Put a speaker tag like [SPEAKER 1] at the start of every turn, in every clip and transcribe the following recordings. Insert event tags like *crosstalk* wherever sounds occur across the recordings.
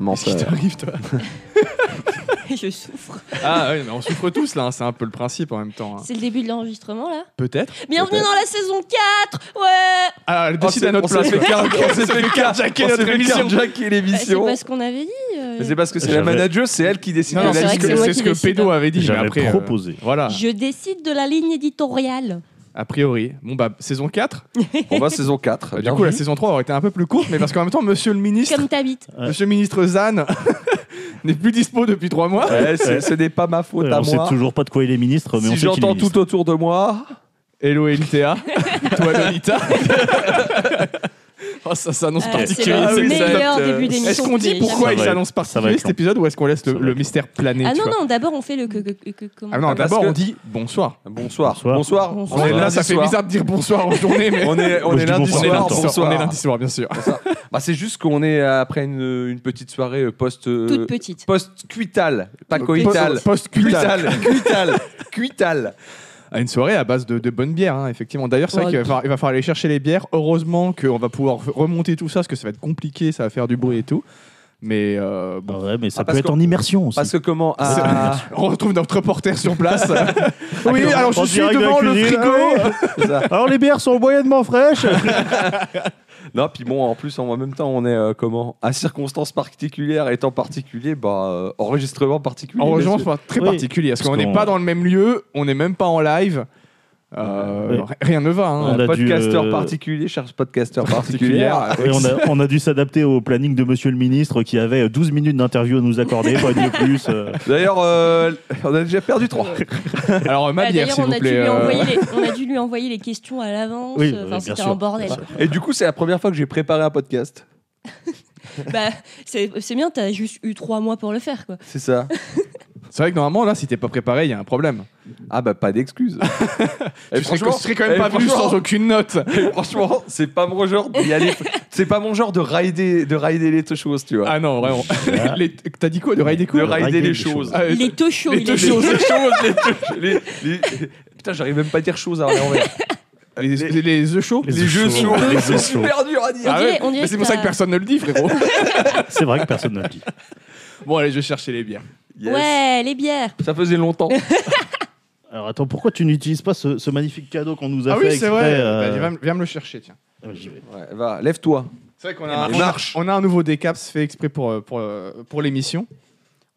[SPEAKER 1] Qu'est-ce qui
[SPEAKER 2] Menteur.
[SPEAKER 1] t'arrive, toi
[SPEAKER 3] *laughs* Je souffre.
[SPEAKER 1] Ah oui, mais on souffre tous, là, hein, c'est un peu le principe en même temps. hein.
[SPEAKER 3] Ah. C'est le début de l'enregistrement là.
[SPEAKER 1] Peut-être.
[SPEAKER 3] Bienvenue dans la saison 4 Ouais
[SPEAKER 1] Ah, elle décide
[SPEAKER 2] On
[SPEAKER 1] à notre
[SPEAKER 2] s'est- on
[SPEAKER 1] place.
[SPEAKER 2] s'est fait car- On s'est fait carjacker
[SPEAKER 1] on s'est
[SPEAKER 2] notre
[SPEAKER 1] fait
[SPEAKER 2] émission.
[SPEAKER 3] Bah, C'est
[SPEAKER 2] l'émission.
[SPEAKER 3] pas ce qu'on avait dit. euh.
[SPEAKER 2] Mais c'est parce que c'est la
[SPEAKER 4] J'avais-
[SPEAKER 2] manager, c'est elle qui décide
[SPEAKER 1] Non,
[SPEAKER 2] de
[SPEAKER 1] non,
[SPEAKER 3] c'est
[SPEAKER 2] la
[SPEAKER 3] vrai
[SPEAKER 1] c'est ce
[SPEAKER 3] que
[SPEAKER 1] que,
[SPEAKER 3] c'est moi
[SPEAKER 1] c'est
[SPEAKER 3] qui
[SPEAKER 1] ce que
[SPEAKER 3] décide.
[SPEAKER 1] Pédo avait dit, mais
[SPEAKER 4] J'avais
[SPEAKER 1] après. euh,
[SPEAKER 4] proposé.
[SPEAKER 1] voilà,
[SPEAKER 3] Je décide de la ligne éditoriale.
[SPEAKER 1] a priori. Bon, bah, saison 4.
[SPEAKER 2] On va saison
[SPEAKER 4] Bah,
[SPEAKER 2] 4.
[SPEAKER 1] du coup, la saison 3 aurait été un peu plus courte, mais parce qu'en même temps, monsieur le ministre,
[SPEAKER 3] Comme t'habites.
[SPEAKER 4] Ouais.
[SPEAKER 1] monsieur le ministre Zan *laughs* n'est plus dispo depuis 3 mois.
[SPEAKER 2] Ouais, c'est- ce n'est pas ma faute
[SPEAKER 4] Ouais,
[SPEAKER 2] à
[SPEAKER 4] on sait
[SPEAKER 2] moi.
[SPEAKER 4] toujours pas de quoi il est ministre, mais on sait
[SPEAKER 2] Si
[SPEAKER 4] qu'il est
[SPEAKER 2] j'entends
[SPEAKER 4] ministre.
[SPEAKER 2] tout autour de moi,
[SPEAKER 1] Hello
[SPEAKER 2] *laughs*
[SPEAKER 1] LTA, toi Lolita. oh, ça s'annonce
[SPEAKER 3] Euh, c'est
[SPEAKER 1] particulier.
[SPEAKER 3] le
[SPEAKER 1] Ah oui, ça-
[SPEAKER 3] meilleur
[SPEAKER 2] euh,
[SPEAKER 3] début d'émission.
[SPEAKER 1] Est-ce qu'on
[SPEAKER 3] que
[SPEAKER 1] dit
[SPEAKER 3] j'ai
[SPEAKER 1] pourquoi
[SPEAKER 3] jamais
[SPEAKER 1] il
[SPEAKER 4] Ça va
[SPEAKER 1] s'annonce
[SPEAKER 4] être- ça va
[SPEAKER 1] particulier
[SPEAKER 4] être
[SPEAKER 1] cet
[SPEAKER 4] long.
[SPEAKER 1] épisode ou est-ce qu'on laisse
[SPEAKER 4] Ça
[SPEAKER 1] le,
[SPEAKER 4] va
[SPEAKER 1] le
[SPEAKER 4] être
[SPEAKER 1] mystère planer
[SPEAKER 3] Ah
[SPEAKER 1] tu
[SPEAKER 3] non,
[SPEAKER 1] vois
[SPEAKER 3] non, d'abord on fait le que. que, que- que- comment
[SPEAKER 1] Ah non,
[SPEAKER 2] Parce
[SPEAKER 1] d'abord
[SPEAKER 2] que-
[SPEAKER 1] on dit bonsoir.
[SPEAKER 2] bonsoir.
[SPEAKER 4] Bonsoir.
[SPEAKER 2] Bonsoir.
[SPEAKER 3] Bonsoir.
[SPEAKER 1] On est
[SPEAKER 2] Bonsoir.
[SPEAKER 1] là, ça fait
[SPEAKER 2] Lundi soir.
[SPEAKER 1] bizarre de dire bonsoir en journée, mais
[SPEAKER 2] *laughs* On est, on
[SPEAKER 4] Moi, je
[SPEAKER 2] est
[SPEAKER 4] dis
[SPEAKER 2] lundi
[SPEAKER 4] bonsoir,
[SPEAKER 2] soir,
[SPEAKER 4] bonsoir.
[SPEAKER 2] bonsoir.
[SPEAKER 1] On est lundi soir, bien sûr.
[SPEAKER 2] Bah, c'est juste qu'on est après une, une petite soirée euh, post. euh,
[SPEAKER 3] Toute petite.
[SPEAKER 2] Post-cuitale, pas coïtale.
[SPEAKER 1] Post
[SPEAKER 2] Cuitale, cuitale, cuitale.
[SPEAKER 1] À une soirée à base de, de bonnes bières, hein, effectivement. D'ailleurs, c'est vrai
[SPEAKER 3] Ouais.
[SPEAKER 1] qu'il va falloir, il va falloir aller chercher les bières. Heureusement qu'on va pouvoir remonter tout ça, parce que ça va être compliqué, ça va faire du bruit et tout. Mais euh, bon.
[SPEAKER 4] Bah Ouais, mais ça
[SPEAKER 2] Ah, parce
[SPEAKER 4] peut être
[SPEAKER 2] que-
[SPEAKER 4] en immersion aussi. *laughs*
[SPEAKER 2] Parce que comment ah,
[SPEAKER 1] *laughs* On retrouve notre reporter sur place. oui,
[SPEAKER 4] En
[SPEAKER 1] alors je suis
[SPEAKER 4] direct de la
[SPEAKER 1] devant le
[SPEAKER 4] cuisine, *laughs* Ah
[SPEAKER 1] *laughs* frigo.
[SPEAKER 2] c'est ça.
[SPEAKER 4] Alors les bières sont moyennement
[SPEAKER 1] *laughs*
[SPEAKER 4] fraîches.
[SPEAKER 2] Non, puis bon, en plus, en même temps, on est euh, comment À circonstances particulières, étant particulier, bah, euh, enregistrement particulier.
[SPEAKER 1] En revanche,
[SPEAKER 2] bien sûr.
[SPEAKER 1] c'est très
[SPEAKER 4] Oui.
[SPEAKER 1] particulier, parce
[SPEAKER 4] Parce
[SPEAKER 1] qu'on n'est
[SPEAKER 4] qu'on-
[SPEAKER 1] pas dans le même lieu, on n'est même pas en live. Euh,
[SPEAKER 4] Ouais.
[SPEAKER 1] Rien ne va. hein.
[SPEAKER 4] on a dû,
[SPEAKER 2] podcasteur
[SPEAKER 4] euh,
[SPEAKER 2] particulier, cherche
[SPEAKER 1] *laughs*
[SPEAKER 2] podcasteur particulière.
[SPEAKER 4] Et on, a, on a dû s'adapter au planning de Monsieur le ministre qui avait 12 minutes d'interview à nous accorder, pas de plus.
[SPEAKER 3] *laughs*
[SPEAKER 4] euh.
[SPEAKER 2] *laughs* D'ailleurs, euh, on a déjà perdu trois.
[SPEAKER 1] *laughs* Alors, euh, ma
[SPEAKER 3] Ah,
[SPEAKER 1] bière,
[SPEAKER 3] D'ailleurs,
[SPEAKER 1] s'il
[SPEAKER 3] on,
[SPEAKER 1] vous
[SPEAKER 3] a dû lui
[SPEAKER 1] plaît. euh,
[SPEAKER 3] envoyer les- on a dû lui envoyer les questions à l'avance. euh,
[SPEAKER 4] Oui,
[SPEAKER 3] Enfin,
[SPEAKER 4] bien
[SPEAKER 3] C'était
[SPEAKER 4] sûr,
[SPEAKER 3] un bordel.
[SPEAKER 4] bien sûr.
[SPEAKER 2] Et du coup, c'est la première fois que j'ai préparé un podcast.
[SPEAKER 3] Bah, c'est c'est bien, t'as juste eu trois mois pour le faire. quoi.
[SPEAKER 2] C'est ça.
[SPEAKER 1] C'est vrai que normalement, là, si t'es pas préparé, il y a un problème.
[SPEAKER 2] Ah bah pas d'excuses. Et
[SPEAKER 1] *laughs* tu serais, que- tu serais quand même
[SPEAKER 2] et
[SPEAKER 1] pas venu
[SPEAKER 2] franchement-
[SPEAKER 1] sans aucune note.
[SPEAKER 2] et *laughs* franchement, c'est pas mon genre d'y aller. C'est pas mon genre de rider, de rider les choses, tu vois.
[SPEAKER 1] Ah non, vraiment.
[SPEAKER 4] Voilà.
[SPEAKER 1] *laughs* Les- T'as dit quoi de Ride des
[SPEAKER 2] de
[SPEAKER 1] coups
[SPEAKER 2] rider, les, choses.
[SPEAKER 1] Ah,
[SPEAKER 3] Il est tôt chaud.
[SPEAKER 1] les
[SPEAKER 3] il
[SPEAKER 1] deux
[SPEAKER 3] est-
[SPEAKER 2] Les
[SPEAKER 1] choses.
[SPEAKER 2] les choses, *laughs* les- les- les- Putain, j'arrive même pas à dire choses à
[SPEAKER 1] *laughs*
[SPEAKER 2] l'envers.
[SPEAKER 1] Les, les, les œufs chauds Ah
[SPEAKER 4] Les œufs chauds.
[SPEAKER 2] *laughs* choses,
[SPEAKER 4] Les
[SPEAKER 2] c'est
[SPEAKER 4] œufs
[SPEAKER 2] super dur à dire.
[SPEAKER 3] On dirait- on dirait
[SPEAKER 1] mais c'est pour
[SPEAKER 3] que
[SPEAKER 1] ça que
[SPEAKER 3] t'as-
[SPEAKER 1] personne ne le dit, frérot.
[SPEAKER 4] *laughs* C'est vrai que personne ne le dit.
[SPEAKER 1] *laughs* bon, allez, je vais chercher les bières.
[SPEAKER 2] Yes.
[SPEAKER 3] Ouais, les bières.
[SPEAKER 2] Ça faisait longtemps.
[SPEAKER 4] Alors attends, pourquoi tu n'utilises pas ce, ce magnifique cadeau qu'on nous a
[SPEAKER 1] Ah
[SPEAKER 4] fait
[SPEAKER 1] oui, c'est
[SPEAKER 4] exprès,
[SPEAKER 1] vrai.
[SPEAKER 4] euh,
[SPEAKER 1] Bah, viens, viens me le chercher, tiens.
[SPEAKER 4] ah, j'y vais.
[SPEAKER 2] Ouais, va, lève-toi.
[SPEAKER 1] C'est vrai qu'on a, un-
[SPEAKER 2] Et
[SPEAKER 1] on a,
[SPEAKER 2] marche.
[SPEAKER 1] on a un nouveau décaps fait exprès pour, euh, pour, euh, pour l'émission.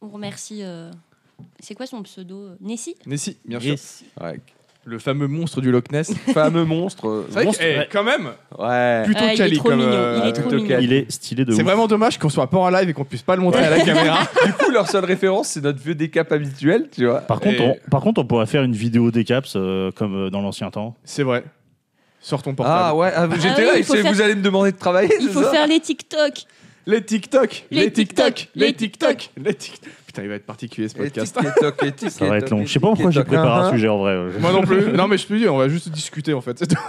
[SPEAKER 3] On remercie. euh, C'est quoi son pseudo euh, Nessie
[SPEAKER 1] Nessie, bien sûr.
[SPEAKER 2] Ouais.
[SPEAKER 1] Le fameux monstre du Loch Ness.
[SPEAKER 2] Fameux monstre. euh,
[SPEAKER 1] C'est vrai
[SPEAKER 2] monstre.
[SPEAKER 1] que, eh,
[SPEAKER 4] ouais.
[SPEAKER 1] quand même,
[SPEAKER 2] Ouais.
[SPEAKER 1] plutôt
[SPEAKER 3] Ah, il est
[SPEAKER 1] quali
[SPEAKER 3] trop
[SPEAKER 1] comme, euh,
[SPEAKER 3] mignon, il est trop
[SPEAKER 1] plutôt
[SPEAKER 3] mignon.
[SPEAKER 1] quali.
[SPEAKER 4] Il est stylé de
[SPEAKER 1] C'est
[SPEAKER 4] ouf.
[SPEAKER 1] vraiment dommage qu'on soit pas en live et qu'on puisse pas le montrer à la
[SPEAKER 3] *laughs*
[SPEAKER 1] caméra.
[SPEAKER 2] Du coup, leur seule référence, c'est notre vieux décap habituel, tu vois.
[SPEAKER 4] Par contre,
[SPEAKER 1] Et-
[SPEAKER 4] on, par contre, on pourrait faire une vidéo des caps euh, comme euh, dans l'ancien temps.
[SPEAKER 1] C'est vrai. Sors ton portable.
[SPEAKER 2] Ah ouais, ah, j'étais
[SPEAKER 3] oui,
[SPEAKER 2] là,
[SPEAKER 3] il
[SPEAKER 2] il
[SPEAKER 3] faut
[SPEAKER 2] fait,
[SPEAKER 3] faire-
[SPEAKER 2] vous allez me demander de travailler,
[SPEAKER 3] Il
[SPEAKER 2] c'est
[SPEAKER 3] faut
[SPEAKER 2] ça
[SPEAKER 3] faire les TikTok.
[SPEAKER 1] Les TikTok,
[SPEAKER 3] Les
[SPEAKER 1] les TikTok,
[SPEAKER 3] TikTok,
[SPEAKER 1] les
[SPEAKER 3] les
[SPEAKER 1] TikTok, les TikTok. Putain, il va être particulier ce
[SPEAKER 2] Et
[SPEAKER 1] podcast.
[SPEAKER 2] tic-tac, et tic-tac,
[SPEAKER 4] Ça va être long.
[SPEAKER 2] et
[SPEAKER 4] Je sais pas pourquoi j'ai
[SPEAKER 2] tic-tac.
[SPEAKER 4] préparé
[SPEAKER 2] Ah,
[SPEAKER 4] un sujet en vrai. euh, Je-
[SPEAKER 2] *laughs*
[SPEAKER 1] Moi non plus. Non, mais je peux dire, on va juste discuter en fait. c'est tout.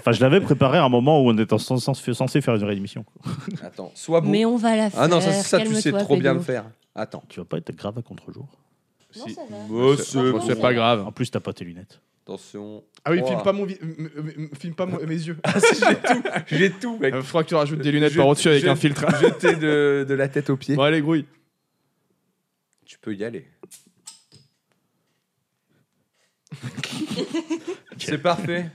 [SPEAKER 4] Enfin, je l'avais préparé à un moment où on était cens- cens- censé faire une réémission.
[SPEAKER 2] ah. Attends, sois beau.
[SPEAKER 3] Mais on va la faire.
[SPEAKER 2] Ah non, ça, ça tu sais
[SPEAKER 3] calme-toi,
[SPEAKER 2] trop bien
[SPEAKER 3] Pedro.
[SPEAKER 2] le faire. Attends.
[SPEAKER 4] Tu vas pas être grave à contre-jour.
[SPEAKER 3] Non, ça va.
[SPEAKER 2] Oh,
[SPEAKER 1] C'est-
[SPEAKER 2] c'est Oh.
[SPEAKER 3] bon,
[SPEAKER 1] bon,
[SPEAKER 3] ça
[SPEAKER 1] c'est pas
[SPEAKER 3] va.
[SPEAKER 1] grave.
[SPEAKER 4] En plus, t'as pas tes lunettes.
[SPEAKER 2] Attention.
[SPEAKER 1] Ah oui,
[SPEAKER 2] Trois.
[SPEAKER 1] filme pas mon vi- m- m- m- filme pas mon- mes yeux.
[SPEAKER 2] J'ai tout, mec.
[SPEAKER 1] *laughs* Il faudra que tu rajoutes des lunettes
[SPEAKER 2] Je-
[SPEAKER 1] par au-dessus avec
[SPEAKER 2] je- *laughs*
[SPEAKER 1] un filtre.
[SPEAKER 2] Jeté de, de la tête aux pieds.
[SPEAKER 1] Bon, allez, grouille.
[SPEAKER 2] Tu peux y *laughs* aller. c'est parfait.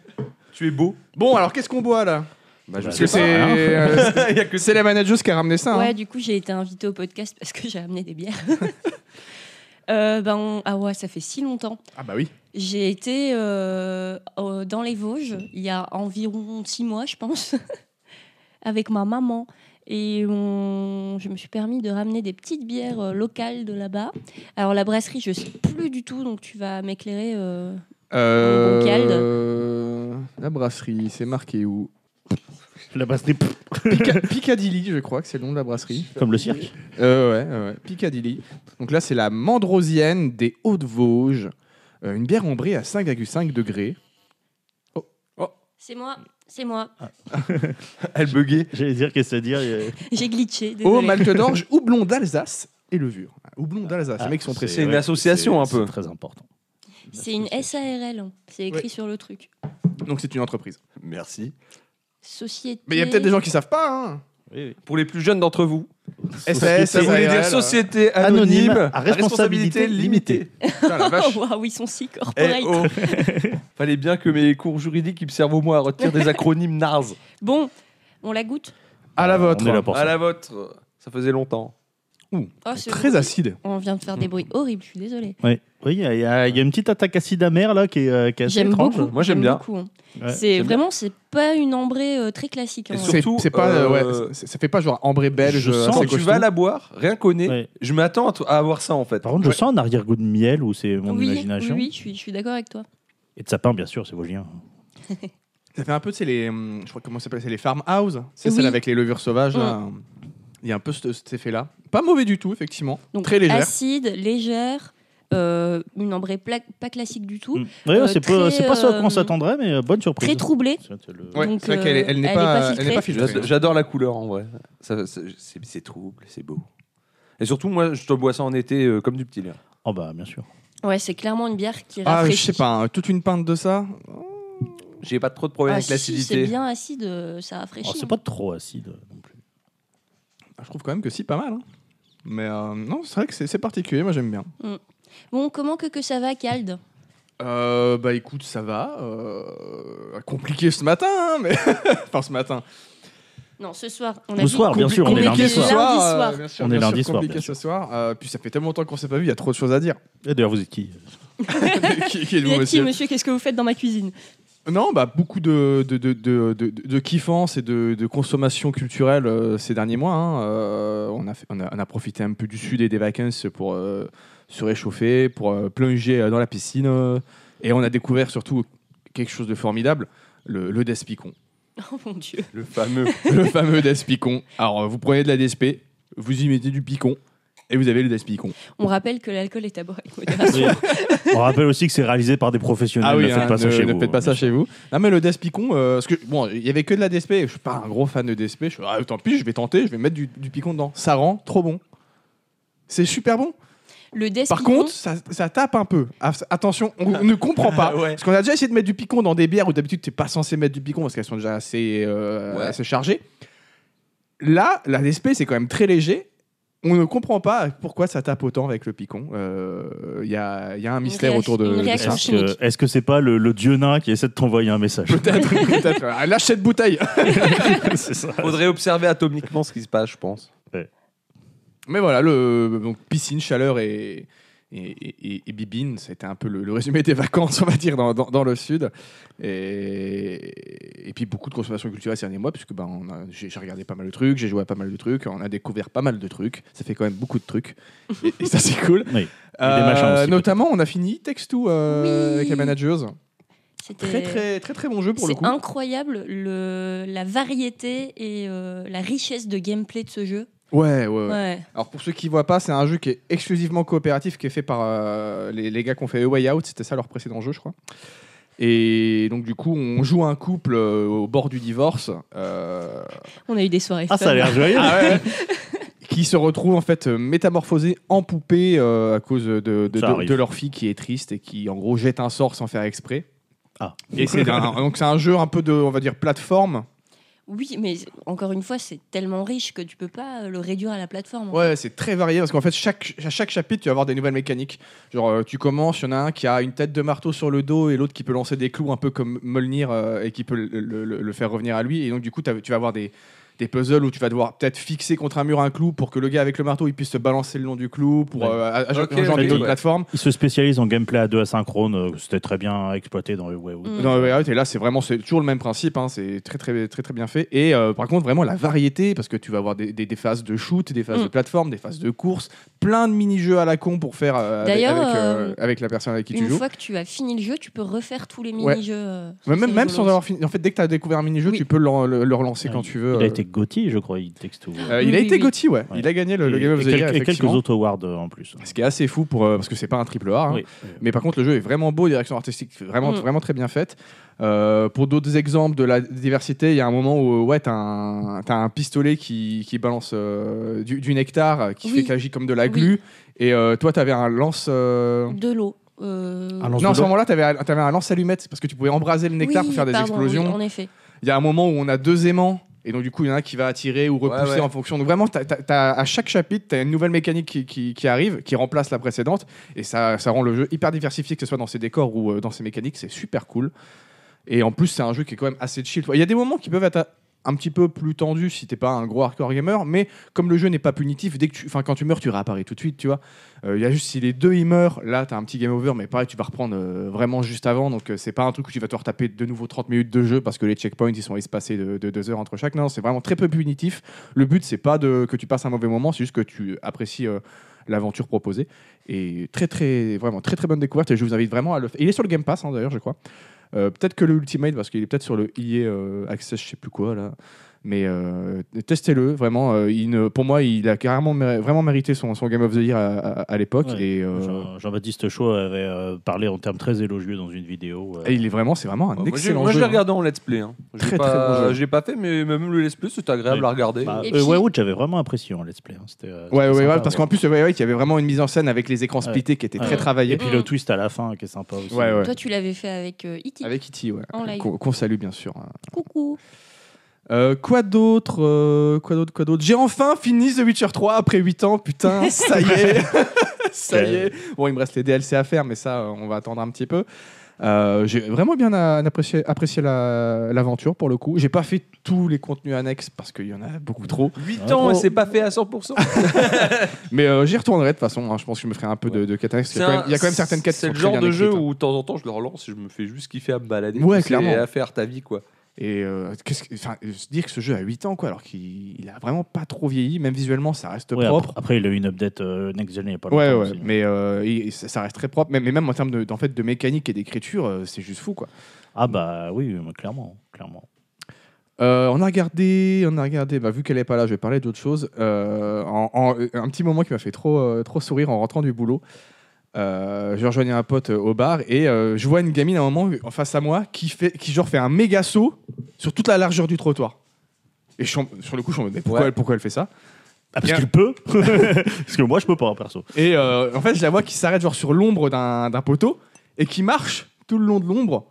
[SPEAKER 2] Tu es beau.
[SPEAKER 1] Bon, alors qu'est-ce qu'on boit là
[SPEAKER 2] Bah,
[SPEAKER 4] je
[SPEAKER 1] Parce
[SPEAKER 4] sais
[SPEAKER 1] que
[SPEAKER 4] pas,
[SPEAKER 1] c'est
[SPEAKER 4] hein.
[SPEAKER 2] *laughs*
[SPEAKER 1] euh, c'est- c'est la manageuse qui a ramené ça. hein.
[SPEAKER 3] Ouais, du coup, j'ai été invitée au podcast parce que j'ai amené des bières.
[SPEAKER 2] *laughs*
[SPEAKER 3] Euh, ben, on- Ah ouais, ça fait si longtemps.
[SPEAKER 1] Ah bah oui.
[SPEAKER 3] J'ai été euh, euh, dans les Vosges il y a environ six mois, je pense, *laughs* avec ma maman. Et on- je me suis permis de ramener des petites bières euh, locales de là-bas. Alors la brasserie, je sais plus du tout, donc tu vas m'éclairer. euh.
[SPEAKER 1] Euh,
[SPEAKER 3] Bon, Calde.
[SPEAKER 1] euh, La brasserie, c'est marqué où
[SPEAKER 4] La brasserie, pff,
[SPEAKER 1] Pica- Piccadilly, je crois que c'est le nom de la brasserie.
[SPEAKER 4] comme le cirque.
[SPEAKER 1] Euh, ouais, ouais, ouais, Piccadilly. Donc là, c'est la Mandrosienne des Hautes-Vosges. Euh, une bière ombrée à 5,5 degrés.
[SPEAKER 3] C'est moi, c'est moi.
[SPEAKER 2] Elle buguait.
[SPEAKER 4] J'allais dire qu'est-ce à dire. euh,
[SPEAKER 3] J'ai glitché. Désolé.
[SPEAKER 1] Au malte d'orge, *laughs* houblon d'Alsace et levure. Ah, Houblon d'Alsace,
[SPEAKER 2] Bah,
[SPEAKER 4] ah,
[SPEAKER 1] les mecs sont pressés.
[SPEAKER 2] une
[SPEAKER 4] ouais,
[SPEAKER 2] association,
[SPEAKER 4] c'est-
[SPEAKER 2] un peu.
[SPEAKER 4] C'est très important.
[SPEAKER 3] C'est une SARL, hein. c'est écrit sur le truc.
[SPEAKER 1] Donc c'est une entreprise.
[SPEAKER 2] Merci.
[SPEAKER 3] Société.
[SPEAKER 1] Mais il y a peut-être des gens qui savent pas. hein.
[SPEAKER 5] Oui,
[SPEAKER 2] Pour les plus jeunes d'entre vous,
[SPEAKER 1] SAS,
[SPEAKER 2] ça voulait
[SPEAKER 1] SARL.
[SPEAKER 2] dire société
[SPEAKER 4] Anonyme
[SPEAKER 2] anonyme,
[SPEAKER 4] à responsabilité limitée.
[SPEAKER 1] Putain, la vache.
[SPEAKER 3] Oh, *laughs* Waouh, ils sont si
[SPEAKER 2] Eh
[SPEAKER 3] corporate.
[SPEAKER 2] oh. Fallait bien que mes cours juridiques ils me servent au moins à retenir des
[SPEAKER 4] *laughs*
[SPEAKER 2] acronymes nazes.
[SPEAKER 3] Bon, on la goûte
[SPEAKER 1] À la vôtre.
[SPEAKER 4] On est là pour
[SPEAKER 2] À
[SPEAKER 4] ça.
[SPEAKER 2] la vôtre, ça faisait longtemps.
[SPEAKER 3] Oh, ce
[SPEAKER 1] Très
[SPEAKER 3] bruit.
[SPEAKER 1] acide.
[SPEAKER 3] On vient de faire des bruits horribles, je suis désolée.
[SPEAKER 4] Ouais. Oui, il y, a- il y a il y a une petite attaque acide amère là qui est, euh, qui est assez
[SPEAKER 3] J'aime
[SPEAKER 4] étrange.
[SPEAKER 3] beaucoup.
[SPEAKER 2] Moi, j'aime bien.
[SPEAKER 3] beaucoup, hein.
[SPEAKER 4] Ouais,
[SPEAKER 3] c'est
[SPEAKER 2] j'aime bien.
[SPEAKER 3] vraiment, c'est pas une ambrée euh, très classique. hein,
[SPEAKER 2] Et
[SPEAKER 3] ouais.
[SPEAKER 2] surtout,
[SPEAKER 1] C'est c'est pas, euh,
[SPEAKER 2] euh,
[SPEAKER 1] ouais, c'est- ça fait pas genre ambré belge. euh,
[SPEAKER 4] Je sens
[SPEAKER 2] Quand
[SPEAKER 1] assez
[SPEAKER 2] tu
[SPEAKER 1] costaud.
[SPEAKER 2] vas la boire, rien qu'au nez,
[SPEAKER 4] Ouais.
[SPEAKER 2] je m'attends à t- à avoir ça en fait.
[SPEAKER 4] Par contre, je sens un arrière-goût de miel ou c'est mon
[SPEAKER 3] oui,
[SPEAKER 4] imagination.
[SPEAKER 3] Oui, oui, je suis, je suis d'accord avec toi.
[SPEAKER 4] Et de sapin, bien sûr, c'est vosgien.
[SPEAKER 1] Ça fait un peu, tu sais, les. hum, Je crois comment ça s'appelle C'est les farmhouse. C'est
[SPEAKER 3] Oui.
[SPEAKER 1] celle avec les levures sauvages. là. Il y a un peu ce- cet effet-là. Pas mauvais du tout, effectivement.
[SPEAKER 3] Donc,
[SPEAKER 1] Très légère.
[SPEAKER 3] Acide, légère, euh, une ambrée pla- pas classique du tout,
[SPEAKER 4] Mm. Ouais,
[SPEAKER 3] Euh,
[SPEAKER 4] c'est pas,
[SPEAKER 3] très,
[SPEAKER 4] c'est pas ce à quoi on
[SPEAKER 3] euh,
[SPEAKER 4] s'attendrait, mais euh, bonne surprise.
[SPEAKER 3] très troublée.
[SPEAKER 4] Ça, c'est le-
[SPEAKER 1] Ouais,
[SPEAKER 3] donc,
[SPEAKER 1] c'est vrai qu'elle est- elle n'est
[SPEAKER 3] euh, elle
[SPEAKER 1] pas,
[SPEAKER 3] est pas
[SPEAKER 1] elle n'est pas
[SPEAKER 2] J'ado-
[SPEAKER 1] filtrée.
[SPEAKER 2] J'adore la couleur en vrai. Ça- ça- C'est c'est trouble, c'est beau. Et surtout, moi, je te bois ça en été euh, comme du petit lait.
[SPEAKER 4] Oh bah, bien sûr.
[SPEAKER 3] Ouais, c'est clairement une bière qui
[SPEAKER 1] Ah, je
[SPEAKER 3] rafraîchit.
[SPEAKER 1] sais pas, hein, toute une pinte de ça.
[SPEAKER 2] J'ai pas trop de problème
[SPEAKER 3] Ah,
[SPEAKER 2] avec
[SPEAKER 3] si, si,
[SPEAKER 2] l'acidité.
[SPEAKER 3] c'est bien acide, euh, ça rafraîchit.
[SPEAKER 4] Alors, Oh, c'est
[SPEAKER 3] hein.
[SPEAKER 4] pas trop acide euh, non plus.
[SPEAKER 1] Ah, Je trouve quand même que si, pas mal. hein. Mais euh, non, c'est vrai que c'est c'est particulier, moi j'aime bien.
[SPEAKER 3] Bon, comment que, que ça va, Calde
[SPEAKER 1] Euh, bah écoute, ça va. euh, compliqué ce matin, hein, mais. *laughs* enfin, ce matin.
[SPEAKER 3] Non, ce soir. On
[SPEAKER 4] Le soir, bien sûr, on est
[SPEAKER 1] Compliqué
[SPEAKER 4] lundi
[SPEAKER 1] ce
[SPEAKER 4] soir.
[SPEAKER 1] soir.
[SPEAKER 3] Lundi
[SPEAKER 1] euh,
[SPEAKER 3] soir.
[SPEAKER 1] bien sûr,
[SPEAKER 4] On est
[SPEAKER 1] bien sûr,
[SPEAKER 4] lundi soir,
[SPEAKER 1] Compliqué
[SPEAKER 4] bien
[SPEAKER 1] ce soir. Euh, puis ça fait tellement longtemps qu'on s'est pas vu, il y a trop de choses
[SPEAKER 3] *laughs*
[SPEAKER 1] à dire.
[SPEAKER 4] Et d'ailleurs, vous êtes qui
[SPEAKER 1] qui, qui est
[SPEAKER 3] Vous
[SPEAKER 1] vous,
[SPEAKER 3] êtes qui,
[SPEAKER 1] monsieur
[SPEAKER 3] monsieur Qu'est-ce que vous faites dans ma cuisine
[SPEAKER 1] Non, bah beaucoup de, de, de, de, de, de kiffance et de, de consommation culturelle euh, ces derniers mois. hein. Euh, on, a fait- on, a, on a profité un peu du sud et des vacances pour euh, se réchauffer, pour euh, plonger euh, dans la piscine. euh, et on a découvert surtout quelque chose de formidable, le, le Despicon. *laughs*
[SPEAKER 3] Oh mon dieu.
[SPEAKER 2] Le *laughs* fameux.
[SPEAKER 1] le fameux Despicon. Alors, euh, vous prenez de la DSP, vous y mettez du picon, et vous avez le Despicon.
[SPEAKER 3] On rappelle que l'alcool est à boire avec modération.
[SPEAKER 4] On rappelle aussi que c'est réalisé par des professionnels.
[SPEAKER 1] Ah oui,
[SPEAKER 4] ne faites
[SPEAKER 1] hein,
[SPEAKER 4] pas ça
[SPEAKER 1] ne,
[SPEAKER 4] chez
[SPEAKER 1] ne
[SPEAKER 4] vous.
[SPEAKER 1] faites pas ça chez vous. Non, mais le Despicon, euh, parce que bon, il y avait que de la DSP. Je suis pas un gros fan de DSP. Je suis, ah, tant pis, je vais tenter, je vais mettre du, du picon dedans. Ça rend trop bon. C'est super bon.
[SPEAKER 3] Le Despicon.
[SPEAKER 1] Par contre, ça, ça tape un peu. Ah, Attention, on ne comprend pas.
[SPEAKER 3] *laughs*
[SPEAKER 2] Ah ouais.
[SPEAKER 1] Parce qu'on a déjà essayé de mettre du picon dans des bières où d'habitude t'es pas censé mettre du picon parce qu'elles sont déjà assez, euh,
[SPEAKER 2] Ouais.
[SPEAKER 1] assez chargées. Là, la DSP, c'est quand même très léger. On ne comprend pas pourquoi ça tape autant avec le picon. Euh, Il y, a, il y a un mystère
[SPEAKER 3] réac-
[SPEAKER 1] autour de,
[SPEAKER 3] une
[SPEAKER 1] de
[SPEAKER 3] réaction
[SPEAKER 1] ça.
[SPEAKER 4] Est-ce que, est-ce que c'est pas le, le dieu nain qui essaie de t'envoyer un
[SPEAKER 3] *laughs*
[SPEAKER 4] message *laughs*
[SPEAKER 1] *laughs* Peut-être, peut-être. Ah, Lâche cette bouteille. *laughs*
[SPEAKER 4] C'est ça.
[SPEAKER 2] Faudrait observer atomiquement ce qui se passe, je pense.
[SPEAKER 1] Mais voilà, le, donc piscine, chaleur et, et, et- et bibine, c'était un peu le, le résumé des vacances, on va dire, dans, dans- dans le sud. Et, et puis beaucoup de consommation culturelle ces derniers mois, puisque ben, on a- j'ai j'ai regardé pas mal de trucs, j'ai joué à pas mal de trucs, on a découvert pas mal de trucs. Ça fait quand même beaucoup de trucs. Et, et ça, c'est cool. Euh,
[SPEAKER 4] Oui. des machins aussi,
[SPEAKER 1] notamment, on a fini Text Two, euh,
[SPEAKER 3] Oui.
[SPEAKER 1] avec la manageuse.
[SPEAKER 3] C'était-
[SPEAKER 1] Très, très, très, très bon jeu pour le
[SPEAKER 3] C'est
[SPEAKER 1] coup.
[SPEAKER 3] incroyable le, la variété et euh, la richesse de gameplay de ce jeu.
[SPEAKER 1] Ouais, ouais, ouais.
[SPEAKER 3] Ouais.
[SPEAKER 1] Alors pour ceux qui voient pas, c'est un jeu qui est exclusivement coopératif, qui est fait par euh, les, les gars qui ont fait A Way Out, c'était ça leur précédent jeu, je crois. Et donc du coup, on joue un couple euh, au bord du divorce, euh,
[SPEAKER 3] On a eu des soirées.
[SPEAKER 4] Ah, ça
[SPEAKER 3] fun.
[SPEAKER 4] a l'air joyeux.
[SPEAKER 1] *laughs* qui se retrouve en fait euh, métamorphosé en poupée euh, à cause de, de-
[SPEAKER 4] Ça
[SPEAKER 1] de-
[SPEAKER 4] arrive.
[SPEAKER 1] de leur fille qui est triste et qui en gros jette un sort sans faire exprès.
[SPEAKER 4] Ah.
[SPEAKER 1] Et c'est un, *laughs* donc c'est un jeu un peu de, on va dire, plateforme.
[SPEAKER 3] Oui, mais encore une fois, c'est tellement riche que tu peux pas euh, le réduire à la plateforme.
[SPEAKER 1] Ouais, c'est très varié parce qu'en fait, chaque, à chaque chapitre, tu vas avoir des nouvelles mécaniques. Genre, euh, tu commences, il y en a un qui a une tête de marteau sur le dos et l'autre qui peut lancer des clous un peu comme Molnir euh, et qui peut le, le- le- le faire revenir à lui. Et donc, du coup, t'as- tu vas avoir des, des puzzles où tu vas devoir peut-être fixer contre un mur un clou pour que le gars avec le marteau il puisse se balancer le long du clou pour
[SPEAKER 4] Ouais.
[SPEAKER 1] euh, a- a-
[SPEAKER 2] Ok,
[SPEAKER 1] agencer
[SPEAKER 4] ok,
[SPEAKER 1] d'autres
[SPEAKER 2] ouais.
[SPEAKER 1] plateformes.
[SPEAKER 4] Ils se spécialisent en gameplay à deux asynchrone. euh, C'était très bien exploité dans le Way Out.
[SPEAKER 3] Mm.
[SPEAKER 1] Dans le layout, et là, c'est vraiment c'est toujours le même principe. hein, c'est très, très, très, très bien fait. Et euh, par contre, vraiment la variété, parce que tu vas avoir des, des- des phases de shoot, des phases
[SPEAKER 3] Mm.
[SPEAKER 1] de plateforme, des phases de course, plein de mini-jeux à la con pour faire euh, avec,
[SPEAKER 3] D'ailleurs,
[SPEAKER 1] avec, euh,
[SPEAKER 3] euh,
[SPEAKER 1] avec la personne avec qui tu
[SPEAKER 3] Une
[SPEAKER 1] joues.
[SPEAKER 3] fois que tu as fini le jeu, tu peux refaire tous les
[SPEAKER 1] Ouais.
[SPEAKER 3] mini-jeux. euh,
[SPEAKER 1] Mais même,
[SPEAKER 3] c'est
[SPEAKER 1] même
[SPEAKER 3] rigolo
[SPEAKER 1] sans avoir fini. En fait, dès que tu as découvert un mini-jeu,
[SPEAKER 3] Oui.
[SPEAKER 1] tu peux le, le- le relancer
[SPEAKER 4] Ouais,
[SPEAKER 1] quand tu veux.
[SPEAKER 4] Il a
[SPEAKER 1] euh.
[SPEAKER 4] été Gotti, je crois, il texte tout.
[SPEAKER 1] Euh, il a
[SPEAKER 3] Oui,
[SPEAKER 1] été
[SPEAKER 3] oui,
[SPEAKER 1] Gotti, ouais.
[SPEAKER 4] Ouais.
[SPEAKER 1] Il a gagné le, le Game of the
[SPEAKER 4] et,
[SPEAKER 1] Year.
[SPEAKER 4] quelques- et quelques
[SPEAKER 1] effectivement.
[SPEAKER 4] autres awards euh, en plus.
[SPEAKER 1] Ce qui est assez fou pour, euh, parce que c'est pas un triple A. hein.
[SPEAKER 4] Oui.
[SPEAKER 1] Mais par contre, le jeu est vraiment beau, direction artistique vraiment,
[SPEAKER 3] Mm.
[SPEAKER 1] vraiment très bien faite. Euh, pour d'autres exemples de la diversité, il y a un moment où euh, ouais, t'as un, t'as un pistolet qui, qui balance euh, du, du nectar, euh, qui
[SPEAKER 3] Oui.
[SPEAKER 1] fait qu'il agit comme de la
[SPEAKER 3] Oui.
[SPEAKER 1] glu. Et euh, toi, t'avais un lance. euh,
[SPEAKER 3] De l'eau. euh,
[SPEAKER 4] Un lance-
[SPEAKER 1] Non, à ce
[SPEAKER 4] d'eau.
[SPEAKER 1] moment-là, t'avais, un- t'avais un lance allumette parce que tu pouvais embraser le nectar
[SPEAKER 3] oui,
[SPEAKER 1] pour faire des
[SPEAKER 3] pardon,
[SPEAKER 1] explosions.
[SPEAKER 3] oui, en effet.
[SPEAKER 1] Il y a un moment où on a deux aimants. Et Et donc, du coup, il y en a qui va attirer ou
[SPEAKER 2] Ouais,
[SPEAKER 1] repousser
[SPEAKER 2] ouais.
[SPEAKER 1] en fonction. Donc, vraiment, t'as- t'as- t'as- à chaque chapitre, tu as une nouvelle mécanique qui, qui- qui arrive, qui remplace la précédente. Et ça, ça rend le jeu hyper diversifié, que ce soit dans ses décors ou euh, dans ses mécaniques. C'est super cool. Et en plus, c'est un jeu qui est quand même assez chill. Il y a des moments qui peuvent être un petit peu plus tendus si t'es pas un gros hardcore gamer, mais comme le jeu n'est pas punitif, dès que tu, enfin quand tu meurs, tu réapparais tout de suite, tu vois. Euh, Il y a juste si les deux ils meurent, là t'as un petit game over, mais pareil tu vas reprendre euh, vraiment juste avant, donc euh, c'est pas un truc où tu vas te retaper de nouveau 30 minutes de jeu parce que les checkpoints ils sont espacés de, de deux heures entre chaque. Non, c'est vraiment très peu punitif. Le but c'est pas de que tu passes un mauvais moment, c'est juste que tu apprécies euh, l'aventure proposée. Et très très vraiment très très bonne découverte. Et je vous invite vraiment à le. faire. Il est sur le Game Pass hein, d'ailleurs, je crois. Euh, peut-être que le Ultimate parce qu'il est peut-être sur le EA euh, Access, je sais plus quoi là. Mais euh, testez-le, vraiment. euh, il ne, pour moi, il a carrément mé- vraiment mérité son, son Game of the Year à, à- à l'époque.
[SPEAKER 4] Ouais,
[SPEAKER 1] et, euh,
[SPEAKER 4] Jean- Jean-Baptiste Chaud avait euh, parlé en termes très élogieux dans une vidéo. euh,
[SPEAKER 1] et il est vraiment, c'est vraiment un
[SPEAKER 2] Ah, Moi, j'ai-
[SPEAKER 1] excellent
[SPEAKER 2] moi, je
[SPEAKER 1] jeu.
[SPEAKER 2] l'ai regardé en let's play. Hein. Je l'ai
[SPEAKER 1] Très,
[SPEAKER 2] pas,
[SPEAKER 1] très bon jeu.
[SPEAKER 2] Je l'ai pas fait, mais même le let's play, c'était agréable
[SPEAKER 4] Ouais.
[SPEAKER 2] à regarder.
[SPEAKER 4] bah,
[SPEAKER 3] Et
[SPEAKER 4] euh,
[SPEAKER 3] puis-
[SPEAKER 4] Wayward, j'avais vraiment apprécié en let's play. hein, c'était, euh,
[SPEAKER 1] Ouais, ouais,
[SPEAKER 4] c'était
[SPEAKER 1] ouais,
[SPEAKER 4] sympa,
[SPEAKER 1] parce
[SPEAKER 4] ouais.
[SPEAKER 1] qu'en plus, ouais, ouais, il y avait vraiment une mise en scène avec les écrans
[SPEAKER 4] Ouais.
[SPEAKER 1] splittés qui étaient
[SPEAKER 4] Ouais.
[SPEAKER 1] très travaillés.
[SPEAKER 4] Et puis le twist à la fin qui est sympa aussi.
[SPEAKER 1] Ouais, ouais.
[SPEAKER 3] Toi, tu l'avais fait avec euh, E.T.
[SPEAKER 1] Avec E.T., ouais.
[SPEAKER 3] En live.
[SPEAKER 1] Qu'on qu'on salue, bien sûr. hein.
[SPEAKER 3] Coucou.
[SPEAKER 1] Euh, quoi d'autre euh, Quoi d'autre Quoi d'autre J'ai enfin fini The Witcher 3 après 8
[SPEAKER 2] *laughs*
[SPEAKER 1] ans, putain, ça y est Ça y est Bon, il me reste les DLC à faire, mais ça, euh, on va attendre un petit peu. Euh, j'ai vraiment bien euh, apprécié, apprécié la- l'aventure pour le coup. J'ai pas fait tous les contenus annexes parce qu'il y en a beaucoup trop,
[SPEAKER 2] 8
[SPEAKER 4] Ouais.
[SPEAKER 2] ans et
[SPEAKER 4] Oh.
[SPEAKER 2] c'est pas fait à 100%.
[SPEAKER 1] mais euh, j'y retournerai de toute façon. hein. Je pense que je me ferai un peu de, de quête annexe. Il y a quand même- il y a quand même certaines quêtes qui
[SPEAKER 2] C'est
[SPEAKER 1] sont
[SPEAKER 2] le
[SPEAKER 1] très
[SPEAKER 2] genre
[SPEAKER 1] bien
[SPEAKER 2] de jeu
[SPEAKER 1] écrites, hein.
[SPEAKER 2] où de temps en temps je le relance et je me fais juste kiffer à me balader
[SPEAKER 1] Ouais,
[SPEAKER 2] pousser
[SPEAKER 1] clairement.
[SPEAKER 2] et à faire ta vie quoi.
[SPEAKER 1] Et euh, qu'est-ce que- enfin, se dire que ce jeu a 8 ans, quoi, alors qu'il il a vraiment pas trop vieilli, même visuellement, ça reste
[SPEAKER 4] Ouais,
[SPEAKER 1] propre.
[SPEAKER 4] après, après, il a eu une update euh, next gen il n'y a pas
[SPEAKER 1] Ouais,
[SPEAKER 4] longtemps.
[SPEAKER 1] ouais,
[SPEAKER 4] aussi.
[SPEAKER 1] mais euh, il- ça ça reste très propre. Mais, mais même en termes de, d'en fait, de mécanique et d'écriture, euh, c'est juste fou, quoi.
[SPEAKER 4] Ah bah oui, oui, clairement, clairement.
[SPEAKER 1] Euh, on a regardé, on a regardé. Bah, vu qu'elle est pas là, je vais parler d'autre chose. Euh, en- en- un petit moment qui m'a fait trop, euh, trop sourire en rentrant du boulot. Euh, je rejoignais un pote euh, au bar et euh, je vois une gamine à un moment euh, en face à moi qui fait, qui genre fait un méga saut sur toute la largeur du trottoir. Et je suis en- sur le coup, je suis en mode, mais pourquoi,
[SPEAKER 2] Ouais.
[SPEAKER 1] elle, pourquoi elle fait ça
[SPEAKER 4] Ah, parce
[SPEAKER 1] Bien.
[SPEAKER 4] qu'il peut *laughs* Parce que moi, je peux pas, hein, perso.
[SPEAKER 1] Et euh, en fait, je la vois qui s'arrête genre sur l'ombre d'un d'un poteau et qui marche tout le long de l'ombre,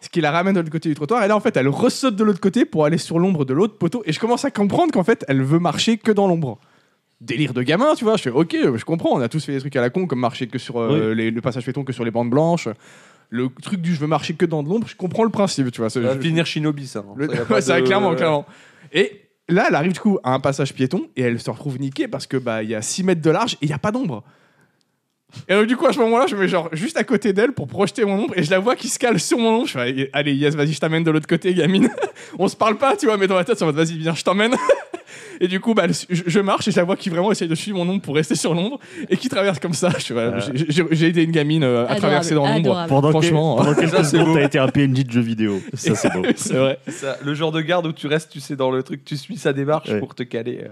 [SPEAKER 1] ce qui la ramène de l'autre côté du trottoir. Et là, en fait, elle ressaute de l'autre côté pour aller sur l'ombre de l'autre poteau. Et je commence à comprendre qu'en fait, elle veut marcher que dans l'ombre. Délire de gamin, tu vois. Je fais OK, je comprends. On a tous fait des trucs à la con, comme marcher que sur euh, les- le passage péton que sur les bandes blanches. Le truc du je veux marcher que dans de l'ombre, je comprends le principe, tu vois.
[SPEAKER 2] Ça
[SPEAKER 1] C'est-
[SPEAKER 2] va
[SPEAKER 1] je-
[SPEAKER 2] finir Shinobi ça. hein.
[SPEAKER 1] le-
[SPEAKER 2] *laughs*
[SPEAKER 1] *laughs*
[SPEAKER 2] y a pas
[SPEAKER 1] Ouais, ça,
[SPEAKER 2] de-
[SPEAKER 1] clairement, clairement. Et là, elle arrive du coup à un passage piéton et elle se retrouve niquée parce que bah il y a 6 mètres de large et il n'y a pas d'ombre. Et donc, du coup, à ce moment-là, je me mets genre juste à côté d'elle pour projeter mon ombre et je la vois qui se cale sur mon ombre. Je fais, allez, Yes, vas-y, je t'amène de l'autre côté, gamine. *laughs* On se parle pas, tu vois, mais dans la tête, ça va, vas-y, viens, je t'emmène. *laughs* Et du coup, bah, elle- je, je marche et je la vois qui vraiment essaye de suivre mon ombre pour rester sur l'ombre et qui traverse comme ça. Je fais, voilà,
[SPEAKER 4] Ouais.
[SPEAKER 1] j'ai- j'ai j'ai aidé une gamine euh, à
[SPEAKER 3] Adorable,
[SPEAKER 1] traverser dans l'ombre.
[SPEAKER 3] adorable.
[SPEAKER 4] Pendant, que-
[SPEAKER 1] Franchement.
[SPEAKER 4] pendant quelques
[SPEAKER 2] Ça, c'est
[SPEAKER 4] secondes,
[SPEAKER 2] beau.
[SPEAKER 4] t'as été un PNJ de jeu vidéo. Ça, c'est *laughs* beau.
[SPEAKER 1] *laughs* C'est vrai.
[SPEAKER 2] Ça, le genre de garde où tu restes, tu sais, dans le truc, tu suis sa démarche
[SPEAKER 4] Ouais.
[SPEAKER 2] pour te caler. euh.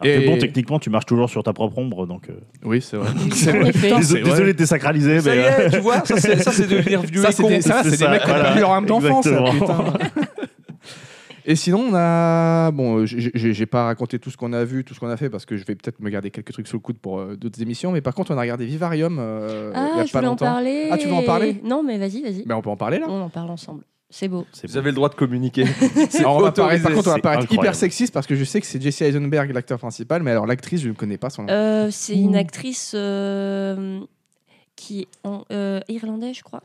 [SPEAKER 4] Alors que
[SPEAKER 1] Et-
[SPEAKER 4] bon, techniquement, tu marches toujours sur ta propre ombre, donc... euh,
[SPEAKER 1] Oui, *laughs* *laughs* c'est vrai.
[SPEAKER 3] En effet.
[SPEAKER 1] Putain,
[SPEAKER 4] Désolé,
[SPEAKER 1] c'est vrai.
[SPEAKER 4] désolé de désacraliser,
[SPEAKER 2] Ça y
[SPEAKER 4] mais... euh,
[SPEAKER 2] est, tu vois, ça c'est ça, c'est devenir vieux
[SPEAKER 1] Ça,
[SPEAKER 2] et
[SPEAKER 1] c'est
[SPEAKER 2] con.
[SPEAKER 1] des,
[SPEAKER 4] *laughs*
[SPEAKER 1] ça,
[SPEAKER 4] c'est
[SPEAKER 1] c'est des
[SPEAKER 4] ça,
[SPEAKER 1] mecs qui ont
[SPEAKER 4] voilà.
[SPEAKER 1] perdu leur âme d'enfance, ça,
[SPEAKER 4] Exactement.
[SPEAKER 1] putain. Et sinon, on a. Bon, euh, j'ai- j'ai j'ai pas raconté tout ce qu'on a vu, tout ce qu'on a fait, parce que je vais peut-être me garder quelques trucs sous le coude pour euh, d'autres émissions. Mais par contre, on a regardé Vivarium euh, il y
[SPEAKER 3] Ah,
[SPEAKER 1] a
[SPEAKER 3] je
[SPEAKER 1] pas
[SPEAKER 3] voulais en
[SPEAKER 1] longtemps.
[SPEAKER 3] parler.
[SPEAKER 1] Ah, tu veux en parler
[SPEAKER 3] Non, mais vas-y, vas-y.
[SPEAKER 1] Mais on peut en parler là.
[SPEAKER 3] On en parle ensemble. C'est beau.
[SPEAKER 4] c'est
[SPEAKER 2] Vous avez le droit de communiquer. C'est
[SPEAKER 1] Alors, on va paraître-
[SPEAKER 2] autorisé.
[SPEAKER 1] par contre, on va
[SPEAKER 4] c'est
[SPEAKER 1] paraître hyper
[SPEAKER 4] incroyable.
[SPEAKER 1] sexiste parce que je sais que c'est Jesse Eisenberg l'acteur principal, mais alors l'actrice, je ne connais pas son nom.
[SPEAKER 3] Euh, c'est une actrice euh, qui est en- euh, irlandaise, je crois.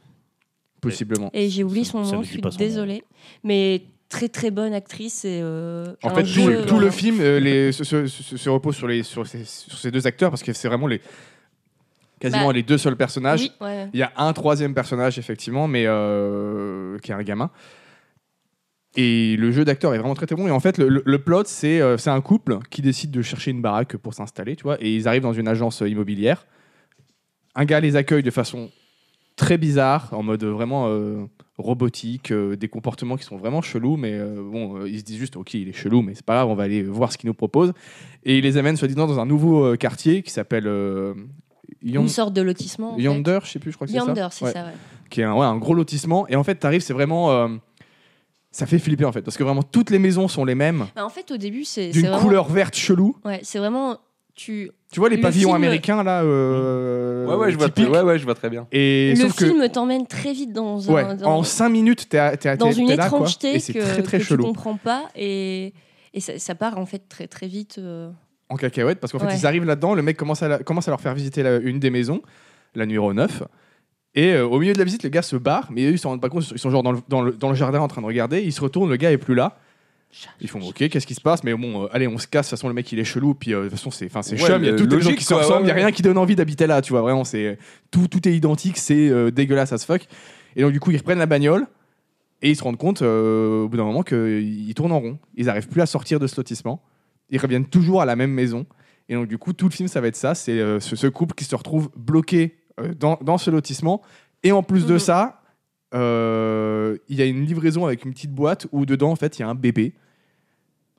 [SPEAKER 1] Possiblement.
[SPEAKER 3] Et j'ai oublié
[SPEAKER 4] Ça-
[SPEAKER 3] son
[SPEAKER 4] ça
[SPEAKER 3] nom,
[SPEAKER 4] ne
[SPEAKER 3] je
[SPEAKER 4] dit
[SPEAKER 3] suis
[SPEAKER 4] pas son
[SPEAKER 3] désolée. Mais très très bonne actrice. Et, euh,
[SPEAKER 1] En
[SPEAKER 3] un
[SPEAKER 1] fait, tout,
[SPEAKER 3] jeu,
[SPEAKER 1] le- tout le
[SPEAKER 3] euh,
[SPEAKER 1] film euh, les, se, se- se- se repose sur, les, sur, ces, sur ces deux acteurs parce que c'est vraiment les quasiment
[SPEAKER 3] Bah,
[SPEAKER 1] les deux seuls personnages.
[SPEAKER 3] Oui, ouais.
[SPEAKER 1] Il y a un troisième personnage, effectivement, mais euh, qui est un gamin. Et le jeu d'acteur est vraiment très très bon. Et en fait, le, le- le plot, c'est euh, c'est un couple qui décide de chercher une baraque pour s'installer, tu vois. Et ils arrivent dans une agence euh, immobilière. Un gars les accueille de façon très bizarre, en mode vraiment euh, robotique, euh, des comportements qui sont vraiment chelous. Mais euh, bon, euh, ils se disent juste, ok, il est chelou, mais c'est pas grave, on va aller voir ce qu'il nous propose. Et il les amène, soi-disant, dans un nouveau euh, quartier qui s'appelle euh, Yon-
[SPEAKER 3] Une sorte de lotissement. en fait.
[SPEAKER 1] Yonder, je sais plus, je crois que c'est ça.
[SPEAKER 3] Yonder, c'est
[SPEAKER 1] Ouais
[SPEAKER 3] ça, ouais.
[SPEAKER 1] qui est un, ouais, un gros lotissement. Et en fait, t'arrives, c'est vraiment. euh, ça fait flipper en fait, parce que vraiment toutes les maisons sont les mêmes,
[SPEAKER 3] Bah, en fait, au début, c'est c'est
[SPEAKER 1] d'une
[SPEAKER 3] vraiment.
[SPEAKER 1] couleur verte chelou.
[SPEAKER 3] Ouais, c'est vraiment. Tu,
[SPEAKER 1] Tu vois les
[SPEAKER 3] Le
[SPEAKER 1] pavillons
[SPEAKER 3] film-
[SPEAKER 1] américains là euh,
[SPEAKER 2] Ouais, ouais, je vois, très,
[SPEAKER 1] typiques.
[SPEAKER 2] ouais, ouais, je vois très bien.
[SPEAKER 1] Et
[SPEAKER 3] le
[SPEAKER 1] sauf que
[SPEAKER 3] film t'emmène très vite dans, un-
[SPEAKER 1] ouais,
[SPEAKER 3] dans-
[SPEAKER 1] en 5 minutes t'es à- t'es à-
[SPEAKER 3] dans
[SPEAKER 1] Ah, t'es-
[SPEAKER 3] une
[SPEAKER 1] t'es là quoi.
[SPEAKER 3] étrangeté
[SPEAKER 1] Et c'est
[SPEAKER 3] que,
[SPEAKER 1] très très
[SPEAKER 3] que tu
[SPEAKER 1] chelou.
[SPEAKER 3] comprends pas et, et ça, ça part en fait très très vite. euh.
[SPEAKER 1] en cacahuète parce qu'en fait
[SPEAKER 3] Ouais.
[SPEAKER 1] ils arrivent là-dedans, le mec commence à, la- commence à leur faire visiter la- une des maisons, la numéro 9. Et euh, au milieu de la visite, le gars se barre, mais eux ils s'en rendent pas compte, ils sont genre dans le, dans le- dans le jardin en train de regarder, ils se retournent, le gars est plus là. Ils font ok, qu'est-ce qui se passe Mais bon, euh, allez, on se casse. De toute façon, le mec il est chelou. Puis euh, de toute façon, c'est, enfin, c'est
[SPEAKER 2] Ouais,
[SPEAKER 1] chum. Il y a
[SPEAKER 2] le-
[SPEAKER 1] toutes les gens
[SPEAKER 2] logique,
[SPEAKER 1] qui sont
[SPEAKER 2] quoi,
[SPEAKER 1] ensemble. Il
[SPEAKER 2] ouais,
[SPEAKER 1] y a
[SPEAKER 2] ouais.
[SPEAKER 1] rien qui donne envie d'habiter là. Tu vois, vraiment, c'est tout, tout est identique. C'est euh, dégueulasse as fuck. Et donc du coup, ils reprennent la bagnole et ils se rendent compte euh, au bout d'un moment qu'ils tournent en rond. Ils n'arrivent plus à sortir de ce lotissement. Ils reviennent toujours à la même maison. Et donc du coup, tout le film, ça va être ça. C'est euh, ce, ce couple qui se retrouve bloqué euh, dans, dans ce lotissement. Et en plus de
[SPEAKER 3] Mhm.
[SPEAKER 1] ça, euh, il y a une livraison avec une petite boîte où dedans, en fait, il y a un bébé.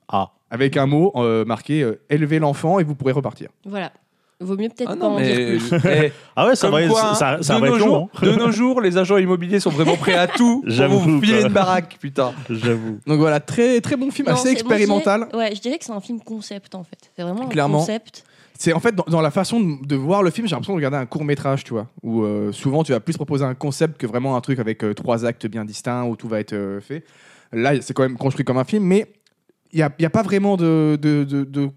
[SPEAKER 4] Ah.
[SPEAKER 1] Avec un mot euh, marqué euh, élevez l'enfant et vous pourrez repartir.
[SPEAKER 3] Voilà. Vaut mieux peut-être
[SPEAKER 2] Ah
[SPEAKER 3] pas
[SPEAKER 2] non,
[SPEAKER 3] en dire
[SPEAKER 2] mais.
[SPEAKER 3] plus.
[SPEAKER 2] eh,
[SPEAKER 4] Ah ouais, ça
[SPEAKER 2] comme
[SPEAKER 4] va,
[SPEAKER 2] quoi, hein,
[SPEAKER 4] ça, ça
[SPEAKER 2] de
[SPEAKER 4] va
[SPEAKER 2] nos
[SPEAKER 4] être long.
[SPEAKER 2] jours- De nos jours, les agents immobiliers sont vraiment prêts à tout pour
[SPEAKER 4] J'avoue,
[SPEAKER 2] vous filer
[SPEAKER 4] quoi.
[SPEAKER 2] une baraque,
[SPEAKER 4] *laughs*
[SPEAKER 2] putain.
[SPEAKER 4] hein, J'avoue.
[SPEAKER 1] Donc voilà, très très bon film,
[SPEAKER 3] Non,
[SPEAKER 1] assez
[SPEAKER 3] c'est- moi, je dirais-
[SPEAKER 1] expérimental.
[SPEAKER 3] ouais, je dirais que c'est un film concept en fait. C'est vraiment
[SPEAKER 1] Clairement.
[SPEAKER 3] un concept.
[SPEAKER 1] C'est en fait dans, dans la façon de, de voir le film, j'ai l'impression de regarder un court métrage, tu vois, où euh, souvent tu vas plus proposer un concept que vraiment un truc avec euh, trois actes bien distincts où tout va être euh, fait. Là, c'est quand même construit comme un film, mais il n'y a, il y a pas vraiment de, de, de, de-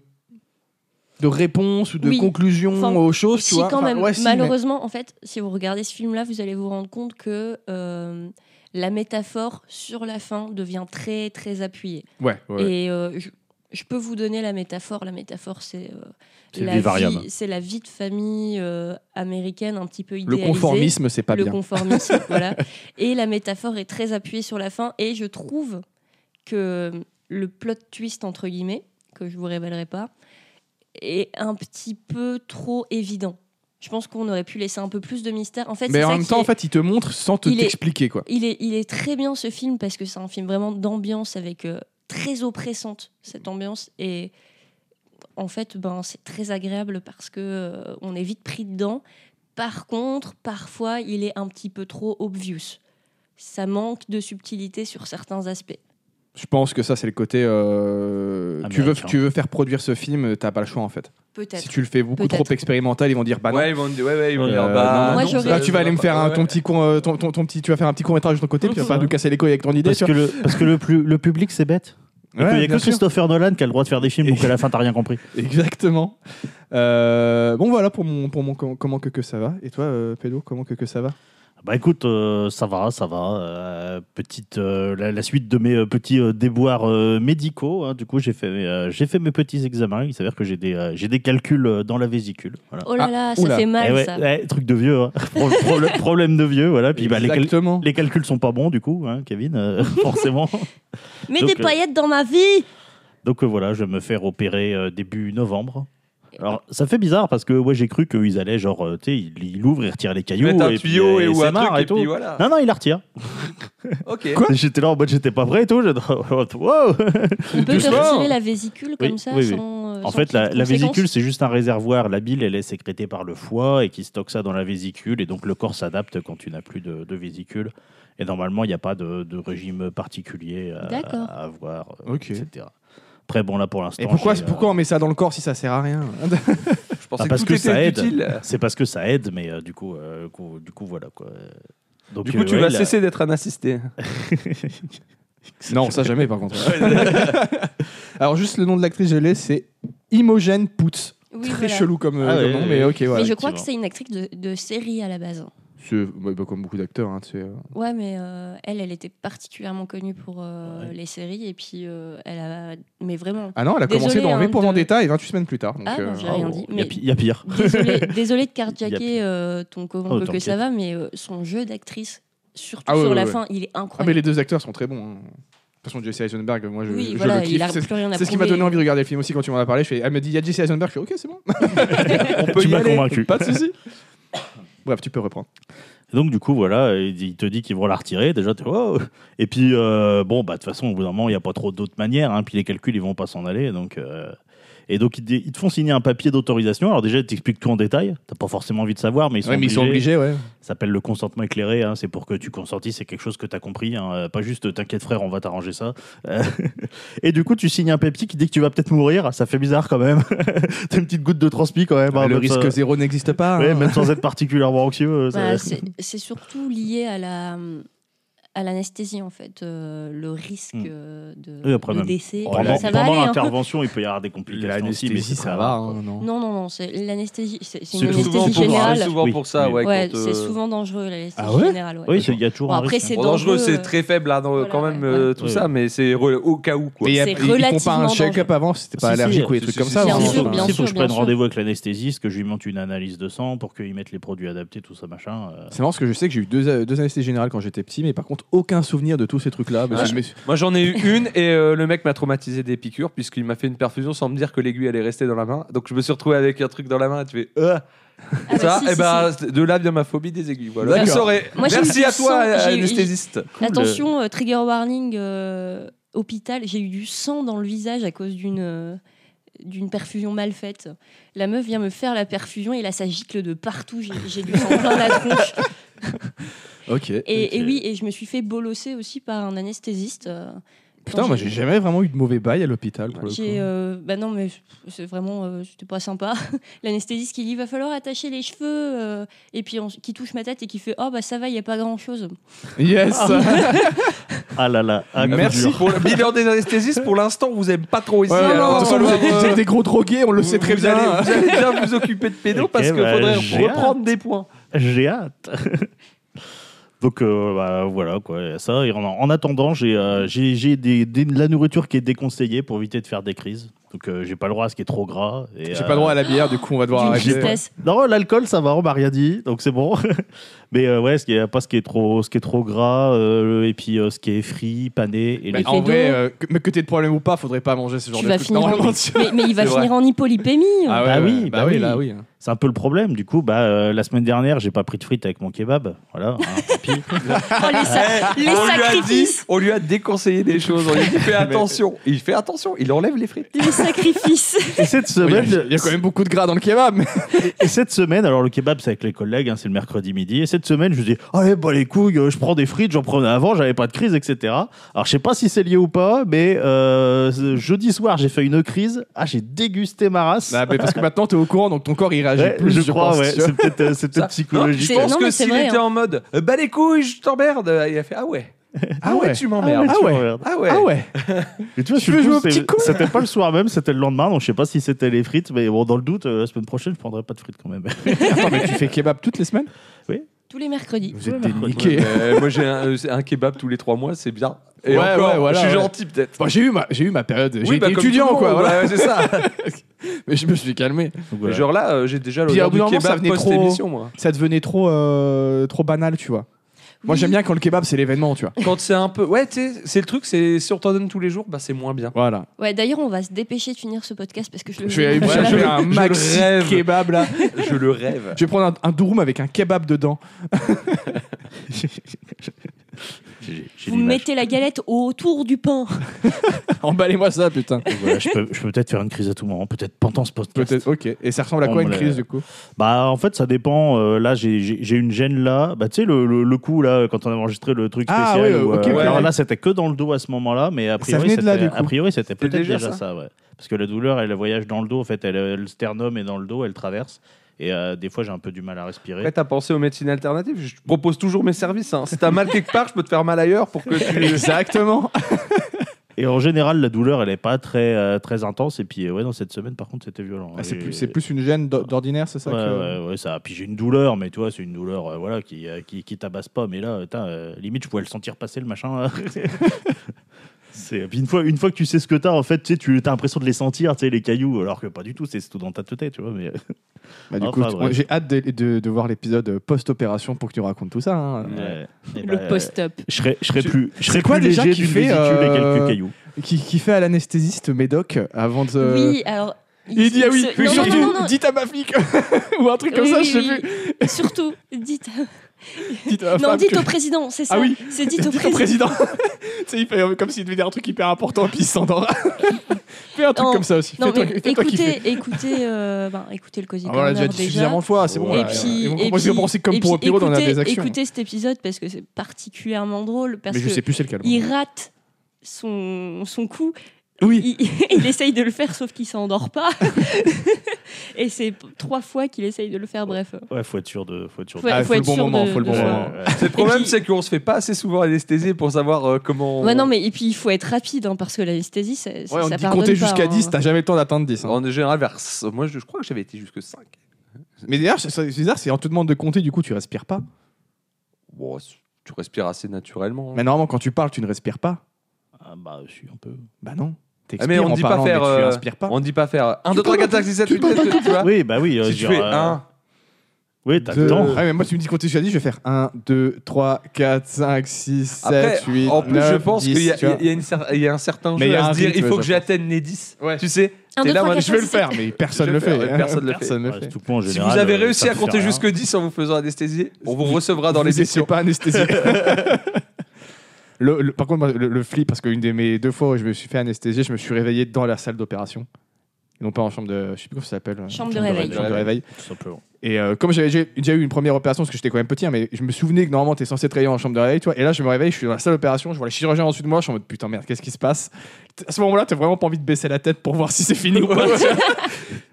[SPEAKER 1] de réponse ou de
[SPEAKER 3] Oui.
[SPEAKER 1] conclusion
[SPEAKER 3] Enfin,
[SPEAKER 1] aux choses,
[SPEAKER 3] Si
[SPEAKER 1] tu vois.
[SPEAKER 3] quand
[SPEAKER 1] Enfin,
[SPEAKER 3] même,
[SPEAKER 1] ouais, si, mais-
[SPEAKER 3] malheureusement, en fait, si vous regardez ce film-là, vous allez vous rendre compte que euh, la métaphore sur la fin devient très très appuyée.
[SPEAKER 1] Ouais, ouais, ouais.
[SPEAKER 3] Et euh, je, je peux vous donner la métaphore. La métaphore, c'est euh,
[SPEAKER 4] C'est
[SPEAKER 3] la
[SPEAKER 4] vivarium.
[SPEAKER 3] vie- c'est la vie de famille euh, américaine un petit peu
[SPEAKER 1] Le
[SPEAKER 3] idéalisée.
[SPEAKER 1] conformisme, c'est pas
[SPEAKER 3] le
[SPEAKER 1] bien. *laughs*
[SPEAKER 3] conformisme, voilà. Et la métaphore est très appuyée sur la fin. Et je trouve que le plot twist, entre guillemets, que je vous révélerai pas, est un petit peu trop évident. Je pense qu'on aurait pu laisser un peu plus de mystère. En fait,
[SPEAKER 1] mais
[SPEAKER 3] c'est
[SPEAKER 1] en
[SPEAKER 3] ça
[SPEAKER 1] même
[SPEAKER 3] qui
[SPEAKER 1] temps,
[SPEAKER 3] est-
[SPEAKER 1] en fait, il te montre sans te
[SPEAKER 3] Il est-
[SPEAKER 1] t'expliquer, quoi.
[SPEAKER 3] il est, il est très bien ce film parce que c'est un film vraiment d'ambiance avec euh, très oppressante cette ambiance et en fait ben c'est très agréable parce que euh, on est vite pris dedans. Par contre, parfois il est un petit peu trop obvious. Ça manque de subtilité sur certains aspects.
[SPEAKER 1] Je pense que ça, c'est le côté. euh, tu, veux,
[SPEAKER 4] Américain.
[SPEAKER 1] tu veux faire produire ce film, t'as pas le choix, en fait. Si
[SPEAKER 3] Peut-être.
[SPEAKER 1] tu le fais beaucoup
[SPEAKER 3] Peut-être.
[SPEAKER 1] trop expérimental, ils vont dire bah non.
[SPEAKER 2] ouais, ils vont dire, ouais, ouais, ils vont
[SPEAKER 4] Euh,
[SPEAKER 2] dire,
[SPEAKER 1] non,
[SPEAKER 2] bah.
[SPEAKER 1] non,
[SPEAKER 3] Moi,
[SPEAKER 2] non,
[SPEAKER 3] j'aurais-
[SPEAKER 2] ça-
[SPEAKER 1] Là, tu vas aller me faire un-
[SPEAKER 2] ouais,
[SPEAKER 1] ton
[SPEAKER 2] ouais.
[SPEAKER 1] petit court, euh, ton, ton- ton petit, tu vas faire un petit court métrage de ton côté, puis tu vas pas nous casser les couilles avec ton idée.
[SPEAKER 4] Parce
[SPEAKER 1] Tu
[SPEAKER 4] que le, parce que le, plus, le public, c'est bête. Il
[SPEAKER 1] vois. Ouais,
[SPEAKER 4] n'y a que
[SPEAKER 1] bien sûr.
[SPEAKER 4] Christopher Nolan qui a le droit de faire des films,
[SPEAKER 1] Et-
[SPEAKER 4] donc à la fin, t'as rien compris.
[SPEAKER 2] *laughs*
[SPEAKER 1] Exactement. Euh, bon voilà pour mon pour mon com- comment que que ça va. Et toi, euh, Pédo, comment que que ça va
[SPEAKER 4] Bah écoute, euh, ça va, ça va. Euh, petite, euh, la, la suite de mes euh, petits euh, déboires euh, médicaux. hein. du coup, j'ai fait, euh, j'ai fait mes petits examens. Il s'avère que j'ai des, euh, j'ai des calculs euh, dans la vésicule. Voilà.
[SPEAKER 3] Oh là
[SPEAKER 1] Ah,
[SPEAKER 3] là, ça
[SPEAKER 1] oula.
[SPEAKER 3] fait
[SPEAKER 4] Eh
[SPEAKER 3] mal
[SPEAKER 4] ouais,
[SPEAKER 3] ça.
[SPEAKER 4] ouais, truc de vieux.
[SPEAKER 2] *laughs*
[SPEAKER 4] hein. Pro- problème- problème de vieux, voilà. Puis bah, les, cal-
[SPEAKER 1] Exactement.
[SPEAKER 4] les calculs sont pas bons du coup, hein, Kevin, euh, *laughs* forcément.
[SPEAKER 3] Mais
[SPEAKER 4] Donc,
[SPEAKER 3] des
[SPEAKER 4] euh,
[SPEAKER 3] paillettes dans ma vie.
[SPEAKER 4] Donc euh, voilà, je vais me faire opérer euh, début novembre. Alors ça fait bizarre parce que ouais, j'ai cru qu'ils allaient genre, euh, tu sais, ils ils l'ouvrent, ils retirent les
[SPEAKER 2] Ils
[SPEAKER 4] cailloux.
[SPEAKER 2] mettent un
[SPEAKER 4] et puis,
[SPEAKER 2] tuyau
[SPEAKER 4] euh,
[SPEAKER 2] et ou
[SPEAKER 4] c'est
[SPEAKER 2] un
[SPEAKER 4] marre
[SPEAKER 2] truc,
[SPEAKER 4] et
[SPEAKER 2] et puis
[SPEAKER 4] tout.
[SPEAKER 2] voilà.
[SPEAKER 4] Non, non, ils la retirent.
[SPEAKER 2] Ok.
[SPEAKER 4] *laughs* J'étais là en mode j'étais pas prêt et tout. j'étais- Wow.
[SPEAKER 3] On peut te
[SPEAKER 4] doucement.
[SPEAKER 3] retirer la vésicule comme ça
[SPEAKER 4] oui, oui.
[SPEAKER 3] sans. euh,
[SPEAKER 4] En
[SPEAKER 3] sans
[SPEAKER 4] fait,
[SPEAKER 3] qu'il y ait
[SPEAKER 4] la,
[SPEAKER 3] de
[SPEAKER 4] la
[SPEAKER 3] conséquences.
[SPEAKER 4] vésicule, c'est juste un réservoir. La bile, elle est sécrétée par le foie et qui stocke ça dans la vésicule. Et donc, le corps s'adapte quand tu n'as plus de, de vésicule. Et normalement, il n'y a pas de, de régime particulier à,
[SPEAKER 3] D'accord.
[SPEAKER 4] à avoir, euh,
[SPEAKER 1] Ok.
[SPEAKER 4] etc. Très bon, là, pour l'instant.
[SPEAKER 1] Et pourquoi
[SPEAKER 4] j'ai, euh,
[SPEAKER 1] pourquoi on met ça dans le corps si ça sert
[SPEAKER 4] *laughs*
[SPEAKER 1] à rien
[SPEAKER 2] Je pensais
[SPEAKER 4] Ah,
[SPEAKER 2] que
[SPEAKER 4] parce
[SPEAKER 2] tout
[SPEAKER 4] que ça
[SPEAKER 2] était
[SPEAKER 4] aide.
[SPEAKER 2] utile.
[SPEAKER 4] C'est parce que ça aide, mais euh, du, coup, euh, du coup, du coup, voilà. Quoi. Donc,
[SPEAKER 2] Du coup,
[SPEAKER 4] euh,
[SPEAKER 2] tu
[SPEAKER 4] ouais,
[SPEAKER 2] vas
[SPEAKER 4] la- *laughs*
[SPEAKER 2] cesser d'être un assisté.
[SPEAKER 1] Non, ça jamais par contre. *laughs* Alors juste le nom de l'actrice, je l'ai, c'est Imogen Poots.
[SPEAKER 3] Oui,
[SPEAKER 1] Très
[SPEAKER 3] voilà.
[SPEAKER 1] chelou comme, euh,
[SPEAKER 4] Ah ouais,
[SPEAKER 1] comme nom, mais ok voilà.
[SPEAKER 3] Mais je crois que
[SPEAKER 4] effectivement.
[SPEAKER 3] c'est une actrice de, de série à la base.
[SPEAKER 1] C'est- bah, bah, comme beaucoup d'acteurs, hein, tu sais, euh,
[SPEAKER 3] Ouais, mais euh, elle, elle était particulièrement connue pour euh,
[SPEAKER 4] Ouais.
[SPEAKER 3] les séries et puis euh, elle a.
[SPEAKER 1] *laughs*
[SPEAKER 3] Mais vraiment.
[SPEAKER 1] Ah non, elle a
[SPEAKER 3] Désolée,
[SPEAKER 1] commencé dans
[SPEAKER 3] hein,
[SPEAKER 1] V pour
[SPEAKER 3] de-
[SPEAKER 1] Vendetta et 28 semaines plus tard. donc,
[SPEAKER 3] Ah, non,
[SPEAKER 1] euh,
[SPEAKER 3] j'ai rien dit.
[SPEAKER 4] Il y a
[SPEAKER 3] Mais
[SPEAKER 4] pi- il y a pire.
[SPEAKER 3] désolé, désolé de
[SPEAKER 4] Il y
[SPEAKER 3] cardiaquer euh, ton comment
[SPEAKER 4] Oh,
[SPEAKER 3] que- que
[SPEAKER 4] t'inquiète.
[SPEAKER 3] ça va, mais euh, son jeu d'actrice, surtout
[SPEAKER 1] Ah, ouais,
[SPEAKER 3] sur
[SPEAKER 1] ouais,
[SPEAKER 3] la
[SPEAKER 1] ouais.
[SPEAKER 3] fin, il est
[SPEAKER 1] Ah, mais
[SPEAKER 3] incroyable.
[SPEAKER 1] les deux acteurs sont très bons. hein. De toute façon, Jesse Eisenberg, moi je,
[SPEAKER 3] oui,
[SPEAKER 1] je
[SPEAKER 3] voilà,
[SPEAKER 1] le
[SPEAKER 3] il a
[SPEAKER 1] kiffe. C'est-
[SPEAKER 3] plus rien à
[SPEAKER 1] C'est ce qui m'a
[SPEAKER 3] prouver.
[SPEAKER 1] donné envie de regarder le film aussi quand tu m'en as parlé. Je fais, elle me dit, il y a Jesse Eisenberg. Je fais, ok, c'est bon.
[SPEAKER 4] *laughs*
[SPEAKER 2] On peut
[SPEAKER 4] Tu
[SPEAKER 2] y
[SPEAKER 4] m'as
[SPEAKER 2] aller.
[SPEAKER 4] convaincu.
[SPEAKER 1] Pas de souci. Bref, tu peux reprendre.
[SPEAKER 4] Donc du coup voilà, il il te dit qu'ils vont la retirer, déjà t'es wow. Et puis euh, bon bah de toute façon au bout d'un moment il n'y a pas trop d'autres manières, hein. puis les calculs ils vont pas s'en aller, donc euh, Et donc, ils, te- ils te font signer un papier d'autorisation. Alors, déjà, ils t'expliquent tout en détail. T'as pas forcément envie de savoir, mais ils sont
[SPEAKER 1] Ouais, mais ils sont obligés, ouais.
[SPEAKER 4] Ça s'appelle le consentement éclairé. hein. C'est pour que tu consentis, c'est quelque chose que tu as compris. hein. Euh, Pas juste t'inquiète frère, on va t'arranger ça. Euh, *laughs* et du coup, tu signes un papier qui dit que tu vas peut-être mourir. Ça fait bizarre quand même. T'as une petite goutte de transpi quand même. hein,
[SPEAKER 1] le
[SPEAKER 4] même
[SPEAKER 1] risque
[SPEAKER 4] sans-
[SPEAKER 1] zéro n'existe pas.
[SPEAKER 4] Ouais,
[SPEAKER 1] hein.
[SPEAKER 4] même sans être particulièrement anxieux. euh, ça-
[SPEAKER 3] Bah, c'est c'est surtout lié à la à l'anesthésie en fait, euh, le risque
[SPEAKER 4] Hmm.
[SPEAKER 3] euh, de,
[SPEAKER 4] Oui, après
[SPEAKER 3] de
[SPEAKER 4] même. Oh,
[SPEAKER 3] décès.
[SPEAKER 4] pendant
[SPEAKER 3] ça va
[SPEAKER 4] pendant
[SPEAKER 3] aller, hein.
[SPEAKER 4] l'intervention, il peut y avoir des complications aussi, mais
[SPEAKER 1] L'anesthésie,
[SPEAKER 4] c'est
[SPEAKER 1] ça
[SPEAKER 4] très
[SPEAKER 1] va.
[SPEAKER 4] rare, quoi.
[SPEAKER 1] hein, non.
[SPEAKER 3] Non non non, c'est l'anesthésie, c'est c'est
[SPEAKER 4] C'est
[SPEAKER 3] une
[SPEAKER 4] souvent
[SPEAKER 3] anesthésie
[SPEAKER 4] pour-
[SPEAKER 2] c'est
[SPEAKER 3] générale.
[SPEAKER 2] souvent
[SPEAKER 4] Oui.
[SPEAKER 2] pour ça, ouais.
[SPEAKER 3] Ouais,
[SPEAKER 2] quand, euh,
[SPEAKER 3] c'est souvent dangereux l'anesthésie
[SPEAKER 4] Ah ouais
[SPEAKER 3] générale. ouais.
[SPEAKER 4] Oui, c'est- il y a toujours
[SPEAKER 3] Bon,
[SPEAKER 4] un
[SPEAKER 3] après,
[SPEAKER 4] risque. hein.
[SPEAKER 3] c'est
[SPEAKER 2] Bon, dangereux,
[SPEAKER 3] dangereux,
[SPEAKER 2] c'est
[SPEAKER 3] euh,
[SPEAKER 2] très faible hein, dans-
[SPEAKER 3] voilà,
[SPEAKER 2] quand même
[SPEAKER 3] ouais,
[SPEAKER 2] euh,
[SPEAKER 3] ouais.
[SPEAKER 2] tout
[SPEAKER 4] Ouais.
[SPEAKER 2] ça, mais c'est re- au cas où quoi.
[SPEAKER 1] Mais il y a-
[SPEAKER 3] C'est
[SPEAKER 1] ils- ils font pas un
[SPEAKER 3] relativement
[SPEAKER 1] check-up
[SPEAKER 3] dangereux.
[SPEAKER 1] avant, c'était pas
[SPEAKER 4] Si,
[SPEAKER 1] allergique
[SPEAKER 4] si,
[SPEAKER 1] ou des trucs
[SPEAKER 2] si,
[SPEAKER 1] comme
[SPEAKER 2] si,
[SPEAKER 1] ça.
[SPEAKER 3] bien
[SPEAKER 1] hein.
[SPEAKER 3] sûr,
[SPEAKER 1] Enfin,
[SPEAKER 3] bien
[SPEAKER 4] il faut
[SPEAKER 3] sûr,
[SPEAKER 4] que je prenne
[SPEAKER 3] sûr.
[SPEAKER 4] rendez-vous avec l'anesthésiste, que je lui monte une analyse de sang pour qu'il mette les produits adaptés, tout ça machin. euh.
[SPEAKER 1] C'est marrant parce que je sais que j'ai eu deux, euh, deux anesthésies générales quand j'étais petit, mais par contre, aucun souvenir de tous ces trucs-là. parce
[SPEAKER 2] Ouais.
[SPEAKER 1] que je me-
[SPEAKER 2] Moi j'en ai eu une et euh, le mec m'a traumatisé des piqûres puisqu'il m'a fait une perfusion sans me dire que l'aiguille allait rester dans la main. Donc je me suis retrouvé avec un truc dans la main et tu fais Ah
[SPEAKER 3] Ah bah,
[SPEAKER 2] ça
[SPEAKER 3] si,
[SPEAKER 1] eh
[SPEAKER 2] et
[SPEAKER 3] si,
[SPEAKER 2] bah de là vient ma phobie des aiguilles. Voilà.
[SPEAKER 1] D'accord.
[SPEAKER 2] Vous saurez.
[SPEAKER 3] Moi, j'ai eu
[SPEAKER 2] Merci
[SPEAKER 3] du
[SPEAKER 2] à toi
[SPEAKER 3] sang, j'ai eu-
[SPEAKER 2] anesthésiste.
[SPEAKER 3] si. Attention, euh, trigger warning, euh, hôpital, j'ai eu du sang dans le visage à cause d'une euh, d'une perfusion mal faite. La meuf vient me faire la perfusion et là ça gicle de partout, j'ai- j'ai du sang plein la
[SPEAKER 1] *laughs*
[SPEAKER 3] tronche.
[SPEAKER 1] Ok.
[SPEAKER 3] Et, et
[SPEAKER 4] Ok.
[SPEAKER 3] oui, et je me suis fait bolosser aussi par un anesthésiste. euh,
[SPEAKER 1] Putain,
[SPEAKER 3] quand
[SPEAKER 1] moi j'ai jamais vraiment eu de mauvais bail à l'hôpital pour le coup.
[SPEAKER 3] J'ai, euh, bah non, mais c'est vraiment, euh, c'était pas sympa. *laughs* L'anesthésiste qui dit, va falloir attacher les cheveux, euh, et puis on- qui touche ma tête et qui fait, oh bah ça va, il y a pas grand chose. *laughs*
[SPEAKER 1] Yes
[SPEAKER 4] Ah là là, ah, comme
[SPEAKER 1] Merci.
[SPEAKER 4] dur.
[SPEAKER 2] Pour le bilan des anesthésistes, pour l'instant, vous aime pas trop ici.
[SPEAKER 1] Ouais,
[SPEAKER 2] alors, euh,
[SPEAKER 1] non,
[SPEAKER 2] on
[SPEAKER 1] non,
[SPEAKER 2] va
[SPEAKER 1] non,
[SPEAKER 2] le-
[SPEAKER 1] vous êtes des gros drogués, on le sait très
[SPEAKER 2] vous
[SPEAKER 1] bien.
[SPEAKER 2] Allez, vous allez bien vous occuper de pédo
[SPEAKER 4] Ok,
[SPEAKER 2] parce qu'il
[SPEAKER 4] bah,
[SPEAKER 2] faudrait
[SPEAKER 4] j'ai
[SPEAKER 2] reprendre des points.
[SPEAKER 4] J'ai hâte. *laughs* Donc euh, bah, voilà quoi, ça. et en, en attendant, j'ai euh, j'ai- j'ai des- des- de la nourriture qui est déconseillée pour éviter de faire des crises. Donc euh, j'ai pas le droit à ce qui est trop gras. et,
[SPEAKER 1] J'ai
[SPEAKER 4] euh,
[SPEAKER 1] pas droit à la bière, du coup on va devoir
[SPEAKER 3] D'une
[SPEAKER 1] arrêter.
[SPEAKER 3] justesse.
[SPEAKER 4] Non, l'alcool ça va, on m'a rien dit, donc c'est bon. *laughs* Mais euh, ouais, ce qui est pas ce qui est trop, ce qui est trop gras euh, et puis euh, ce qui est frit, pané et
[SPEAKER 1] Mais
[SPEAKER 4] les-
[SPEAKER 1] en
[SPEAKER 3] fait
[SPEAKER 1] vrai,
[SPEAKER 3] d'eau.
[SPEAKER 1] euh, que, mais que t'aies de problème ou pas, faudrait pas manger ce genre
[SPEAKER 3] Tu
[SPEAKER 1] de
[SPEAKER 3] vas
[SPEAKER 1] truc
[SPEAKER 3] finir
[SPEAKER 1] normalement.
[SPEAKER 3] en...
[SPEAKER 1] tu-
[SPEAKER 3] mais, mais il va
[SPEAKER 2] C'est vrai.
[SPEAKER 3] finir en hypolipémie.
[SPEAKER 1] Ah
[SPEAKER 4] Bah
[SPEAKER 1] ouais,
[SPEAKER 4] oui,
[SPEAKER 1] ouais,
[SPEAKER 4] bah oui.
[SPEAKER 1] là oui. hein.
[SPEAKER 4] C'est un peu le problème. Du coup, bah euh, la semaine dernière, j'ai pas pris de frites avec mon kebab. Voilà. hein, tant pis.
[SPEAKER 3] Oh, les sa-
[SPEAKER 1] Eh,
[SPEAKER 3] les
[SPEAKER 2] on lui a dit,
[SPEAKER 3] sacrifices,
[SPEAKER 2] on lui a déconseillé des choses. On lui a dit
[SPEAKER 1] *laughs*
[SPEAKER 2] fais attention. Il fait attention. Il enlève les frites.
[SPEAKER 3] les sacrifices.
[SPEAKER 1] *laughs*
[SPEAKER 4] Et cette
[SPEAKER 1] Oui,
[SPEAKER 4] semaine,
[SPEAKER 1] Il y a- il y a quand même beaucoup de gras dans le kebab. mais-
[SPEAKER 4] Et cette semaine, alors le kebab c'est avec les collègues, hein, c'est le mercredi midi. Et cette semaine, je me dis, allez, bah les couilles, euh, je prends des frites, j'en prenais avant, j'avais pas de crise, etc. Alors je sais pas si c'est lié ou pas, mais euh, ce- jeudi soir, j'ai fait une crise. Ah, j'ai dégusté ma race.
[SPEAKER 1] Bah, mais parce que maintenant t'es au courant, donc ton corps il réagit
[SPEAKER 4] Ouais,
[SPEAKER 1] plus.
[SPEAKER 4] je,
[SPEAKER 1] Je,
[SPEAKER 4] crois,
[SPEAKER 1] pense,
[SPEAKER 4] ouais.
[SPEAKER 1] tu vois. Hein
[SPEAKER 4] C'est peut-être euh, c'est peut-être
[SPEAKER 2] Ça-
[SPEAKER 4] psychologique.
[SPEAKER 2] Je
[SPEAKER 3] C'est-
[SPEAKER 2] pense
[SPEAKER 3] non,
[SPEAKER 2] que
[SPEAKER 3] mais c'est
[SPEAKER 2] s'il
[SPEAKER 3] vrai,
[SPEAKER 2] était
[SPEAKER 3] hein.
[SPEAKER 2] en mode euh, bah les couilles, je t'emmerde, euh, il a fait ah
[SPEAKER 1] *laughs*
[SPEAKER 2] ouais, ah ouais,
[SPEAKER 4] Ah ouais,
[SPEAKER 2] tu m'emmerdes,
[SPEAKER 4] tu
[SPEAKER 1] ouais.
[SPEAKER 4] regardes.
[SPEAKER 2] ah ouais.
[SPEAKER 1] Ah ouais.
[SPEAKER 4] Mais tu vois,
[SPEAKER 1] Tu
[SPEAKER 4] sur
[SPEAKER 1] veux
[SPEAKER 4] le coup,
[SPEAKER 1] jouer au petit
[SPEAKER 4] c'est-
[SPEAKER 1] con
[SPEAKER 4] c'était pas le soir même, c'était le lendemain, donc je sais pas si c'était les frites, mais bon, dans le doute, euh, la semaine prochaine, je prendrai pas de frites quand même.
[SPEAKER 1] Attends, mais tu fais kebab toutes les semaines
[SPEAKER 3] Tous les mercredis.
[SPEAKER 1] Vous êtes
[SPEAKER 4] Ouais,
[SPEAKER 1] des
[SPEAKER 4] mercredi.
[SPEAKER 1] niqués.
[SPEAKER 2] Euh, moi j'ai un, euh, c'est un kebab tous les trois mois, c'est bien. Et
[SPEAKER 1] Ouais,
[SPEAKER 2] encore,
[SPEAKER 1] ouais, voilà,
[SPEAKER 2] je suis
[SPEAKER 1] ouais.
[SPEAKER 2] gentil peut-être.
[SPEAKER 1] Bon, Bah, j'ai eu ma j'ai eu ma période. J'ai
[SPEAKER 2] Oui,
[SPEAKER 1] été
[SPEAKER 2] bah, comme
[SPEAKER 1] étudiant
[SPEAKER 2] tout le
[SPEAKER 1] quoi.
[SPEAKER 2] monde,
[SPEAKER 1] Voilà.
[SPEAKER 2] ouais, c'est
[SPEAKER 1] *laughs*
[SPEAKER 2] ça.
[SPEAKER 1] Mais je me suis calmé.
[SPEAKER 4] Donc, *laughs* voilà.
[SPEAKER 2] Genre là, euh, j'ai déjà
[SPEAKER 1] Puis, au
[SPEAKER 2] l'odeur
[SPEAKER 1] bout
[SPEAKER 2] du
[SPEAKER 1] d'un moment, ça
[SPEAKER 2] kebab
[SPEAKER 1] venait trop-
[SPEAKER 2] post-émission
[SPEAKER 1] *laughs*
[SPEAKER 2] moi.
[SPEAKER 1] Ça devenait trop euh, trop banal, tu vois. Moi
[SPEAKER 3] Oui.
[SPEAKER 1] j'aime bien quand le kebab c'est l'événement, tu vois.
[SPEAKER 2] Quand c'est un peu, ouais, tu sais, c'est le truc, c'est si on t'en donne tous les jours, bah c'est moins bien.
[SPEAKER 1] Voilà.
[SPEAKER 3] Ouais, d'ailleurs, on va se dépêcher de finir ce podcast parce que je le.
[SPEAKER 1] Je vais aller me
[SPEAKER 2] Ouais,
[SPEAKER 1] chercher
[SPEAKER 2] je-
[SPEAKER 1] un
[SPEAKER 2] je le
[SPEAKER 1] maxi
[SPEAKER 2] rêve.
[SPEAKER 1] kebab là.
[SPEAKER 2] Je le rêve.
[SPEAKER 1] Je vais prendre un, un durum avec un kebab dedans.
[SPEAKER 4] J'ai- j'ai
[SPEAKER 3] Vous
[SPEAKER 4] l'image.
[SPEAKER 3] mettez la galette autour du pain.
[SPEAKER 1] *laughs* Emballez-moi ça, putain.
[SPEAKER 4] Donc, voilà, je peux, je peux peut-être faire une crise à tout moment, peut-être pendant ce podcast.
[SPEAKER 1] Peut-être, ok. Et ça ressemble à
[SPEAKER 4] On
[SPEAKER 1] quoi
[SPEAKER 4] me
[SPEAKER 1] une
[SPEAKER 4] l'a-
[SPEAKER 1] crise du coup
[SPEAKER 4] Bah en fait ça dépend. Euh, là j'ai- j'ai j'ai une gêne là. Bah tu sais le, le, le coup là quand on avait enregistré le truc
[SPEAKER 1] Ah,
[SPEAKER 4] spécial.
[SPEAKER 1] ouais,
[SPEAKER 4] où,
[SPEAKER 1] ok,
[SPEAKER 4] euh,
[SPEAKER 1] ouais.
[SPEAKER 4] Alors là c'était que dans le dos à ce moment-là, mais a priori
[SPEAKER 1] venait de là,
[SPEAKER 4] c'était-
[SPEAKER 1] du coup.
[SPEAKER 4] a priori, c'était
[SPEAKER 2] C'était
[SPEAKER 4] peut-être déjà,
[SPEAKER 2] déjà
[SPEAKER 4] ça.
[SPEAKER 2] ça
[SPEAKER 4] ouais. Parce que la douleur elle voyage dans le dos en fait, elle, euh, le sternum est dans le dos, elle traverse. Et euh, des fois j'ai un peu du mal à respirer.
[SPEAKER 2] Après, t'as pensé aux médecines alternatives Je te propose toujours mes services. Hein. Si t'as mal quelque part, je peux te faire mal ailleurs pour que tu.
[SPEAKER 1] Exactement.
[SPEAKER 4] Et en général la douleur elle est pas très euh, très intense. Et puis euh, ouais dans cette semaine par contre c'était violent.
[SPEAKER 1] Ah, c'est,
[SPEAKER 4] Et-
[SPEAKER 1] plus, c'est plus une gêne d'o- d'ordinaire, c'est ça
[SPEAKER 4] Ouais,
[SPEAKER 1] que...
[SPEAKER 4] ouais, ouais, ça. Puis j'ai une douleur, mais tu vois, c'est une douleur euh, voilà, qui, euh, qui, qui tabasse pas. Mais là, euh, tain, euh, limite, je pouvais le sentir passer, le machin.
[SPEAKER 1] *laughs*
[SPEAKER 4] là. c'est... Puis une fois, une fois que tu sais ce que t'as, en fait, tu sais, tu as l'impression de les sentir, tu sais, les cailloux, alors que pas du tout, c'est c'est tout dans ta tête, tu vois. Mais... euh,
[SPEAKER 1] Bah, du
[SPEAKER 4] Enfin,
[SPEAKER 1] coup,
[SPEAKER 4] bref.
[SPEAKER 1] j'ai hâte de, de- de voir l'épisode post-opération pour que tu racontes tout ça. hein.
[SPEAKER 4] Ouais. Et bah,
[SPEAKER 3] Le post-up.
[SPEAKER 4] Je serais, je serais
[SPEAKER 1] Tu-
[SPEAKER 4] plus, je serais
[SPEAKER 1] c'est quoi
[SPEAKER 4] plus
[SPEAKER 1] déjà
[SPEAKER 4] léger
[SPEAKER 1] qui
[SPEAKER 4] d'une
[SPEAKER 1] fait,
[SPEAKER 4] vésicule et
[SPEAKER 1] euh,
[SPEAKER 4] quelques cailloux.
[SPEAKER 1] Qui, qui fait à l'anesthésiste Médoc avant de...
[SPEAKER 3] Oui, alors
[SPEAKER 1] euh, Il dit ah oui,
[SPEAKER 3] se- non,
[SPEAKER 1] mais
[SPEAKER 3] non,
[SPEAKER 1] surtout,
[SPEAKER 3] non, non, non.
[SPEAKER 1] dites à ma fille que- *laughs* ou un truc comme
[SPEAKER 3] Oui,
[SPEAKER 1] ça,
[SPEAKER 3] oui,
[SPEAKER 1] je sais
[SPEAKER 3] oui.
[SPEAKER 1] plus.
[SPEAKER 3] Et surtout,
[SPEAKER 1] *laughs*
[SPEAKER 3] dites.
[SPEAKER 1] Dites à ma
[SPEAKER 3] Non,
[SPEAKER 1] femme
[SPEAKER 3] dites
[SPEAKER 1] que-
[SPEAKER 3] au président, c'est ça.
[SPEAKER 1] Ah oui.
[SPEAKER 3] C'est dites au
[SPEAKER 1] Dites au
[SPEAKER 3] président.
[SPEAKER 1] président. *laughs* Tu sais, il fait comme s'il devait dire un truc hyper important puis il s'endort. *laughs* fais un truc
[SPEAKER 3] Non,
[SPEAKER 1] comme ça aussi.
[SPEAKER 3] Non,
[SPEAKER 1] Fais-toi
[SPEAKER 3] mais
[SPEAKER 1] fais-toi kiffer.
[SPEAKER 3] écoutez, écoutez, euh, ben, écoutez le Cozy
[SPEAKER 1] Ah, on l'a déjà
[SPEAKER 3] Corner
[SPEAKER 1] dit suffisamment de fois, c'est bon.
[SPEAKER 3] Et
[SPEAKER 1] là,
[SPEAKER 3] puis,
[SPEAKER 1] ils vont
[SPEAKER 3] et
[SPEAKER 1] commencer à
[SPEAKER 3] puis-
[SPEAKER 1] penser que comme
[SPEAKER 3] et
[SPEAKER 1] pour
[SPEAKER 3] puis
[SPEAKER 1] Apéro, on a des
[SPEAKER 3] écoutez-
[SPEAKER 1] actions.
[SPEAKER 3] Écoutez cet épisode parce que c'est particulièrement drôle parce
[SPEAKER 1] hein. Mais je sais
[SPEAKER 3] que
[SPEAKER 1] plus c'est lequel.
[SPEAKER 3] il rate son son coup.
[SPEAKER 1] Oui.
[SPEAKER 3] Il, il *laughs* essaye de le faire sauf qu'il
[SPEAKER 1] *laughs*
[SPEAKER 3] s'endort pas. et c'est p- trois fois qu'il essaye de le faire. Bref,
[SPEAKER 4] Ouais, faut être sûr de. Faut être sûr
[SPEAKER 3] faut,
[SPEAKER 4] de-
[SPEAKER 1] Ah, faut
[SPEAKER 3] faut
[SPEAKER 1] le
[SPEAKER 3] être
[SPEAKER 1] bon
[SPEAKER 3] sûr
[SPEAKER 1] moment,
[SPEAKER 3] de-
[SPEAKER 1] faut le
[SPEAKER 3] de-
[SPEAKER 1] bon
[SPEAKER 4] Ouais,
[SPEAKER 1] moment.
[SPEAKER 4] ouais.
[SPEAKER 2] *laughs* Le problème,
[SPEAKER 3] puis-
[SPEAKER 2] c'est qu'on se fait pas assez souvent anesthésier pour savoir euh, comment.
[SPEAKER 3] Ouais, non, mais et puis il faut être rapide hein, parce que l'anesthésie, ça, ça,
[SPEAKER 1] Ouais, on
[SPEAKER 3] ça
[SPEAKER 1] dit
[SPEAKER 3] pardonne
[SPEAKER 1] compter
[SPEAKER 3] pas,
[SPEAKER 1] jusqu'à
[SPEAKER 3] hein.
[SPEAKER 1] 10, t'as jamais le temps d'atteindre 10. hein.
[SPEAKER 2] En général, vers. Moi, je, je crois que j'avais été jusque 5.
[SPEAKER 1] Mais d'ailleurs, c'est c'est bizarre, c'est on te demande de compter, du coup, tu respires pas.
[SPEAKER 2] tu respires assez naturellement. hein.
[SPEAKER 1] Mais normalement, quand tu parles, tu ne respires pas.
[SPEAKER 4] Ah, bah, je suis un peu.
[SPEAKER 1] Bah non.
[SPEAKER 2] Ah, mais
[SPEAKER 1] T'expires
[SPEAKER 2] on
[SPEAKER 1] en
[SPEAKER 2] dit pas
[SPEAKER 1] parlant,
[SPEAKER 2] faire.
[SPEAKER 1] mais tu
[SPEAKER 2] euh,
[SPEAKER 1] respires pas.
[SPEAKER 2] On dit pas faire 1, 2, 3,
[SPEAKER 1] peux
[SPEAKER 2] 4, 5, 6, 7, 8, 9, 10, tu vois.
[SPEAKER 4] Oui, bah oui. euh,
[SPEAKER 2] Si
[SPEAKER 4] je
[SPEAKER 2] tu
[SPEAKER 4] veux
[SPEAKER 2] fais
[SPEAKER 4] dire, euh,
[SPEAKER 2] 1,
[SPEAKER 4] Oui, t'as le
[SPEAKER 1] Deux.
[SPEAKER 4] temps.
[SPEAKER 1] Ah, mais moi, tu me dis compter jusqu'à 10, je vais faire 1, 2, 3, 4, 5, 6, 7, 8,
[SPEAKER 2] en plus,
[SPEAKER 1] 9,
[SPEAKER 2] je pense
[SPEAKER 1] 10,
[SPEAKER 2] qu'il y, a-
[SPEAKER 1] tu vois.
[SPEAKER 2] il y a une cer- il y a un certain
[SPEAKER 1] Mais
[SPEAKER 2] jeu
[SPEAKER 1] il y a
[SPEAKER 2] à
[SPEAKER 1] un
[SPEAKER 2] se dire
[SPEAKER 1] rythme,
[SPEAKER 2] il faut
[SPEAKER 1] je
[SPEAKER 2] que j'atteigne les 10.
[SPEAKER 1] Ouais.
[SPEAKER 2] Tu sais,
[SPEAKER 3] Un,
[SPEAKER 2] T'es
[SPEAKER 3] deux,
[SPEAKER 2] là,
[SPEAKER 3] trois,
[SPEAKER 2] moi,
[SPEAKER 3] quatre,
[SPEAKER 1] Je vais
[SPEAKER 3] cinq,
[SPEAKER 1] le
[SPEAKER 3] six,
[SPEAKER 1] faire, mais
[SPEAKER 2] *laughs*
[SPEAKER 1] personne
[SPEAKER 2] Je
[SPEAKER 1] le
[SPEAKER 2] vais le
[SPEAKER 1] fait. hein.
[SPEAKER 2] faire, ouais, personne le fait.
[SPEAKER 1] Personne le
[SPEAKER 4] Ouais,
[SPEAKER 1] fait.
[SPEAKER 4] tout point, en
[SPEAKER 2] si vous
[SPEAKER 4] général,
[SPEAKER 2] avez
[SPEAKER 4] euh,
[SPEAKER 2] réussi
[SPEAKER 4] ça
[SPEAKER 2] à
[SPEAKER 4] fait
[SPEAKER 2] compter
[SPEAKER 4] rien.
[SPEAKER 2] jusque 10 en vous faisant anesthésier, on vous recevra dans
[SPEAKER 1] Vous
[SPEAKER 2] l'émission.
[SPEAKER 1] étiez pas anesthésié. *laughs* Le, le- par contre, moi, le, le flip, parce qu'une des mes deux fois où je me suis fait anesthésier, je me suis réveillé dans la salle d'opération. Et non pas en chambre de. Je sais plus comment ça s'appelle. euh,
[SPEAKER 3] Chambre de réveil.
[SPEAKER 1] Chambre de réveil.
[SPEAKER 4] Tout simplement.
[SPEAKER 1] Et euh, comme j'avais déjà- déjà eu une première opération, parce que j'étais quand même petit, hein, mais je me souvenais que normalement t'es censé travailler en chambre de réveil, tu vois. Et là, je me réveille, je suis dans la salle d'opération, je vois les chirurgiens en dessous de moi, je suis en mode putain merde, qu'est-ce qui se passe À ce moment-là, t'as vraiment pas envie de baisser la tête pour voir si c'est fini ou pas. tu vois.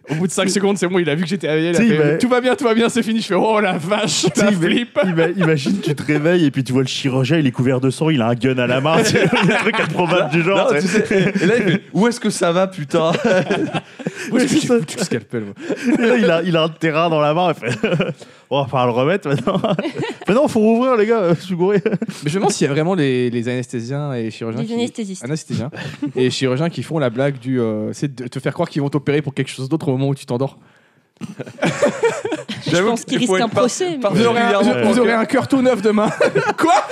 [SPEAKER 1] Au bout de 5 secondes, c'est bon, il a vu que j'étais réveillé, il a
[SPEAKER 4] Si,
[SPEAKER 1] fait,
[SPEAKER 4] mais-
[SPEAKER 1] tout va bien, tout va bien, c'est fini. Je fais oh la vache, la
[SPEAKER 4] Ima-
[SPEAKER 1] flip.
[SPEAKER 4] ima- Imagine, tu te réveilles et puis tu vois le chirurgien, il est couvert de sang, il a un gun à la main, *laughs* c'est un truc improbable du genre.
[SPEAKER 2] Non, tu sais, et là, il fait, où est-ce que ça va, putain
[SPEAKER 1] Moi, je
[SPEAKER 4] Oui,
[SPEAKER 1] suis
[SPEAKER 4] c'est ça.
[SPEAKER 1] foutu le scalpel, moi.
[SPEAKER 4] Et là, il, a, il a un terrain dans la main, il fait *laughs* On va falloir le remettre maintenant. maintenant, faut rouvrir, les gars, euh, je suis gouré.
[SPEAKER 1] Mais je me demande s'il y a vraiment les, les anesthésiens et chirurgiens.
[SPEAKER 3] Les
[SPEAKER 1] qui-
[SPEAKER 3] anesthésistes.
[SPEAKER 1] Anesthésiens. et chirurgiens qui font la blague du. euh, c'est de te faire croire qu'ils vont t'opérer pour quelque chose d'autre au moment où tu t'endors.
[SPEAKER 3] Je pense qu'il risque un procès. mais-
[SPEAKER 2] Vous aurez un- vous aurez
[SPEAKER 1] un cœur tout neuf demain. Quoi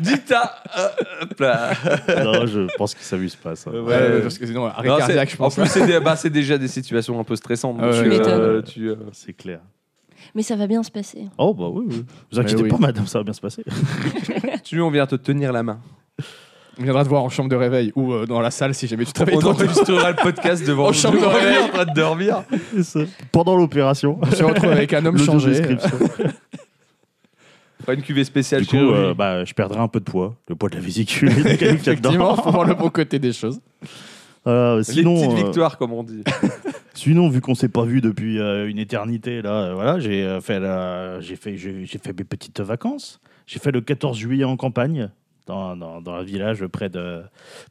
[SPEAKER 2] Dites à. euh, hop là.
[SPEAKER 4] *laughs* non, je pense qu'il s'abuse pas, ça.
[SPEAKER 2] Ouais,
[SPEAKER 1] Ouais,
[SPEAKER 2] ouais.
[SPEAKER 1] parce que sinon, arrêt
[SPEAKER 2] Non, c'est-
[SPEAKER 1] cardiaque, je pense.
[SPEAKER 2] En plus, c'est des- bah, c'est déjà des situations un peu stressantes.
[SPEAKER 1] Ah ouais,
[SPEAKER 2] tu,
[SPEAKER 3] ouais.
[SPEAKER 2] euh, tu, euh,
[SPEAKER 4] C'est clair.
[SPEAKER 3] Mais ça va bien se passer.
[SPEAKER 4] Oh, bah oui, oui. Vous inquiétez
[SPEAKER 1] oui.
[SPEAKER 4] pas, madame, ça va bien se *laughs* passer.
[SPEAKER 2] tu- on vient te tenir la main.
[SPEAKER 1] On viendra te voir en chambre de réveil ou euh, dans la salle si jamais tu travailles
[SPEAKER 2] On *laughs*
[SPEAKER 1] trop tôt.
[SPEAKER 2] enregistrera le podcast devant
[SPEAKER 1] En chambre
[SPEAKER 2] devant
[SPEAKER 1] de
[SPEAKER 2] lui,
[SPEAKER 1] réveil.
[SPEAKER 2] en train de dormir.
[SPEAKER 4] Pendant l'opération,
[SPEAKER 1] On se retrouve avec un homme changé.
[SPEAKER 4] l'audiodescription.
[SPEAKER 2] euh, Pas une cuvée spéciale
[SPEAKER 4] Du coup,
[SPEAKER 2] chirurgie.
[SPEAKER 4] euh, bah, je perdrai un peu de poids, le poids de la
[SPEAKER 2] *laughs*
[SPEAKER 4] vésicule. et *laughs* des cailloux qu'il y a dedans.
[SPEAKER 1] Effectivement, faut voir le bon côté des choses.
[SPEAKER 4] Euh,
[SPEAKER 2] Les
[SPEAKER 4] sinon,
[SPEAKER 2] petites
[SPEAKER 4] euh,
[SPEAKER 2] victoires, comme on dit.
[SPEAKER 4] Sinon, vu qu'on s'est pas vu depuis euh, une éternité, là, euh, voilà, j'ai euh, fait, la- j'ai fait, j'ai j'ai fait mes petites vacances. J'ai fait le 14 juillet en campagne, dans, dans, dans un village près de,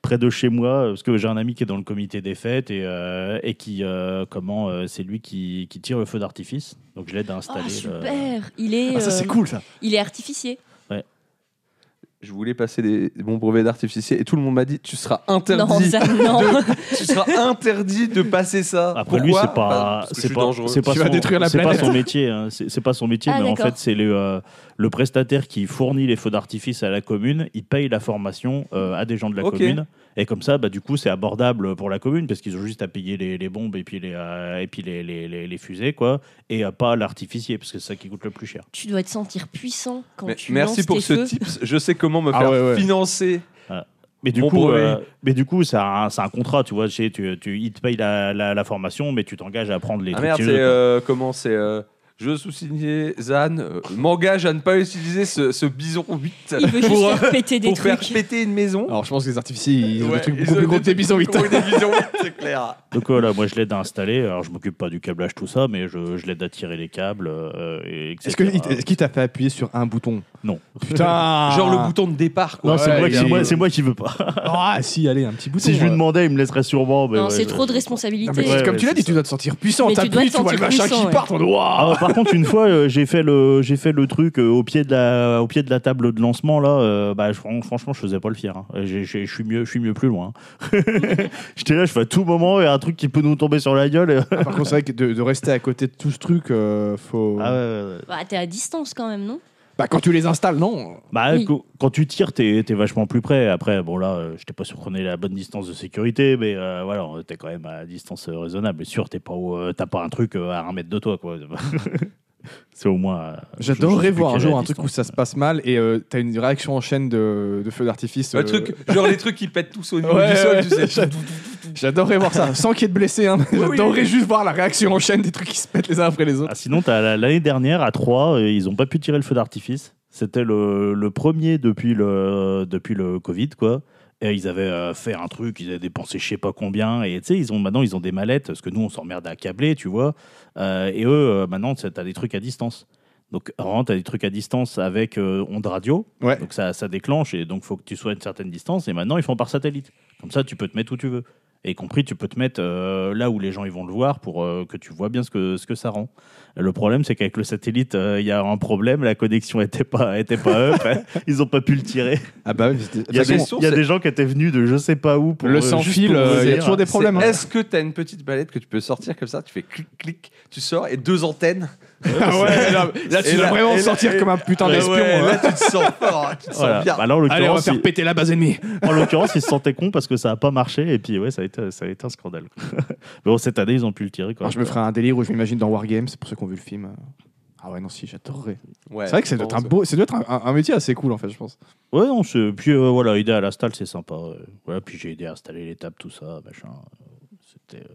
[SPEAKER 4] près de chez moi, euh, parce que j'ai un ami qui est dans le comité des fêtes et, euh, et qui, euh, comment, euh, c'est lui qui, qui tire le feu d'artifice. Donc je l'aide à installer.
[SPEAKER 3] Oh,
[SPEAKER 4] le-
[SPEAKER 1] euh,
[SPEAKER 3] super Il est, euh,
[SPEAKER 1] cool Ah, ça.
[SPEAKER 3] il est artificier.
[SPEAKER 2] Je voulais passer des, mon brevet d'artificier et tout le monde m'a dit tu seras
[SPEAKER 3] Non,
[SPEAKER 2] interdit.
[SPEAKER 3] ça, non.
[SPEAKER 2] tu seras interdit de passer ça.
[SPEAKER 4] Après lui,
[SPEAKER 2] Pourquoi Bah,
[SPEAKER 4] c'est pas,
[SPEAKER 2] Parce que je
[SPEAKER 4] c'est pas, c'est
[SPEAKER 2] suis dangereux.
[SPEAKER 4] pas
[SPEAKER 1] Tu vas
[SPEAKER 4] son,
[SPEAKER 1] détruire la
[SPEAKER 4] c'est pas
[SPEAKER 1] planète.
[SPEAKER 4] son métier. hein. C'est c'est pas son métier,
[SPEAKER 3] Ah,
[SPEAKER 4] mais en
[SPEAKER 3] d'accord.
[SPEAKER 4] fait, c'est le, euh, le prestataire qui fournit les feux d'artifice à la commune. Il paye la formation euh, à des gens de la
[SPEAKER 2] Ok.
[SPEAKER 4] commune. Et comme ça, bah, du coup, c'est abordable pour la commune parce qu'ils ont juste à payer les, les bombes et puis les, euh, et puis les, les, les- les fusées, quoi. Et euh, pas l'artificier parce que c'est ça qui coûte le plus cher.
[SPEAKER 3] *laughs* Tu dois te sentir puissant quand
[SPEAKER 2] Mais
[SPEAKER 3] tu
[SPEAKER 2] merci
[SPEAKER 3] lances
[SPEAKER 2] pour
[SPEAKER 3] tes
[SPEAKER 2] ce
[SPEAKER 3] feux.
[SPEAKER 2] tips. Je sais comment me
[SPEAKER 1] Ah
[SPEAKER 2] faire
[SPEAKER 1] ouais, ouais.
[SPEAKER 2] financer.
[SPEAKER 4] Mais du,
[SPEAKER 2] Mon
[SPEAKER 4] coup,
[SPEAKER 2] brevet.
[SPEAKER 4] euh, mais du coup, c'est un, c'est un contrat, tu vois. Tu, sais, tu, tu- ils te payent la, la- la formation, mais tu t'engages à prendre les
[SPEAKER 2] Ah
[SPEAKER 4] trucs
[SPEAKER 2] merde,
[SPEAKER 4] qu'ils
[SPEAKER 2] c'est
[SPEAKER 4] veulent,
[SPEAKER 2] euh, comment c'est. euh, je sous-signé Zan, euh, m'engage à ne pas utiliser ce, ce bison 8
[SPEAKER 3] Il veut juste
[SPEAKER 2] *laughs* pour, euh,
[SPEAKER 3] faire péter des
[SPEAKER 2] pour faire
[SPEAKER 3] trucs.
[SPEAKER 2] péter une maison.
[SPEAKER 4] Ah,
[SPEAKER 1] Alors je pense que les artificiers, ils ont
[SPEAKER 2] Ouais,
[SPEAKER 1] des trucs
[SPEAKER 2] ils
[SPEAKER 1] beaucoup
[SPEAKER 2] ont
[SPEAKER 1] plus gros que des bisons. oui.
[SPEAKER 2] Oui, des bisons, c'est clair.
[SPEAKER 4] Donc euh, voilà, moi je l'aide à installer. Alors je m'occupe pas du câblage, tout ça, mais je, je l'aide à tirer les câbles, euh, et etc.
[SPEAKER 1] Est-ce que- est-ce qu'il t'a fait appuyer sur un bouton
[SPEAKER 2] *laughs*
[SPEAKER 4] Non.
[SPEAKER 1] Putain
[SPEAKER 2] Genre le bouton de départ.
[SPEAKER 4] *laughs*
[SPEAKER 2] Quoi.
[SPEAKER 4] Ah. Non, c'est
[SPEAKER 1] Ouais,
[SPEAKER 4] moi, qui-
[SPEAKER 1] il y a-
[SPEAKER 4] c'est moi- c'est moi qui veux pas.
[SPEAKER 1] Ah si, allez, un petit
[SPEAKER 4] *laughs*
[SPEAKER 1] bouton. euh.
[SPEAKER 4] si je lui
[SPEAKER 1] ouais.
[SPEAKER 4] demandais, il me laisserait sûrement. mais
[SPEAKER 3] Non,
[SPEAKER 4] ouais,
[SPEAKER 3] c'est
[SPEAKER 4] je-
[SPEAKER 3] trop de
[SPEAKER 1] Non,
[SPEAKER 3] responsabilité.
[SPEAKER 1] mais
[SPEAKER 4] Ouais,
[SPEAKER 1] comme
[SPEAKER 4] ouais,
[SPEAKER 1] tu l'as
[SPEAKER 4] c'est
[SPEAKER 1] dit, tu
[SPEAKER 4] ça.
[SPEAKER 1] dois te sentir puissant.
[SPEAKER 3] Mais tu dois
[SPEAKER 1] T'appuies,
[SPEAKER 3] te
[SPEAKER 1] tu vois le
[SPEAKER 3] sentir
[SPEAKER 1] machin
[SPEAKER 3] puissant,
[SPEAKER 1] qui
[SPEAKER 3] ouais.
[SPEAKER 1] part. on dit,
[SPEAKER 4] Ah,
[SPEAKER 1] Waouh
[SPEAKER 4] ouais, par contre, une fois, euh, j'ai fait le, j'ai fait le truc euh, au pied de la, au pied de la table de lancement là. euh, bah, je- fran- franchement, je faisais pas le fier. hein. J'ai- j'ai- Je suis mieux, je suis mieux plus loin. hein. *laughs* J'étais là, je fais à tout moment et un truc qui peut nous tomber sur la gueule. et- *laughs*
[SPEAKER 1] Ah, Par contre, c'est vrai que de, de rester à côté de tout ce truc, euh, faut.
[SPEAKER 4] Ah ouais, ouais, ouais.
[SPEAKER 3] Bah, t'es à distance quand même, non
[SPEAKER 1] Bah, quand tu les installes, non.
[SPEAKER 4] Bah,
[SPEAKER 3] Oui.
[SPEAKER 4] qu- quand tu tires, t'es es vachement plus près. Après, bon, là, euh, je t'ai pas sûr qu'on ait la bonne distance de sécurité, mais euh, voilà, on- t'es quand même à distance euh, raisonnable. Et sûr, t'es pas au- euh, t'as pas un truc euh, à un mètre de toi, quoi. *laughs* C'est au moins. euh, je- je
[SPEAKER 1] J'adorerais
[SPEAKER 4] sais plus
[SPEAKER 1] voir un
[SPEAKER 4] quelle est
[SPEAKER 1] jour
[SPEAKER 4] la
[SPEAKER 1] un truc où ça
[SPEAKER 4] distance.
[SPEAKER 1] se passe mal et euh, t'as une réaction en chaîne de, de feu d'artifice.
[SPEAKER 2] Le
[SPEAKER 1] euh,
[SPEAKER 2] truc, genre les trucs qui pètent tous au niveau
[SPEAKER 1] Ouais,
[SPEAKER 2] du sol,
[SPEAKER 1] ouais,
[SPEAKER 2] tu sais.
[SPEAKER 1] j'ad- J'adorerais voir ça, sans qu'il y ait de blessés. Hein.
[SPEAKER 2] Oui, oui.
[SPEAKER 1] J'adorerais juste voir la réaction en chaîne des trucs qui se pètent les uns après les autres.
[SPEAKER 4] Ah, sinon, t'as la- l'année dernière, à 3, ils ont pas pu tirer le feu d'artifice. C'était le, le premier depuis le, depuis le Covid, quoi. Et ils avaient euh, fait un truc, ils avaient dépensé je sais pas combien. Et tu sais, ils ont maintenant, ils ont des mallettes, parce que nous, on s'emmerde à câbler, tu vois. Euh, et eux, euh, maintenant, t'as t'as des trucs à distance. Donc, vraiment, t'as des trucs à distance avec euh, onde radio.
[SPEAKER 1] Ouais.
[SPEAKER 4] Donc, ça, ça déclenche et donc, faut que tu sois à une certaine distance. Et maintenant, ils font par satellite. Comme ça, tu peux te mettre où tu veux. Et y compris, tu peux te mettre euh, là où les gens ils vont le voir pour euh, que tu vois bien ce que, ce que ça rend. Le problème, c'est qu'avec le satellite, euh, il y a un problème. La connexion était pas, était pas up.
[SPEAKER 1] *laughs*
[SPEAKER 4] hein. Ils ont pas pu le tirer.
[SPEAKER 1] Ah bah
[SPEAKER 4] Il y a,
[SPEAKER 2] La
[SPEAKER 4] des,
[SPEAKER 2] question,
[SPEAKER 4] il y a
[SPEAKER 2] c'est-
[SPEAKER 4] des gens qui étaient venus de je sais pas où pour
[SPEAKER 1] Le
[SPEAKER 4] euh,
[SPEAKER 1] sans
[SPEAKER 4] juste
[SPEAKER 1] fil,
[SPEAKER 4] pour
[SPEAKER 1] euh, il y a
[SPEAKER 4] dire.
[SPEAKER 1] toujours des problèmes.
[SPEAKER 2] C'est-
[SPEAKER 1] hein.
[SPEAKER 2] Est-ce que t'as une petite palette que tu peux sortir comme ça Tu fais clic clic, tu sors et deux antennes.
[SPEAKER 1] *laughs* Ah ouais, *laughs* là, là,
[SPEAKER 2] Et
[SPEAKER 1] tu vas
[SPEAKER 2] là-
[SPEAKER 1] vraiment
[SPEAKER 2] et là-
[SPEAKER 1] sortir
[SPEAKER 2] et-
[SPEAKER 1] comme un putain
[SPEAKER 2] Ouais,
[SPEAKER 1] d'espion.
[SPEAKER 2] ouais,
[SPEAKER 1] hein.
[SPEAKER 2] Là tu te sens fort, hein, tu te
[SPEAKER 4] Voilà.
[SPEAKER 2] sens bien.
[SPEAKER 4] Bah là, en
[SPEAKER 1] Allez, on va
[SPEAKER 4] l'occurrence,
[SPEAKER 1] faire
[SPEAKER 4] ils-
[SPEAKER 1] péter la base ennemie.
[SPEAKER 4] en l'occurrence, ils se sentaient cons parce que ça a pas marché. Et puis, ouais, ça a été, ça a été un scandale. *laughs* Mais bon, cette année, ils ont pu le tirer. Quoi.
[SPEAKER 1] Alors, Ah, je me ferai un délire où je m'imagine dans Wargames, pour ceux qui ont vu le film. euh. Ah ouais, non, si, j'adorerais.
[SPEAKER 2] Ouais,
[SPEAKER 1] c'est vrai que ça doit être un, beau, ça doit être un, un- un métier assez cool en fait, je pense.
[SPEAKER 4] Ouais, non, c'est- puis euh, voilà, aider à l'install, c'est sympa. ouais. Voilà, puis j'ai aidé à installer les tables, tout ça, machin. C'était. euh,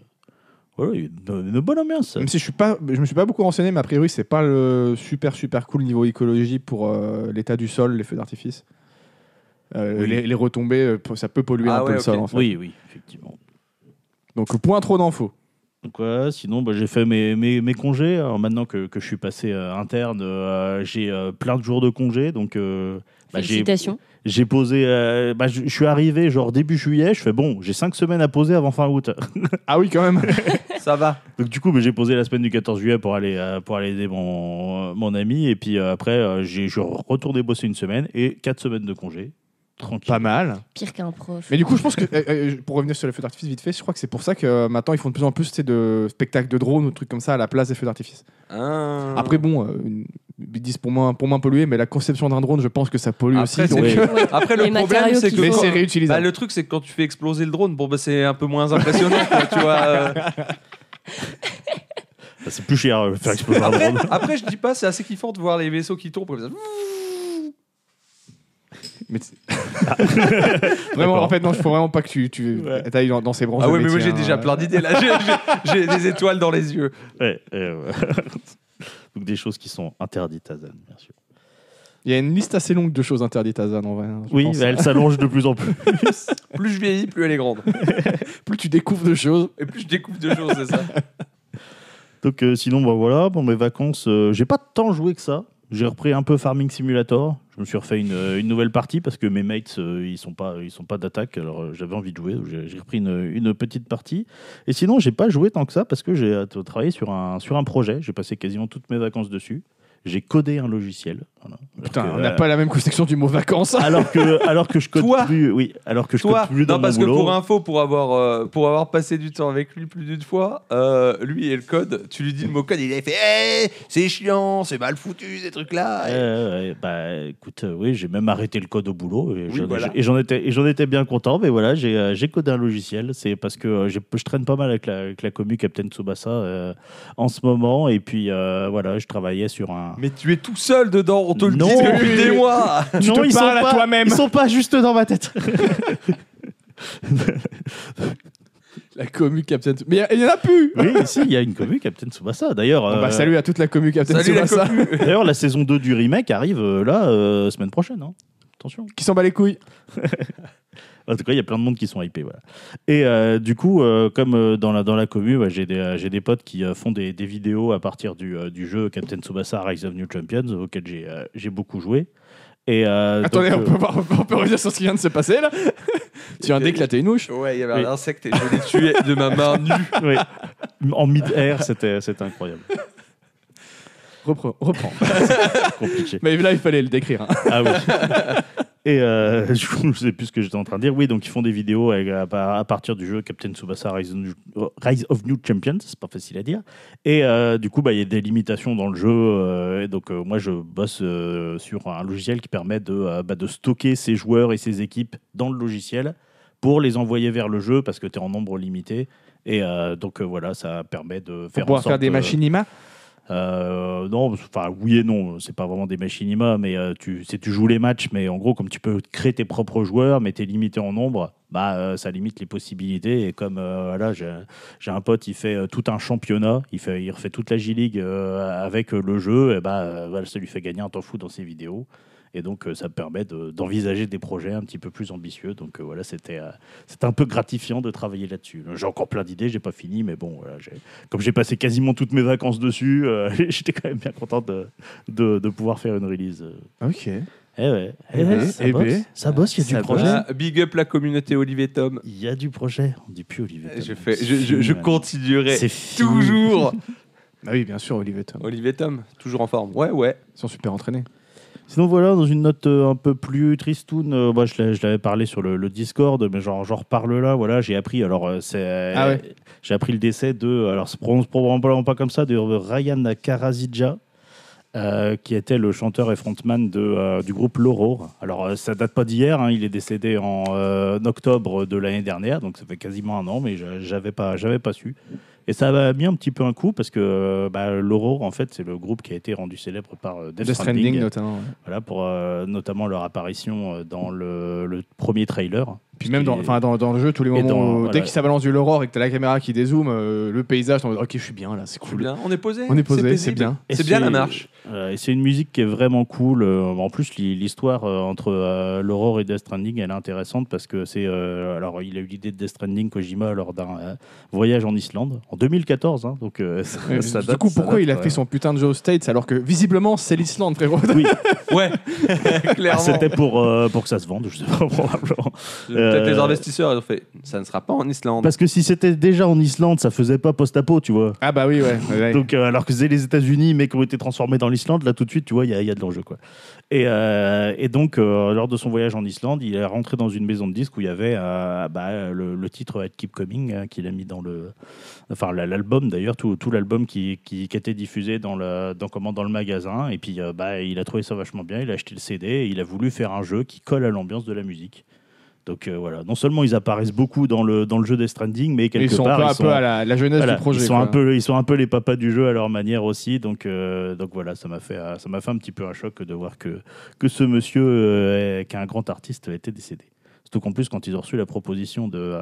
[SPEAKER 4] Voilà, il y a une, une bonne ambiance.
[SPEAKER 1] Même si je suis pas, je me suis pas beaucoup renseigné, mais a priori, c'est pas le super super cool niveau écologie pour euh, l'état du sol, les feux d'artifice. Euh,
[SPEAKER 4] Oui.
[SPEAKER 1] les, les retombées, euh, pour- ça peut polluer
[SPEAKER 2] Ah
[SPEAKER 1] un peu
[SPEAKER 2] ouais,
[SPEAKER 1] le
[SPEAKER 2] ok.
[SPEAKER 1] sol en fait.
[SPEAKER 4] Oui, oui, effectivement.
[SPEAKER 1] Donc, point trop d'infos.
[SPEAKER 4] Donc ouais, sinon bah, j'ai fait mes, mes, mes congés. Alors, maintenant que, que je suis passé euh, interne, euh, j'ai euh, plein de jours de congés. Donc euh, bah, j'ai
[SPEAKER 3] Félicitations.
[SPEAKER 4] j'ai posé. euh, bah, je je suis arrivé genre début juillet. Je fais bon, j'ai cinq semaines à poser avant fin août. *laughs*
[SPEAKER 1] Ah oui, quand même.
[SPEAKER 2] Ça va.
[SPEAKER 4] Donc du coup, bah, j'ai posé la semaine du 14 juillet pour aller, euh, pour aller aider mon, euh, mon ami. Et puis euh, après, euh, j'ai- je suis retourné bosser une semaine et quatre semaines de congé. Tranquille.
[SPEAKER 1] pas mal.
[SPEAKER 3] Pire qu'un prof.
[SPEAKER 1] Mais du coup, je pense que, euh, euh, pour revenir sur les feux d'artifice vite fait, je crois que c'est pour ça que euh, maintenant ils font de plus en plus tu sais, de spectacles de drones ou de trucs comme ça à la place des feux d'artifice.
[SPEAKER 2] Ah.
[SPEAKER 1] Après, bon, euh, une- ils disent pour moins, pour moins polluer, mais la conception d'un drone, je pense que ça pollue
[SPEAKER 2] Après,
[SPEAKER 1] aussi.
[SPEAKER 2] c'est-
[SPEAKER 1] donc- euh,
[SPEAKER 4] oui.
[SPEAKER 3] Ouais.
[SPEAKER 2] *laughs* Après,
[SPEAKER 3] Les
[SPEAKER 2] le problème,
[SPEAKER 3] matériaux
[SPEAKER 2] c'est
[SPEAKER 3] qu'il
[SPEAKER 2] que.
[SPEAKER 1] *laughs* Mais
[SPEAKER 3] faut.
[SPEAKER 1] c'est
[SPEAKER 2] Bah,
[SPEAKER 1] réutilisable.
[SPEAKER 2] le truc, c'est que quand tu fais exploser le drone, bon, bah, c'est un peu moins impressionnant, quoi, tu vois.
[SPEAKER 1] *laughs*
[SPEAKER 2] euh.
[SPEAKER 1] Ah
[SPEAKER 4] Bah, c'est plus cher euh, faire exploser
[SPEAKER 2] *laughs*
[SPEAKER 4] un
[SPEAKER 2] Après,
[SPEAKER 4] drone.
[SPEAKER 2] après, je dis pas, c'est assez kiffant de voir les vaisseaux qui tombent comme ça.
[SPEAKER 1] Mais c'est- vraiment,
[SPEAKER 4] D'accord.
[SPEAKER 1] en fait, non, il faut vraiment pas que tu, tu
[SPEAKER 4] Ouais.
[SPEAKER 1] t'ailles dans, dans ces branches.
[SPEAKER 2] Ah
[SPEAKER 1] de
[SPEAKER 2] ouais, mais moi
[SPEAKER 1] métier,
[SPEAKER 2] j'ai
[SPEAKER 1] hein.
[SPEAKER 2] déjà plein d'idées là, J'ai- j'ai- j'ai des étoiles dans les yeux. *laughs*
[SPEAKER 4] Ouais, et, euh, *laughs* Donc des choses qui sont interdites à Zan, bien sûr.
[SPEAKER 1] Il y a une liste assez longue de choses interdites à Zan en vrai. hein, je
[SPEAKER 4] Oui,
[SPEAKER 1] pense.
[SPEAKER 4] bah, elle s'allonge de
[SPEAKER 1] *laughs*
[SPEAKER 4] plus en plus.
[SPEAKER 2] Plus je vieillis, plus elle est grande.
[SPEAKER 1] plus tu découvres de choses.
[SPEAKER 2] Et plus je découvre de choses, c'est ça.
[SPEAKER 4] Donc euh, sinon, bah, voilà, pour mes vacances, euh, j'ai pas tant joué que ça. J'ai repris un peu Farming Simulator. Je me suis refait une, euh, une nouvelle partie parce que mes mates, euh, ils sont pas, ils sont pas d'attaque. Alors euh, j'avais envie de jouer, donc j'ai j'ai repris une, une petite partie. Et sinon, j'ai pas joué tant que ça parce que j'ai euh, travaillé sur un, sur un projet. J'ai passé quasiment toutes mes vacances dessus. J'ai codé un logiciel. Voilà. Ah, Alors
[SPEAKER 1] Putain,
[SPEAKER 4] que,
[SPEAKER 1] on n'a
[SPEAKER 4] euh,
[SPEAKER 1] pas la même conception du mot vacances.
[SPEAKER 4] Alors que, alors que je code
[SPEAKER 2] Toi
[SPEAKER 4] plus, oui, alors que je
[SPEAKER 2] Toi,
[SPEAKER 4] code plus dans
[SPEAKER 2] non,
[SPEAKER 4] mon
[SPEAKER 2] parce que
[SPEAKER 4] boulot.
[SPEAKER 2] pour info, pour avoir, euh, pour avoir passé du temps avec lui plus d'une fois, euh, lui et le code, tu lui dis le mot code, il a fait Eh, c'est chiant, c'est mal foutu ces trucs-là. Et-
[SPEAKER 4] Euh, ouais, bah écoute, euh, oui, j'ai même arrêté le code au boulot et
[SPEAKER 2] Oui,
[SPEAKER 4] j'en-
[SPEAKER 2] voilà.
[SPEAKER 4] et j'en étais, et j'en étais bien content. Mais voilà, j'ai euh, j'ai codé un logiciel. C'est parce que euh, j'ai- je traîne pas mal avec la, avec la commu Captain Tsubasa euh, en ce moment. Et puis euh, voilà, je travaillais sur un.
[SPEAKER 2] Mais tu es tout seul dedans, on te le
[SPEAKER 4] Non.
[SPEAKER 2] dit depuis des
[SPEAKER 4] *laughs*
[SPEAKER 2] mois.
[SPEAKER 1] Tu te parles à
[SPEAKER 4] pas-
[SPEAKER 1] toi-même.
[SPEAKER 4] Ils sont pas juste dans ma tête.
[SPEAKER 1] la commu Captain. Mais il y, en a plus.
[SPEAKER 4] *laughs* oui, si, il y a une commu Captain Tsubasa. D'ailleurs,
[SPEAKER 1] Bon,
[SPEAKER 4] euh,
[SPEAKER 1] bah, salut à toute la commu Captain.
[SPEAKER 2] Salut la
[SPEAKER 1] Tsubasa,
[SPEAKER 2] commu.
[SPEAKER 4] d'ailleurs, la saison 2 du remake arrive euh, là euh, semaine prochaine. hein. Attention.
[SPEAKER 1] Qui s'en bat les couilles.
[SPEAKER 4] Euh, En tout cas, il y a plein de monde qui sont hypés. Voilà. Et euh, du coup, euh, comme euh, dans la, dans la commu, bah, j'ai des, euh, j'ai des potes qui euh, font des, des vidéos à partir du, euh, du jeu Captain Tsubasa Rise of New Champions, auquel j'ai euh, j'ai beaucoup joué. Et, euh,
[SPEAKER 1] Attendez,
[SPEAKER 4] donc,
[SPEAKER 1] on,
[SPEAKER 4] euh,
[SPEAKER 1] peut voir- on peut revenir sur ce qui vient de se
[SPEAKER 4] *laughs*
[SPEAKER 1] passer là. tu viens d'éclater une ouche.
[SPEAKER 2] Ouais, il y avait
[SPEAKER 4] Oui.
[SPEAKER 2] un
[SPEAKER 4] *laughs*
[SPEAKER 2] insecte et je l'ai tué de ma main nue.
[SPEAKER 4] euh, oui. en mid-air, c'était c'était incroyable.
[SPEAKER 1] Reprends. reprends.
[SPEAKER 4] *laughs* Compliqué.
[SPEAKER 1] Mais là, il fallait le décrire. hein.
[SPEAKER 4] Ah oui. Et euh, du coup, je sais plus ce que j'étais en train de dire. Oui, donc ils font des vidéos avec- à, par- à partir du jeu Captain Tsubasa Rise of New, Rise of New Champions, c'est pas facile à dire. Et euh, du coup, bah, il y a des limitations dans le jeu. euh, et donc euh, moi, je bosse euh, sur un logiciel qui permet de, euh, bah, de stocker ses joueurs et ses équipes dans le logiciel pour les envoyer vers le jeu parce que tu es en nombre limité. Et euh, donc euh, voilà, ça permet de
[SPEAKER 1] Pour
[SPEAKER 4] faire en
[SPEAKER 1] pouvoir
[SPEAKER 4] sorte,
[SPEAKER 1] faire des
[SPEAKER 4] euh,
[SPEAKER 1] machinimas
[SPEAKER 4] euh, non, parce- enfin oui et non, c'est pas vraiment des machinimas, mais euh, tu, c'est- tu joues les matchs, mais en gros, comme tu peux créer tes propres joueurs, mais t'es limité en nombre, bah euh, ça limite les possibilités. Et comme euh, là, j'ai, j'ai un pote, il fait euh, tout un championnat, il, fait, il refait toute la J-League euh, avec euh, le jeu, et bah euh, voilà, ça lui fait gagner un temps fou dans ses vidéos. Et donc, euh, ça permet de- d'envisager des projets un petit peu plus ambitieux. Donc euh, voilà, c'était, euh, c'était un peu gratifiant de travailler là-dessus. J'ai encore plein d'idées, j'ai pas fini, mais bon, voilà, j'ai, comme j'ai passé quasiment toutes mes vacances dessus, euh, *laughs* j'étais quand même bien content de, de, de pouvoir faire une release.
[SPEAKER 1] Ok.
[SPEAKER 4] Eh ouais,
[SPEAKER 1] Eh ben,
[SPEAKER 4] ça,
[SPEAKER 1] eh
[SPEAKER 4] bosse.
[SPEAKER 1] ben.
[SPEAKER 4] ça bosse, il y a
[SPEAKER 2] Ça
[SPEAKER 4] du projet.
[SPEAKER 2] va. Euh, Big up la communauté Olivier Tom.
[SPEAKER 4] Il y a du projet. On dit plus Olivier.
[SPEAKER 2] Je,
[SPEAKER 4] Tom.
[SPEAKER 2] fais,
[SPEAKER 4] Euh, C'est
[SPEAKER 2] je, je,
[SPEAKER 4] fini,
[SPEAKER 2] je
[SPEAKER 4] man.
[SPEAKER 2] continuerai
[SPEAKER 4] C'est fini. *laughs*
[SPEAKER 2] toujours.
[SPEAKER 1] Bah oui, bien sûr, Olivier Tom.
[SPEAKER 2] Olivier Tom, toujours en forme. Ouais, ouais.
[SPEAKER 1] Ils sont super entraînés.
[SPEAKER 4] Sinon voilà, dans une note euh, un peu plus tristoun, euh, moi je l'ai- je l'avais parlé sur le, le Discord, mais genre j'en reparle là. Voilà, j'ai appris. Alors euh, c'est, euh,
[SPEAKER 1] Ah ouais.
[SPEAKER 4] j'ai appris le décès de. Alors se prononce probablement pas comme ça, de Ryan Karazidja. euh, qui était le chanteur et frontman de, euh, du groupe L'Aurore. Alors, euh, ça date pas d'hier, hein, il est décédé en, euh, en octobre de l'année dernière, donc ça fait quasiment un an, mais je- j'avais pas, j'avais pas su. Et ça m'a mis un petit peu un coup, parce que euh, bah, L'Aurore, en fait, c'est le groupe qui a été rendu célèbre par euh, Death,
[SPEAKER 1] Death
[SPEAKER 4] Stranding.
[SPEAKER 1] Stranding, notamment. ouais.
[SPEAKER 4] Voilà, pour euh, notamment leur apparition euh, dans le, le premier trailer.
[SPEAKER 1] Puis même dans, enfin, dans, dans le jeu, tous les
[SPEAKER 4] Et
[SPEAKER 1] moments,
[SPEAKER 4] dans-
[SPEAKER 1] où-
[SPEAKER 4] voilà.
[SPEAKER 1] dès qu'il s'avance du l'aurore et que t'as la caméra qui dézoome, euh, le paysage, t'es en mode, ok, je suis bien là, c'est
[SPEAKER 2] Je suis
[SPEAKER 1] cool.
[SPEAKER 2] bien. On est posé.
[SPEAKER 1] On est posé, c'est
[SPEAKER 2] paisible.
[SPEAKER 1] bien.
[SPEAKER 4] Et
[SPEAKER 2] C'est bien
[SPEAKER 4] c'est- *laughs*
[SPEAKER 2] la marche.
[SPEAKER 4] Euh, et c'est une musique qui est vraiment cool. Euh, en plus, l'hi- l'histoire euh, entre euh, l'Aurore et Death Stranding, elle est intéressante parce que c'est. euh, alors, il a eu l'idée de Death Stranding Kojima lors d'un euh, voyage en Islande en 2014. hein, donc, euh, ça,
[SPEAKER 1] Ouais,
[SPEAKER 4] ça
[SPEAKER 1] du
[SPEAKER 4] date,
[SPEAKER 1] coup,
[SPEAKER 4] ça
[SPEAKER 1] pourquoi
[SPEAKER 4] date,
[SPEAKER 1] il a
[SPEAKER 4] ouais.
[SPEAKER 1] fait son putain de jeu aux States alors que visiblement c'est
[SPEAKER 4] *laughs*
[SPEAKER 1] l'Islande, frérot
[SPEAKER 4] Oui,
[SPEAKER 2] Ouais,
[SPEAKER 4] ah,
[SPEAKER 2] *laughs* clairement.
[SPEAKER 4] c'était pour, euh, pour que ça se vende, je sais pas, *laughs*
[SPEAKER 1] *laughs*
[SPEAKER 4] probablement.
[SPEAKER 2] Peut-être les
[SPEAKER 4] Euh,
[SPEAKER 2] investisseurs, ils ont fait ça ne sera pas en Islande.
[SPEAKER 4] Parce que si c'était déjà en Islande, ça faisait pas post-apo, tu vois.
[SPEAKER 1] Ah bah oui, ouais. ouais.
[SPEAKER 4] Donc, euh, alors que c'est les États-Unis, mais qui ont été transformés dans l'Islande, là tout de suite, tu vois, il y a, il y a de l'enjeu. quoi. Et, euh, et donc, euh, lors de son voyage en Islande, il est rentré dans une maison de disques où il y avait euh, bah, le, le titre I'd Keep Coming, hein, qu'il a mis dans le. Enfin, la- l'album d'ailleurs, tout, tout l'album qui, qui, qui était diffusé dans le, dans, comment, dans le magasin. Et puis, euh, bah, il a trouvé ça vachement bien, il a acheté le CD et il a voulu faire un jeu qui colle à l'ambiance de la musique. Donc euh, voilà, non seulement ils apparaissent beaucoup dans le, dans le jeu des Stranding, mais quelque
[SPEAKER 1] ils sont
[SPEAKER 4] part
[SPEAKER 1] un peu,
[SPEAKER 4] ils
[SPEAKER 1] un
[SPEAKER 4] sont
[SPEAKER 1] peu à la, la jeunesse
[SPEAKER 4] voilà,
[SPEAKER 1] du projet.
[SPEAKER 4] ils, sont
[SPEAKER 1] quoi.
[SPEAKER 4] un peu, ils sont un peu les papas du jeu à leur manière aussi. Donc, euh, donc voilà, ça m'a fait, euh, ça m'a fait un petit peu un choc de voir que, que ce monsieur, euh, est- qui est un grand artiste, était décédé. Surtout qu'en plus, quand ils ont reçu la proposition de, euh,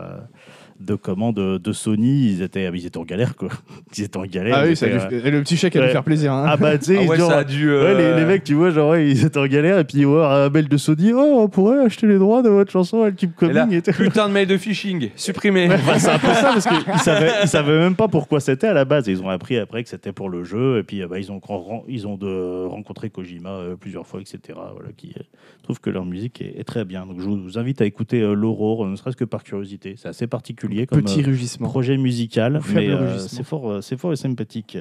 [SPEAKER 4] de commande de Sony, ils étaient, ils étaient en galère. Quoi. *laughs* Ils étaient en galère.
[SPEAKER 1] Ah
[SPEAKER 4] ils
[SPEAKER 1] oui, ça a
[SPEAKER 4] étaient,
[SPEAKER 1] dû-
[SPEAKER 4] euh,
[SPEAKER 1] et le petit chèque a
[SPEAKER 4] ouais.
[SPEAKER 1] dû faire plaisir. hein.
[SPEAKER 4] ah bah tu sais,
[SPEAKER 2] Ah
[SPEAKER 4] ils
[SPEAKER 2] ouais,
[SPEAKER 4] durent-
[SPEAKER 2] ça a dû.
[SPEAKER 4] Ouais, les,
[SPEAKER 2] euh,
[SPEAKER 4] les mecs, tu vois, genre, ouais, ils étaient en galère, et puis, ils voient un mail de Sony, oh, on pourrait acheter les droits de votre chanson, elle keep
[SPEAKER 2] et là,
[SPEAKER 4] coming, et tout.
[SPEAKER 2] putain de mail de phishing, supprimé. *laughs*
[SPEAKER 4] Enfin, c'est un peu ça parce qu'ils savaient, ils savaient même pas pourquoi c'était à la base. Ils ont appris après que c'était pour le jeu et puis euh, bah, ils ont, ren- ils ont de, rencontré Kojima euh, plusieurs fois, etc. Voilà, qui euh, trouve que leur musique est, est très bien. Donc je vous invite à écouter euh, l'Aurore, euh, ne serait-ce que par curiosité. C'est assez particulier comme
[SPEAKER 1] Petit
[SPEAKER 4] euh,
[SPEAKER 1] rugissement.
[SPEAKER 4] projet musical,
[SPEAKER 1] Ou
[SPEAKER 4] mais
[SPEAKER 1] faible
[SPEAKER 4] euh,
[SPEAKER 1] rugissement.
[SPEAKER 4] c'est fort, euh, c'est fort et sympathique.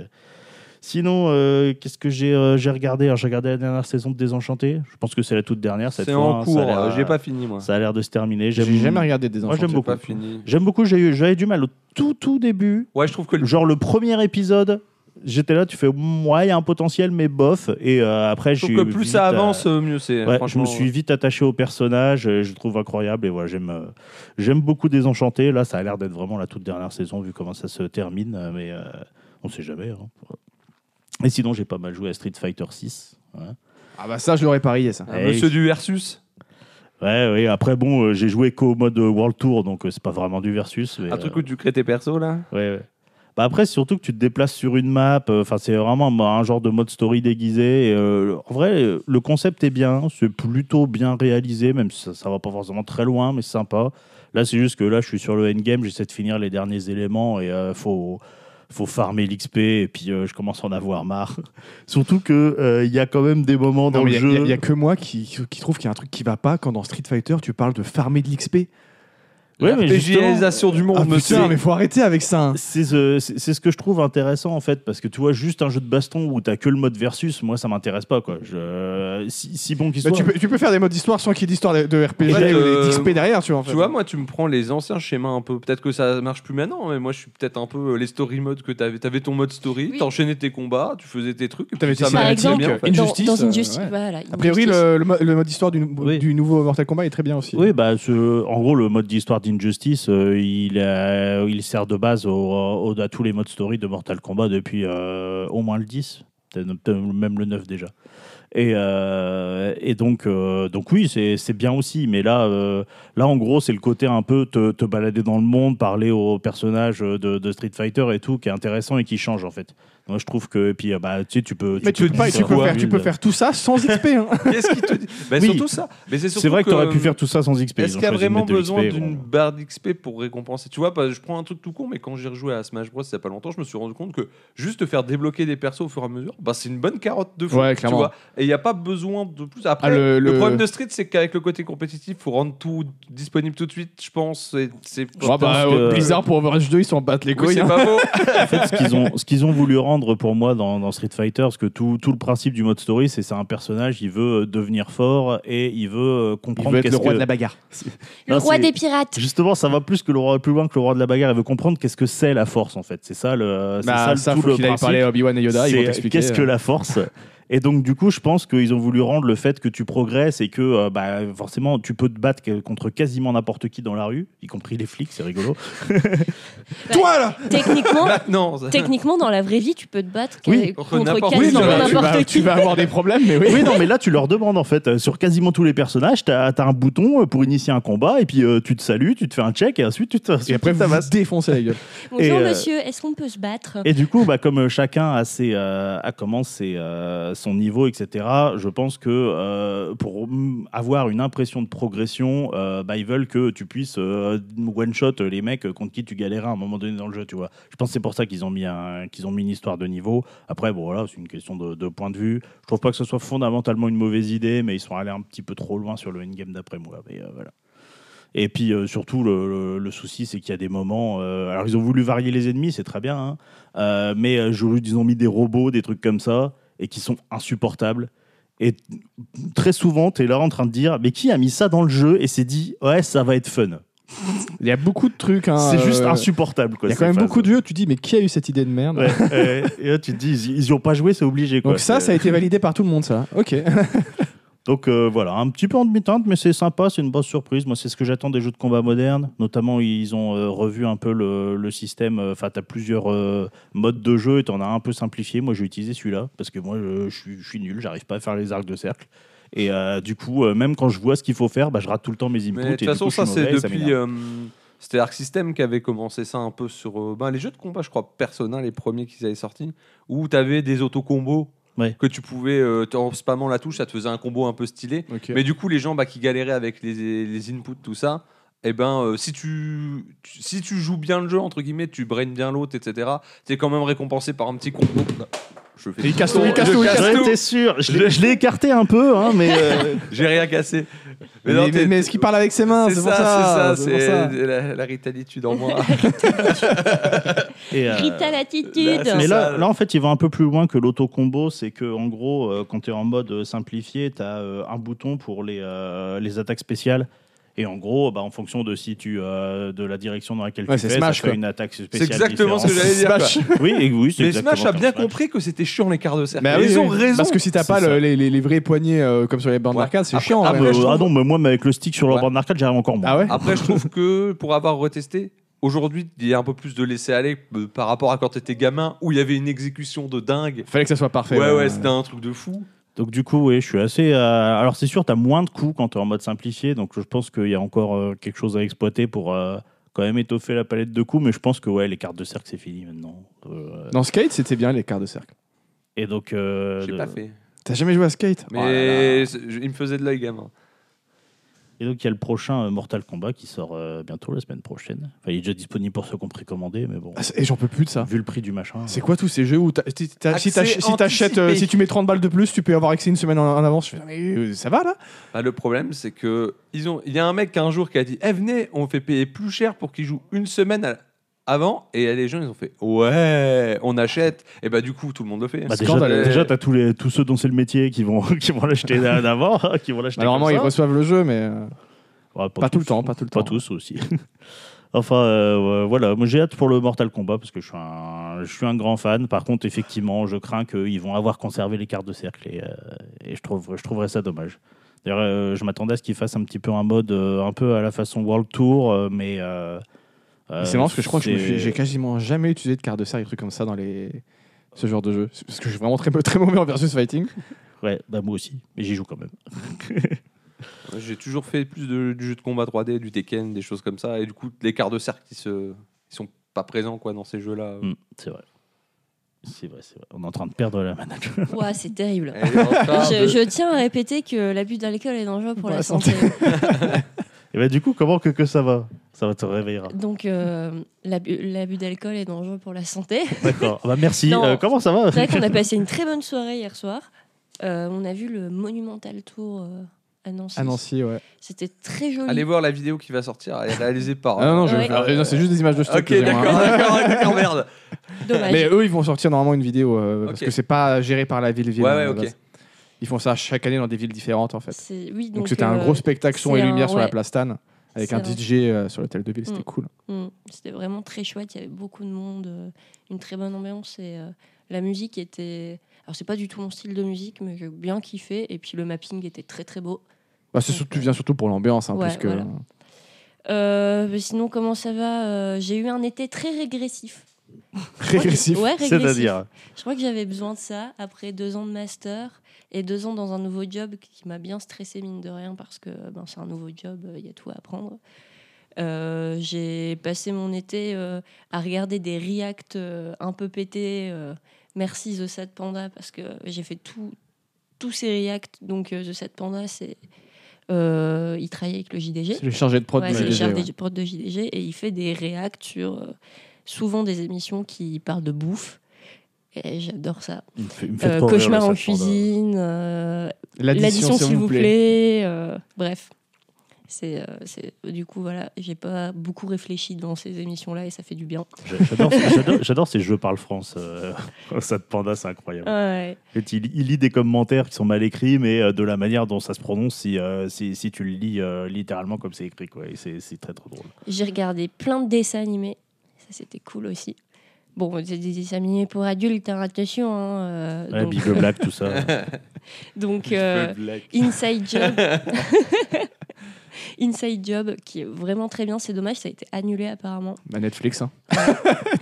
[SPEAKER 4] Sinon, euh, qu'est-ce que j'ai euh, j'ai regardé Alors, J'ai regardé la dernière saison de Désenchanté. Je pense que c'est la toute dernière cette
[SPEAKER 2] C'est
[SPEAKER 4] fois,
[SPEAKER 2] en
[SPEAKER 4] hein.
[SPEAKER 2] cours, euh,
[SPEAKER 4] Ça a l'air-
[SPEAKER 2] j'ai pas fini moi.
[SPEAKER 4] Ça a l'air de se terminer.
[SPEAKER 1] J'ai
[SPEAKER 4] J'aime-
[SPEAKER 1] jamais regardé des enfants.
[SPEAKER 4] j'aime
[SPEAKER 2] J'ai
[SPEAKER 4] beaucoup.
[SPEAKER 2] pas fini.
[SPEAKER 4] J'aime beaucoup, j'ai eu- j'avais du mal au tout tout début.
[SPEAKER 2] Ouais, je trouve que le-
[SPEAKER 4] Genre le premier épisode, j'étais là, tu fais "Mm, ouais, il y a un potentiel mais bof et euh, après j'ai
[SPEAKER 2] je trouve que
[SPEAKER 4] eu
[SPEAKER 2] plus
[SPEAKER 4] vite,
[SPEAKER 2] ça
[SPEAKER 4] euh,
[SPEAKER 2] avance, euh, mieux c'est.
[SPEAKER 4] ouais, je
[SPEAKER 2] franchement,
[SPEAKER 4] me suis vite attaché au personnage, euh, je le trouve incroyable et voilà, j'aime euh, j'aime beaucoup Désenchanté. Là, ça a l'air d'être vraiment la toute dernière saison vu comment ça se termine euh, mais euh, on sait jamais hein. Et sinon, j'ai pas mal joué à Street Fighter hein. 6.
[SPEAKER 1] Ah bah ça, je l'aurais parié ça.
[SPEAKER 2] Ah, Monsieur du versus.
[SPEAKER 4] Ouais, ouais, après bon, euh, j'ai joué qu'au mode World Tour donc euh, c'est pas vraiment du versus mais,
[SPEAKER 2] Un truc
[SPEAKER 4] euh,
[SPEAKER 2] où tu crées tes persos là.
[SPEAKER 4] Ouais, ouais. Bah après, c'est surtout que tu te déplaces sur une map. euh, Enfin, c'est vraiment un, un genre de mode story déguisé. et, euh, en vrai, euh, le concept est bien. C'est plutôt bien réalisé, même si ça, ça va pas forcément très loin, mais c'est sympa. Là, c'est juste que là, je suis sur le endgame. J'essaie de finir les derniers éléments et euh, faut. Faut farmer l'XP et puis euh, je commence à en avoir marre. *laughs* Surtout que euh, il y a quand même des moments dans
[SPEAKER 1] Non,
[SPEAKER 4] le
[SPEAKER 1] mais il
[SPEAKER 4] jeu.
[SPEAKER 1] n'y a, que moi qui, qui trouve qu'il y a un truc qui va pas quand dans Street Fighter tu parles de farmer de l'XP.
[SPEAKER 4] Oui,
[SPEAKER 2] la
[SPEAKER 4] mais
[SPEAKER 2] PGisation du monde,
[SPEAKER 1] Ah,
[SPEAKER 2] monsieur.
[SPEAKER 1] putain, mais faut arrêter avec ça. hein.
[SPEAKER 4] C'est ce, c'est- c'est ce que je trouve intéressant en fait, parce que tu vois, juste un jeu de baston où t'as que le mode versus, moi ça m'intéresse pas quoi. Je... Si, si bon qu'il
[SPEAKER 1] Bah,
[SPEAKER 4] soit.
[SPEAKER 1] tu, peux, tu peux faire des modes d'histoire sans qu'il y ait d'histoire de- de RPG
[SPEAKER 2] Ouais,
[SPEAKER 1] ou
[SPEAKER 2] euh,
[SPEAKER 1] des XP derrière, tu vois. en fait.
[SPEAKER 2] Tu vois, moi, tu me prends les anciens schémas un peu. Peut-être que ça marche plus maintenant, mais moi, je suis peut-être un peu euh, les story modes que t'avais. T'avais ton mode story,
[SPEAKER 3] Oui.
[SPEAKER 2] t'enchaînais tes combats, tu faisais tes trucs. et puis
[SPEAKER 1] T'avais
[SPEAKER 2] ça
[SPEAKER 1] tes
[SPEAKER 3] Par
[SPEAKER 2] marchait
[SPEAKER 1] cinématiques,
[SPEAKER 3] exemple,
[SPEAKER 2] bien, en fait.
[SPEAKER 1] euh,
[SPEAKER 3] dans,
[SPEAKER 1] Injustice,
[SPEAKER 3] dans Injustice,
[SPEAKER 1] euh, ouais.
[SPEAKER 3] voilà.
[SPEAKER 1] A priori,
[SPEAKER 3] Injustice.
[SPEAKER 1] le, le mo- le mode histoire du, nou-
[SPEAKER 4] Oui.
[SPEAKER 1] du nouveau Mortal Kombat est très bien aussi.
[SPEAKER 4] Oui, bah, ce- en gros, le mode d'histoire d'Injustice, euh, il, euh, il sert de base au- au- à tous les modes story de Mortal Kombat depuis euh, au moins le 10, peut-être- peut-être même le 9 déjà. Et, euh, et donc, euh, donc oui, c'est c'est bien aussi, mais là, euh, là en gros, c'est le côté un peu te, te balader dans le monde, parler aux personnages de, de Street Fighter et tout, qui est intéressant et qui change en fait. Moi, je trouve que, et puis, euh, bah, tu sais, tu peux.
[SPEAKER 1] Mais tu,
[SPEAKER 4] peux
[SPEAKER 1] pas- tu
[SPEAKER 4] faire
[SPEAKER 1] peux,
[SPEAKER 4] quoi,
[SPEAKER 1] faire, tu peux
[SPEAKER 4] mille-
[SPEAKER 1] faire tout ça sans XP. hein.
[SPEAKER 2] *laughs* Qu'est-ce qui te dit Bah,
[SPEAKER 4] Oui.
[SPEAKER 2] surtout ça. Mais c'est
[SPEAKER 4] C'est
[SPEAKER 2] surtout euh,
[SPEAKER 4] vrai que tu aurais pu faire tout ça sans XP. ils
[SPEAKER 2] Est-ce
[SPEAKER 4] ont
[SPEAKER 2] qu'il y a
[SPEAKER 4] choisi de
[SPEAKER 2] vraiment
[SPEAKER 4] mettre de
[SPEAKER 2] besoin
[SPEAKER 4] XP,
[SPEAKER 2] d'une
[SPEAKER 4] bon.
[SPEAKER 2] barre d'XP pour récompenser Tu vois, pas- je prends un truc tout con, mais quand j'ai rejoué à Smash Bros. il y a pas longtemps, je me suis rendu compte que juste te faire débloquer des persos au fur et à mesure, bah, c'est une bonne carotte de fou.
[SPEAKER 1] Ouais,
[SPEAKER 2] tu
[SPEAKER 1] clairement.
[SPEAKER 2] vois. et il n'y a pas besoin de plus. Après,
[SPEAKER 1] Ah,
[SPEAKER 2] le,
[SPEAKER 1] le- le-
[SPEAKER 2] problème de Street, c'est qu'avec le côté compétitif, faut rendre tout disponible tout de suite, je pense. et C'est
[SPEAKER 4] Je
[SPEAKER 1] Ah bah,
[SPEAKER 4] pense que-
[SPEAKER 1] Blizzard pour Overwatch 2, ils s'en battent les
[SPEAKER 2] Oui,
[SPEAKER 1] couilles.
[SPEAKER 2] c'est
[SPEAKER 1] hein.
[SPEAKER 2] pas faux.
[SPEAKER 4] En fait, ce qu'ils ont, ce qu'ils ont voulu rendre pour moi dans, dans Street Fighter, parce que tout, tout le principe du mode story, c'est c'est un personnage, il veut euh, devenir fort et il veut euh,
[SPEAKER 1] Il
[SPEAKER 4] comprendre
[SPEAKER 1] veut être le
[SPEAKER 4] qu'est-ce
[SPEAKER 1] roi
[SPEAKER 4] que-
[SPEAKER 1] de la bagarre.
[SPEAKER 3] Le
[SPEAKER 4] Non,
[SPEAKER 3] roi
[SPEAKER 4] c'est-
[SPEAKER 3] des
[SPEAKER 1] *laughs*
[SPEAKER 3] pirates.
[SPEAKER 4] Justement, ça va plus que le roi plus loin que le roi de la bagarre. Il veut comprendre qu'est-ce que c'est la force en fait. C'est ça le, c'est
[SPEAKER 1] Bah,
[SPEAKER 4] ça, le-
[SPEAKER 1] ça,
[SPEAKER 4] tout
[SPEAKER 1] faut
[SPEAKER 4] le
[SPEAKER 1] qu'il aille
[SPEAKER 4] principe.
[SPEAKER 1] parler à Obi-Wan et Yoda, ils vont
[SPEAKER 4] C'est, euh,
[SPEAKER 1] t'expliquer. euh.
[SPEAKER 4] Qu'est-ce que la force Et donc, du coup, je pense qu'ils ont voulu rendre le fait que tu progresses et que euh, bah, forcément, tu peux te battre que- contre quasiment n'importe qui dans la rue, y compris les flics, c'est rigolo.
[SPEAKER 1] Toi là
[SPEAKER 3] Techniquement,
[SPEAKER 2] Maintenant, ça-
[SPEAKER 3] techniquement, dans la vraie vie, tu peux te battre que-
[SPEAKER 4] Oui.
[SPEAKER 3] contre
[SPEAKER 2] N'importe qui.
[SPEAKER 1] Oui, non,
[SPEAKER 3] quasiment
[SPEAKER 2] mais
[SPEAKER 1] bah, tu, vas,
[SPEAKER 3] n'importe
[SPEAKER 1] tu
[SPEAKER 3] qui.
[SPEAKER 1] vas avoir des problèmes, mais oui.
[SPEAKER 4] Oui, non, mais là, tu leur demandes en fait. euh, Sur quasiment tous les personnages, tu as, un bouton euh, pour initier un combat, et puis euh, tu te salues, tu te fais un check, et ensuite tu te.
[SPEAKER 1] Et après,
[SPEAKER 4] tu te
[SPEAKER 1] vous
[SPEAKER 4] tabasses.
[SPEAKER 1] vous défoncez la gueule.
[SPEAKER 3] Bonjour
[SPEAKER 4] Et, euh,
[SPEAKER 3] monsieur, est-ce qu'on peut se battre
[SPEAKER 4] Et du coup, bah, comme euh, chacun a, ses, euh, a comment ses, euh, son niveau, etc., je pense que euh, pour mm, avoir une impression de progression, euh, bah, ils veulent que tu puisses euh, one-shot les mecs contre qui tu galérais à un moment donné dans le jeu, tu vois. Je pense que c'est pour ça qu'ils ont, mis un- qu'ils ont mis une histoire de niveau. Après, bon, voilà, c'est une question de, de point de vue. Je trouve pas que ce soit fondamentalement une mauvaise idée, mais ils sont allés un petit peu trop loin sur le endgame d'après moi. Mais, euh, voilà. Et puis euh, surtout, le, le- le souci, c'est qu'il y a des moments. euh, alors, ils ont voulu varier les ennemis, c'est très bien, hein, euh, mais euh, je- ils ont mis des robots, des trucs comme ça, et qui sont insupportables. Et t- très souvent, tu es là en train de dire Mais qui a mis ça dans le jeu Et s'est dit Ouais, ça va être fun.
[SPEAKER 1] Il y a beaucoup de trucs. hein,
[SPEAKER 4] c'est juste
[SPEAKER 1] euh,
[SPEAKER 4] insupportable. quoi,
[SPEAKER 1] Il y a
[SPEAKER 4] ces
[SPEAKER 1] quand même
[SPEAKER 4] phases.
[SPEAKER 1] beaucoup de jeux, où tu dis, mais qui a eu cette idée de merde
[SPEAKER 4] Ouais, ouais. et là, tu te dis Ils ils y ont pas joué, c'est obligé. Quoi.
[SPEAKER 1] Donc ça,
[SPEAKER 4] C'est- euh,
[SPEAKER 1] ça
[SPEAKER 2] *laughs*
[SPEAKER 1] a été validé par tout le monde, ça. Ok.
[SPEAKER 4] Donc euh, voilà, un petit peu en demi-teinte, mais c'est sympa, c'est une bonne surprise. Moi, c'est ce que j'attends des jeux de combat modernes. Notamment, ils ont euh, revu un peu le, le système. Enfin, tu as plusieurs euh, modes de jeu et tu en as un peu simplifié. Moi, j'ai utilisé celui-là parce que moi, je, je suis- je suis nul, j'arrive pas à faire les arcs de cercle. Et euh, du coup, euh, même quand je vois ce qu'il faut faire, bah, je rate tout le temps mes inputs.
[SPEAKER 2] Mais de
[SPEAKER 4] et
[SPEAKER 2] toute
[SPEAKER 4] du
[SPEAKER 2] façon,
[SPEAKER 4] coup, je
[SPEAKER 2] ça,
[SPEAKER 4] suis
[SPEAKER 2] c'est
[SPEAKER 4] mauvais, ça
[SPEAKER 2] depuis.
[SPEAKER 4] m'énerve.
[SPEAKER 2] euh, C'était Arc System qui avait commencé ça un peu sur euh, ben, les jeux de combat, je crois, Persona, les premiers qu'ils avaient sortis, où tu avais des auto-combos
[SPEAKER 4] Ouais.
[SPEAKER 2] que tu pouvais, euh, en spammant la touche, ça te faisait un combo un peu stylé. Mais du coup, les gens bah, qui galéraient avec les, les inputs, tout ça, eh ben, euh, si, tu, tu- si tu joues bien le jeu, entre guillemets, tu braines bien l'autre, etc., t'es quand même récompensé par un petit combo. Bah, Je fais
[SPEAKER 1] Il casse
[SPEAKER 2] tout,
[SPEAKER 1] tout, il casse
[SPEAKER 2] euh, je
[SPEAKER 1] tout, il casse
[SPEAKER 4] Ouais,
[SPEAKER 2] tout.
[SPEAKER 4] t'es sûr, je l'ai- je l'ai écarté un peu, hein, mais euh,
[SPEAKER 2] *laughs* J'ai rien cassé.
[SPEAKER 1] Mais,
[SPEAKER 2] non,
[SPEAKER 1] mais-
[SPEAKER 2] t'es-
[SPEAKER 1] mais est-ce qu'il parle avec ses mains
[SPEAKER 2] c'est
[SPEAKER 1] C'est pour
[SPEAKER 2] ça,
[SPEAKER 1] ça.
[SPEAKER 2] c'est ça, c'est la, la ritalitude en
[SPEAKER 1] *laughs*
[SPEAKER 2] moi.
[SPEAKER 4] et, euh,
[SPEAKER 2] là,
[SPEAKER 3] Rita l'attitude.
[SPEAKER 2] c'est-
[SPEAKER 4] Mais
[SPEAKER 2] ça,
[SPEAKER 4] là,
[SPEAKER 2] là.
[SPEAKER 4] là, en fait, il va un peu plus loin que l'auto-combo. C'est que, en gros, euh, quand tu es en mode euh, simplifié, tu as un bouton pour les, euh, les attaques spéciales. Et en gros, bah, en fonction de si tu euh, de la direction dans laquelle
[SPEAKER 1] Ouais,
[SPEAKER 4] tu
[SPEAKER 1] c'est
[SPEAKER 4] fais, ça
[SPEAKER 1] Smash,
[SPEAKER 4] fait
[SPEAKER 1] quoi.
[SPEAKER 4] une attaque spéciale.
[SPEAKER 2] C'est exactement ce que
[SPEAKER 4] différente.
[SPEAKER 2] j'allais dire. quoi.
[SPEAKER 4] Oui, et oui, c'est
[SPEAKER 2] Mais
[SPEAKER 4] exactement
[SPEAKER 2] Smash a
[SPEAKER 4] comme
[SPEAKER 2] bien
[SPEAKER 4] Smash.
[SPEAKER 2] compris que c'était chiant les quarts de cercle.
[SPEAKER 1] Mais
[SPEAKER 2] Et
[SPEAKER 1] Bah oui,
[SPEAKER 2] ils ont
[SPEAKER 1] oui.
[SPEAKER 2] raison.
[SPEAKER 1] Parce que si t'as
[SPEAKER 4] C'est
[SPEAKER 1] pas
[SPEAKER 4] ça.
[SPEAKER 1] le- les, les- les vrais poignets euh, comme sur les bandes
[SPEAKER 2] Ouais.
[SPEAKER 1] d'arcade, c'est
[SPEAKER 2] Après-
[SPEAKER 1] chiant.
[SPEAKER 4] Ah,
[SPEAKER 1] ouais.
[SPEAKER 4] mais,
[SPEAKER 2] je
[SPEAKER 4] euh,
[SPEAKER 2] trouve-
[SPEAKER 4] ah non, mais moi, mais avec le stick sur
[SPEAKER 2] Ouais.
[SPEAKER 4] le bord d'arcade, j'arrive encore moins.
[SPEAKER 1] Ah ouais
[SPEAKER 2] Après, je trouve que pour avoir retesté, aujourd'hui, il y a un peu plus de laisser-aller euh, par rapport à quand t'étais gamin, où il y avait une exécution de dingue.
[SPEAKER 1] Fallait que ça soit parfait.
[SPEAKER 2] Ouais, ouais,
[SPEAKER 1] euh,
[SPEAKER 2] c'était un truc de fou.
[SPEAKER 4] Donc du coup, oui, je suis assez. euh, Alors c'est sûr, tu as moins de coûts quand tu es en mode simplifié, donc je pense qu'il y a encore euh, quelque chose à exploiter pour euh, quand même étoffer la palette de coups, mais je pense que ouais, les cartes de cercle, c'est fini maintenant. Euh,
[SPEAKER 1] Dans Skate, c'était bien les quarts de cercle.
[SPEAKER 4] Et donc... euh,
[SPEAKER 2] J'ai
[SPEAKER 4] de-
[SPEAKER 2] pas fait.
[SPEAKER 1] T'as jamais joué à Skate Oh là là.
[SPEAKER 2] Mais c'est- je- il me faisait de l'œil, gamin.
[SPEAKER 4] Et donc il y a le prochain euh, Mortal Kombat qui sort euh, bientôt la semaine prochaine. Enfin, il est déjà disponible pour ceux qui ont précommandé, mais bon.
[SPEAKER 1] Ah, c'est- Et j'en peux plus de ça.
[SPEAKER 4] Vu le prix du machin. euh,
[SPEAKER 1] C'est quoi tous ces jeux où t'as- t'as- t'as- si
[SPEAKER 2] Accès
[SPEAKER 1] t'ach- si t'achètes, euh,
[SPEAKER 2] anticipé.
[SPEAKER 1] si tu mets 30 balles de plus, tu peux avoir accès une semaine en, en avance. Je fais, mais euh, ça va là
[SPEAKER 2] Bah, le problème, c'est que ils ont. Il y a un mec qui un jour qui a dit, eh venez, on fait payer plus cher pour qu'ils jouent une semaine à- avant. Et les gens, ils ont fait, ouais, on achète. Et bah du coup, tout le monde le fait.
[SPEAKER 4] Bah, déjà,
[SPEAKER 1] Scandale.
[SPEAKER 4] déjà t'as tous les tous ceux dont c'est le métier qui vont *laughs* qui vont
[SPEAKER 1] *laughs*
[SPEAKER 4] l'acheter d'a- d'avant, qui vont l'acheter.
[SPEAKER 1] Bah, Normalement,
[SPEAKER 4] comme
[SPEAKER 1] ils
[SPEAKER 4] ça.
[SPEAKER 1] reçoivent le jeu, mais euh,
[SPEAKER 4] Ouais,
[SPEAKER 1] pas tout le
[SPEAKER 4] tous. hein.
[SPEAKER 1] temps, pas tout le
[SPEAKER 4] Pas
[SPEAKER 1] temps.
[SPEAKER 4] tous aussi. *laughs* enfin, euh, ouais, voilà. Moi, j'ai hâte pour le Mortal Kombat parce que je suis un, je suis un grand fan. Par contre, effectivement, je crains qu'ils vont avoir conservé les cartes de cercle et, euh, et je, trouve, je trouverais ça dommage. D'ailleurs, euh, je m'attendais à ce qu'ils fassent un petit peu un mode euh, un peu à la façon World Tour, euh, mais. euh, euh,
[SPEAKER 1] c'est marrant parce que je crois que je me
[SPEAKER 4] c'est-
[SPEAKER 1] suis- j'ai quasiment jamais utilisé de carte de serre, des trucs comme ça dans les ce genre de jeu. C'est Parce que je suis vraiment très, peu- très mauvais en versus fighting.
[SPEAKER 4] Ouais, bah moi aussi, mais j'y joue quand même.
[SPEAKER 2] J'ai toujours fait plus de, du jeu de combat 3D, du Tekken, des choses comme ça. Et du coup, les quarts de cercle, ils, se, ils sont pas présents quoi, dans ces jeux-là.
[SPEAKER 1] Mm.
[SPEAKER 4] Hmm, c'est vrai. C'est vrai, c'est vrai. On est en train de perdre la manette.
[SPEAKER 3] Ouah, c'est terrible.
[SPEAKER 2] Elle est en retard
[SPEAKER 3] *laughs* Je,
[SPEAKER 2] de-
[SPEAKER 3] je tiens à répéter que l'abus d'alcool est dangereux pour,
[SPEAKER 1] Pour
[SPEAKER 3] la
[SPEAKER 1] la
[SPEAKER 3] santé.
[SPEAKER 4] Et bah du coup, comment que, que ça va Ça va te réveillera.
[SPEAKER 3] Donc, euh, l'abus l'abus d'alcool est dangereux pour la santé.
[SPEAKER 4] D'accord. Ah Bah merci.
[SPEAKER 3] Non.
[SPEAKER 4] Euh, comment ça va
[SPEAKER 3] C'est vrai qu'on a passé une très bonne soirée hier soir. Euh, on a vu le Monumental Tour euh, à Nancy.
[SPEAKER 1] Ah Nancy, ouais.
[SPEAKER 3] C'était très joli.
[SPEAKER 2] Allez voir la vidéo qui va sortir. Elle est réalisée par.
[SPEAKER 1] Ah non, non, je-
[SPEAKER 3] Ouais.
[SPEAKER 1] euh, non, c'est juste des images de stock.
[SPEAKER 2] Ok,
[SPEAKER 1] que j'ai, moi. hein.
[SPEAKER 2] d'accord, d'accord, d'accord,
[SPEAKER 1] *laughs*
[SPEAKER 2] merde.
[SPEAKER 3] Dommage.
[SPEAKER 1] Mais eux, ils vont sortir normalement une vidéo euh, parce
[SPEAKER 2] Ok.
[SPEAKER 1] que c'est pas géré par la ville. ville,
[SPEAKER 2] Ouais,
[SPEAKER 1] à
[SPEAKER 2] ouais,
[SPEAKER 1] la
[SPEAKER 2] ok.
[SPEAKER 1] base. Ils font ça chaque année dans des villes différentes en fait.
[SPEAKER 3] C'est- oui,
[SPEAKER 1] Donc
[SPEAKER 3] donc,
[SPEAKER 1] c'était un
[SPEAKER 3] euh,
[SPEAKER 1] gros spectacle son
[SPEAKER 3] c'est
[SPEAKER 1] et
[SPEAKER 3] un-
[SPEAKER 1] lumière sur la
[SPEAKER 3] ouais.
[SPEAKER 1] place Tan avec
[SPEAKER 3] C'est
[SPEAKER 1] un
[SPEAKER 3] un-
[SPEAKER 1] DJ euh, sur l'hôtel de ville, c'était
[SPEAKER 3] Mm.
[SPEAKER 1] cool.
[SPEAKER 3] Mm. C'était vraiment très chouette, il y avait beaucoup de monde, euh, une très bonne ambiance et euh, la musique était. Alors, c'est pas du tout mon style de musique, mais j'ai bien kiffé. Et puis, le mapping était très très beau.
[SPEAKER 1] Bah, c'est surtout, tu viens surtout pour l'ambiance, hein,
[SPEAKER 3] Ouais,
[SPEAKER 1] plus que.
[SPEAKER 3] voilà. Euh, mais sinon, comment ça va Euh, J'ai eu un été très régressif.
[SPEAKER 1] *laughs* Régressif.
[SPEAKER 3] Ouais, régressif.
[SPEAKER 4] C'est-à-dire
[SPEAKER 3] Je crois que j'avais besoin de ça après deux ans de master et deux ans dans un nouveau job qui m'a bien stressé mine de rien parce que ben, c'est un nouveau job, il y a tout à apprendre. Euh, j'ai passé mon été euh, à regarder des reacts euh, un peu pétés. euh, merci The Sad Panda parce que j'ai fait tout, tous ces reacts. Donc euh, The Sad Panda, c'est euh, il travaille avec le JDG.
[SPEAKER 1] C'est le chargé de prod
[SPEAKER 3] Ouais,
[SPEAKER 1] du
[SPEAKER 3] c'est le
[SPEAKER 1] DG,
[SPEAKER 3] chef
[SPEAKER 1] ouais.
[SPEAKER 3] des prods de JDG et il fait des réacts sur euh, souvent des émissions qui parlent de bouffe. Et j'adore ça.
[SPEAKER 4] Il me fait- il me fait
[SPEAKER 3] Euh,
[SPEAKER 4] trop rire,
[SPEAKER 3] cauchemar
[SPEAKER 4] le
[SPEAKER 3] en
[SPEAKER 4] serpent de-
[SPEAKER 3] cuisine, euh, l'addition s'il vous plaît. euh, bref, c'est euh, c'est- du coup voilà, j'ai pas beaucoup réfléchi devant ces émissions là et ça fait du bien.
[SPEAKER 4] J'a- J'adore,
[SPEAKER 3] *laughs*
[SPEAKER 4] j'adore- j'adore ces jeux par le France. euh, *laughs* ça de panda, c'est incroyable.
[SPEAKER 3] Ah Ouais.
[SPEAKER 4] En fait, Il, il lit des commentaires qui sont mal écrits, mais euh, de la manière dont ça se prononce, si, euh, si, si tu le lis euh, littéralement comme c'est écrit. Quoi. Et c'est, c'est très très drôle.
[SPEAKER 3] J'ai regardé plein de dessins animés, ça c'était cool aussi. Bon, c'est des dessins animés pour adultes, hein, attention. hein, euh,
[SPEAKER 4] Ouais,
[SPEAKER 3] donc,
[SPEAKER 4] Big Black, tout ça.
[SPEAKER 3] *laughs*
[SPEAKER 4] Bah,
[SPEAKER 3] donc, euh, Inside Job. *laughs* Inside Job, qui est vraiment très bien. C'est dommage, ça a été annulé apparemment.
[SPEAKER 1] Bah, Netflix. hein. *laughs*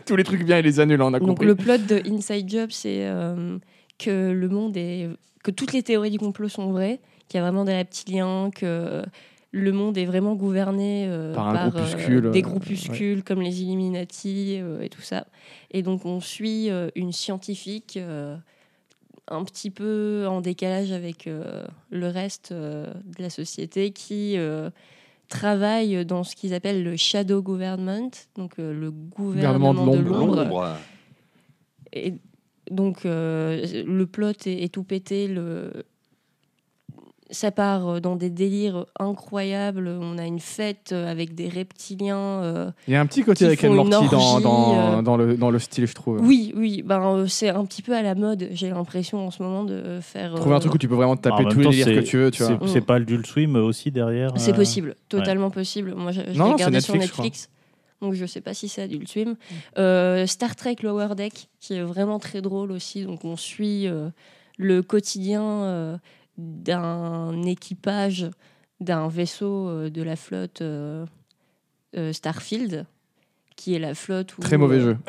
[SPEAKER 1] Tous les trucs bien, ils les annulent, on a
[SPEAKER 3] Donc
[SPEAKER 1] compris.
[SPEAKER 3] le plot de Inside Job, c'est euh, que le monde est, que toutes les théories du complot sont vraies, qu'il y a vraiment des reptiliens, que le monde est vraiment gouverné euh,
[SPEAKER 1] Par un
[SPEAKER 3] par,
[SPEAKER 1] groupuscule,
[SPEAKER 3] euh, des
[SPEAKER 1] euh,
[SPEAKER 3] groupuscules comme les Illuminati euh, et tout ça. Et donc on suit euh, une scientifique. euh, un petit peu en décalage avec euh, le reste euh, de la société qui euh, travaille dans ce qu'ils appellent le shadow government, donc euh, le gouvernement,
[SPEAKER 1] Gouvernement de
[SPEAKER 3] de
[SPEAKER 1] l'ombre.
[SPEAKER 3] l'ombre.
[SPEAKER 2] L'ombre.
[SPEAKER 3] Et donc, euh, le plot est, est tout pété. Le... Ça part euh, dans des délires incroyables. On a une fête euh, avec des reptiliens. euh.
[SPEAKER 1] Il y a un petit côté
[SPEAKER 3] Ils
[SPEAKER 1] avec Anne
[SPEAKER 3] font une
[SPEAKER 1] Morty dans,
[SPEAKER 3] orgie,
[SPEAKER 1] dans,
[SPEAKER 3] euh.
[SPEAKER 1] dans le, dans le style, je trouve.
[SPEAKER 3] Oui, oui, ben, euh, c'est un petit peu à la mode. J'ai l'impression en ce moment de faire. euh,
[SPEAKER 1] Trouver un truc où tu peux vraiment te
[SPEAKER 4] En
[SPEAKER 1] taper
[SPEAKER 4] même
[SPEAKER 1] tous les
[SPEAKER 4] temps,
[SPEAKER 1] délires que
[SPEAKER 4] c'est-
[SPEAKER 1] tu veux, tu vois.
[SPEAKER 4] C'est, c'est pas le Dual Swim aussi derrière
[SPEAKER 3] C'est
[SPEAKER 4] euh,
[SPEAKER 3] possible, totalement possible. Moi, je, je
[SPEAKER 1] Non,
[SPEAKER 3] l'ai
[SPEAKER 1] non,
[SPEAKER 3] regardé
[SPEAKER 1] c'est
[SPEAKER 3] sur
[SPEAKER 1] Netflix, je crois. Mm.
[SPEAKER 3] Netflix. Donc, je sais pas si c'est Adult Swim. Euh, Star Trek Lower Deck, qui est vraiment très drôle aussi. Donc, on suit euh, le quotidien euh, d'un équipage d'un vaisseau euh, de la flotte euh, euh, Starfield, qui est la flotte où.
[SPEAKER 1] Très mauvais
[SPEAKER 3] euh,
[SPEAKER 1] jeu. *laughs*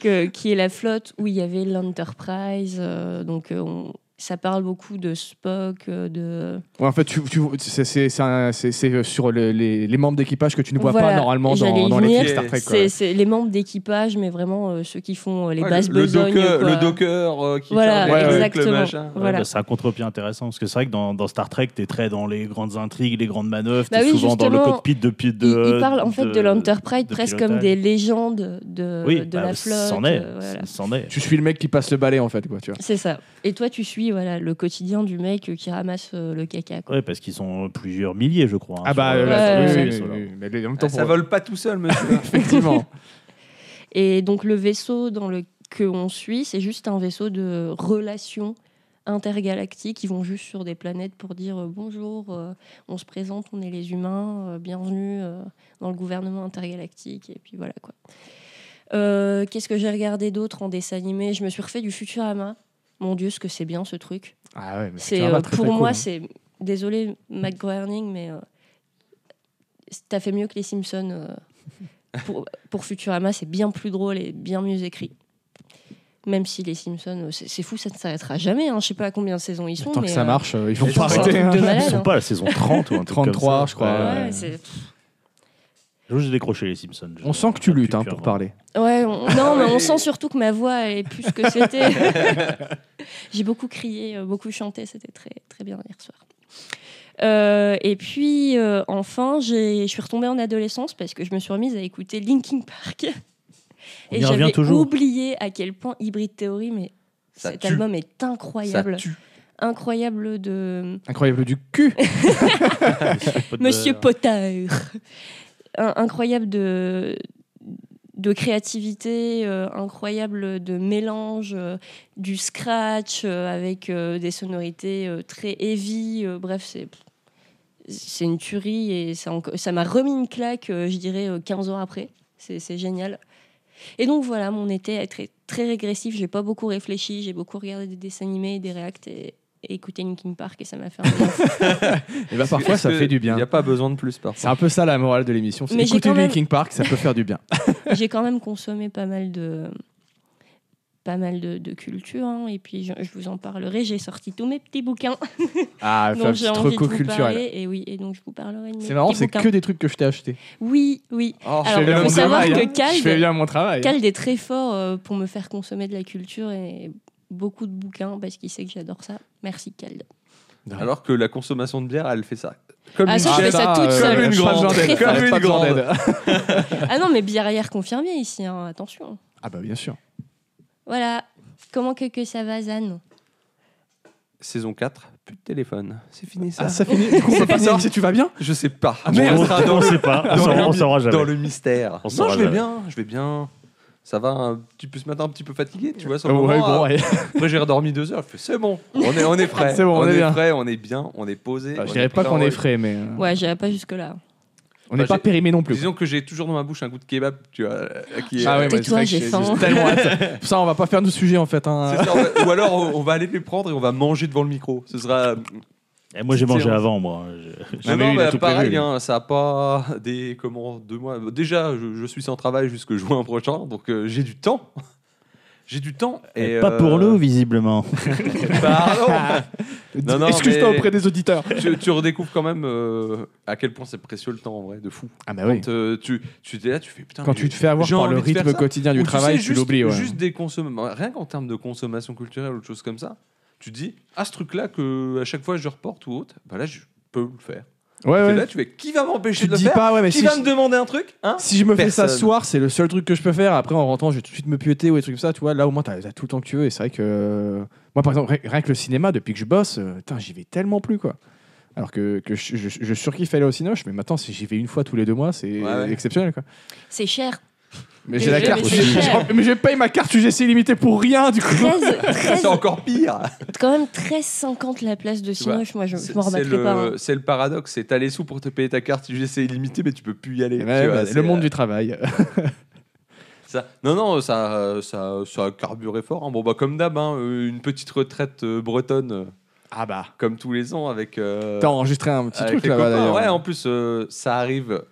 [SPEAKER 3] que- qui est la flotte où il y avait l'Enterprise. euh, donc, euh, on- ça parle beaucoup de Spock, euh, de.
[SPEAKER 1] Ouais, en fait, tu, tu- c'est- c'est- c'est un- c'est c'est sur les, les- les membres d'équipage que tu ne vois
[SPEAKER 3] Voilà,
[SPEAKER 1] pas normalement
[SPEAKER 3] j'allais
[SPEAKER 1] dans,
[SPEAKER 3] y
[SPEAKER 1] dans les films
[SPEAKER 3] venir.
[SPEAKER 1] Star Trek. quoi.
[SPEAKER 3] C'est c'est les membres d'équipage, mais vraiment euh, ceux qui font euh, les
[SPEAKER 2] Ouais,
[SPEAKER 3] bases
[SPEAKER 2] le, le
[SPEAKER 3] besognes.
[SPEAKER 2] docker,
[SPEAKER 3] quoi.
[SPEAKER 2] le docker euh, qui
[SPEAKER 3] Voilà,
[SPEAKER 2] charge les trucs,
[SPEAKER 3] exactement.
[SPEAKER 2] le machin.
[SPEAKER 3] Voilà.
[SPEAKER 4] Ouais, bah, c'est un contre-pied intéressant parce que c'est vrai que dans, dans Star Trek, t'es très dans les grandes intrigues, les grandes manœuvres,
[SPEAKER 3] Bah
[SPEAKER 4] t'es
[SPEAKER 3] oui,
[SPEAKER 4] souvent dans le
[SPEAKER 3] justement,
[SPEAKER 4] cockpit de. pi- de
[SPEAKER 3] Il- il, parle en fait de, l'Enterprise
[SPEAKER 4] de
[SPEAKER 3] presque
[SPEAKER 4] pilotage.
[SPEAKER 3] comme des légendes de,
[SPEAKER 4] Oui,
[SPEAKER 3] de
[SPEAKER 4] bah,
[SPEAKER 3] la flotte.
[SPEAKER 4] C'en est,
[SPEAKER 3] euh, voilà.
[SPEAKER 4] c'en est.
[SPEAKER 1] Tu suis le mec qui passe le balai en fait, quoi, tu vois.
[SPEAKER 3] C'est ça. Et toi, tu suis voilà, le quotidien du mec euh, qui ramasse euh, le caca. quoi.
[SPEAKER 4] Ouais, parce qu'ils sont plusieurs milliers, je crois. hein,
[SPEAKER 1] Ah bah,
[SPEAKER 4] sur,
[SPEAKER 1] euh,
[SPEAKER 4] euh,
[SPEAKER 3] ouais,
[SPEAKER 4] sur
[SPEAKER 1] oui,
[SPEAKER 4] le
[SPEAKER 1] oui,
[SPEAKER 4] sol,
[SPEAKER 1] oui,
[SPEAKER 4] hein.
[SPEAKER 1] oui, mais en même
[SPEAKER 2] Ah,
[SPEAKER 1] temps,
[SPEAKER 2] ça
[SPEAKER 1] pour-
[SPEAKER 2] vole pas tout seul, monsieur.
[SPEAKER 1] *laughs* effectivement.
[SPEAKER 3] Et donc, le vaisseau dans le qu'on suit, c'est juste un vaisseau de relations intergalactiques. Ils vont juste sur des planètes pour dire euh, bonjour, euh, on se présente, on est les humains, euh, bienvenue euh, dans le gouvernement intergalactique. Et puis voilà quoi. Euh, Qu'est-ce que j'ai regardé d'autre en dessin animé Je me suis refait du Futurama. Mon Dieu, ce que c'est bien ce truc.
[SPEAKER 1] Ah ouais, mais
[SPEAKER 3] C'est
[SPEAKER 1] Futurama,
[SPEAKER 3] euh,
[SPEAKER 1] très,
[SPEAKER 3] pour
[SPEAKER 1] très
[SPEAKER 3] moi,
[SPEAKER 1] cool, hein.
[SPEAKER 3] c'est désolé McGroening, mais euh, t'as fait mieux que les Simpsons. euh,
[SPEAKER 1] *laughs*
[SPEAKER 3] pour, pour Futurama, c'est bien plus drôle et bien mieux écrit. Même si les Simpsons, euh, c'est c'est fou, ça ne s'arrêtera jamais. Hein. Je sais pas à combien de saisons ils sont.
[SPEAKER 1] Tant
[SPEAKER 3] mais,
[SPEAKER 1] que ça
[SPEAKER 3] euh,
[SPEAKER 1] marche, euh, ils vont
[SPEAKER 2] mais
[SPEAKER 1] pas
[SPEAKER 2] c'est un
[SPEAKER 1] arrêter.
[SPEAKER 3] truc
[SPEAKER 1] hein.
[SPEAKER 3] de
[SPEAKER 4] Ils
[SPEAKER 3] malade,
[SPEAKER 4] sont
[SPEAKER 3] hein.
[SPEAKER 4] pas à la saison 30 ou un truc comme
[SPEAKER 1] 33,
[SPEAKER 4] ça.
[SPEAKER 1] je
[SPEAKER 4] Ouais.
[SPEAKER 1] crois.
[SPEAKER 3] Ouais,
[SPEAKER 1] euh,
[SPEAKER 3] c'est-
[SPEAKER 4] J'ai décroché les Simpsons.
[SPEAKER 1] On sent que tu luttes hein, pour parler.
[SPEAKER 3] ouais, on- non, mais on
[SPEAKER 2] Ah oui.
[SPEAKER 3] sent surtout que ma voix est plus ce
[SPEAKER 2] *laughs*
[SPEAKER 3] que c'était. J'ai beaucoup crié, euh, beaucoup chanté, c'était très, très bien hier soir. Euh, et puis, euh, enfin, j'ai- je suis retombée en adolescence parce que je me suis remise à écouter Linkin Park.
[SPEAKER 4] On
[SPEAKER 3] et
[SPEAKER 4] y revient
[SPEAKER 3] j'avais
[SPEAKER 4] toujours.
[SPEAKER 3] oublié à quel point Hybrid Theory, mais
[SPEAKER 2] Ça
[SPEAKER 3] cet
[SPEAKER 2] tue.
[SPEAKER 3] album est
[SPEAKER 2] Ça
[SPEAKER 3] *laughs* incroyable.
[SPEAKER 2] tue.
[SPEAKER 3] Incroyable de
[SPEAKER 1] Incroyable du cul.
[SPEAKER 4] *laughs*
[SPEAKER 3] Monsieur Potter. Un- incroyable de, de créativité, euh, incroyable de mélange, euh, du scratch euh, avec euh, des sonorités euh, très heavy. euh, bref, c'est. C'est une tuerie et ça enco- ça m'a remis une claque, euh, je dirais, euh, 15 ans après. C'est c'est génial. Et donc voilà, mon été a été très régressif. J'ai pas beaucoup réfléchi, j'ai beaucoup regardé des dessins animés, des réacts et, et écouté Linkin Park et ça m'a fait un bien fou.
[SPEAKER 1] Et bah parfois, ça fait du
[SPEAKER 2] Il
[SPEAKER 1] bien.
[SPEAKER 2] n'y a pas besoin de plus, par
[SPEAKER 1] C'est un peu ça la morale de l'émission. c'est
[SPEAKER 3] Mais j'ai
[SPEAKER 1] Écoutez
[SPEAKER 3] quand même-
[SPEAKER 1] Linkin Park, ça peut faire du bien.
[SPEAKER 3] j'ai quand même consommé pas mal de pas mal de, de culture hein, et puis je, je vous en parlerai j'ai sorti tous mes petits bouquins
[SPEAKER 1] Ah,
[SPEAKER 3] donc j'ai envie de vous
[SPEAKER 1] culturel.
[SPEAKER 3] parler et oui et donc je vous parlerai de mes
[SPEAKER 1] C'est marrant,
[SPEAKER 3] petits
[SPEAKER 1] c'est
[SPEAKER 3] bouquins
[SPEAKER 1] que des trucs que je t'ai acheté.
[SPEAKER 3] oui oui
[SPEAKER 2] Oh,
[SPEAKER 3] Alors,
[SPEAKER 1] je fais
[SPEAKER 3] faut
[SPEAKER 1] bien mon
[SPEAKER 3] savoir
[SPEAKER 1] travail.
[SPEAKER 3] que
[SPEAKER 1] hein. Je fais
[SPEAKER 3] Cald-
[SPEAKER 1] bien mon travail. hein.
[SPEAKER 3] Cal est très fort euh, pour me faire consommer de la culture et beaucoup de bouquins parce qu'il sait que j'adore ça merci Cald
[SPEAKER 2] Alors que la consommation de bière, elle fait ça. Comme
[SPEAKER 3] Ah,
[SPEAKER 2] une
[SPEAKER 3] ça, je fais
[SPEAKER 2] chèvre.
[SPEAKER 3] ça toute
[SPEAKER 1] euh,
[SPEAKER 3] seule.
[SPEAKER 1] Comme une
[SPEAKER 2] Très
[SPEAKER 1] grande.
[SPEAKER 2] forte.
[SPEAKER 1] Comme
[SPEAKER 2] Très
[SPEAKER 1] une
[SPEAKER 2] forte.
[SPEAKER 1] grande.
[SPEAKER 3] *coughs* ah non mais biarrière confirmée ici hein, attention
[SPEAKER 1] Ah bah bien sûr.
[SPEAKER 3] voilà comment que, que ça va Zan
[SPEAKER 2] Saison 4, plus de téléphone. C'est fini ça.
[SPEAKER 1] Ah ça finit. Du coup, on peut pas savoir si tu vas bien.
[SPEAKER 2] Je sais pas.
[SPEAKER 1] merde.
[SPEAKER 2] on sera
[SPEAKER 4] on
[SPEAKER 2] dans, le,
[SPEAKER 4] sait pas, on
[SPEAKER 2] dans
[SPEAKER 4] saura-
[SPEAKER 2] le-
[SPEAKER 4] on saura jamais.
[SPEAKER 2] dans le mystère.
[SPEAKER 4] On
[SPEAKER 2] non,
[SPEAKER 4] saura
[SPEAKER 2] je vais
[SPEAKER 4] jamais.
[SPEAKER 2] bien, je vais bien. Ça va un petit peu ce matin, un petit peu fatigué, tu vois. Sur
[SPEAKER 1] Ouais,
[SPEAKER 2] le moment,
[SPEAKER 1] bon,
[SPEAKER 2] ah,
[SPEAKER 1] ouais.
[SPEAKER 2] Après, j'ai redormi deux heures. Je fais, c'est bon, on est, on
[SPEAKER 3] *laughs*
[SPEAKER 2] est frais.
[SPEAKER 1] C'est bon, on
[SPEAKER 2] on
[SPEAKER 1] est bien.
[SPEAKER 2] frais, on est bien, on est posé.
[SPEAKER 1] Bah, Je
[SPEAKER 2] on
[SPEAKER 1] dirais
[SPEAKER 2] est
[SPEAKER 1] pas
[SPEAKER 2] prêt, Oh,
[SPEAKER 1] qu'on
[SPEAKER 2] on
[SPEAKER 1] est
[SPEAKER 2] est-
[SPEAKER 1] frais, mais euh,
[SPEAKER 3] ouais j'irai pas jusque là
[SPEAKER 1] on n'est
[SPEAKER 2] Bah,
[SPEAKER 1] pas
[SPEAKER 2] j'ai-
[SPEAKER 1] périmé non plus.
[SPEAKER 2] Disons que j'ai toujours dans ma bouche un goût de kebab, tu vois. euh, Qui est-
[SPEAKER 1] Ah ouais, mais
[SPEAKER 3] Tais-toi,
[SPEAKER 1] c'est vrai que
[SPEAKER 3] j'ai
[SPEAKER 1] j'ai-
[SPEAKER 3] faim.
[SPEAKER 1] j'ai tellement hâte. Ça, on va pas faire de sujet en fait. hein.
[SPEAKER 2] C'est ça, on va- ou alors on on va aller les prendre et on va manger devant le micro. Ce sera.
[SPEAKER 4] Eh, moi j'ai mangé
[SPEAKER 2] C'est-
[SPEAKER 4] avant moi. Je-
[SPEAKER 1] Non, Ah, mais lui, il a tout
[SPEAKER 2] pareil,
[SPEAKER 1] prévu, lui.
[SPEAKER 2] hein, ça a pas des comment deux mois. Déjà, je, je suis sans travail jusque juin prochain, donc euh, j'ai du temps. J'ai du temps et
[SPEAKER 4] Pas
[SPEAKER 2] euh,
[SPEAKER 4] pour nous
[SPEAKER 2] *laughs*
[SPEAKER 4] visiblement.
[SPEAKER 2] Pardon. Non, non,
[SPEAKER 1] Excuse-toi
[SPEAKER 2] mais-
[SPEAKER 1] auprès des auditeurs.
[SPEAKER 2] tu, tu redécouvres quand même euh, à quel point c'est précieux le temps en vrai, de fou.
[SPEAKER 1] Ah bah oui.
[SPEAKER 2] Quand, euh, tu tu t'es là, tu fais putain.
[SPEAKER 1] Quand
[SPEAKER 2] mais
[SPEAKER 1] tu te fais avoir
[SPEAKER 2] j'ai
[SPEAKER 1] par le
[SPEAKER 2] envie de faire
[SPEAKER 1] rythme
[SPEAKER 2] ça.
[SPEAKER 1] quotidien du
[SPEAKER 2] Ou
[SPEAKER 1] travail,
[SPEAKER 2] sais,
[SPEAKER 1] tu
[SPEAKER 2] juste-
[SPEAKER 1] l'oublies. ouais.
[SPEAKER 2] Juste des consommations, rien qu'en termes de consommation culturelle ou de choses comme ça, tu dis ah ce truc là que à chaque fois je reporte ou autre, bah là je peux le faire.
[SPEAKER 1] Ouais,
[SPEAKER 2] Et
[SPEAKER 1] ouais.
[SPEAKER 2] Là tu fais qui va m'empêcher
[SPEAKER 1] Tu
[SPEAKER 2] de
[SPEAKER 1] te
[SPEAKER 2] le
[SPEAKER 1] dis
[SPEAKER 2] faire
[SPEAKER 1] pas, ouais, mais
[SPEAKER 2] Qui
[SPEAKER 1] si
[SPEAKER 2] va
[SPEAKER 1] je-
[SPEAKER 2] me demander un truc hein
[SPEAKER 1] si je me fais ça ce
[SPEAKER 2] Personne.
[SPEAKER 1] soir, c'est le seul truc que je peux faire. Après, en rentrant, je vais tout de suite me pioter ou des trucs comme ça. Tu vois, là, au moins, t'as t'as tout le temps que tu veux. Et c'est vrai que. euh, Moi, par exemple, ri- rien que le cinéma, depuis que je bosse, euh, putain, j'y vais tellement plus, quoi. Alors que, que je, je, je surkiffe aller au cinoche, mais maintenant, si j'y vais une fois tous les deux mois, c'est
[SPEAKER 2] Ouais, ouais.
[SPEAKER 1] exceptionnel, quoi. *laughs*
[SPEAKER 3] c'est cher
[SPEAKER 1] Mais
[SPEAKER 3] Mais
[SPEAKER 1] j'ai la
[SPEAKER 3] je-
[SPEAKER 1] carte.
[SPEAKER 3] mais c'est cher.
[SPEAKER 2] *laughs*
[SPEAKER 1] Mais je paye ma carte UGC limitée pour rien, du coup.
[SPEAKER 3] 13,
[SPEAKER 2] *laughs* C'est encore
[SPEAKER 1] *laughs*
[SPEAKER 2] pire.
[SPEAKER 3] quand même 13,50 la place de
[SPEAKER 2] Tu vois,
[SPEAKER 3] Cinoche moi je, je
[SPEAKER 2] C'est
[SPEAKER 3] m'en
[SPEAKER 2] c'est
[SPEAKER 3] remettrai
[SPEAKER 2] le,
[SPEAKER 3] pas hein.
[SPEAKER 2] c'est le paradoxe, c'est t'as les sous pour te payer ta carte UGC illimitée, mais tu peux plus y aller.
[SPEAKER 1] Ouais,
[SPEAKER 2] tu vois,
[SPEAKER 1] bah,
[SPEAKER 2] c'est- euh,
[SPEAKER 1] le monde du travail.
[SPEAKER 2] Ça- non, non, ça, euh, ça, ça a carburé fort. hein. Bon, bah, comme d'hab, hein, euh, une petite retraite euh, bretonne, euh,
[SPEAKER 1] Ah bah.
[SPEAKER 2] comme tous les ans, avec. euh,
[SPEAKER 1] T'as enregistré un petit
[SPEAKER 2] avec
[SPEAKER 1] truc
[SPEAKER 2] les
[SPEAKER 1] là-bas,
[SPEAKER 2] copains.
[SPEAKER 1] d'ailleurs.
[SPEAKER 2] Ouais, en plus, euh, ça arrive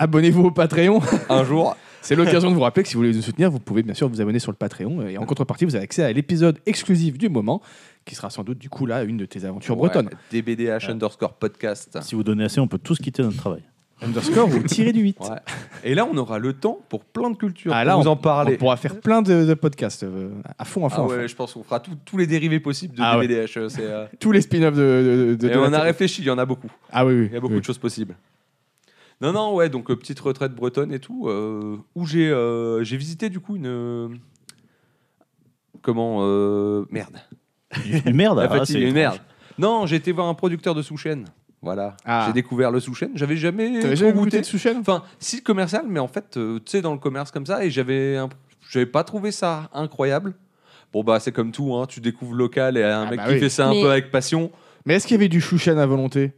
[SPEAKER 1] Abonnez-vous au Patreon.
[SPEAKER 2] un jour.
[SPEAKER 1] *laughs* C'est l'occasion de vous rappeler que euh, si vous voulez nous soutenir, vous pouvez bien sûr vous abonner sur le Patreon. Et en contrepartie, vous avez accès à l'épisode exclusif du moment qui sera sans doute du coup là une de tes aventures
[SPEAKER 2] Ouais,
[SPEAKER 1] bretonnes.
[SPEAKER 2] DBDH underscore podcast.
[SPEAKER 4] Si vous donnez assez, on peut tous quitter notre travail.
[SPEAKER 1] Underscore ou tiré du 8.
[SPEAKER 2] Ouais. *laughs* Et là, on aura le temps pour plein de cultures.
[SPEAKER 1] Ah,
[SPEAKER 2] pour
[SPEAKER 1] là,
[SPEAKER 2] vous en parler.
[SPEAKER 1] On pourra faire plein de, de podcasts euh, à fond, à fond,
[SPEAKER 2] Ah
[SPEAKER 1] à
[SPEAKER 2] ouais,
[SPEAKER 1] fond.
[SPEAKER 2] je pense qu'on fera tout- tous les dérivés possibles de
[SPEAKER 1] Ah ouais.
[SPEAKER 2] DBDH. euh, c'est, euh,
[SPEAKER 1] Tous les spin-offs de. de, *laughs* de-
[SPEAKER 2] et
[SPEAKER 1] de
[SPEAKER 2] on
[SPEAKER 1] la-
[SPEAKER 2] a réfléchi, il y en a beaucoup.
[SPEAKER 1] Ah oui, oui.
[SPEAKER 2] Il y a beaucoup
[SPEAKER 1] oui.
[SPEAKER 2] de choses possibles. Non, non, ouais, donc euh, petite retraite bretonne et tout, euh, où j'ai euh, j'ai visité du coup une. euh, comment. euh, merde.
[SPEAKER 4] Une
[SPEAKER 1] bah,
[SPEAKER 4] merde.
[SPEAKER 2] La
[SPEAKER 4] ah,
[SPEAKER 2] fatigue,
[SPEAKER 4] c'est
[SPEAKER 2] une
[SPEAKER 4] étrange.
[SPEAKER 2] merde. Non, j'ai été voir un producteur de sous-chaîne. Voilà.
[SPEAKER 1] Ah.
[SPEAKER 2] J'ai découvert le sous-chaîne. J'avais jamais, trop
[SPEAKER 1] T'avais jamais
[SPEAKER 2] goûté.
[SPEAKER 1] goûté de sous-chef
[SPEAKER 2] Enfin, si commercial, mais en fait, euh, tu sais, dans le commerce comme ça, et j'avais, un- j'avais pas trouvé ça incroyable. Bon bah c'est comme tout, hein, tu découvres local et un
[SPEAKER 1] Ah
[SPEAKER 2] mec
[SPEAKER 1] bah
[SPEAKER 2] qui
[SPEAKER 1] oui.
[SPEAKER 2] fait ça un
[SPEAKER 3] Mais-
[SPEAKER 2] peu avec passion.
[SPEAKER 1] Mais est-ce qu'il y avait du chouchen à volonté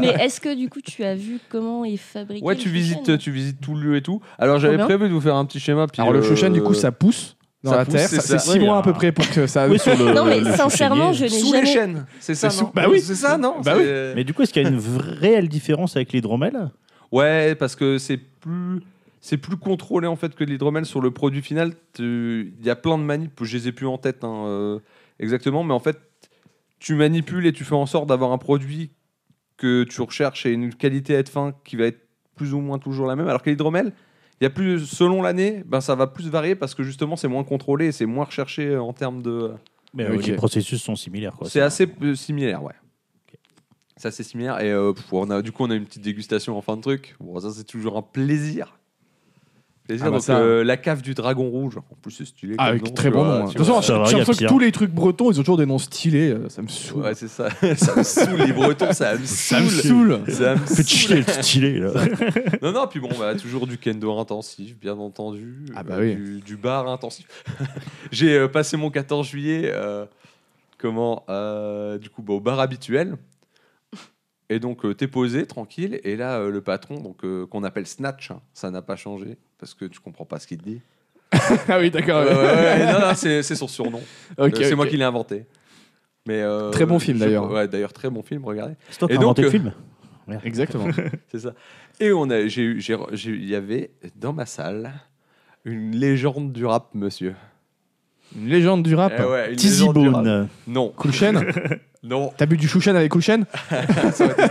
[SPEAKER 3] Mais est-ce que du coup tu as vu comment est fabriqué
[SPEAKER 2] Ouais,
[SPEAKER 3] le
[SPEAKER 2] tu
[SPEAKER 3] chouchen
[SPEAKER 2] visites, tu visites tout le lieu et tout. Alors j'avais
[SPEAKER 3] bien.
[SPEAKER 2] prévu de vous faire un petit schéma. Puis,
[SPEAKER 1] Alors le chouchen, du coup,
[SPEAKER 2] euh,
[SPEAKER 1] ça pousse dans
[SPEAKER 2] ça
[SPEAKER 1] la
[SPEAKER 2] pousse,
[SPEAKER 1] terre.
[SPEAKER 2] c'est
[SPEAKER 1] Ça- C'est
[SPEAKER 2] ça.
[SPEAKER 1] 6
[SPEAKER 4] Oui,
[SPEAKER 1] mois à
[SPEAKER 4] hein.
[SPEAKER 1] peu près pour que ça.
[SPEAKER 4] Oui, sur le-
[SPEAKER 3] Non, mais
[SPEAKER 4] le
[SPEAKER 3] sincèrement, je
[SPEAKER 4] chouchenier.
[SPEAKER 3] n'ai
[SPEAKER 2] sous les
[SPEAKER 3] jamais.
[SPEAKER 2] chaînes, c'est ça.
[SPEAKER 1] C'est sous-
[SPEAKER 2] non
[SPEAKER 1] bah oui.
[SPEAKER 2] c'est ça, non
[SPEAKER 1] Bah
[SPEAKER 2] C'est-
[SPEAKER 4] Mais du coup, est-ce qu'il y a une vraie réelle différence avec l'hydromel
[SPEAKER 2] Ouais, parce que c'est plus c'est plus contrôlé en fait que l'hydromel sur le produit final. Tu- Il y a plein de manips, je les ai plus en tête hein, euh, exactement, mais en fait tu manipules et tu fais en sorte d'avoir un produit que tu recherches et une qualité à être fin qui va être plus ou moins toujours la même. Alors que l'hydromel, il y a plus selon l'année, ben ça va plus varier parce que justement c'est moins contrôlé et c'est moins recherché euh, en termes de.
[SPEAKER 4] Mais euh,
[SPEAKER 1] Ok.
[SPEAKER 4] les processus sont similaires. quoi.
[SPEAKER 2] C'est assez euh, similaire, ouais. C'est assez similaire. Et euh, pff, on a, du coup, on a une petite dégustation en fin de truc. Bon, ça, c'est toujours un plaisir. Plaisir.
[SPEAKER 1] Ah bah
[SPEAKER 2] Donc,
[SPEAKER 1] ça.
[SPEAKER 2] euh, la cave du dragon rouge. En plus, c'est stylé.
[SPEAKER 1] Ah,
[SPEAKER 2] comme
[SPEAKER 1] oui,
[SPEAKER 2] nom,
[SPEAKER 1] très
[SPEAKER 2] tu
[SPEAKER 1] bon
[SPEAKER 2] vois,
[SPEAKER 1] nom. hein. De
[SPEAKER 2] tu
[SPEAKER 1] toute façon,
[SPEAKER 2] vois.
[SPEAKER 1] j'ai
[SPEAKER 4] Ça va, y a
[SPEAKER 1] l'impression que
[SPEAKER 4] pire.
[SPEAKER 1] tous les trucs bretons, ils ont toujours des noms stylés. euh, Ça me saoule.
[SPEAKER 2] Ouais, c'est ça. *laughs* ça me saoule, les Bretons, ça me
[SPEAKER 1] ça me
[SPEAKER 2] saoule.
[SPEAKER 1] saoule.
[SPEAKER 2] Ça me
[SPEAKER 4] Fait
[SPEAKER 2] saoule.
[SPEAKER 4] chier le stylé, là.
[SPEAKER 2] Non, non, puis bon, bah, toujours du kendo intensif, bien entendu.
[SPEAKER 1] Ah bah
[SPEAKER 2] Euh,
[SPEAKER 1] oui.
[SPEAKER 2] Du, du bar intensif. *laughs* J'ai euh, passé mon 14 juillet, euh, comment, euh, du coup, bah, au bar habituel. Et donc, euh, t'es posé, tranquille. Et là, euh, le patron, donc euh, qu'on appelle Snatch, hein, ça n'a pas changé parce que tu comprends pas ce qu'il te dit.
[SPEAKER 1] Ah oui, d'accord.
[SPEAKER 2] Euh, ouais, ouais, non, non, c'est c'est son surnom.
[SPEAKER 1] Ok,
[SPEAKER 2] Euh, c'est moi
[SPEAKER 1] ok.
[SPEAKER 2] qui l'ai inventé. Mais euh,
[SPEAKER 1] Très bon film,
[SPEAKER 2] je-
[SPEAKER 1] d'ailleurs.
[SPEAKER 2] Ouais, d'ailleurs, très bon film, regardez.
[SPEAKER 4] C'est toi qui
[SPEAKER 2] Et
[SPEAKER 4] as
[SPEAKER 2] donc,
[SPEAKER 4] inventé
[SPEAKER 2] euh,
[SPEAKER 4] le film
[SPEAKER 1] Exactement.
[SPEAKER 2] C'est ça. Et on a, j'ai eu, j'ai, j'ai eu- il y avait dans ma salle une légende du rap, monsieur.
[SPEAKER 1] Une légende du rap.
[SPEAKER 2] Eh ouais, une
[SPEAKER 4] Tizzy
[SPEAKER 2] légende du rap.
[SPEAKER 4] Bone.
[SPEAKER 2] Non,
[SPEAKER 1] Coulchen
[SPEAKER 2] *laughs* non.
[SPEAKER 1] T'as bu du chouchen avec Coulchen
[SPEAKER 4] *laughs*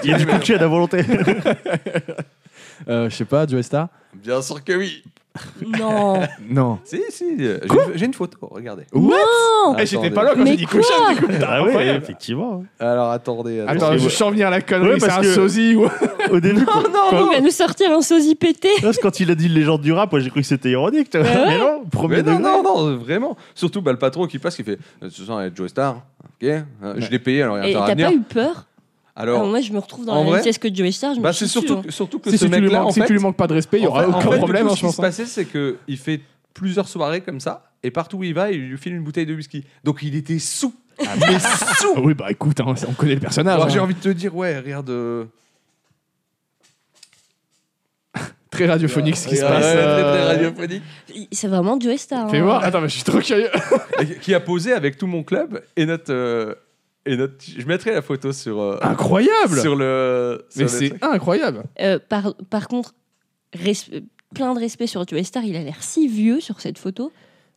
[SPEAKER 4] Il y a du coaching à la
[SPEAKER 2] *laughs*
[SPEAKER 4] volonté.
[SPEAKER 2] Ah
[SPEAKER 1] Euh, Je sais pas, du Star
[SPEAKER 2] Bien sûr que oui. *laughs*
[SPEAKER 3] Non.
[SPEAKER 1] Non.
[SPEAKER 2] Si, si. euh, J'ai, j'ai une photo. Regardez.
[SPEAKER 1] What
[SPEAKER 2] Attendez.
[SPEAKER 1] Eh, J'étais pas là quand
[SPEAKER 3] Mais
[SPEAKER 1] j'ai dit
[SPEAKER 3] quoi
[SPEAKER 1] Coulchen. du coup.
[SPEAKER 4] Ah
[SPEAKER 1] ouais,
[SPEAKER 4] ouais, effectivement. hein.
[SPEAKER 2] Alors attendez.
[SPEAKER 1] Attends,
[SPEAKER 4] Ouais.
[SPEAKER 1] je suis en venir à la connerie.
[SPEAKER 4] Ouais,
[SPEAKER 1] c'est
[SPEAKER 4] parce
[SPEAKER 1] un
[SPEAKER 4] que-
[SPEAKER 1] sosie ou
[SPEAKER 4] Au début,
[SPEAKER 3] Il
[SPEAKER 4] quand,
[SPEAKER 3] va nous sortir un sosie pété.
[SPEAKER 4] parce que quand il a dit légende du rap, moi j'ai cru que c'était ironique. tu vois.
[SPEAKER 3] Ouais.
[SPEAKER 4] Mais non, premier
[SPEAKER 2] Mais non,
[SPEAKER 4] degré.
[SPEAKER 2] non, non, vraiment. Surtout bah, le patron qui passe, qui fait euh, Ce soir, il y a Joe Star. Ok Euh, Je l'ai payé, alors il y
[SPEAKER 3] Et
[SPEAKER 2] a intérêt à
[SPEAKER 3] t'as pas
[SPEAKER 2] venir.
[SPEAKER 3] eu peur Ah,
[SPEAKER 2] Alors,
[SPEAKER 3] Moi, je me retrouve dans
[SPEAKER 2] en
[SPEAKER 3] la même
[SPEAKER 2] vrai,
[SPEAKER 3] pièce que Joey Star. Je me
[SPEAKER 2] bah,
[SPEAKER 3] suis
[SPEAKER 2] c'est
[SPEAKER 3] dit,
[SPEAKER 2] surtout,
[SPEAKER 3] hein.
[SPEAKER 2] surtout que
[SPEAKER 1] Si,
[SPEAKER 2] ce
[SPEAKER 1] tu lui
[SPEAKER 2] mec-là, en
[SPEAKER 1] manques, si
[SPEAKER 2] fait,
[SPEAKER 1] tu lui manques pas de respect, il y
[SPEAKER 2] En fait-
[SPEAKER 1] aura
[SPEAKER 2] en fait,
[SPEAKER 1] aucun
[SPEAKER 2] du
[SPEAKER 1] problème,
[SPEAKER 2] coup,
[SPEAKER 1] hein,
[SPEAKER 2] Ce
[SPEAKER 1] je
[SPEAKER 2] qui se
[SPEAKER 1] pense. hein.
[SPEAKER 2] passait, c'est que il fait plusieurs soirées comme ça, et partout où il va, il lui file une bouteille de whisky. Donc il était sous.
[SPEAKER 1] hein.
[SPEAKER 2] mais sous.
[SPEAKER 1] Ah Oui, bah écoute, hein, on connaît le personnage.
[SPEAKER 2] Alors, J'ai
[SPEAKER 1] hein.
[SPEAKER 2] envie de te dire, ouais, regarde. euh,
[SPEAKER 1] Très radiophonique ce qui se
[SPEAKER 2] regarde,
[SPEAKER 1] passe.
[SPEAKER 2] ouais, très, très
[SPEAKER 1] euh,
[SPEAKER 2] radiophonique.
[SPEAKER 3] C'est vraiment Joey Star.
[SPEAKER 1] Fais
[SPEAKER 3] hein.
[SPEAKER 1] voir, attends, mais je suis trop curieux.
[SPEAKER 2] Et qui a posé avec tout mon club et notre. euh, et notre je mettrai la photo sur. euh,
[SPEAKER 1] Incroyable
[SPEAKER 2] sur le. sur
[SPEAKER 1] Mais
[SPEAKER 2] le
[SPEAKER 1] c'est
[SPEAKER 2] truc.
[SPEAKER 1] incroyable.
[SPEAKER 3] Euh, par, par contre, res- euh, plein de respect sur Joey Star. Il a l'air si vieux sur cette photo.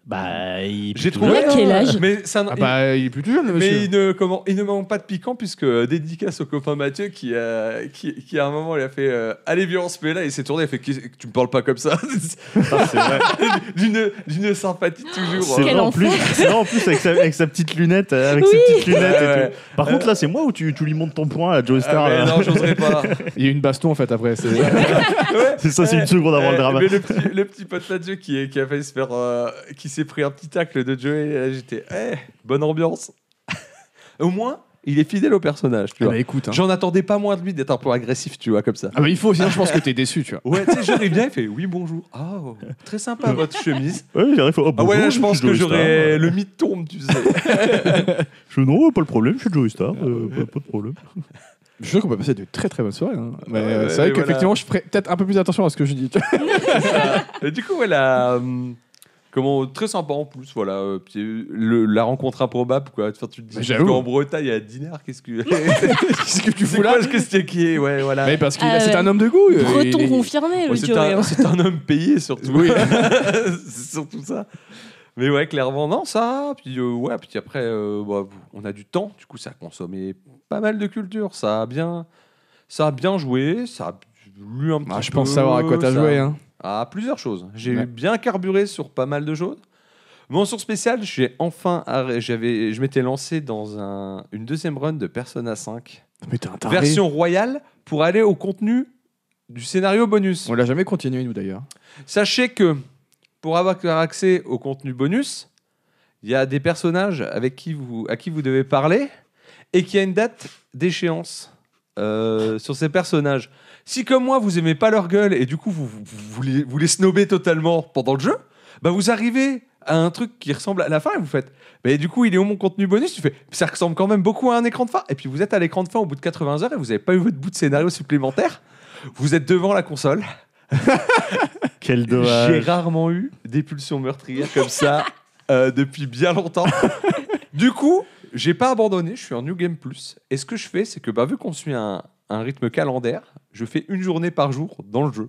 [SPEAKER 4] Bah, il...
[SPEAKER 2] J'ai trouvé.
[SPEAKER 3] Il a quel âge
[SPEAKER 2] Mais ça.
[SPEAKER 1] Ah
[SPEAKER 2] il-
[SPEAKER 1] bah, il est plus jeune, le
[SPEAKER 2] Mais
[SPEAKER 1] monsieur.
[SPEAKER 2] il ne, comment, il ne manque pas de piquant puisque euh, dédicace au copain Mathieu qui, euh, qui, qui à un moment lui a fait euh, allez viens on se met là et il s'est tourné il a fait Qu'est-ce que tu me parles pas comme ça
[SPEAKER 4] Ah, c'est vrai.
[SPEAKER 2] *laughs* d'une d'une sympathie toujours
[SPEAKER 4] C'est
[SPEAKER 3] Quel
[SPEAKER 4] vrai en
[SPEAKER 3] enfant.
[SPEAKER 4] plus, c'est vrai en plus avec sa, avec sa petite lunette, euh, avec ses
[SPEAKER 3] Oui.
[SPEAKER 4] petites lunettes et
[SPEAKER 2] Ouais,
[SPEAKER 4] tout. euh, Par contre là, c'est moi où tu, tu lui montes ton poing à Joe Star.
[SPEAKER 2] Ah, mais
[SPEAKER 4] là.
[SPEAKER 2] non j'oserais pas
[SPEAKER 1] Il y a une baston, en fait, après. c'est-
[SPEAKER 2] Ouais.
[SPEAKER 4] C'est *laughs* ça, c'est une seconde avant le
[SPEAKER 2] Eh,
[SPEAKER 4] drame.
[SPEAKER 2] mais le petit, le petit pote Mathieu qui, est- qui a failli se faire euh, qui s'est pris un petit tacle de Joey et là, j'étais eh, bonne ambiance *laughs* au moins il est fidèle au personnage tu
[SPEAKER 1] Ah
[SPEAKER 2] vois
[SPEAKER 1] bah écoute, hein.
[SPEAKER 2] j'en attendais pas moins de lui d'être un peu agressif tu vois comme ça
[SPEAKER 1] Ah bah il faut, sinon je pense que t'es déçu, tu vois.
[SPEAKER 2] Ouais, tu sais, j'arrive bien, il fait oui, bonjour. Ah, oh, très sympa votre chemise.
[SPEAKER 4] Ouais, j'arrive. Oh,
[SPEAKER 2] Ah
[SPEAKER 4] bonjour,
[SPEAKER 2] ouais, là, je pense
[SPEAKER 4] suis
[SPEAKER 2] que
[SPEAKER 4] Joey Star.
[SPEAKER 2] j'aurais. Le mythe tombe, tu sais.
[SPEAKER 4] Je non, pas le problème, je suis Joey Star, euh,
[SPEAKER 2] Ah
[SPEAKER 4] pas, pas de problème.
[SPEAKER 1] Je suis sûr qu'on peut passer de très très bonnes soirées. hein.
[SPEAKER 2] Ouais,
[SPEAKER 1] Mais, euh,
[SPEAKER 2] ouais,
[SPEAKER 1] c'est vrai
[SPEAKER 2] mais
[SPEAKER 1] qu'effectivement, je ferai peut-être un peu plus attention à ce que je dis.
[SPEAKER 2] Et du coup, elle a. hum, Comment très sympa en plus, voilà. euh, puis, euh, le- la rencontre improbable, quoi. Enfin, tu te
[SPEAKER 1] Bah,
[SPEAKER 2] dis
[SPEAKER 1] j'avoue.
[SPEAKER 2] en Bretagne, il y a Dinard, qu'est-ce *laughs* que.
[SPEAKER 1] *laughs* Qu'est-ce que tu
[SPEAKER 2] C'est
[SPEAKER 1] fous là
[SPEAKER 2] quoi ce que c'est qui est Ouais, voilà.
[SPEAKER 1] Mais parce que
[SPEAKER 3] Ah
[SPEAKER 1] c'est
[SPEAKER 3] ouais.
[SPEAKER 1] un homme de goût. euh,
[SPEAKER 3] Breton
[SPEAKER 1] il est-
[SPEAKER 3] confirmé,
[SPEAKER 2] Ouais,
[SPEAKER 3] le
[SPEAKER 2] c'est
[SPEAKER 3] Joey.
[SPEAKER 2] *laughs*
[SPEAKER 3] hein.
[SPEAKER 2] un, c'est un homme payé, surtout.
[SPEAKER 1] Oui.
[SPEAKER 2] c'est surtout ça. Mais ouais, clairement, non, ça. Puis euh, ouais, puis après, euh, bah, on a du temps. Du coup, ça a consommé pas mal de culture. Ça a bien, ça a bien joué. Ça a lu un petit
[SPEAKER 1] Ah, je
[SPEAKER 2] peu,
[SPEAKER 1] pense savoir à quoi t'as
[SPEAKER 2] ça-
[SPEAKER 1] joué. Hein.
[SPEAKER 2] À plusieurs choses. J'ai
[SPEAKER 1] Ouais.
[SPEAKER 2] eu bien carburé sur pas mal de choses. Mention spéciale, j'ai enfin, arrêt- j'avais, je m'étais lancé dans un, une deuxième run de Persona 5
[SPEAKER 1] Mais t'es un taré.
[SPEAKER 2] version royale pour aller au contenu du scénario bonus.
[SPEAKER 1] On l'a jamais continué, nous d'ailleurs.
[SPEAKER 2] Sachez que pour avoir accès au contenu bonus, il y a des personnages avec qui vous, à qui vous devez parler et qui a une date d'échéance euh, sur ces personnages. Si comme moi vous aimez pas leur gueule et du coup vous, vous, vous les, vous les snobez totalement pendant le jeu, bah vous arrivez à un truc qui ressemble à la fin et vous faites mais du coup il est où mon contenu bonus tu fais ça ressemble quand même beaucoup à un écran de fin et puis vous êtes à l'écran de fin au bout de 80 heures et vous n'avez pas eu votre bout de scénario supplémentaire vous êtes devant la console
[SPEAKER 4] Quel
[SPEAKER 2] j'ai
[SPEAKER 4] dommage.
[SPEAKER 2] rarement eu des pulsions meurtrières comme ça *laughs* euh, depuis bien longtemps. *laughs* du coup, j'ai pas abandonné, je suis en New Game Plus. Et ce que je fais, c'est que bah, vu qu'on suit un, un rythme calendaire, je fais une journée par jour dans le jeu.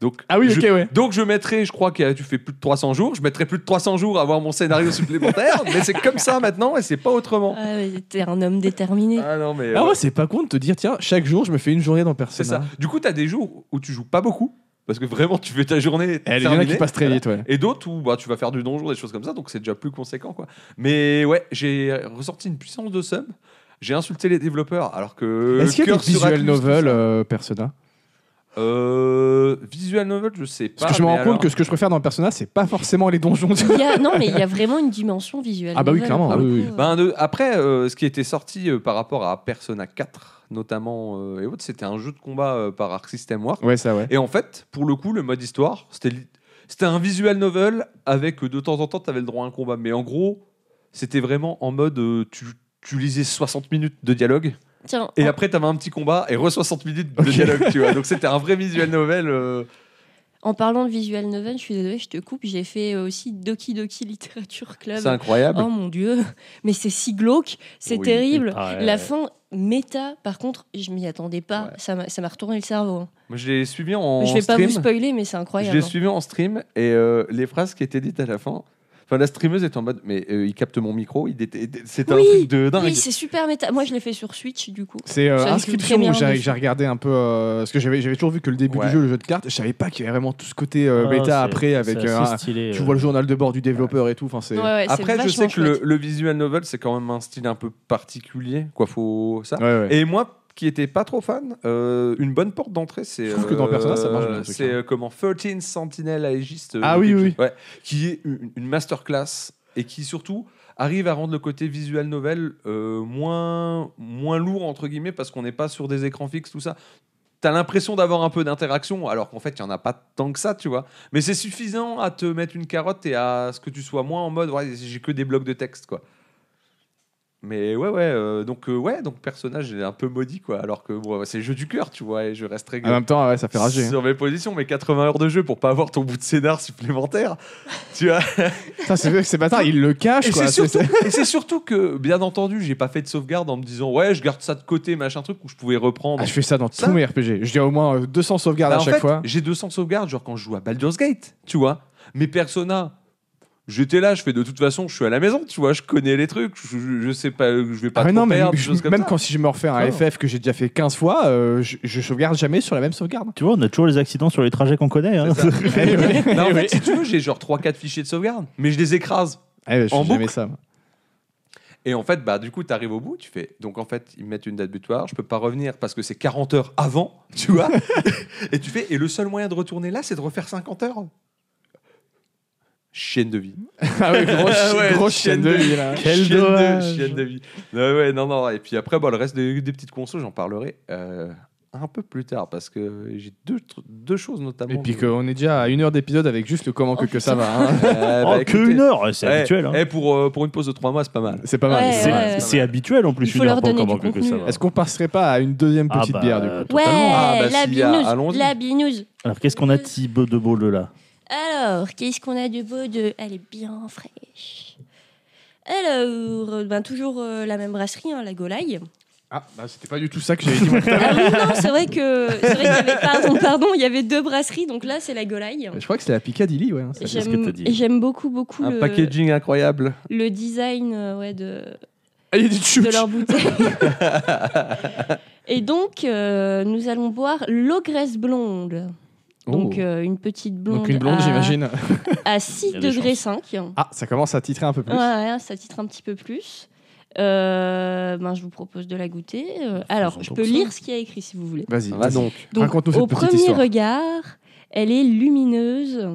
[SPEAKER 2] Donc,
[SPEAKER 1] Ah oui,
[SPEAKER 2] je, Euh,
[SPEAKER 1] ok, ouais.
[SPEAKER 2] donc je mettrai, je crois que tu fais plus de 300 jours, je mettrai plus de 300 jours à avoir mon scénario supplémentaire, mais c'est comme ça maintenant et c'est pas autrement.
[SPEAKER 3] Ah, mais T'es un homme déterminé.
[SPEAKER 2] Ah non, mais.
[SPEAKER 1] Ah
[SPEAKER 2] ouais.
[SPEAKER 1] ouais, c'est pas con de te dire, tiens, chaque jour, je me fais une journée dans
[SPEAKER 2] C'est
[SPEAKER 1] Persona.
[SPEAKER 2] ça. Du coup, t'as des jours où tu joues pas beaucoup, parce que vraiment, tu fais ta journée.
[SPEAKER 1] Eh, Il y en a qui
[SPEAKER 2] terminée.
[SPEAKER 1] passent très vite, ouais.
[SPEAKER 2] Et d'autres où bah, tu vas faire du donjon, des choses comme ça, donc c'est déjà plus conséquent. quoi. Mais ouais, j'ai ressorti une puissance de sub. J'ai insulté les développeurs alors que.
[SPEAKER 1] Est-ce qu'il y a des
[SPEAKER 2] Curse Euh, sur
[SPEAKER 1] visual
[SPEAKER 2] Atlus, tout
[SPEAKER 1] novels
[SPEAKER 2] ça.
[SPEAKER 1] euh, Persona
[SPEAKER 2] Euh, Visual novel, je sais pas.
[SPEAKER 1] Parce que je me
[SPEAKER 2] Bah, mais
[SPEAKER 1] rends compte
[SPEAKER 2] alors-
[SPEAKER 1] que ce que je préfère dans Persona, c'est pas forcément les donjons.
[SPEAKER 3] Il y a- non, mais il y a vraiment une dimension visuelle.
[SPEAKER 1] Ah bah oui,
[SPEAKER 3] nouvelle,
[SPEAKER 1] clairement,
[SPEAKER 3] pour
[SPEAKER 1] oui,
[SPEAKER 3] le
[SPEAKER 1] oui.
[SPEAKER 3] coup, euh.
[SPEAKER 2] Ben, de- après, euh, ce qui était sorti euh, par rapport à Persona 4, notamment, euh, et autres, c'était un jeu de combat euh, par Arc System Works.
[SPEAKER 1] ouais, ça, ouais.
[SPEAKER 2] Et en fait, pour le coup, le mode histoire, c'était li- c'était un visual novel avec euh, de temps en temps, tu avais le droit à un combat. Mais en gros, c'était vraiment en mode euh, tu, tu lisais 60 minutes de dialogue
[SPEAKER 3] Tiens,
[SPEAKER 2] et
[SPEAKER 3] en-
[SPEAKER 2] après, tu avais un petit combat et re 60 minutes de
[SPEAKER 1] Ok.
[SPEAKER 2] dialogue. tu vois. Donc c'était un vrai visual novel. euh,
[SPEAKER 3] en parlant de visual novel, je suis désolée, je te coupe. J'ai fait euh, aussi Doki Doki Literature Club.
[SPEAKER 2] C'est incroyable.
[SPEAKER 3] Oh mon dieu, mais c'est si glauque, c'est
[SPEAKER 2] Oui.
[SPEAKER 3] terrible.
[SPEAKER 4] Ah ouais.
[SPEAKER 3] La fin méta, par contre, je m'y attendais pas.
[SPEAKER 2] Ouais.
[SPEAKER 3] Ça m'a ça m'a retourné le cerveau. hein.
[SPEAKER 2] Moi, Je l'ai suivi en
[SPEAKER 3] je vais pas
[SPEAKER 2] stream.
[SPEAKER 3] vous spoiler, mais c'est
[SPEAKER 2] Je
[SPEAKER 3] incroyable.
[SPEAKER 2] l'ai
[SPEAKER 3] hein.
[SPEAKER 2] suivi en stream et euh, les phrases qui étaient dites à la fin. Enfin, la streameuse est en mode, mais euh, il capte mon micro, il était- c'était
[SPEAKER 3] Oui,
[SPEAKER 2] un truc de dingue.
[SPEAKER 3] Oui, c'est super méta. Moi, je l'ai fait sur Switch, du coup.
[SPEAKER 1] C'est euh,
[SPEAKER 3] Ça joue
[SPEAKER 1] inscription
[SPEAKER 3] très bien
[SPEAKER 1] où j'ai
[SPEAKER 3] dessus.
[SPEAKER 1] j'ai regardé un peu euh, parce que j'avais j'avais toujours vu que le début
[SPEAKER 2] Ouais.
[SPEAKER 1] du jeu le jeu de cartes je savais pas qu'il y avait vraiment tout ce côté euh,
[SPEAKER 4] Ah,
[SPEAKER 1] bêta
[SPEAKER 4] c'est-
[SPEAKER 1] après avec
[SPEAKER 4] c'est
[SPEAKER 1] euh,
[SPEAKER 4] assez
[SPEAKER 1] un-
[SPEAKER 4] stylé,
[SPEAKER 1] tu
[SPEAKER 4] euh.
[SPEAKER 1] vois le journal de bord du développeur et tout enfin c'est
[SPEAKER 3] Ouais, ouais, Eh, c'est
[SPEAKER 2] Après, je sais
[SPEAKER 3] vachement
[SPEAKER 2] que le,
[SPEAKER 3] chouette.
[SPEAKER 2] le visual novel, c'est quand même un style un peu particulier. Quoi, faut ça.
[SPEAKER 1] Ouais, ouais.
[SPEAKER 2] Et moi, qui n'étais pas trop fan, euh, une bonne porte d'entrée, c'est. euh,
[SPEAKER 1] Je trouve que dans Persona, ça marche bien, ce truc,
[SPEAKER 2] C'est
[SPEAKER 1] hein.
[SPEAKER 2] euh, comment 13 Sentinel Aegis. euh,
[SPEAKER 1] Ah oui,
[SPEAKER 2] quelque
[SPEAKER 1] oui,
[SPEAKER 2] chose. Ouais, qui est une, une masterclass et qui surtout arrive à rendre le côté visual novel euh, moins, moins lourd, entre guillemets, parce qu'on n'est pas sur des écrans fixes, tout ça. T'as l'impression d'avoir un peu d'interaction, alors qu'en fait, il n'y en a pas tant que ça, tu vois. Mais c'est suffisant à te mettre une carotte et à ce que tu sois moins en mode, ouais, j'ai que des blocs de texte, quoi. Mais ouais, ouais, euh, donc, euh, ouais, donc personnage est un peu maudit, quoi. Alors que bon, c'est jeu du cœur, tu vois, et je resterai
[SPEAKER 1] en même temps ouais, ça fait rager hein.
[SPEAKER 2] sur mes positions, mais 80 heures de jeu pour pas avoir ton bout de scénar supplémentaire, *laughs* tu vois.
[SPEAKER 1] ça c'est vrai que c'est bâtard il le cache
[SPEAKER 2] Et
[SPEAKER 1] quoi
[SPEAKER 2] c'est
[SPEAKER 1] C'est-
[SPEAKER 2] surtout, et c'est surtout que, bien entendu, j'ai pas fait de sauvegarde en me disant, ouais, je garde ça de côté, machin truc, où je pouvais reprendre.
[SPEAKER 1] Ah, je fais ça dans
[SPEAKER 2] Ça-
[SPEAKER 1] tous mes RPG je dis au moins euh, 200 sauvegardes
[SPEAKER 2] Bah,
[SPEAKER 1] à
[SPEAKER 2] en
[SPEAKER 1] chaque
[SPEAKER 2] fait,
[SPEAKER 1] fois
[SPEAKER 2] J'ai 200 sauvegardes, genre quand je joue à Baldur's Gate, tu vois. Mes personas, j'étais là, je fais de toute façon, je suis à la maison, tu vois, je connais les trucs, je, je- je sais pas, je vais pas
[SPEAKER 1] Ah, mais
[SPEAKER 2] trop
[SPEAKER 1] non, mais
[SPEAKER 2] perdre, des
[SPEAKER 1] je- *laughs*
[SPEAKER 2] choses comme
[SPEAKER 1] même
[SPEAKER 2] ça.
[SPEAKER 1] quand si je me refais un
[SPEAKER 2] Ah.
[SPEAKER 1] FF que j'ai déjà fait 15 fois euh, je, je sauvegarde jamais sur la même
[SPEAKER 2] *laughs*
[SPEAKER 1] sauvegarde
[SPEAKER 4] Tu vois, on a toujours les accidents sur les trajets qu'on connaît. hein. *laughs*
[SPEAKER 2] C'est ça.
[SPEAKER 1] Eh ouais, *laughs*
[SPEAKER 2] Bah, en
[SPEAKER 1] eh
[SPEAKER 2] fait,
[SPEAKER 1] ouais.
[SPEAKER 2] si tu veux, j'ai genre 3-4 fichiers de sauvegarde, mais je les écrase.
[SPEAKER 1] Eh ouais, je
[SPEAKER 2] En
[SPEAKER 1] fais jamais
[SPEAKER 2] boucle.
[SPEAKER 1] ça
[SPEAKER 2] Et en fait, bah, du coup, tu arrives au bout, tu fais. Donc en fait, ils me mettent une date butoir, je peux pas revenir parce que c'est 40 heures avant, tu
[SPEAKER 1] *laughs*
[SPEAKER 2] vois. et tu fais. Et le seul moyen de retourner là, c'est de refaire 50 heures. Chienne de vie.
[SPEAKER 1] *laughs* ah ouais grosse
[SPEAKER 2] Ah ouais,
[SPEAKER 1] grosse chaîne
[SPEAKER 2] chaîne
[SPEAKER 1] de
[SPEAKER 2] de-
[SPEAKER 1] vie là
[SPEAKER 4] Quel
[SPEAKER 2] chienne
[SPEAKER 4] dommage.
[SPEAKER 2] de, chienne de vie. Non, ouais, non, non. Et puis après, bah, le reste des, des petites consoles, j'en parlerai euh, un peu plus tard parce que j'ai deux, tr- deux choses notamment.
[SPEAKER 1] et
[SPEAKER 2] *laughs*
[SPEAKER 1] puis qu'on est déjà à une heure d'épisode avec juste le comment que,
[SPEAKER 3] Oh,
[SPEAKER 1] que ça va *laughs* hein.
[SPEAKER 2] Euh, bah,
[SPEAKER 4] Oh, que
[SPEAKER 2] écoutez,
[SPEAKER 4] une heure, c'est
[SPEAKER 2] eh,
[SPEAKER 4] habituel. hein.
[SPEAKER 2] eh, pour, euh, pour une pause de 3 mois, c'est pas mal.
[SPEAKER 1] c'est pas mal
[SPEAKER 3] Ouais,
[SPEAKER 1] c'est
[SPEAKER 4] C'est
[SPEAKER 1] mal.
[SPEAKER 3] ouais.
[SPEAKER 4] c'est habituel en
[SPEAKER 3] Il
[SPEAKER 4] plus
[SPEAKER 3] faut
[SPEAKER 4] une heure
[SPEAKER 3] leur
[SPEAKER 4] pour
[SPEAKER 3] donner
[SPEAKER 4] comment
[SPEAKER 3] du
[SPEAKER 4] que- que ça
[SPEAKER 3] contenu. hein.
[SPEAKER 2] hein.
[SPEAKER 4] va.
[SPEAKER 1] Est-ce qu'on passerait pas à une deuxième
[SPEAKER 4] Ah
[SPEAKER 1] petite
[SPEAKER 4] bah,
[SPEAKER 1] bière du
[SPEAKER 4] euh,
[SPEAKER 1] coup
[SPEAKER 3] Ouais,
[SPEAKER 4] totalement.
[SPEAKER 2] Ah, bah,
[SPEAKER 3] la
[SPEAKER 2] si,
[SPEAKER 3] binouze,
[SPEAKER 2] ah, allons-y.
[SPEAKER 3] la binouze.
[SPEAKER 4] Alors qu'est-ce qu'on a de si beau de beau le là
[SPEAKER 3] Alors, qu'est-ce qu'on a de beau de... Elle est bien fraîche. Alors, ben, toujours euh, la même brasserie, hein, la Golaille.
[SPEAKER 1] Ah, bah, c'était pas du tout ça que j'avais dit. moi.
[SPEAKER 3] Ah oui, non, c'est vrai que c'est vrai qu'il y avait pardon, pardon, il y avait deux brasseries, donc là c'est la Golaille.
[SPEAKER 1] *laughs* Je crois que c'est la Picadilly, ouais. hein, ça.
[SPEAKER 4] c'est ce
[SPEAKER 3] J'aime-
[SPEAKER 4] que t'as dit.
[SPEAKER 3] et j'aime beaucoup beaucoup
[SPEAKER 2] Un
[SPEAKER 3] le,
[SPEAKER 2] packaging incroyable.
[SPEAKER 3] le design euh, ouais, de,
[SPEAKER 1] Allez, dites chouch.
[SPEAKER 3] de leur bouteille. et donc, euh, nous allons boire l'ogresse blonde. Donc,
[SPEAKER 1] Oh.
[SPEAKER 3] euh, une petite blonde, Ah.
[SPEAKER 1] Donc une blonde,
[SPEAKER 3] à,
[SPEAKER 1] j'imagine.
[SPEAKER 3] à
[SPEAKER 4] Il
[SPEAKER 3] 6
[SPEAKER 4] y a des
[SPEAKER 3] degrés 5. Ouais,
[SPEAKER 1] Ah, ça commence à titrer un peu plus.
[SPEAKER 3] ouais, ça titre un petit peu plus. Euh, ben, je vous propose de la goûter. Euh, alors, je peux
[SPEAKER 4] donc ça.
[SPEAKER 3] lire ce qu'il y a écrit si vous voulez.
[SPEAKER 1] Vas-y.
[SPEAKER 2] Va
[SPEAKER 1] vas-y.
[SPEAKER 2] donc.
[SPEAKER 3] Donc,
[SPEAKER 1] Raconte-nous cette
[SPEAKER 3] au
[SPEAKER 1] petite
[SPEAKER 3] premier
[SPEAKER 1] histoire.
[SPEAKER 3] regard, elle est lumineuse.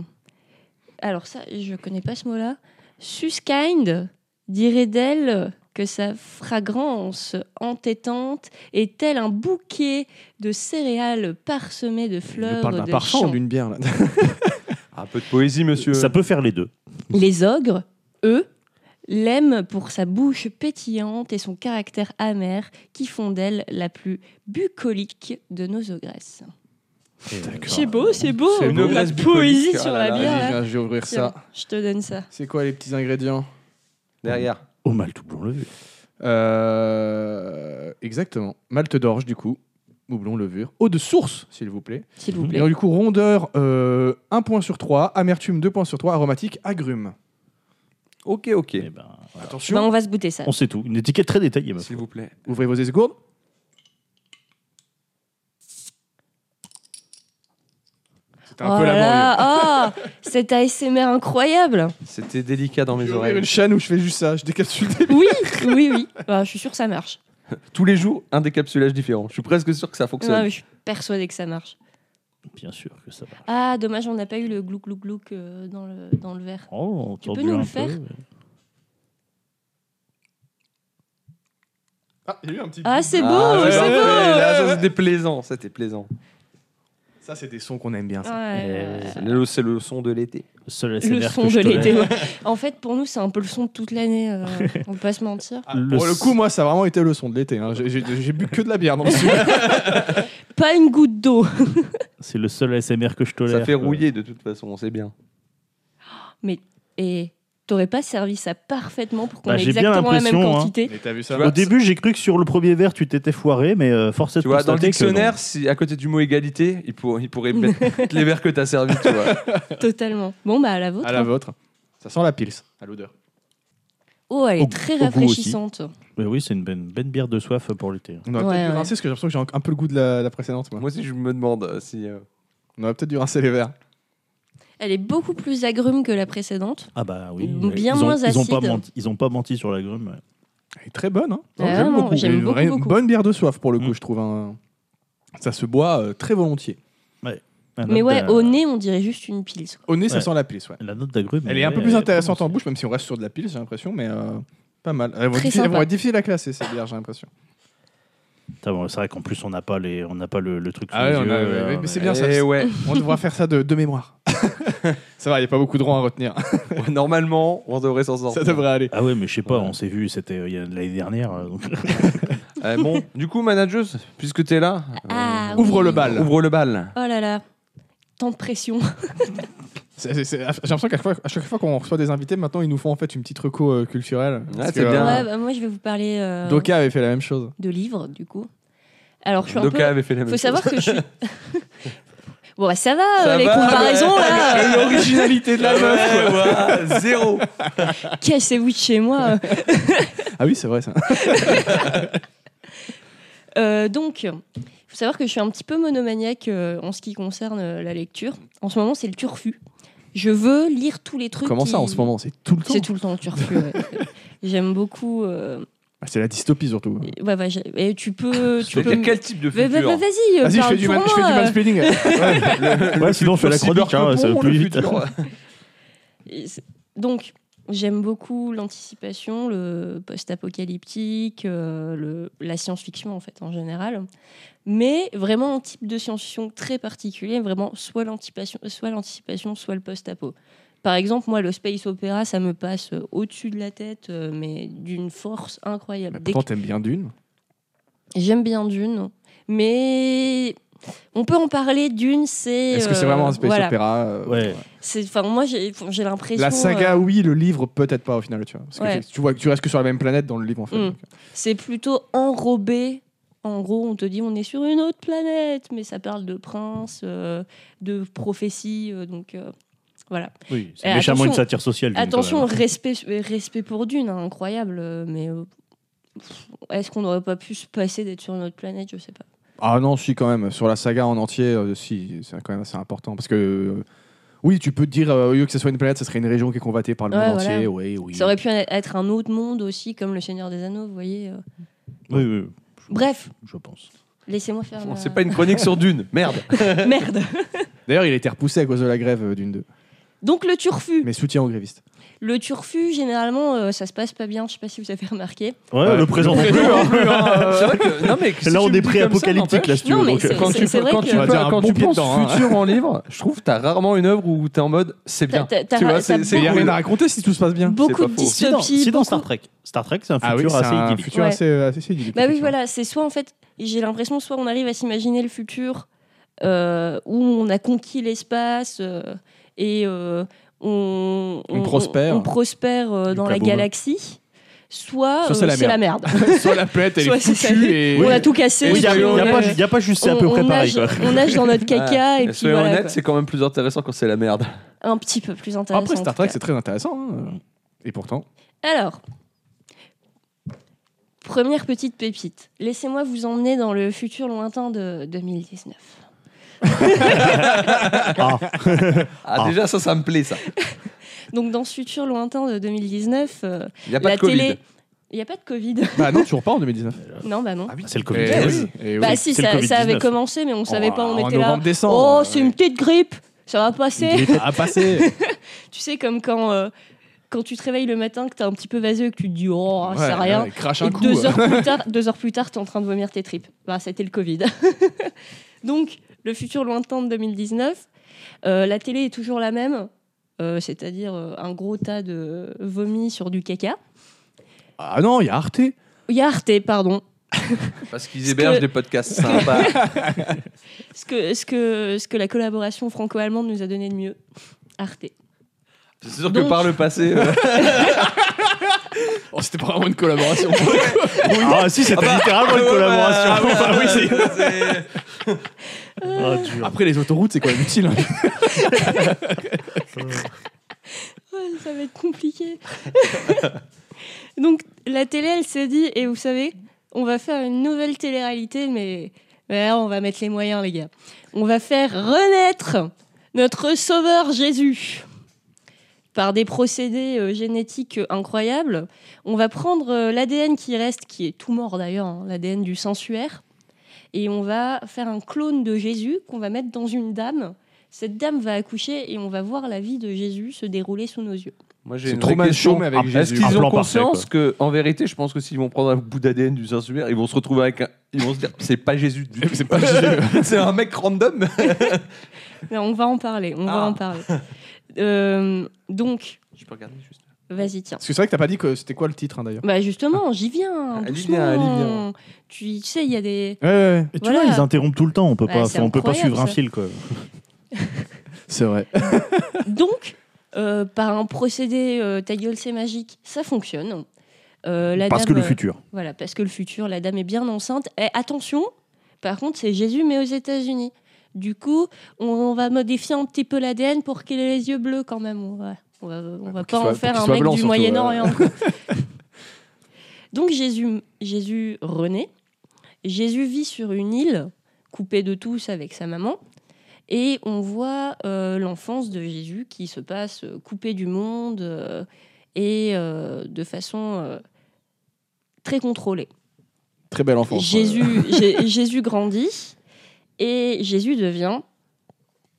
[SPEAKER 3] Alors ça, je connais pas ce mot-là. Suskind dirait d'elle que sa fragrance entêtante est telle un bouquet de céréales parsemées de
[SPEAKER 1] Il nous
[SPEAKER 3] fleurs
[SPEAKER 1] parle d'un
[SPEAKER 3] de
[SPEAKER 1] parfum
[SPEAKER 3] champs.
[SPEAKER 1] ou d'une bière *laughs* là. Eh,
[SPEAKER 2] Un peu de poésie, monsieur.
[SPEAKER 4] Ça peut faire les deux.
[SPEAKER 3] Les ogres, eux, l'aiment pour sa bouche pétillante et son caractère amer qui font d'elle la plus bucolique de nos ogresses. C'est beau, c'est beau.
[SPEAKER 1] C'est
[SPEAKER 2] une
[SPEAKER 3] La
[SPEAKER 2] ogresse bucolique.
[SPEAKER 3] poésie
[SPEAKER 2] Ah
[SPEAKER 3] sur
[SPEAKER 2] là
[SPEAKER 3] la
[SPEAKER 2] là,
[SPEAKER 3] bière.
[SPEAKER 1] Vas-y,
[SPEAKER 3] là.
[SPEAKER 1] viens, je vais ouvrir ça.
[SPEAKER 3] Tiens, hein. Je te donne ça.
[SPEAKER 1] C'est quoi les petits ingrédients
[SPEAKER 2] Derrière.
[SPEAKER 4] Au mal tout blanc levé.
[SPEAKER 1] Euh, Exactement. Malte d'orge, du coup. Houblon, levure. Eau de source, s'il vous plaît.
[SPEAKER 3] S'il vous
[SPEAKER 1] Et
[SPEAKER 3] plaît.
[SPEAKER 1] alors, du coup, rondeur, 1 point sur 3. Amertume, 2 points sur 3. Aromatique, agrumes.
[SPEAKER 2] Ok, ok.
[SPEAKER 4] Eh ben, voilà.
[SPEAKER 1] Attention.
[SPEAKER 3] Bah, on va se goûter ça.
[SPEAKER 4] On sait tout. Une étiquette très détaillée. ma foi.
[SPEAKER 2] S'il vous plaît.
[SPEAKER 1] Ouvrez vos esgourdes. C'était un
[SPEAKER 3] oh
[SPEAKER 1] peu
[SPEAKER 3] là
[SPEAKER 1] laborieux.
[SPEAKER 3] là, oh, cet ASMR incroyable.
[SPEAKER 2] C'était délicat dans
[SPEAKER 1] Je
[SPEAKER 2] mes
[SPEAKER 1] vais ouvrir
[SPEAKER 2] oreilles.
[SPEAKER 1] une chaîne où je fais juste ça. Je décapsule des...
[SPEAKER 3] Oui, oui, oui. Bah, je suis sûre que ça marche.
[SPEAKER 2] Tous les jours, un décapsulage différent. Je suis presque sûr que ça
[SPEAKER 3] Ouais,
[SPEAKER 2] fonctionne.
[SPEAKER 3] mais Ah, je suis persuadée que ça marche.
[SPEAKER 4] Bien sûr que ça va.
[SPEAKER 3] Ah, dommage, on n'a pas eu le glouc glouc glouc euh, dans le, dans le verre.
[SPEAKER 4] Oh, on
[SPEAKER 3] Tu
[SPEAKER 4] tord
[SPEAKER 3] peux
[SPEAKER 4] du
[SPEAKER 3] nous
[SPEAKER 4] un
[SPEAKER 3] le
[SPEAKER 4] peu,
[SPEAKER 3] faire
[SPEAKER 4] ouais.
[SPEAKER 1] Ah, il y a eu un petit...
[SPEAKER 3] Ah, c'est beau,
[SPEAKER 2] Ah, ouais,
[SPEAKER 3] c'est
[SPEAKER 2] ouais,
[SPEAKER 3] beau.
[SPEAKER 2] ouais, là, ça, c'était plaisant. C'était plaisant.
[SPEAKER 1] Ça, c'est des sons qu'on aime bien.
[SPEAKER 3] Ah.
[SPEAKER 1] Ça.
[SPEAKER 3] Ouais.
[SPEAKER 2] C'est le- C'est le son de l'été.
[SPEAKER 4] Le seul
[SPEAKER 3] Le
[SPEAKER 4] ASMR
[SPEAKER 3] son
[SPEAKER 4] que je
[SPEAKER 3] de
[SPEAKER 4] connais.
[SPEAKER 3] l'été. ouais. En fait, pour nous, c'est un peu le son de toute l'année. euh, on peut pas se mentir.
[SPEAKER 1] Ah,
[SPEAKER 4] Le
[SPEAKER 1] pour le
[SPEAKER 4] s-
[SPEAKER 1] coup, moi, ça a vraiment été le son de l'été. hein. J'ai- J'ai j'ai bu que de la bière
[SPEAKER 3] *laughs*
[SPEAKER 1] dans le sud.
[SPEAKER 3] Pas une goutte d'eau.
[SPEAKER 4] C'est le seul ASMR que je tolère.
[SPEAKER 2] Ça fait
[SPEAKER 4] quoi.
[SPEAKER 2] rouiller de toute façon, on sait bien.
[SPEAKER 3] Et t'aurais pas servi ça parfaitement pour qu'on
[SPEAKER 4] Bah,
[SPEAKER 3] ait
[SPEAKER 4] j'ai bien
[SPEAKER 3] exactement la même
[SPEAKER 4] l'impression, hein.
[SPEAKER 3] quantité.
[SPEAKER 1] Mais t'as vu ça
[SPEAKER 4] Au début, j'ai cru que sur le premier verre, tu t'étais foiré, mais euh, force est de
[SPEAKER 2] Tu vois, dans le
[SPEAKER 4] constater que
[SPEAKER 2] dictionnaire, si, à côté du mot égalité, il, pour- il pourrait
[SPEAKER 1] *laughs*
[SPEAKER 2] mettre toutes les verres que t'as servi, tu vois.
[SPEAKER 3] Totalement. Bon, bah, à la vôtre.
[SPEAKER 1] À la
[SPEAKER 3] hein.
[SPEAKER 1] vôtre. Ça sent la pils, à l'odeur.
[SPEAKER 3] Oh, elle est
[SPEAKER 4] Au-
[SPEAKER 3] très
[SPEAKER 4] au goût aussi.
[SPEAKER 3] rafraîchissante.
[SPEAKER 4] non. Mais oui, c'est une bonne, bonne bière de soif pour l'été. hein.
[SPEAKER 1] On aurait
[SPEAKER 3] Ouais,
[SPEAKER 1] peut-être dû
[SPEAKER 3] ouais.
[SPEAKER 1] rincer parce que j'ai l'impression que j'ai un- un peu le goût de la, la précédente. Moi.
[SPEAKER 2] Moi, si je me demande euh, si. euh,
[SPEAKER 1] On aurait peut-être dû rincer les verres.
[SPEAKER 3] Elle est beaucoup plus agrume que la précédente.
[SPEAKER 4] Ah bah oui.
[SPEAKER 3] Bien
[SPEAKER 4] ils ont,
[SPEAKER 3] moins
[SPEAKER 4] ils ont pas
[SPEAKER 3] acide.
[SPEAKER 4] menti, Ils ont pas menti sur la grume. ouais.
[SPEAKER 1] Elle est très bonne. Hein
[SPEAKER 3] Ah, vraiment, j'aime
[SPEAKER 1] C'est une
[SPEAKER 3] beaucoup,
[SPEAKER 1] vraie
[SPEAKER 3] beaucoup.
[SPEAKER 1] Bonne bière de soif pour le coup,
[SPEAKER 4] Mm.
[SPEAKER 1] je trouve. hein. Ça se boit euh, très volontiers.
[SPEAKER 4] La
[SPEAKER 3] Mais
[SPEAKER 4] note
[SPEAKER 3] ouais,
[SPEAKER 4] d'a-
[SPEAKER 3] au nez, on dirait juste une pils. quoi.
[SPEAKER 1] Au nez, ça
[SPEAKER 4] Ouais.
[SPEAKER 1] sent la pils. Ouais.
[SPEAKER 4] La note d'agrumes.
[SPEAKER 1] Elle est un peu plus intéressante en bouche, même si on reste sur de la pils, j'ai l'impression, mais euh, pas mal. Elles vont, être
[SPEAKER 3] Très
[SPEAKER 1] difficiles- elles
[SPEAKER 3] sympa.
[SPEAKER 1] vont être difficiles à classer ces bières, j'ai l'impression.
[SPEAKER 4] Putain, bon, C'est vrai qu'en plus, on n'a pas, les, on n'a pas le, le truc sous
[SPEAKER 1] Ah
[SPEAKER 4] les
[SPEAKER 1] ouais, on
[SPEAKER 4] yeux,
[SPEAKER 1] a-
[SPEAKER 4] euh,
[SPEAKER 1] mais- mais c'est
[SPEAKER 4] ouais.
[SPEAKER 1] bien ça.
[SPEAKER 2] eh
[SPEAKER 1] *laughs*
[SPEAKER 2] ouais.
[SPEAKER 1] On devra faire ça de, de *laughs* mémoire. ça va, il n'y a pas beaucoup de rangs à retenir.
[SPEAKER 2] Ouais, Normalement, on devrait s'en sortir.
[SPEAKER 1] ça devrait aller.
[SPEAKER 4] Ah ouais, mais je sais pas,
[SPEAKER 2] Ouais.
[SPEAKER 4] on s'est vu, c'était euh, il y a- l'année dernière. euh,
[SPEAKER 1] *laughs*
[SPEAKER 4] donc-
[SPEAKER 2] Euh, bon, du coup, manager, puisque t'es là, euh,
[SPEAKER 3] Ah,
[SPEAKER 1] Ouvre
[SPEAKER 3] oui.
[SPEAKER 1] le bal.
[SPEAKER 2] ouvre le bal.
[SPEAKER 3] Oh là là. Tant de pression.
[SPEAKER 1] C'est- c'est- c'est- J'ai l'impression qu'à chaque fois- à chaque fois qu'on reçoit des invités, maintenant ils nous font en fait une petite reco euh, culturelle. Parce
[SPEAKER 2] c'est
[SPEAKER 1] que,
[SPEAKER 2] bien.
[SPEAKER 1] euh,
[SPEAKER 3] Ouais, bah, moi, je vais vous parler euh,
[SPEAKER 1] Doka avait fait la même chose.
[SPEAKER 3] de livres, du coup. Alors, je suis un
[SPEAKER 2] Doka
[SPEAKER 3] peu.
[SPEAKER 2] avait fait la même
[SPEAKER 3] Faut
[SPEAKER 2] chose. *laughs*
[SPEAKER 3] savoir que je suis.
[SPEAKER 1] *laughs*
[SPEAKER 3] bon, bah, ça va,
[SPEAKER 2] Ça
[SPEAKER 3] euh, les
[SPEAKER 2] va,
[SPEAKER 3] comparaisons, là. euh,
[SPEAKER 1] L'originalité de la meuf.
[SPEAKER 2] Ouais, voilà, *laughs* zéro.
[SPEAKER 3] Cassez-vous de chez moi.
[SPEAKER 1] Ah oui, c'est vrai ça.
[SPEAKER 3] Euh, donc, faut savoir que je suis un petit peu monomaniaque euh, en ce qui concerne euh, la lecture. En ce moment, c'est le turfu. Je veux lire tous les trucs.
[SPEAKER 1] Comment ça
[SPEAKER 3] qui-
[SPEAKER 1] en ce moment C'est tout le temps.
[SPEAKER 3] C'est tout le temps le turfu. ouais. *laughs* J'aime beaucoup. euh,
[SPEAKER 1] Ah, C'est la dystopie surtout.
[SPEAKER 3] Ouais, ouais, j'ai- et tu peux. Tu peux...
[SPEAKER 2] C'était quel type de
[SPEAKER 3] Mais- mais-
[SPEAKER 2] futur
[SPEAKER 3] mais Vas-y, euh,
[SPEAKER 1] Vas-y, Ah je
[SPEAKER 3] parle
[SPEAKER 1] fais du,
[SPEAKER 3] pour
[SPEAKER 1] man, je fais
[SPEAKER 3] moi,
[SPEAKER 1] du
[SPEAKER 3] euh, *laughs*
[SPEAKER 1] mansplaining. *laughs* Ouais.
[SPEAKER 4] Ouais, sinon, je fais la chronique, hein, ça va plus vite.
[SPEAKER 3] *laughs* et c'est- Donc, j'aime beaucoup l'anticipation, le post-apocalyptique, euh, le- la science-fiction en fait en général. Mais vraiment un type de science-fiction très particulier, vraiment soit l'anticipation, soit, l'anticipation, soit le post-apo. Par exemple, moi, le space opéra, ça me passe euh, au-dessus de la tête, euh, mais d'une force incroyable.
[SPEAKER 1] Mais
[SPEAKER 3] Dès
[SPEAKER 1] Pourtant, t'aimes bien Dune.
[SPEAKER 3] J'aime bien Dune, mais On peut en parler d'une, c'est.
[SPEAKER 1] Est-ce que c'est
[SPEAKER 3] euh,
[SPEAKER 1] vraiment un space
[SPEAKER 3] voilà.
[SPEAKER 1] opéra euh,
[SPEAKER 4] *laughs* Ouais.
[SPEAKER 3] C'est- Enfin, moi, j'ai j'ai l'impression.
[SPEAKER 1] La saga,
[SPEAKER 3] euh,
[SPEAKER 1] oui, le livre, peut-être pas au final, tu vois. Parce que
[SPEAKER 3] Ouais.
[SPEAKER 1] tu, vois, tu restes que sur la même planète dans le livre, en fait.
[SPEAKER 3] Mm.
[SPEAKER 1] donc.
[SPEAKER 3] c'est plutôt enrobé. En gros, on te dit on est sur une autre planète, mais ça parle de princes, euh, de prophéties, euh, donc euh, voilà.
[SPEAKER 4] Oui,
[SPEAKER 3] Et
[SPEAKER 4] c'est méchamment
[SPEAKER 3] Eh, attention-
[SPEAKER 4] une satire sociale. Dune,
[SPEAKER 3] Attention,
[SPEAKER 4] quand même.
[SPEAKER 3] respect, respect pour Dune, hein, incroyable, euh, mais euh, pff, est-ce qu'on n'aurait pas pu se passer d'être sur une autre planète Je sais pas.
[SPEAKER 1] Ah non, si, quand même. Sur la saga en entier, euh, si, c'est quand même assez important. Parce que. euh, oui, tu peux te dire, euh, au lieu que ce soit une planète, ça serait une région qui est convoitée par le
[SPEAKER 3] Ouais,
[SPEAKER 1] monde
[SPEAKER 3] voilà.
[SPEAKER 1] entier. Oui, oui.
[SPEAKER 3] Ça aurait pu être un autre monde aussi, comme le Seigneur des Anneaux, vous voyez. euh.
[SPEAKER 4] Oui, oui,
[SPEAKER 3] Bref,
[SPEAKER 4] je pense.
[SPEAKER 3] laissez-moi faire.
[SPEAKER 2] Bon,
[SPEAKER 3] ma-
[SPEAKER 2] C'est pas une chronique sur Dune, merde.
[SPEAKER 3] merde.
[SPEAKER 1] D'ailleurs, il a été repoussé à cause de la grève euh, d'une deux.
[SPEAKER 3] Donc le turfu.
[SPEAKER 1] Mais soutien aux grévistes.
[SPEAKER 3] Le turfu, généralement, euh, ça se passe pas bien. Je sais pas si vous avez remarqué.
[SPEAKER 4] Ouais,
[SPEAKER 1] Ouais,
[SPEAKER 4] le présent.
[SPEAKER 2] *laughs*
[SPEAKER 1] le
[SPEAKER 4] *laughs* non plus,
[SPEAKER 1] présent,
[SPEAKER 4] hein.
[SPEAKER 2] C'est vrai que- non, mais si
[SPEAKER 4] Là,
[SPEAKER 2] tu
[SPEAKER 4] on
[SPEAKER 2] me
[SPEAKER 4] est
[SPEAKER 2] dis
[SPEAKER 4] pré apocalement
[SPEAKER 2] comme ça,
[SPEAKER 4] là, si tu
[SPEAKER 3] Non,
[SPEAKER 4] veux.
[SPEAKER 3] mais
[SPEAKER 4] donc,
[SPEAKER 3] c'est-
[SPEAKER 2] Quand tu,
[SPEAKER 3] vrai
[SPEAKER 2] quand
[SPEAKER 3] que-
[SPEAKER 2] tu,
[SPEAKER 1] On va dire un
[SPEAKER 2] quand
[SPEAKER 1] bon
[SPEAKER 2] tu
[SPEAKER 1] pied
[SPEAKER 2] penses
[SPEAKER 1] dedans, hein.
[SPEAKER 2] futur en livre, je trouve que t'as rarement une œuvre où t'es en mode c'est
[SPEAKER 3] T'as-
[SPEAKER 2] bien.
[SPEAKER 3] t'as- t'as-
[SPEAKER 2] Tu vois,
[SPEAKER 3] t'as
[SPEAKER 2] c'est- c'est
[SPEAKER 1] Il n'y a
[SPEAKER 2] cool.
[SPEAKER 1] rien à raconter si tout se passe bien.
[SPEAKER 3] Ah Beaucoup
[SPEAKER 2] pas
[SPEAKER 3] de
[SPEAKER 2] faux.
[SPEAKER 4] Si dans, si
[SPEAKER 3] dystopies.
[SPEAKER 4] dans
[SPEAKER 3] beaucoup-
[SPEAKER 4] Star Trek. Star Trek, c'est un
[SPEAKER 1] Ah oui,
[SPEAKER 4] futur
[SPEAKER 1] c'est
[SPEAKER 4] assez
[SPEAKER 1] un
[SPEAKER 4] idyllique.
[SPEAKER 1] futur
[SPEAKER 3] Ouais.
[SPEAKER 1] assez, assez idyllique.
[SPEAKER 3] Bah oui,
[SPEAKER 1] effectivement.
[SPEAKER 3] voilà, c'est soit en fait, j'ai l'impression, soit on arrive à s'imaginer le futur euh, où on a conquis l'espace euh, et euh, on,
[SPEAKER 1] On prospère.
[SPEAKER 3] on prospère euh,
[SPEAKER 1] Du
[SPEAKER 3] dans la
[SPEAKER 1] kaboom.
[SPEAKER 3] galaxie, soit,
[SPEAKER 1] Soit
[SPEAKER 3] euh,
[SPEAKER 1] c'est la
[SPEAKER 3] c'est la merde. *laughs*
[SPEAKER 1] *laughs* Soit la planète, elle
[SPEAKER 3] Soit
[SPEAKER 1] est
[SPEAKER 3] c'est ça.
[SPEAKER 1] foutue et.
[SPEAKER 3] on a tout cassé.
[SPEAKER 1] Oui,
[SPEAKER 4] Il
[SPEAKER 3] puis
[SPEAKER 4] n'y a,
[SPEAKER 3] on
[SPEAKER 4] y a
[SPEAKER 3] est-
[SPEAKER 4] pas ju- y a pas juste, c'est à
[SPEAKER 3] on-
[SPEAKER 4] peu près
[SPEAKER 3] on
[SPEAKER 4] pareil. quoi.
[SPEAKER 3] *laughs* nage- On nage dans notre caca et
[SPEAKER 2] Ouais.
[SPEAKER 3] puis
[SPEAKER 2] Soyons
[SPEAKER 3] voilà,
[SPEAKER 2] honnêtes,
[SPEAKER 3] quoi.
[SPEAKER 2] c'est quand même plus intéressant quand c'est la merde.
[SPEAKER 3] un petit peu plus intéressant.
[SPEAKER 1] Après,
[SPEAKER 3] en
[SPEAKER 1] Star
[SPEAKER 3] tout
[SPEAKER 1] Trek,
[SPEAKER 3] cas.
[SPEAKER 1] c'est très intéressant. hein. Et pourtant.
[SPEAKER 3] Alors, première petite pépite. Laissez-moi vous emmener dans le futur lointain de 2019.
[SPEAKER 4] Ah,
[SPEAKER 2] Ah,
[SPEAKER 4] Ah.
[SPEAKER 2] déjà, ça, ça me plaît, ça.
[SPEAKER 3] Donc, dans ce futur lointain de 2019, euh,
[SPEAKER 2] Il n'y a pas
[SPEAKER 3] la
[SPEAKER 2] de Covid.
[SPEAKER 3] télé. Il n'y a pas de Covid.
[SPEAKER 1] Bah non, toujours pas en *laughs* 2019.
[SPEAKER 3] non, bah non.
[SPEAKER 4] Ah, c'est le Covid.
[SPEAKER 1] Eh oui, eh oui.
[SPEAKER 3] bah si,
[SPEAKER 4] c'est le
[SPEAKER 3] ça, ça avait
[SPEAKER 4] Covid-19.
[SPEAKER 3] commencé, mais on savait pas, on
[SPEAKER 1] Oh, en
[SPEAKER 3] était là.
[SPEAKER 1] novembre, décembre.
[SPEAKER 3] Oh, c'est
[SPEAKER 1] ouais.
[SPEAKER 3] une petite grippe, ça va passer.
[SPEAKER 1] Ça a
[SPEAKER 3] *laughs*
[SPEAKER 1] passé.
[SPEAKER 3] Tu sais, comme quand, euh, quand tu te réveilles le matin, que t'es un petit peu vaseux et que tu te dis, oh,
[SPEAKER 1] Ouais,
[SPEAKER 3] c'est rien.
[SPEAKER 1] ouais, Crache
[SPEAKER 3] Et
[SPEAKER 1] un coup.
[SPEAKER 3] deux
[SPEAKER 1] euh.
[SPEAKER 3] heures
[SPEAKER 1] *laughs*
[SPEAKER 3] plus tard, deux heures plus tard, t'es en train de vomir tes tripes. Bah, c'était le Covid. *laughs* Donc, le futur lointain de 2019, euh, la télé est toujours la même, euh, c'est-à-dire euh, un gros tas de vomi sur du caca.
[SPEAKER 1] Ah non, il y a Arte.
[SPEAKER 3] Il y a Arte, pardon.
[SPEAKER 2] Parce qu'ils
[SPEAKER 3] Parce
[SPEAKER 2] hébergent
[SPEAKER 3] que-
[SPEAKER 2] des
[SPEAKER 3] *laughs*
[SPEAKER 2] podcasts sympas.
[SPEAKER 3] Ce que, ce que, ce que la collaboration franco-allemande nous a donné de mieux. Arte.
[SPEAKER 2] C'est sûr que
[SPEAKER 3] Donc-
[SPEAKER 2] par le passé.
[SPEAKER 3] *laughs*
[SPEAKER 2] euh,
[SPEAKER 1] Oh, c'était pas vraiment une collaboration.
[SPEAKER 4] Ah, si, c'était
[SPEAKER 3] bah,
[SPEAKER 4] littéralement une
[SPEAKER 2] Ah,
[SPEAKER 4] collaboration.
[SPEAKER 2] ouais,
[SPEAKER 4] Enfin, oui, c'est-
[SPEAKER 2] *laughs* c'est-
[SPEAKER 3] bah.
[SPEAKER 4] Ah, dur.
[SPEAKER 1] *laughs* Après, les autoroutes, c'est quand même utile. hein.
[SPEAKER 3] Ouais, Oh, ça va être compliqué. *laughs* Donc la télé, elle s'est dit, et vous savez, on va faire une nouvelle télé-réalité, mais, mais là, on va mettre les moyens, les gars. On va faire renaître notre sauveur Jésus par des procédés euh, génétiques euh, incroyables. On va prendre euh, l'ADN qui reste, qui est tout mort d'ailleurs, hein, l'ADN du sensuaire, et on va faire un clone de Jésus qu'on va mettre dans une dame. Cette dame va accoucher et on va voir la vie de Jésus se dérouler sous nos yeux.
[SPEAKER 2] Moi, j'ai
[SPEAKER 1] C'est
[SPEAKER 2] une
[SPEAKER 1] trop
[SPEAKER 2] vraie
[SPEAKER 1] mal
[SPEAKER 2] question.
[SPEAKER 1] chaud, Ah, mais avec
[SPEAKER 2] Est-ce
[SPEAKER 1] Jésus.
[SPEAKER 4] Un
[SPEAKER 2] qu'ils ont
[SPEAKER 4] plan parfait,
[SPEAKER 2] conscience que, en vérité, je pense que s'ils vont prendre un bout d'ADN du Saint-Suaire, ils vont se retrouver avec un. Ils vont se dire, c'est pas Jésus. *laughs* du tout.
[SPEAKER 1] C'est pas Jésus.
[SPEAKER 2] *laughs* c'est un mec random.
[SPEAKER 3] Mais on va en parler, on va
[SPEAKER 2] Ah.
[SPEAKER 4] *laughs*
[SPEAKER 3] en parler. Euh, donc,
[SPEAKER 2] Je peux regarder juste.
[SPEAKER 3] vas-y, tiens.
[SPEAKER 1] Parce que c'est vrai que t'as pas dit que c'était quoi le titre hein, d'ailleurs.
[SPEAKER 3] Bah justement, j'y viens. hein,
[SPEAKER 2] Allez,
[SPEAKER 3] doucement. hein.
[SPEAKER 2] viens, allez, viens.
[SPEAKER 3] Tu tu sais, il y
[SPEAKER 4] *laughs*
[SPEAKER 3] a des...
[SPEAKER 1] Ouais, ouais, ouais.
[SPEAKER 4] Et tu
[SPEAKER 3] Voilà.
[SPEAKER 4] vois, ils interrompent tout le temps. On peut
[SPEAKER 3] Ouais,
[SPEAKER 4] pas,
[SPEAKER 3] c'est
[SPEAKER 4] on peut pas
[SPEAKER 3] incroyable,
[SPEAKER 4] suivre un
[SPEAKER 3] ça.
[SPEAKER 4] fil, quoi.
[SPEAKER 1] C'est vrai.
[SPEAKER 3] Donc, euh, par un procédé euh, ta gueule c'est magique, ça fonctionne. Euh, la
[SPEAKER 4] Parce que
[SPEAKER 3] dame,
[SPEAKER 4] le
[SPEAKER 3] euh,
[SPEAKER 4] futur.
[SPEAKER 3] Voilà, parce que le futur, la dame est bien enceinte. Et attention, par contre, c'est Jésus, mais aux États-Unis. Du coup, on, on va modifier un petit peu l'ADN pour qu'il ait les yeux bleus quand même. On va, on va, on va
[SPEAKER 1] Pour
[SPEAKER 3] pas
[SPEAKER 1] qu'il soit-
[SPEAKER 3] en
[SPEAKER 1] pour
[SPEAKER 3] faire
[SPEAKER 1] qu'il
[SPEAKER 3] un
[SPEAKER 1] soit
[SPEAKER 3] mec
[SPEAKER 1] blanc,
[SPEAKER 3] du
[SPEAKER 1] surtout,
[SPEAKER 3] Moyen-Orient.
[SPEAKER 1] *laughs*
[SPEAKER 3] quoi. Donc Jésus, Jésus renaît. Jésus vit sur une île coupée de tous avec sa maman. Et on voit euh, l'enfance de Jésus qui se passe euh, coupée du monde euh, et euh, de façon euh, très contrôlée.
[SPEAKER 1] Très belle enfance. euh.
[SPEAKER 3] Jésus, Jé- Jésus grandit et Jésus devient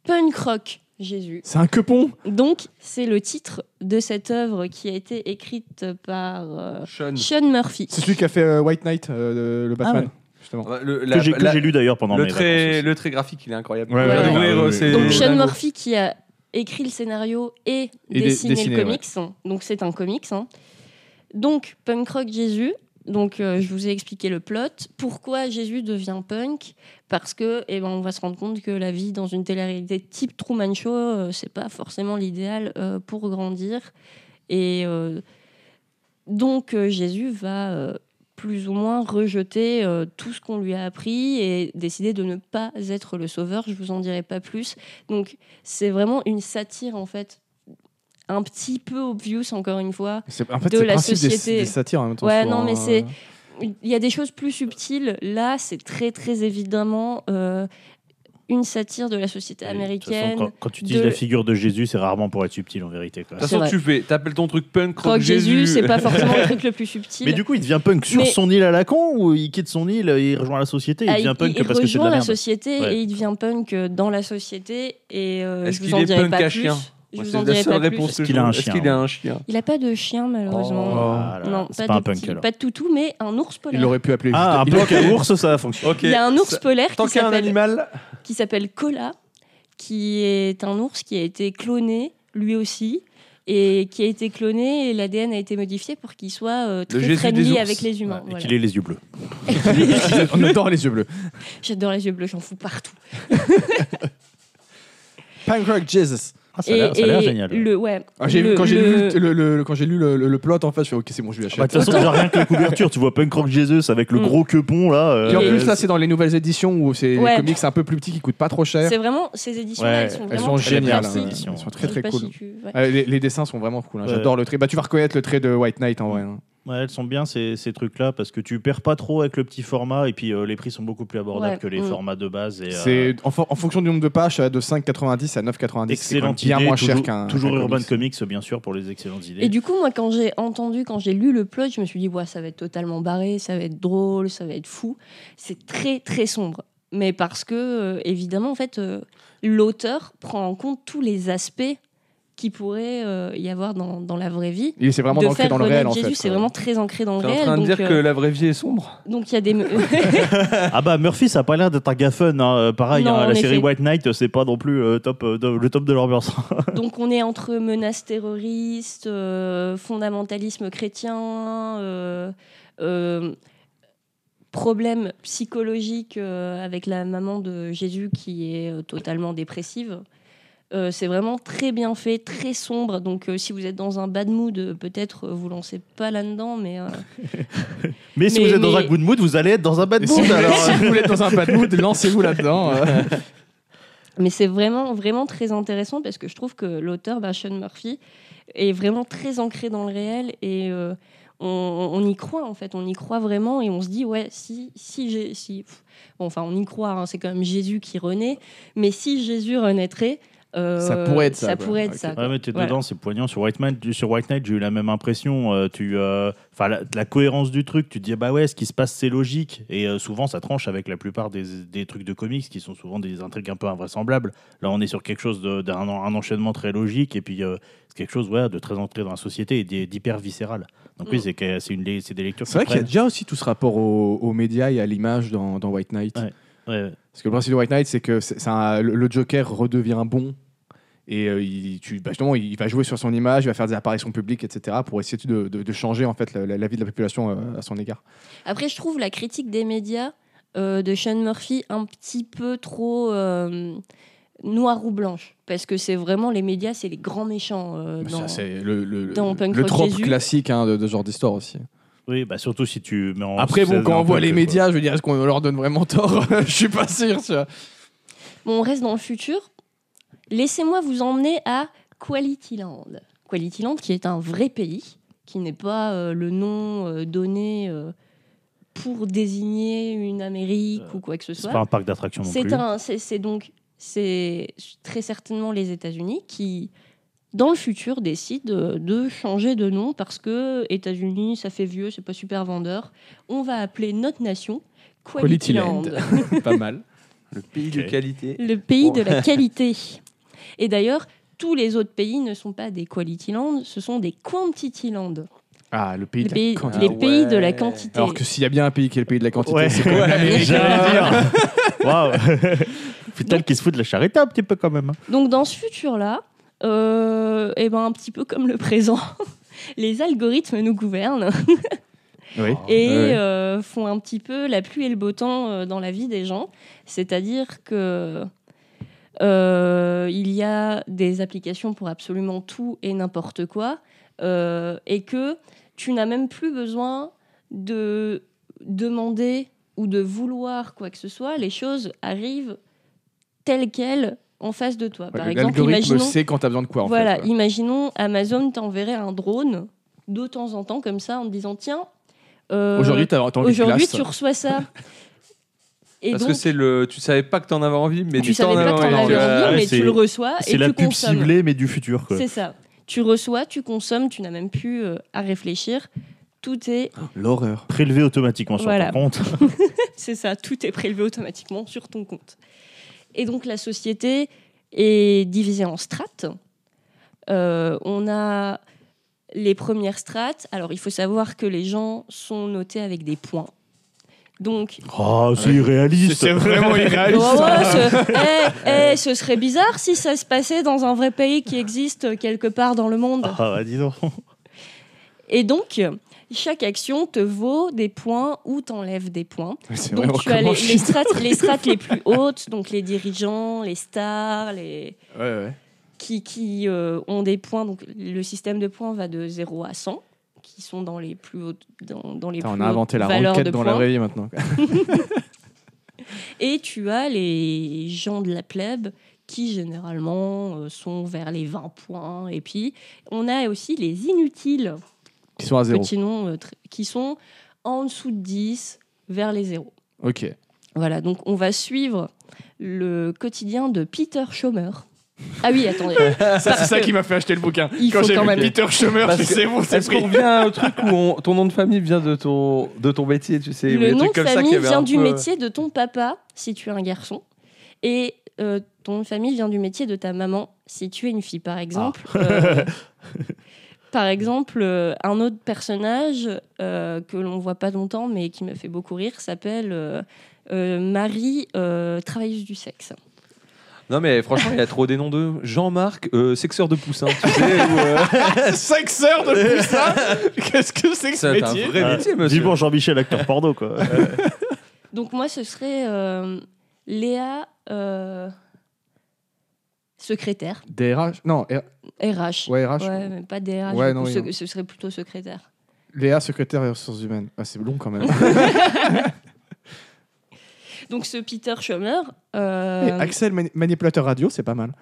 [SPEAKER 3] punk rock Jésus.
[SPEAKER 1] C'est un quepon.
[SPEAKER 3] Donc, c'est le titre de cette œuvre qui a été écrite par euh,
[SPEAKER 2] Sean.
[SPEAKER 3] Sean Murphy.
[SPEAKER 1] C'est celui qui a fait euh, White Knight, euh, le Batman.
[SPEAKER 3] Ah,
[SPEAKER 4] ouais.
[SPEAKER 1] Justement.
[SPEAKER 2] Le, la-
[SPEAKER 4] Que j'ai- que
[SPEAKER 2] la-
[SPEAKER 4] j'ai lu d'ailleurs pendant
[SPEAKER 2] le
[SPEAKER 4] mes
[SPEAKER 2] trait,
[SPEAKER 4] vacances
[SPEAKER 2] le trait graphique, il est incroyable.
[SPEAKER 1] Ouais,
[SPEAKER 3] ouais,
[SPEAKER 2] Ouvrir,
[SPEAKER 4] ouais.
[SPEAKER 2] euh,
[SPEAKER 4] Donc,
[SPEAKER 2] c'est-
[SPEAKER 3] Donc,
[SPEAKER 4] Et
[SPEAKER 3] Sean
[SPEAKER 2] dingo.
[SPEAKER 3] Murphy qui a écrit le scénario et,
[SPEAKER 1] Et dé-
[SPEAKER 3] dessiné,
[SPEAKER 1] dessiné,
[SPEAKER 3] le comics. Donc, c'est un comics. hein. Donc, punk rock Jésus. Donc, euh, je vous ai expliqué le plot. Pourquoi Jésus devient punk Parce que, eh ben, on va se rendre compte que la vie dans une télé-réalité type Truman Show, euh, c'est pas forcément l'idéal euh, pour grandir. Et euh, donc, euh, Jésus va euh, plus ou moins rejeter euh, tout ce qu'on lui a appris et décider de ne pas être le sauveur. Je vous en dirai pas plus. Donc, c'est vraiment une satire en fait, un petit peu obvious encore une fois,
[SPEAKER 1] C'est- En fait,
[SPEAKER 3] De
[SPEAKER 1] c'est le
[SPEAKER 3] la
[SPEAKER 1] principe des-
[SPEAKER 3] société.
[SPEAKER 1] Des, satires en même temps.
[SPEAKER 3] Ouais,
[SPEAKER 1] souvent,
[SPEAKER 3] non, mais
[SPEAKER 1] hein.
[SPEAKER 3] c'est- il y a des choses plus subtiles. Là, c'est très, très évidemment euh, une satire de la société
[SPEAKER 4] Oui, de toute façon,
[SPEAKER 3] américaine.
[SPEAKER 4] quand, quand tu utilises
[SPEAKER 3] de-
[SPEAKER 4] la figure de Jésus, c'est rarement pour être subtil en vérité. quoi.
[SPEAKER 2] De toute façon,
[SPEAKER 3] vrai.
[SPEAKER 2] tu fais, t'appelles ton truc punk rock
[SPEAKER 3] Croque Jésus,
[SPEAKER 2] Jésus. euh,
[SPEAKER 3] c'est pas forcément
[SPEAKER 4] *laughs*
[SPEAKER 3] le truc le plus subtil.
[SPEAKER 4] Mais du coup, il devient punk sur
[SPEAKER 3] Mais-
[SPEAKER 4] son île à la con ou il quitte son île, il rejoint la société, il
[SPEAKER 3] Ah,
[SPEAKER 4] devient punk
[SPEAKER 3] il
[SPEAKER 4] parce que c'est de
[SPEAKER 3] rejoint
[SPEAKER 4] la
[SPEAKER 3] la
[SPEAKER 4] merde.
[SPEAKER 3] société
[SPEAKER 4] Ouais.
[SPEAKER 3] et il devient punk euh, dans la société. Et euh,
[SPEAKER 2] Est-ce
[SPEAKER 3] je vous
[SPEAKER 2] qu'il
[SPEAKER 3] en
[SPEAKER 2] est
[SPEAKER 3] dirai
[SPEAKER 2] punk
[SPEAKER 3] pas
[SPEAKER 2] à
[SPEAKER 3] plus.
[SPEAKER 2] chien
[SPEAKER 3] Je
[SPEAKER 2] Moi,
[SPEAKER 3] vous
[SPEAKER 2] C'est
[SPEAKER 3] en
[SPEAKER 2] la
[SPEAKER 3] dirai
[SPEAKER 2] seule
[SPEAKER 3] pas
[SPEAKER 2] réponse
[SPEAKER 3] plus.
[SPEAKER 4] Est-ce
[SPEAKER 2] que
[SPEAKER 4] qu'il
[SPEAKER 2] je-
[SPEAKER 4] a un
[SPEAKER 2] Est-ce
[SPEAKER 4] chien, hein
[SPEAKER 2] qu'il a un chien
[SPEAKER 3] Il a pas de chien, malheureusement.
[SPEAKER 4] Ah, là,
[SPEAKER 3] Non,
[SPEAKER 4] c'est
[SPEAKER 3] pas,
[SPEAKER 4] pas un
[SPEAKER 3] de
[SPEAKER 4] punk
[SPEAKER 3] petit-
[SPEAKER 4] alors.
[SPEAKER 3] pas de toutou, mais un ours
[SPEAKER 1] Il
[SPEAKER 3] polaire.
[SPEAKER 1] l'aurait pu appeler.
[SPEAKER 4] Ah, un
[SPEAKER 1] il aurait-
[SPEAKER 4] punk à ours, ça
[SPEAKER 3] *laughs*
[SPEAKER 4] fonctionne.
[SPEAKER 2] Ok.
[SPEAKER 3] Il y a un ours
[SPEAKER 2] Ça-
[SPEAKER 3] polaire
[SPEAKER 2] Tant
[SPEAKER 3] qui
[SPEAKER 2] qu'il y a un
[SPEAKER 3] s'appelle
[SPEAKER 2] animal,
[SPEAKER 3] qui s'appelle Cola, qui est un ours qui a été cloné, lui aussi, et qui a été cloné, et l'ADN a été modifié pour qu'il soit euh, très
[SPEAKER 2] Jésus des
[SPEAKER 3] friendly
[SPEAKER 2] ours.
[SPEAKER 3] avec les humains.
[SPEAKER 4] Et
[SPEAKER 3] voilà.
[SPEAKER 4] qu'il ait les yeux bleus.
[SPEAKER 1] On adore les yeux bleus.
[SPEAKER 3] J'adore les yeux bleus, j'en fous partout.
[SPEAKER 1] Punk Rock Jesus.
[SPEAKER 4] Ah, ça a l'air- ça a l'air génial. De
[SPEAKER 3] Le, ouais,
[SPEAKER 1] Ah, j'ai
[SPEAKER 3] le-
[SPEAKER 1] vu- quand j'ai
[SPEAKER 3] le-
[SPEAKER 1] lu, le, le- le- quand j'ai lu le, le- le plot, en fait, je fais ok, c'est bon, je lui
[SPEAKER 4] Ah bah, toute
[SPEAKER 1] achète.
[SPEAKER 4] façon, déjà rien que la couverture, tu vois Punk Rock Jesus avec le
[SPEAKER 3] Mm.
[SPEAKER 4] gros quepon là.
[SPEAKER 1] Puis en
[SPEAKER 4] euh,
[SPEAKER 1] plus, là, c'est dans les nouvelles éditions où c'est
[SPEAKER 3] Ouais.
[SPEAKER 1] les comics un peu plus petits qui coûtent pas trop cher.
[SPEAKER 3] C'est vraiment, ces éditions-là,
[SPEAKER 4] Ouais,
[SPEAKER 3] elles sont
[SPEAKER 1] Elles
[SPEAKER 3] vraiment
[SPEAKER 1] sont
[SPEAKER 4] très
[SPEAKER 1] géniales.
[SPEAKER 4] bien,
[SPEAKER 1] hein.
[SPEAKER 4] ces
[SPEAKER 1] Elles
[SPEAKER 4] éditions.
[SPEAKER 1] sont très
[SPEAKER 3] Je sais
[SPEAKER 1] très
[SPEAKER 3] pas
[SPEAKER 1] cool.
[SPEAKER 3] si tu- ouais.
[SPEAKER 1] Euh, les, les dessins sont vraiment cool. hein.
[SPEAKER 4] Ouais.
[SPEAKER 1] J'adore le trait. Bah, tu vas reconnaître le trait de White Knight en vrai. hein.
[SPEAKER 4] Ouais, elles sont bien ces, ces trucs-là parce que tu perds pas trop avec le petit format et puis euh, les prix sont beaucoup plus abordables
[SPEAKER 3] Ouais.
[SPEAKER 4] que les
[SPEAKER 3] Mm.
[SPEAKER 4] formats de base. Et, euh,
[SPEAKER 1] C'est en, fo- en fonction du nombre de pages, ça va de 5,90 à 9,90. C'est quand même
[SPEAKER 4] excellente
[SPEAKER 1] bien
[SPEAKER 4] idée,
[SPEAKER 1] moins
[SPEAKER 4] toujours,
[SPEAKER 1] cher qu'un.
[SPEAKER 4] toujours
[SPEAKER 1] qu'un
[SPEAKER 4] Urban
[SPEAKER 1] comics.
[SPEAKER 4] Comics. bien sûr pour les excellentes idées.
[SPEAKER 3] Et du coup, moi, quand j'ai entendu, quand j'ai lu le plot, je me suis dit, ouais, ça va être totalement barré, ça va être drôle, ça va être fou. C'est très, très sombre. Mais parce que, euh, évidemment, en fait, euh, l'auteur prend en compte tous les aspects qui pourraient euh, y avoir dans, dans la vraie vie.
[SPEAKER 1] Il- C'est vraiment
[SPEAKER 3] de
[SPEAKER 1] ancré
[SPEAKER 3] faire
[SPEAKER 1] dans le réel
[SPEAKER 3] renaître
[SPEAKER 1] en
[SPEAKER 3] Jésus,
[SPEAKER 1] fait. euh.
[SPEAKER 3] c'est vraiment très ancré dans
[SPEAKER 2] t'es en
[SPEAKER 3] le réel.
[SPEAKER 2] train de
[SPEAKER 3] donc,
[SPEAKER 2] dire
[SPEAKER 3] euh,
[SPEAKER 2] que la vraie vie est sombre.
[SPEAKER 3] donc il y a
[SPEAKER 2] *laughs*
[SPEAKER 3] *laughs* des.
[SPEAKER 4] Ah bah Murphy, ça a pas l'air d'être un gaffun. hein. Euh, Pareil,
[SPEAKER 3] Non,
[SPEAKER 4] hein,
[SPEAKER 3] en
[SPEAKER 4] la série
[SPEAKER 3] effet.
[SPEAKER 4] White Knight, c'est pas non plus euh, top, euh, de- le top de l'ambiance. *laughs*
[SPEAKER 3] *laughs* Donc on est entre menaces terroristes, euh, fondamentalisme chrétien, euh, euh, problème psychologique euh, avec la maman de Jésus qui est euh, totalement dépressive. Euh, c'est vraiment très bien fait, très sombre. Donc, euh, si vous êtes dans un bad mood, euh, peut-être euh, vous lancez pas là-dedans, mais euh,
[SPEAKER 4] Mais si
[SPEAKER 3] Mais-
[SPEAKER 4] vous êtes dans
[SPEAKER 3] mais-
[SPEAKER 4] un good mood, vous allez être dans un bad
[SPEAKER 3] *laughs*
[SPEAKER 1] Et Si
[SPEAKER 4] mood.
[SPEAKER 1] vous,
[SPEAKER 4] alors.
[SPEAKER 1] si vous voulez être dans un bad mood, lancez-vous là-dedans. euh.
[SPEAKER 3] Mais c'est vraiment, vraiment très intéressant parce que je trouve que l'auteur, bah, Sean Murphy, est vraiment très ancré dans le réel et euh, on, on y croit en fait, on y croit vraiment et on se dit, ouais, si, si, j'ai- si pff, bon, enfin, on y croit, hein, c'est quand même Jésus qui renaît, mais si Jésus renaîtrait, euh,
[SPEAKER 1] Ça pourrait être ça, quoi.
[SPEAKER 3] pourrait être
[SPEAKER 1] Ok.
[SPEAKER 3] ça, quoi.
[SPEAKER 4] Ouais, mais t'es
[SPEAKER 3] Voilà.
[SPEAKER 4] dedans, c'est poignant. Sur White Knight, sur White Knight, j'ai eu la même impression. euh, tu, euh, enfin, la, la cohérence du truc, tu te dis bah ouais, ce qui se passe, c'est logique. Et euh, souvent, ça tranche avec la plupart des, des trucs de comics qui sont souvent des intrigues un peu invraisemblables. Là, on est sur quelque chose de- d'un en- un enchaînement très logique et puis euh, c'est quelque chose ouais, de très ancré dans la société et d'hy- d'hyper viscéral. Donc oui,
[SPEAKER 3] Mm.
[SPEAKER 4] c'est que- c'est une les- c'est des lectures.
[SPEAKER 1] C'est vrai
[SPEAKER 4] qui
[SPEAKER 1] qu'il y a
[SPEAKER 4] prennent.
[SPEAKER 1] déjà aussi tout ce rapport au- aux médias et à l'image dans, dans White Knight.
[SPEAKER 4] Ouais. Ouais, ouais.
[SPEAKER 1] Parce que le principe de White Knight, c'est que c'est- c'est un- le le Joker redevient bon. Et euh, il, tu, bah, justement, il va jouer sur son image, il va faire des apparitions publiques, etc., pour essayer de, de- de changer en fait la, la- la vie de la population euh, à son égard.
[SPEAKER 3] Après, je trouve la critique des médias euh, de Sean Murphy un petit peu trop euh, noire ou blanche. Parce que c'est vraiment les médias, c'est les grands méchants. euh,
[SPEAKER 1] Mais
[SPEAKER 3] dans-
[SPEAKER 1] ça, C'est le, le, le-
[SPEAKER 3] dans Punk
[SPEAKER 1] le
[SPEAKER 3] Rock
[SPEAKER 1] trope
[SPEAKER 3] Jésus.
[SPEAKER 1] classique hein, de, de ce genre d'histoire aussi.
[SPEAKER 4] Oui, bah surtout si tu. mets en- ça
[SPEAKER 1] Après, bon,
[SPEAKER 4] devient
[SPEAKER 1] quand
[SPEAKER 4] un
[SPEAKER 1] on voit
[SPEAKER 4] peu
[SPEAKER 1] les
[SPEAKER 4] que-
[SPEAKER 1] médias, je veux dire, est-ce qu'on leur donne vraiment tort *laughs* Je suis pas sûr. tu vois.
[SPEAKER 3] Bon, on reste dans le futur. Laissez-moi vous emmener à Qualityland. Qualityland, qui est un vrai pays, qui n'est pas euh, le nom euh, donné euh, pour désigner une Amérique
[SPEAKER 4] Euh,
[SPEAKER 3] ou quoi que ce
[SPEAKER 4] C'est pas
[SPEAKER 3] soit.
[SPEAKER 4] un parc d'attractions non
[SPEAKER 3] C'est
[SPEAKER 4] plus.
[SPEAKER 3] un, c'est c'est donc, c'est très certainement les États-Unis qui, dans le futur, décident euh, de changer de nom parce que États-Unis, ça fait vieux, c'est pas super vendeur. On va appeler notre nation Qualityland.
[SPEAKER 1] Qualityland. pas mal.
[SPEAKER 2] Le pays
[SPEAKER 4] de
[SPEAKER 2] de qualité.
[SPEAKER 3] Le pays
[SPEAKER 2] Bon. *laughs*
[SPEAKER 3] de la qualité. Et d'ailleurs, tous les autres pays ne sont pas des quality land, ce sont des quantity land.
[SPEAKER 1] Ah, le pays de
[SPEAKER 3] Les
[SPEAKER 1] la
[SPEAKER 3] pays,
[SPEAKER 1] quantité.
[SPEAKER 3] les
[SPEAKER 2] Ah
[SPEAKER 3] pays de la
[SPEAKER 2] ouais.
[SPEAKER 3] quantité.
[SPEAKER 1] Alors que s'il y a bien un pays qui est le pays de la quantité, c'est quand même
[SPEAKER 4] Ouais,
[SPEAKER 1] l'Amérique.
[SPEAKER 4] j'allais dire. *laughs* Waouh. Putain, qu'il se fout de la charrette un petit peu quand même. hein.
[SPEAKER 3] Donc dans ce futur-là, *laughs* euh, eh ben, un petit peu comme le présent, les algorithmes nous gouvernent.
[SPEAKER 4] Oui.
[SPEAKER 3] et
[SPEAKER 1] Ouais.
[SPEAKER 3] euh, font un petit peu la pluie et le beau temps euh, dans la vie des gens. C'est-à-dire que euh, il y a des applications pour absolument tout et n'importe quoi, euh, et que tu n'as même plus besoin de demander ou de vouloir quoi que ce soit. Les choses arrivent telles quelles en face de toi. Par
[SPEAKER 1] Ouais,
[SPEAKER 3] exemple,
[SPEAKER 1] L'algorithme
[SPEAKER 3] imaginons
[SPEAKER 1] sait quand t'as besoin de quoi. En
[SPEAKER 3] voilà,
[SPEAKER 1] fait.
[SPEAKER 3] imaginons Amazon t'enverrait un drone de temps en temps comme ça en te disant tiens, euh,
[SPEAKER 1] Aujourd'hui, t'as t'as envie de
[SPEAKER 3] aujourd'hui,
[SPEAKER 1] glace.
[SPEAKER 3] tu reçois ça. Et
[SPEAKER 2] Parce
[SPEAKER 3] donc,
[SPEAKER 2] que c'est le. Tu savais pas que t'en avais envie, mais
[SPEAKER 3] tu savais
[SPEAKER 2] t'en
[SPEAKER 3] pas que t'en
[SPEAKER 2] avais envie.
[SPEAKER 3] avais
[SPEAKER 4] Ah,
[SPEAKER 3] envie, mais
[SPEAKER 4] c'est-
[SPEAKER 3] tu le reçois et
[SPEAKER 4] C'est
[SPEAKER 3] tu
[SPEAKER 4] la pub
[SPEAKER 3] consommes.
[SPEAKER 4] ciblée, mais du futur. Quoi.
[SPEAKER 3] C'est ça. Tu reçois, tu consommes, tu n'as même plus euh, à réfléchir. Tout est,
[SPEAKER 1] L'horreur.
[SPEAKER 4] Prélevé automatiquement sur
[SPEAKER 3] Voilà.
[SPEAKER 4] ton
[SPEAKER 3] *laughs*
[SPEAKER 4] compte.
[SPEAKER 3] c'est ça, tout est prélevé automatiquement sur ton compte. Et donc la société est divisée en strates. Euh, on a les premières strates. Alors il faut savoir que les gens sont notés avec des points. Donc
[SPEAKER 4] Oh, c'est irréaliste.
[SPEAKER 1] Ah, C'est *laughs* vraiment irréaliste.
[SPEAKER 3] Ouais, ouais, ce... *laughs* Eh, eh, ce serait bizarre si ça se passait dans un vrai pays qui existe quelque part dans le monde.
[SPEAKER 4] Ah, bah, dis donc.
[SPEAKER 3] Et donc, chaque action te vaut des points ou t'enlève des points.
[SPEAKER 1] C'est vraiment
[SPEAKER 3] Donc, tu as les,
[SPEAKER 1] comment
[SPEAKER 3] les
[SPEAKER 1] je suis-
[SPEAKER 3] *laughs* strates, les
[SPEAKER 1] *laughs*
[SPEAKER 3] strates les plus hautes, donc les dirigeants, les stars, les...
[SPEAKER 1] Ouais, ouais.
[SPEAKER 3] qui, qui euh, ont des points. Donc, le système de points va de 0 à 100, qui sont dans les plus hautes, dans, dans les
[SPEAKER 1] Putain,
[SPEAKER 3] plus
[SPEAKER 1] on a inventé
[SPEAKER 3] hautes
[SPEAKER 1] la
[SPEAKER 3] valeurs
[SPEAKER 1] requête
[SPEAKER 3] de
[SPEAKER 1] dans
[SPEAKER 3] points.
[SPEAKER 1] la vraie vie maintenant.
[SPEAKER 3] Et tu as les gens de la plèbe qui généralement euh, sont vers les 20 points. Et puis, on a aussi les inutiles,
[SPEAKER 1] Qui sont à zéro.
[SPEAKER 3] petits noms, euh, tr- qui sont en dessous de 10, vers les 0.
[SPEAKER 1] Ok.
[SPEAKER 3] Voilà, donc on va suivre le quotidien de Peter Schomer. Ah oui, attendez.
[SPEAKER 1] Ça, c'est ça qui m'a fait acheter le bouquin.
[SPEAKER 3] Il
[SPEAKER 1] Quand
[SPEAKER 3] faut
[SPEAKER 1] j'ai
[SPEAKER 3] quand
[SPEAKER 1] vu
[SPEAKER 3] même-
[SPEAKER 1] Peter Schumer,
[SPEAKER 2] Parce
[SPEAKER 1] je
[SPEAKER 2] que-
[SPEAKER 1] sais bon, c'est
[SPEAKER 2] Euh, Est-ce qu'on
[SPEAKER 1] pris.
[SPEAKER 2] revient à un truc où on- ton nom de famille vient de ton, de ton métier, tu sais ou des
[SPEAKER 3] le nom
[SPEAKER 2] trucs
[SPEAKER 3] de
[SPEAKER 2] comme ça
[SPEAKER 3] famille
[SPEAKER 2] qu'il y avait
[SPEAKER 3] vient
[SPEAKER 2] un
[SPEAKER 3] du
[SPEAKER 2] peu- euh,
[SPEAKER 3] métier de ton papa, si tu es un garçon. Et euh, ton nom de famille vient du métier de ta maman, si tu es une fille, par exemple.
[SPEAKER 2] Ah. *laughs*
[SPEAKER 4] *laughs*
[SPEAKER 3] Euh, par exemple, euh, un autre personnage euh, que l'on voit pas longtemps, mais qui me fait beaucoup rire, s'appelle euh, euh, Marie, euh, travailleuse du sexe.
[SPEAKER 2] Non, mais franchement, il y a trop des noms de. Jean-Marc, euh, sexeur de poussins, tu sais. ou, euh,
[SPEAKER 1] *laughs* 5 sœurs de plus ça
[SPEAKER 2] *laughs*
[SPEAKER 1] Qu'est-ce que c'est que ce
[SPEAKER 2] C'est un
[SPEAKER 1] métier
[SPEAKER 2] vrai
[SPEAKER 4] Ah,
[SPEAKER 2] métier,
[SPEAKER 4] dis
[SPEAKER 2] monsieur.
[SPEAKER 4] bon, Jean-Michel, acteur porno, quoi. Euh,
[SPEAKER 3] Donc moi, ce serait euh, Léa, euh, secrétaire,
[SPEAKER 1] DRH Non, R-
[SPEAKER 3] RH.
[SPEAKER 1] ouais, RH.
[SPEAKER 3] Ouais, mais pas DRH,
[SPEAKER 1] Ouais,
[SPEAKER 3] du coup,
[SPEAKER 1] non, oui,
[SPEAKER 3] ce-
[SPEAKER 1] non.
[SPEAKER 3] ce serait plutôt secrétaire.
[SPEAKER 1] Léa, secrétaire des ressources humaines. Ah, c'est long quand même.
[SPEAKER 3] Donc ce Peter Schumer,
[SPEAKER 1] Et
[SPEAKER 3] euh,
[SPEAKER 1] *laughs* Axel, mani- manipulateur radio, c'est pas mal.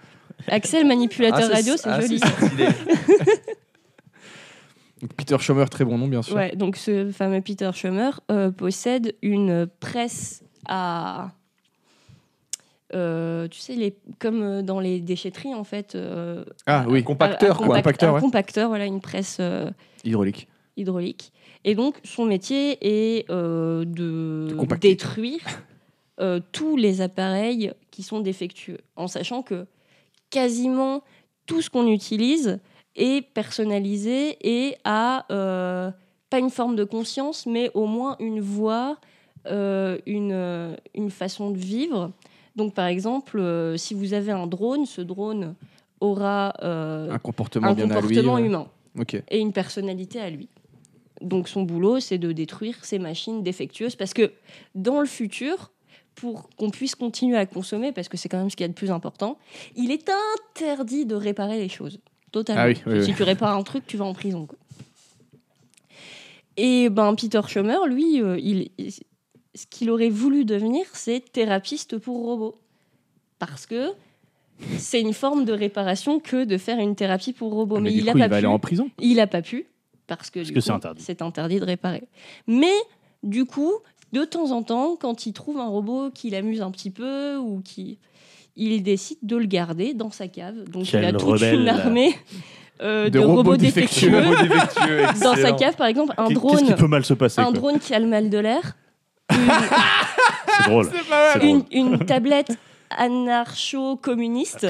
[SPEAKER 3] Axel manipulateur
[SPEAKER 2] Ah,
[SPEAKER 3] radio, c'est
[SPEAKER 2] ah,
[SPEAKER 3] joli. *laughs*
[SPEAKER 2] stylé.
[SPEAKER 1] Peter Schumer, très bon nom, bien sûr.
[SPEAKER 3] Ouais, donc ce fameux Peter Schumer euh, possède une presse à, euh, tu sais, les, comme euh, dans les déchetteries en fait. euh,
[SPEAKER 1] Ah oui,
[SPEAKER 2] Compacteur,
[SPEAKER 3] un
[SPEAKER 2] quoi.
[SPEAKER 3] compact-
[SPEAKER 1] Compacteur,
[SPEAKER 3] un
[SPEAKER 1] ouais.
[SPEAKER 3] compacteur, voilà, une presse euh,
[SPEAKER 1] hydraulique.
[SPEAKER 3] hydraulique. Et donc son métier est euh, de,
[SPEAKER 1] De compacter.
[SPEAKER 3] détruire euh, tous les appareils qui sont défectueux, en sachant que quasiment tout ce qu'on utilise est personnalisé et a euh, pas une forme de conscience, mais au moins une voix, euh, une, euh, une façon de vivre. Donc par exemple, euh, si vous avez un drone, ce drone aura euh,
[SPEAKER 1] Un comportement
[SPEAKER 3] un
[SPEAKER 1] bien
[SPEAKER 3] comportement
[SPEAKER 1] à lui. ouais.
[SPEAKER 3] humain
[SPEAKER 1] Ok.
[SPEAKER 3] et une personnalité à lui. Donc son boulot, c'est de détruire ces machines défectueuses parce que dans le futur, pour qu'on puisse continuer à consommer, parce que c'est quand même ce qu'il y a de plus important, il est interdit de réparer les choses. Totalement.
[SPEAKER 1] Ah oui, oui,
[SPEAKER 3] si
[SPEAKER 1] oui.
[SPEAKER 3] tu répares un truc, tu vas en prison. quoi. Et ben Peter Schumer, lui, euh, il, il- ce qu'il aurait voulu devenir, c'est thérapeute pour robots. Parce que c'est une forme de réparation que de faire une thérapie pour robots. Mais,
[SPEAKER 1] Ah, du
[SPEAKER 3] il n'a
[SPEAKER 1] coup,
[SPEAKER 3] pas
[SPEAKER 1] il va
[SPEAKER 3] pu.
[SPEAKER 1] aller en prison.
[SPEAKER 3] Il n'a pas pu, parce que du
[SPEAKER 4] que c'est
[SPEAKER 3] coup,
[SPEAKER 4] interdit.
[SPEAKER 3] c'est interdit de réparer. Mais du coup, de temps en temps, quand il trouve un robot qui l'amuse un petit peu ou qui. Il décide de le garder dans sa cave. Donc
[SPEAKER 4] Quel
[SPEAKER 3] il a toute
[SPEAKER 4] rebelle.
[SPEAKER 3] une armée euh,
[SPEAKER 1] De
[SPEAKER 3] de,
[SPEAKER 1] robots
[SPEAKER 3] robots,
[SPEAKER 1] défectueux.
[SPEAKER 4] *laughs*
[SPEAKER 3] défectueux.
[SPEAKER 2] Mot défectueux,
[SPEAKER 3] Dans sa
[SPEAKER 2] excellent.
[SPEAKER 3] cave, par exemple, un
[SPEAKER 4] Qu'est- Qu'est-ce qui
[SPEAKER 3] drone,
[SPEAKER 4] peut mal se passer
[SPEAKER 3] un
[SPEAKER 4] quoi
[SPEAKER 3] drone qui a le mal de
[SPEAKER 4] *laughs*
[SPEAKER 3] l'air,
[SPEAKER 4] C'est drôle. C'est drôle.
[SPEAKER 3] une, une tablette anarcho-communiste.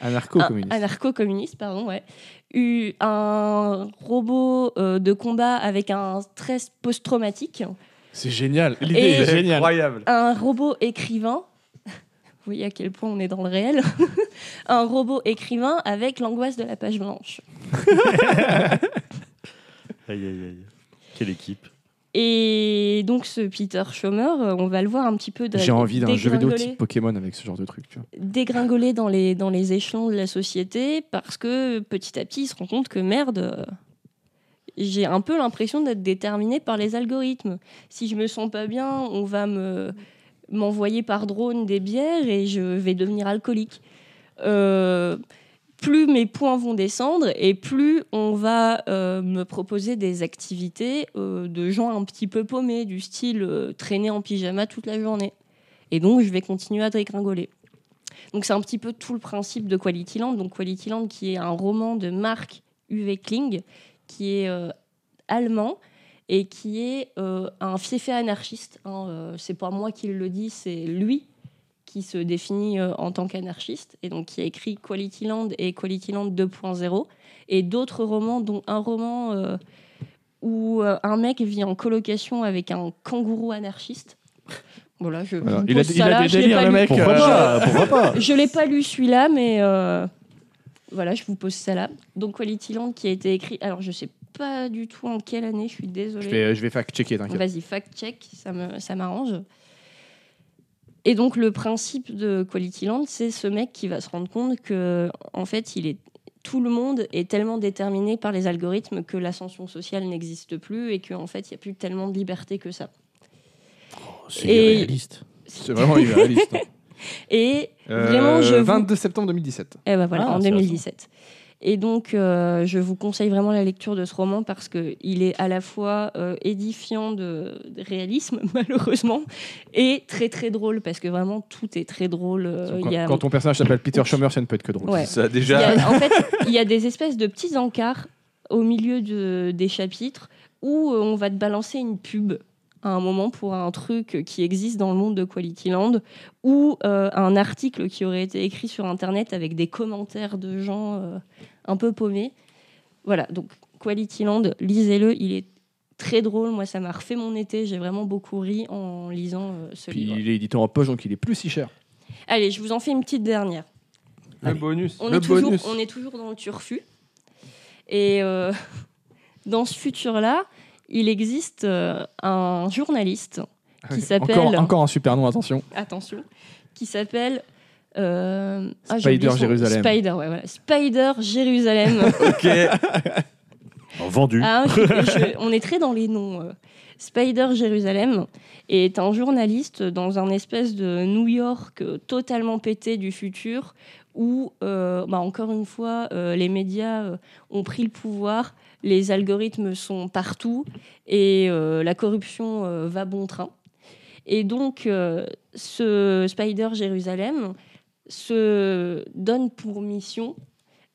[SPEAKER 1] Anarcho-communiste.
[SPEAKER 3] Un- Ah, Anarcho-communiste, pardon, ouais. Eu un robot euh, de combat avec un stress post-traumatique.
[SPEAKER 1] C'est génial. L'idée
[SPEAKER 3] Et-
[SPEAKER 1] est géniale.
[SPEAKER 2] Incroyable.
[SPEAKER 3] Un robot écrivain. *laughs* Vous voyez à quel point on est dans le réel. *laughs* un robot écrivain avec l'angoisse de la page blanche.
[SPEAKER 4] Aïe, aïe, aïe. Quelle équipe
[SPEAKER 3] Et donc, ce Peter Schomer, euh, on va le voir un petit peu. de-
[SPEAKER 1] J'ai envie d'un jeu vidéo
[SPEAKER 3] dégringoler-
[SPEAKER 1] type Pokémon avec ce genre de truc. Tu vois.
[SPEAKER 3] dégringoler dans les, dans les échelons de la société parce que petit à petit, ils se rendent compte que merde, euh, j'ai un peu l'impression d'être déterminé par les algorithmes. Si je me sens pas bien, on va me m'envoyer par drone des bières et je vais devenir alcoolique. Euh, plus mes points vont descendre et plus on va euh, me proposer des activités euh, de gens un petit peu paumés, du style euh, traîner en pyjama toute la journée. Et donc, je vais continuer à dégringoler. Donc c'est un petit peu tout le principe de Quality Land. Donc Quality Land qui est un roman de Marc Uwe Kling, qui est euh, allemand et qui est euh, un fiefé anarchiste. hein. Euh, c'est pas moi qui le dis, c'est lui qui se définit euh, en tant qu'anarchiste et donc qui a écrit Quality Land et Quality Land 2.0 et d'autres romans, dont un roman euh, où euh, un mec vit en colocation avec un kangourou anarchiste. Voilà, je, je
[SPEAKER 1] Voilà.
[SPEAKER 3] vous
[SPEAKER 1] Il a-
[SPEAKER 3] pose
[SPEAKER 1] il
[SPEAKER 3] ça
[SPEAKER 1] a
[SPEAKER 3] là,
[SPEAKER 1] des
[SPEAKER 3] je l'ai
[SPEAKER 1] délires,
[SPEAKER 3] pas
[SPEAKER 1] le
[SPEAKER 3] lu.
[SPEAKER 1] mec.
[SPEAKER 4] Pourquoi
[SPEAKER 1] Euh,
[SPEAKER 4] pas Pourquoi pas
[SPEAKER 3] Je l'ai pas lu celui-là, mais euh, voilà, je vous pose ça là. Donc Quality Land qui a été écrit. Alors je sais pas du tout en quelle année, je suis
[SPEAKER 1] Je
[SPEAKER 3] désolée.
[SPEAKER 1] vais, je vais fact-checker, t'inquiète.
[SPEAKER 3] Vas-y, fact-check, ça me- ça m'arrange. Et donc, le principe de Quality Land, c'est ce mec qui va se rendre compte que, en fait, il est, tout le monde est tellement déterminé par les algorithmes que l'ascension sociale n'existe plus et qu'en en fait, il n'y a plus tellement de liberté que ça.
[SPEAKER 4] C'est
[SPEAKER 3] Et-
[SPEAKER 4] réaliste.
[SPEAKER 1] C'est vraiment irréaliste. hein.
[SPEAKER 3] Et
[SPEAKER 1] Euh,
[SPEAKER 3] *laughs* vraiment, je. vous-
[SPEAKER 1] 22 septembre 2017.
[SPEAKER 3] Eh ben voilà,
[SPEAKER 4] Ah,
[SPEAKER 3] en
[SPEAKER 4] c'est
[SPEAKER 3] 2017. Et donc, euh, je vous conseille vraiment la lecture de ce roman parce qu'il est à la fois euh, édifiant de de réalisme, *laughs* malheureusement, et très très drôle parce que vraiment tout est très drôle. Euh,
[SPEAKER 1] quand,
[SPEAKER 3] il y a-
[SPEAKER 1] quand ton personnage s'appelle Peter Schomer, ça ne peut être que drôle.
[SPEAKER 3] Ouais.
[SPEAKER 2] Ça
[SPEAKER 3] il y
[SPEAKER 2] déjà.
[SPEAKER 3] a- en fait, il y a des espèces de petits encarts au milieu de- des chapitres où euh, on va te balancer une pub à un moment pour un truc qui existe dans le monde de Quality Land ou euh, un article qui aurait été écrit sur Internet avec des commentaires de gens euh, un peu paumés. Voilà, donc Quality Land, lisez-le, il est très drôle. Moi, ça m'a refait mon été. J'ai vraiment beaucoup ri en lisant euh, ce
[SPEAKER 1] Puis
[SPEAKER 3] livre.
[SPEAKER 1] il est éditeur en poche, donc il est plus si cher.
[SPEAKER 3] Allez, je vous en fais une petite dernière.
[SPEAKER 2] Le bonus.
[SPEAKER 3] On,
[SPEAKER 2] le
[SPEAKER 3] est toujours,
[SPEAKER 2] bonus.
[SPEAKER 3] on est toujours dans le turfu. Et euh, *laughs* dans ce futur-là, il existe euh, un journaliste, Qui s'appelle-
[SPEAKER 1] Encore, encore un super nom, attention.
[SPEAKER 3] attention, qui s'appelle. euh, ah, j'ai
[SPEAKER 1] Spider
[SPEAKER 3] oublié son-
[SPEAKER 1] Jérusalem.
[SPEAKER 3] Spider, ouais, voilà. Spider Jérusalem.
[SPEAKER 2] Ok. Ah
[SPEAKER 4] Vendu.
[SPEAKER 3] Ah, je- je- on est très dans les noms. euh. Spider Jérusalem est un journaliste dans un espèce de New York euh, totalement pété du futur où, euh, bah, encore une fois, euh, les médias euh, ont pris le pouvoir, les algorithmes sont partout et euh, la corruption euh, va bon train. Et donc, euh, ce Spider Jérusalem se donne pour mission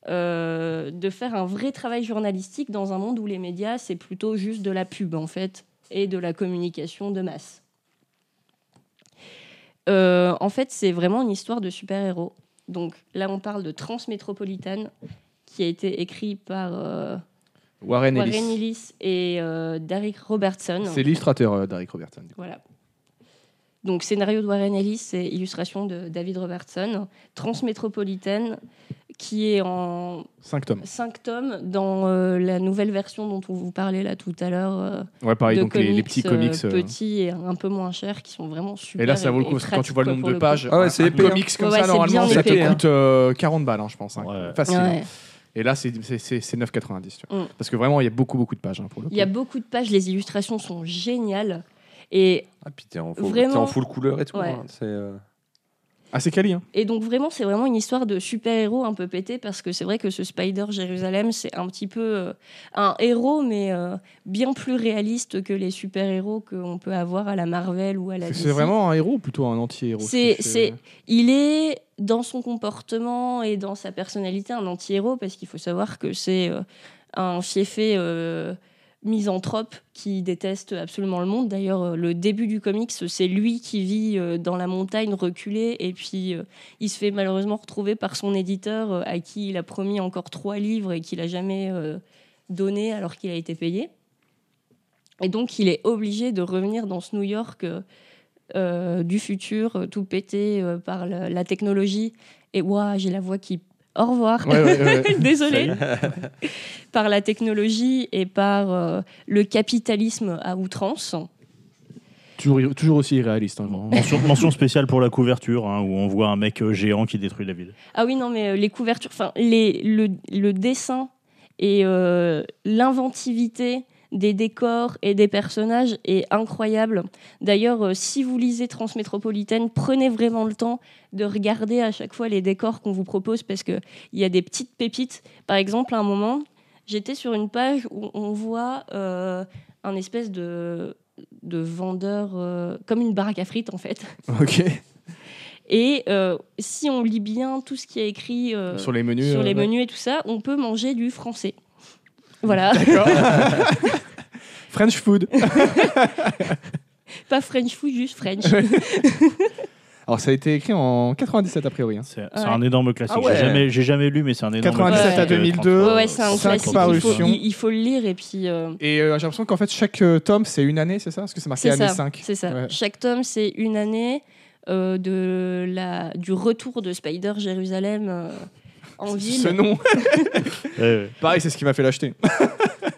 [SPEAKER 3] euh, de faire un vrai travail journalistique dans un monde où les médias, c'est plutôt juste de la pub, en fait, et de la communication de masse. Euh, en fait, c'est vraiment une histoire de super-héros. Donc là, on parle de Transmétropolitane, qui a été écrit par euh,
[SPEAKER 1] Warren
[SPEAKER 3] Warren
[SPEAKER 1] Ellis.
[SPEAKER 3] Ellis et euh, Derek Robertson.
[SPEAKER 1] C'est l'illustrateur euh, d'Eric Robertson.
[SPEAKER 3] Voilà. Donc, scénario de Warren Ellis et illustration de David Robertson. Transmétropolitaine, qui est en
[SPEAKER 1] 5 tomes.
[SPEAKER 3] 5 tomes dans euh, la nouvelle version dont on vous parlait là tout à l'heure. euh,
[SPEAKER 1] Ouais, pareil,
[SPEAKER 3] de
[SPEAKER 1] Ah donc les, les petits
[SPEAKER 3] euh,
[SPEAKER 1] comics. euh,
[SPEAKER 3] petits et un peu moins chers qui sont vraiment super.
[SPEAKER 1] Et là, ça vaut le coup,
[SPEAKER 3] et
[SPEAKER 1] parce que quand tu
[SPEAKER 3] pratiques,
[SPEAKER 1] vois le
[SPEAKER 3] quoi,
[SPEAKER 1] nombre
[SPEAKER 3] pour
[SPEAKER 1] de
[SPEAKER 3] coup.
[SPEAKER 1] pages,
[SPEAKER 2] Ah ouais,
[SPEAKER 1] un-
[SPEAKER 2] c'est
[SPEAKER 1] un
[SPEAKER 2] épais, hein.
[SPEAKER 1] comics comme
[SPEAKER 3] Ouais,
[SPEAKER 1] ça,
[SPEAKER 3] c'est
[SPEAKER 1] normalement,
[SPEAKER 3] bien
[SPEAKER 1] ça
[SPEAKER 3] épais,
[SPEAKER 1] te
[SPEAKER 3] hein.
[SPEAKER 1] coûte euh, 40 balles, hein, je pense. hein.
[SPEAKER 4] Ouais.
[SPEAKER 1] Facile.
[SPEAKER 3] Ouais.
[SPEAKER 1] Et là, c'est c'est- c'est- c'est 9,90. tu vois.
[SPEAKER 3] Mm.
[SPEAKER 1] Parce que vraiment, il y a beaucoup, beaucoup de pages. hein, pour le
[SPEAKER 3] Il y a
[SPEAKER 1] coup.
[SPEAKER 3] beaucoup de pages, les illustrations sont géniales. Et,
[SPEAKER 2] Ah, puis t'es en, full-
[SPEAKER 3] Vraiment.
[SPEAKER 2] t'es en full couleur et tout.
[SPEAKER 3] Ouais.
[SPEAKER 2] hein. C'est, euh,
[SPEAKER 1] Ah, c'est quali. Hein.
[SPEAKER 3] et donc, vraiment, c'est vraiment une histoire de super-héros un peu pété parce que c'est vrai que ce Spider Jérusalem, c'est un petit peu euh, un héros, mais euh, bien plus réaliste que les super-héros qu'on peut avoir à la Marvel ou à la
[SPEAKER 1] C'est-
[SPEAKER 3] DC.
[SPEAKER 1] C'est vraiment un héros ou plutôt un anti-héros
[SPEAKER 3] C'est-
[SPEAKER 1] Parce que
[SPEAKER 3] c'est- Il est dans son comportement et dans sa personnalité un anti-héros parce qu'il faut savoir que c'est euh, un fiefé euh, misanthrope qui déteste absolument le monde. D'ailleurs, euh, le début du comics, c'est lui qui vit euh, dans la montagne reculée et puis euh, il se fait malheureusement retrouver par son éditeur euh, à qui il a promis encore trois livres et qu'il a jamais euh, donné alors qu'il a été payé. Et donc, il est obligé de revenir dans ce New York. euh, euh, du futur, euh, tout pété euh, par la, la technologie. Et ouah, j'ai la voix qui au revoir.
[SPEAKER 1] Ouais, ouais, ouais.
[SPEAKER 3] *laughs* Désolée. par la technologie et par euh, le capitalisme à outrance.
[SPEAKER 1] toujours, ir- toujours aussi irréaliste. hein,
[SPEAKER 3] *laughs*
[SPEAKER 1] vraiment.
[SPEAKER 4] Mention, mention spéciale pour la couverture, hein, où on voit un mec euh, géant qui détruit la ville.
[SPEAKER 3] Ah oui, non, mais euh, les couvertures, enfin, les, le, le dessin et euh, l'inventivité des décors et des personnages est incroyable. D'ailleurs, euh, si vous lisez Transmétropolitaine, prenez vraiment le temps de regarder à chaque fois les décors qu'on vous propose parce qu'il y a des petites pépites. Par exemple, à un moment, j'étais sur une page où on voit euh, un espèce de, de vendeur, euh, comme une baraque à frites en fait.
[SPEAKER 1] ok.
[SPEAKER 3] Et euh, si on lit bien tout ce qui est écrit euh,
[SPEAKER 1] sur
[SPEAKER 3] sur,
[SPEAKER 1] les menus. euh,
[SPEAKER 3] les
[SPEAKER 1] ouais.
[SPEAKER 3] menus et tout ça, on peut manger du français.
[SPEAKER 1] *laughs*
[SPEAKER 3] Voilà,
[SPEAKER 1] French
[SPEAKER 3] *laughs*
[SPEAKER 1] food.
[SPEAKER 3] pas French food, juste French.
[SPEAKER 1] Alors, ça a été écrit en 97 a priori. hein.
[SPEAKER 4] C'est c'est un énorme classique.
[SPEAKER 1] Ah ouais.
[SPEAKER 4] J'ai jamais, j'ai jamais lu, mais c'est un énorme
[SPEAKER 1] 97
[SPEAKER 4] classique. euh,
[SPEAKER 3] à
[SPEAKER 1] 2002,
[SPEAKER 3] ouais, ouais, c'est un
[SPEAKER 1] Cinq
[SPEAKER 3] classique. Il faut,
[SPEAKER 1] parutions.
[SPEAKER 3] il, il faut le lire et puis. euh,
[SPEAKER 1] Et euh, j'ai l'impression qu'en fait, chaque euh, tome, c'est une année, c'est ça Parce que c'est marqué
[SPEAKER 3] c'est
[SPEAKER 1] année
[SPEAKER 3] ça.
[SPEAKER 1] 5.
[SPEAKER 3] C'est ça.
[SPEAKER 1] Ouais.
[SPEAKER 3] Chaque tome, c'est une année euh, de la, du retour de Spider Jérusalem euh,
[SPEAKER 1] Ce
[SPEAKER 3] en ville.
[SPEAKER 1] nom. *laughs*
[SPEAKER 4] Ouais, ouais.
[SPEAKER 1] Pareil, c'est ce qui m'a fait l'acheter.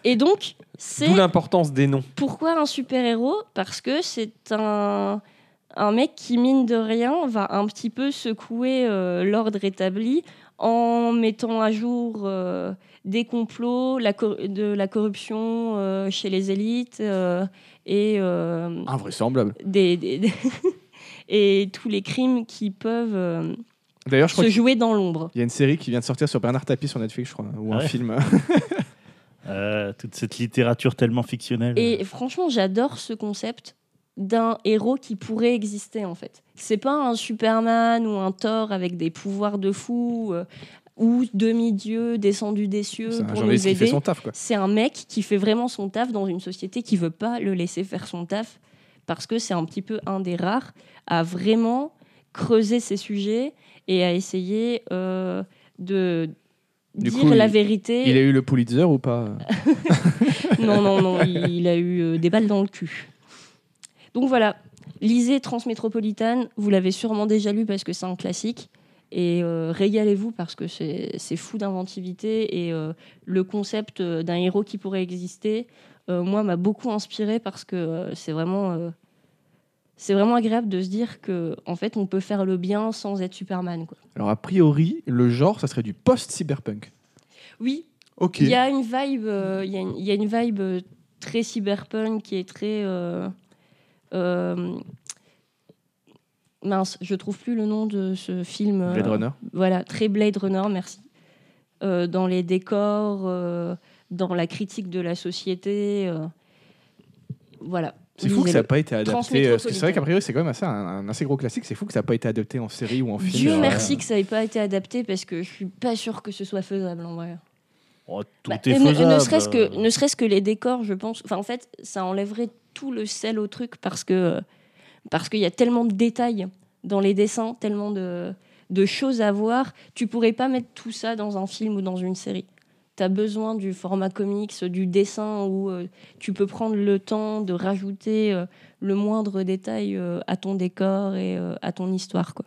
[SPEAKER 3] Et donc, c'est
[SPEAKER 2] D'où l'importance des noms.
[SPEAKER 3] Pourquoi un super-héros Parce que c'est un, un mec qui, mine de rien, va un petit peu secouer euh, l'ordre établi en mettant à jour euh, des complots, la cor- de la corruption euh, chez les élites euh, et, euh,
[SPEAKER 1] Invraisemblable.
[SPEAKER 3] des, des- des- *laughs* et tous les crimes qui peuvent euh,
[SPEAKER 1] D'ailleurs, je crois
[SPEAKER 3] se
[SPEAKER 1] qu'il
[SPEAKER 3] jouer dans l'ombre.
[SPEAKER 1] y a une série qui vient de sortir sur Bernard Tapie sur Netflix, je crois, ou
[SPEAKER 4] Ah
[SPEAKER 1] un
[SPEAKER 4] ouais.
[SPEAKER 3] *laughs*
[SPEAKER 1] film.
[SPEAKER 4] Euh, toute cette littérature tellement fictionnelle.
[SPEAKER 3] Et franchement, j'adore ce concept d'un héros qui pourrait exister en fait. C'est pas un Superman ou un Thor avec des pouvoirs de fou euh, ou demi-dieu descendu des cieux
[SPEAKER 1] C'est un
[SPEAKER 3] pour
[SPEAKER 1] journaliste
[SPEAKER 3] nous
[SPEAKER 1] qui fait
[SPEAKER 3] aider.
[SPEAKER 1] son taf, quoi.
[SPEAKER 3] C'est un mec qui fait vraiment son taf dans une société qui veut pas le laisser faire son taf parce que c'est un petit peu un des rares à vraiment creuser ses sujets et à essayer euh, de
[SPEAKER 1] Du
[SPEAKER 3] dire
[SPEAKER 1] coup,
[SPEAKER 3] la
[SPEAKER 1] il-
[SPEAKER 3] vérité.
[SPEAKER 1] Il a eu le Pulitzer ou pas
[SPEAKER 3] *laughs* Non, non, non, il, il a eu euh, des balles dans le cul. Donc voilà, lisez Transmétropolitane, vous l'avez sûrement déjà lu parce que c'est un classique. Et euh, régalez-vous parce que c'est c'est fou d'inventivité et euh, le concept euh, d'un héros qui pourrait exister, euh, moi, m'a beaucoup inspiré parce que euh, c'est vraiment, euh, c'est vraiment agréable de se dire que en fait, on peut faire le bien sans être Superman. Quoi.
[SPEAKER 1] Alors, a priori, le genre, ça serait du post-cyberpunk.
[SPEAKER 3] Oui,
[SPEAKER 1] Ok.
[SPEAKER 3] Il y a une vibe, euh, il y a une- il y a une vibe euh, très cyberpunk qui est très. euh, euh, mince, je trouve plus le nom de ce film. euh,
[SPEAKER 1] Blade Runner.
[SPEAKER 3] Voilà, très Blade Runner, merci. Euh, dans les décors, euh, dans la critique de la société. euh, voilà.
[SPEAKER 1] C'est fou que ça n'a
[SPEAKER 3] Lisez-le.
[SPEAKER 1] pas été adapté.
[SPEAKER 3] Transmétropolitaine.
[SPEAKER 1] euh, parce que C'est vrai qu'a priori, c'est quand même assez, un, un assez gros classique. C'est fou que ça n'a pas été adapté en série ou en film.
[SPEAKER 3] Dieu
[SPEAKER 1] Euh,
[SPEAKER 3] merci que ça n'ait pas été adapté parce que je suis pas sûre que ce soit faisable en vrai.
[SPEAKER 4] Oh, tout
[SPEAKER 3] Bah,
[SPEAKER 4] est
[SPEAKER 3] ne- ne,
[SPEAKER 4] faisable.
[SPEAKER 3] serait-ce que, ne serait-ce que les décors, je pense. Enfin, en fait, ça enlèverait tout le sel au truc parce que parce qu'il y a tellement de détails dans les dessins, tellement de, de choses à voir. Tu pourrais pas mettre tout ça dans un film ou dans une série. Tu as besoin du format comics, du dessin où euh, tu peux prendre le temps de rajouter euh, le moindre détail euh, à ton décor et euh, à ton histoire. Quoi.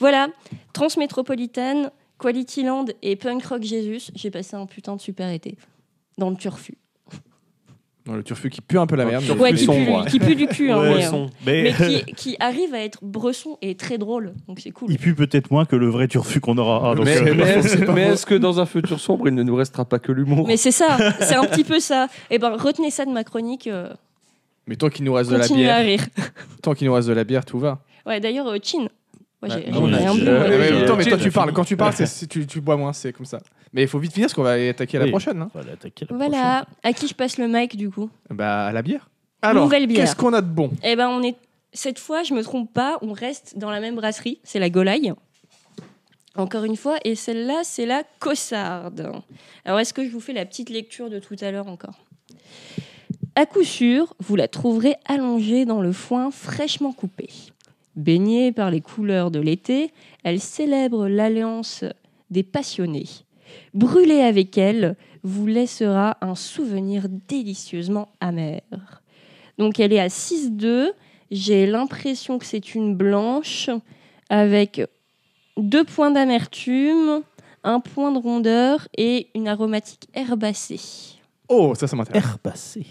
[SPEAKER 3] Voilà, Transmétropolitaine, Quality Land et Punk Rock Jesus, j'ai passé un putain de super été dans le turfu.
[SPEAKER 1] Dans le turfu qui pue un peu la
[SPEAKER 2] Dans le
[SPEAKER 1] merde.
[SPEAKER 2] turfu
[SPEAKER 1] mais-
[SPEAKER 3] Ouais, qui,
[SPEAKER 2] sombre,
[SPEAKER 3] pue,
[SPEAKER 2] ouais.
[SPEAKER 3] qui pue du cul, hein,
[SPEAKER 4] Ouais,
[SPEAKER 3] mais, euh,
[SPEAKER 2] Poisson.
[SPEAKER 4] Mais-
[SPEAKER 3] mais qui, qui arrive à être bresson et très drôle, donc c'est
[SPEAKER 4] *laughs*
[SPEAKER 3] cool.
[SPEAKER 4] Il pue peut-être moins que le vrai turfu qu'on aura. Ah, donc,
[SPEAKER 2] mais
[SPEAKER 4] euh, *laughs*
[SPEAKER 2] mais est-ce mais est-ce que dans un futur sombre, il ne nous restera pas que l'humour
[SPEAKER 3] Mais c'est ça, c'est un petit peu ça. Et ben retenez ça de ma chronique, euh,
[SPEAKER 1] Mais tant qu'il nous reste de la
[SPEAKER 3] continuez à
[SPEAKER 1] bière,
[SPEAKER 3] rire.
[SPEAKER 1] tant qu'il nous reste de la bière, tout va.
[SPEAKER 3] Ouais, d'ailleurs, euh, Chin. Moi, j'ai
[SPEAKER 1] Ouais.
[SPEAKER 3] j'ai
[SPEAKER 4] on a
[SPEAKER 3] rien
[SPEAKER 4] dit,
[SPEAKER 3] bu,
[SPEAKER 4] euh,
[SPEAKER 3] moi.
[SPEAKER 1] Ouais, mais
[SPEAKER 4] oui,
[SPEAKER 1] attends, mais
[SPEAKER 4] euh,
[SPEAKER 1] toi
[SPEAKER 4] tu-
[SPEAKER 1] tu parles. Quand tu parles, c'est- c'est- tu, tu bois moins, c'est comme ça. Mais il faut vite finir parce qu'on va attaquer à la
[SPEAKER 4] Oui.
[SPEAKER 1] prochaine. hein.
[SPEAKER 4] on va l'attaquer la prochaine.
[SPEAKER 3] Voilà, à qui je passe le mic du coup
[SPEAKER 1] Bah, à la bière. Alors,
[SPEAKER 3] Nouvelle bière.
[SPEAKER 1] qu'est-ce qu'on a de bon
[SPEAKER 3] Eh ben on est cette fois, je me trompe pas, on reste dans la même brasserie, c'est la Golaille. Encore une fois, et celle-là, c'est la Cossarde. Alors, est-ce que je vous fais la petite lecture de tout à l'heure encore À coup sûr, vous la trouverez allongée dans le foin fraîchement coupé. Baignée par les couleurs de l'été, elle célèbre l'alliance des passionnés. Brûler avec elle vous laissera un souvenir délicieusement amer. Donc elle est à 6,2. J'ai l'impression que c'est une blanche avec deux points d'amertume, un point de rondeur et une aromatique herbacée.
[SPEAKER 1] Oh, ça, ça m'intéresse.
[SPEAKER 4] Herbacé.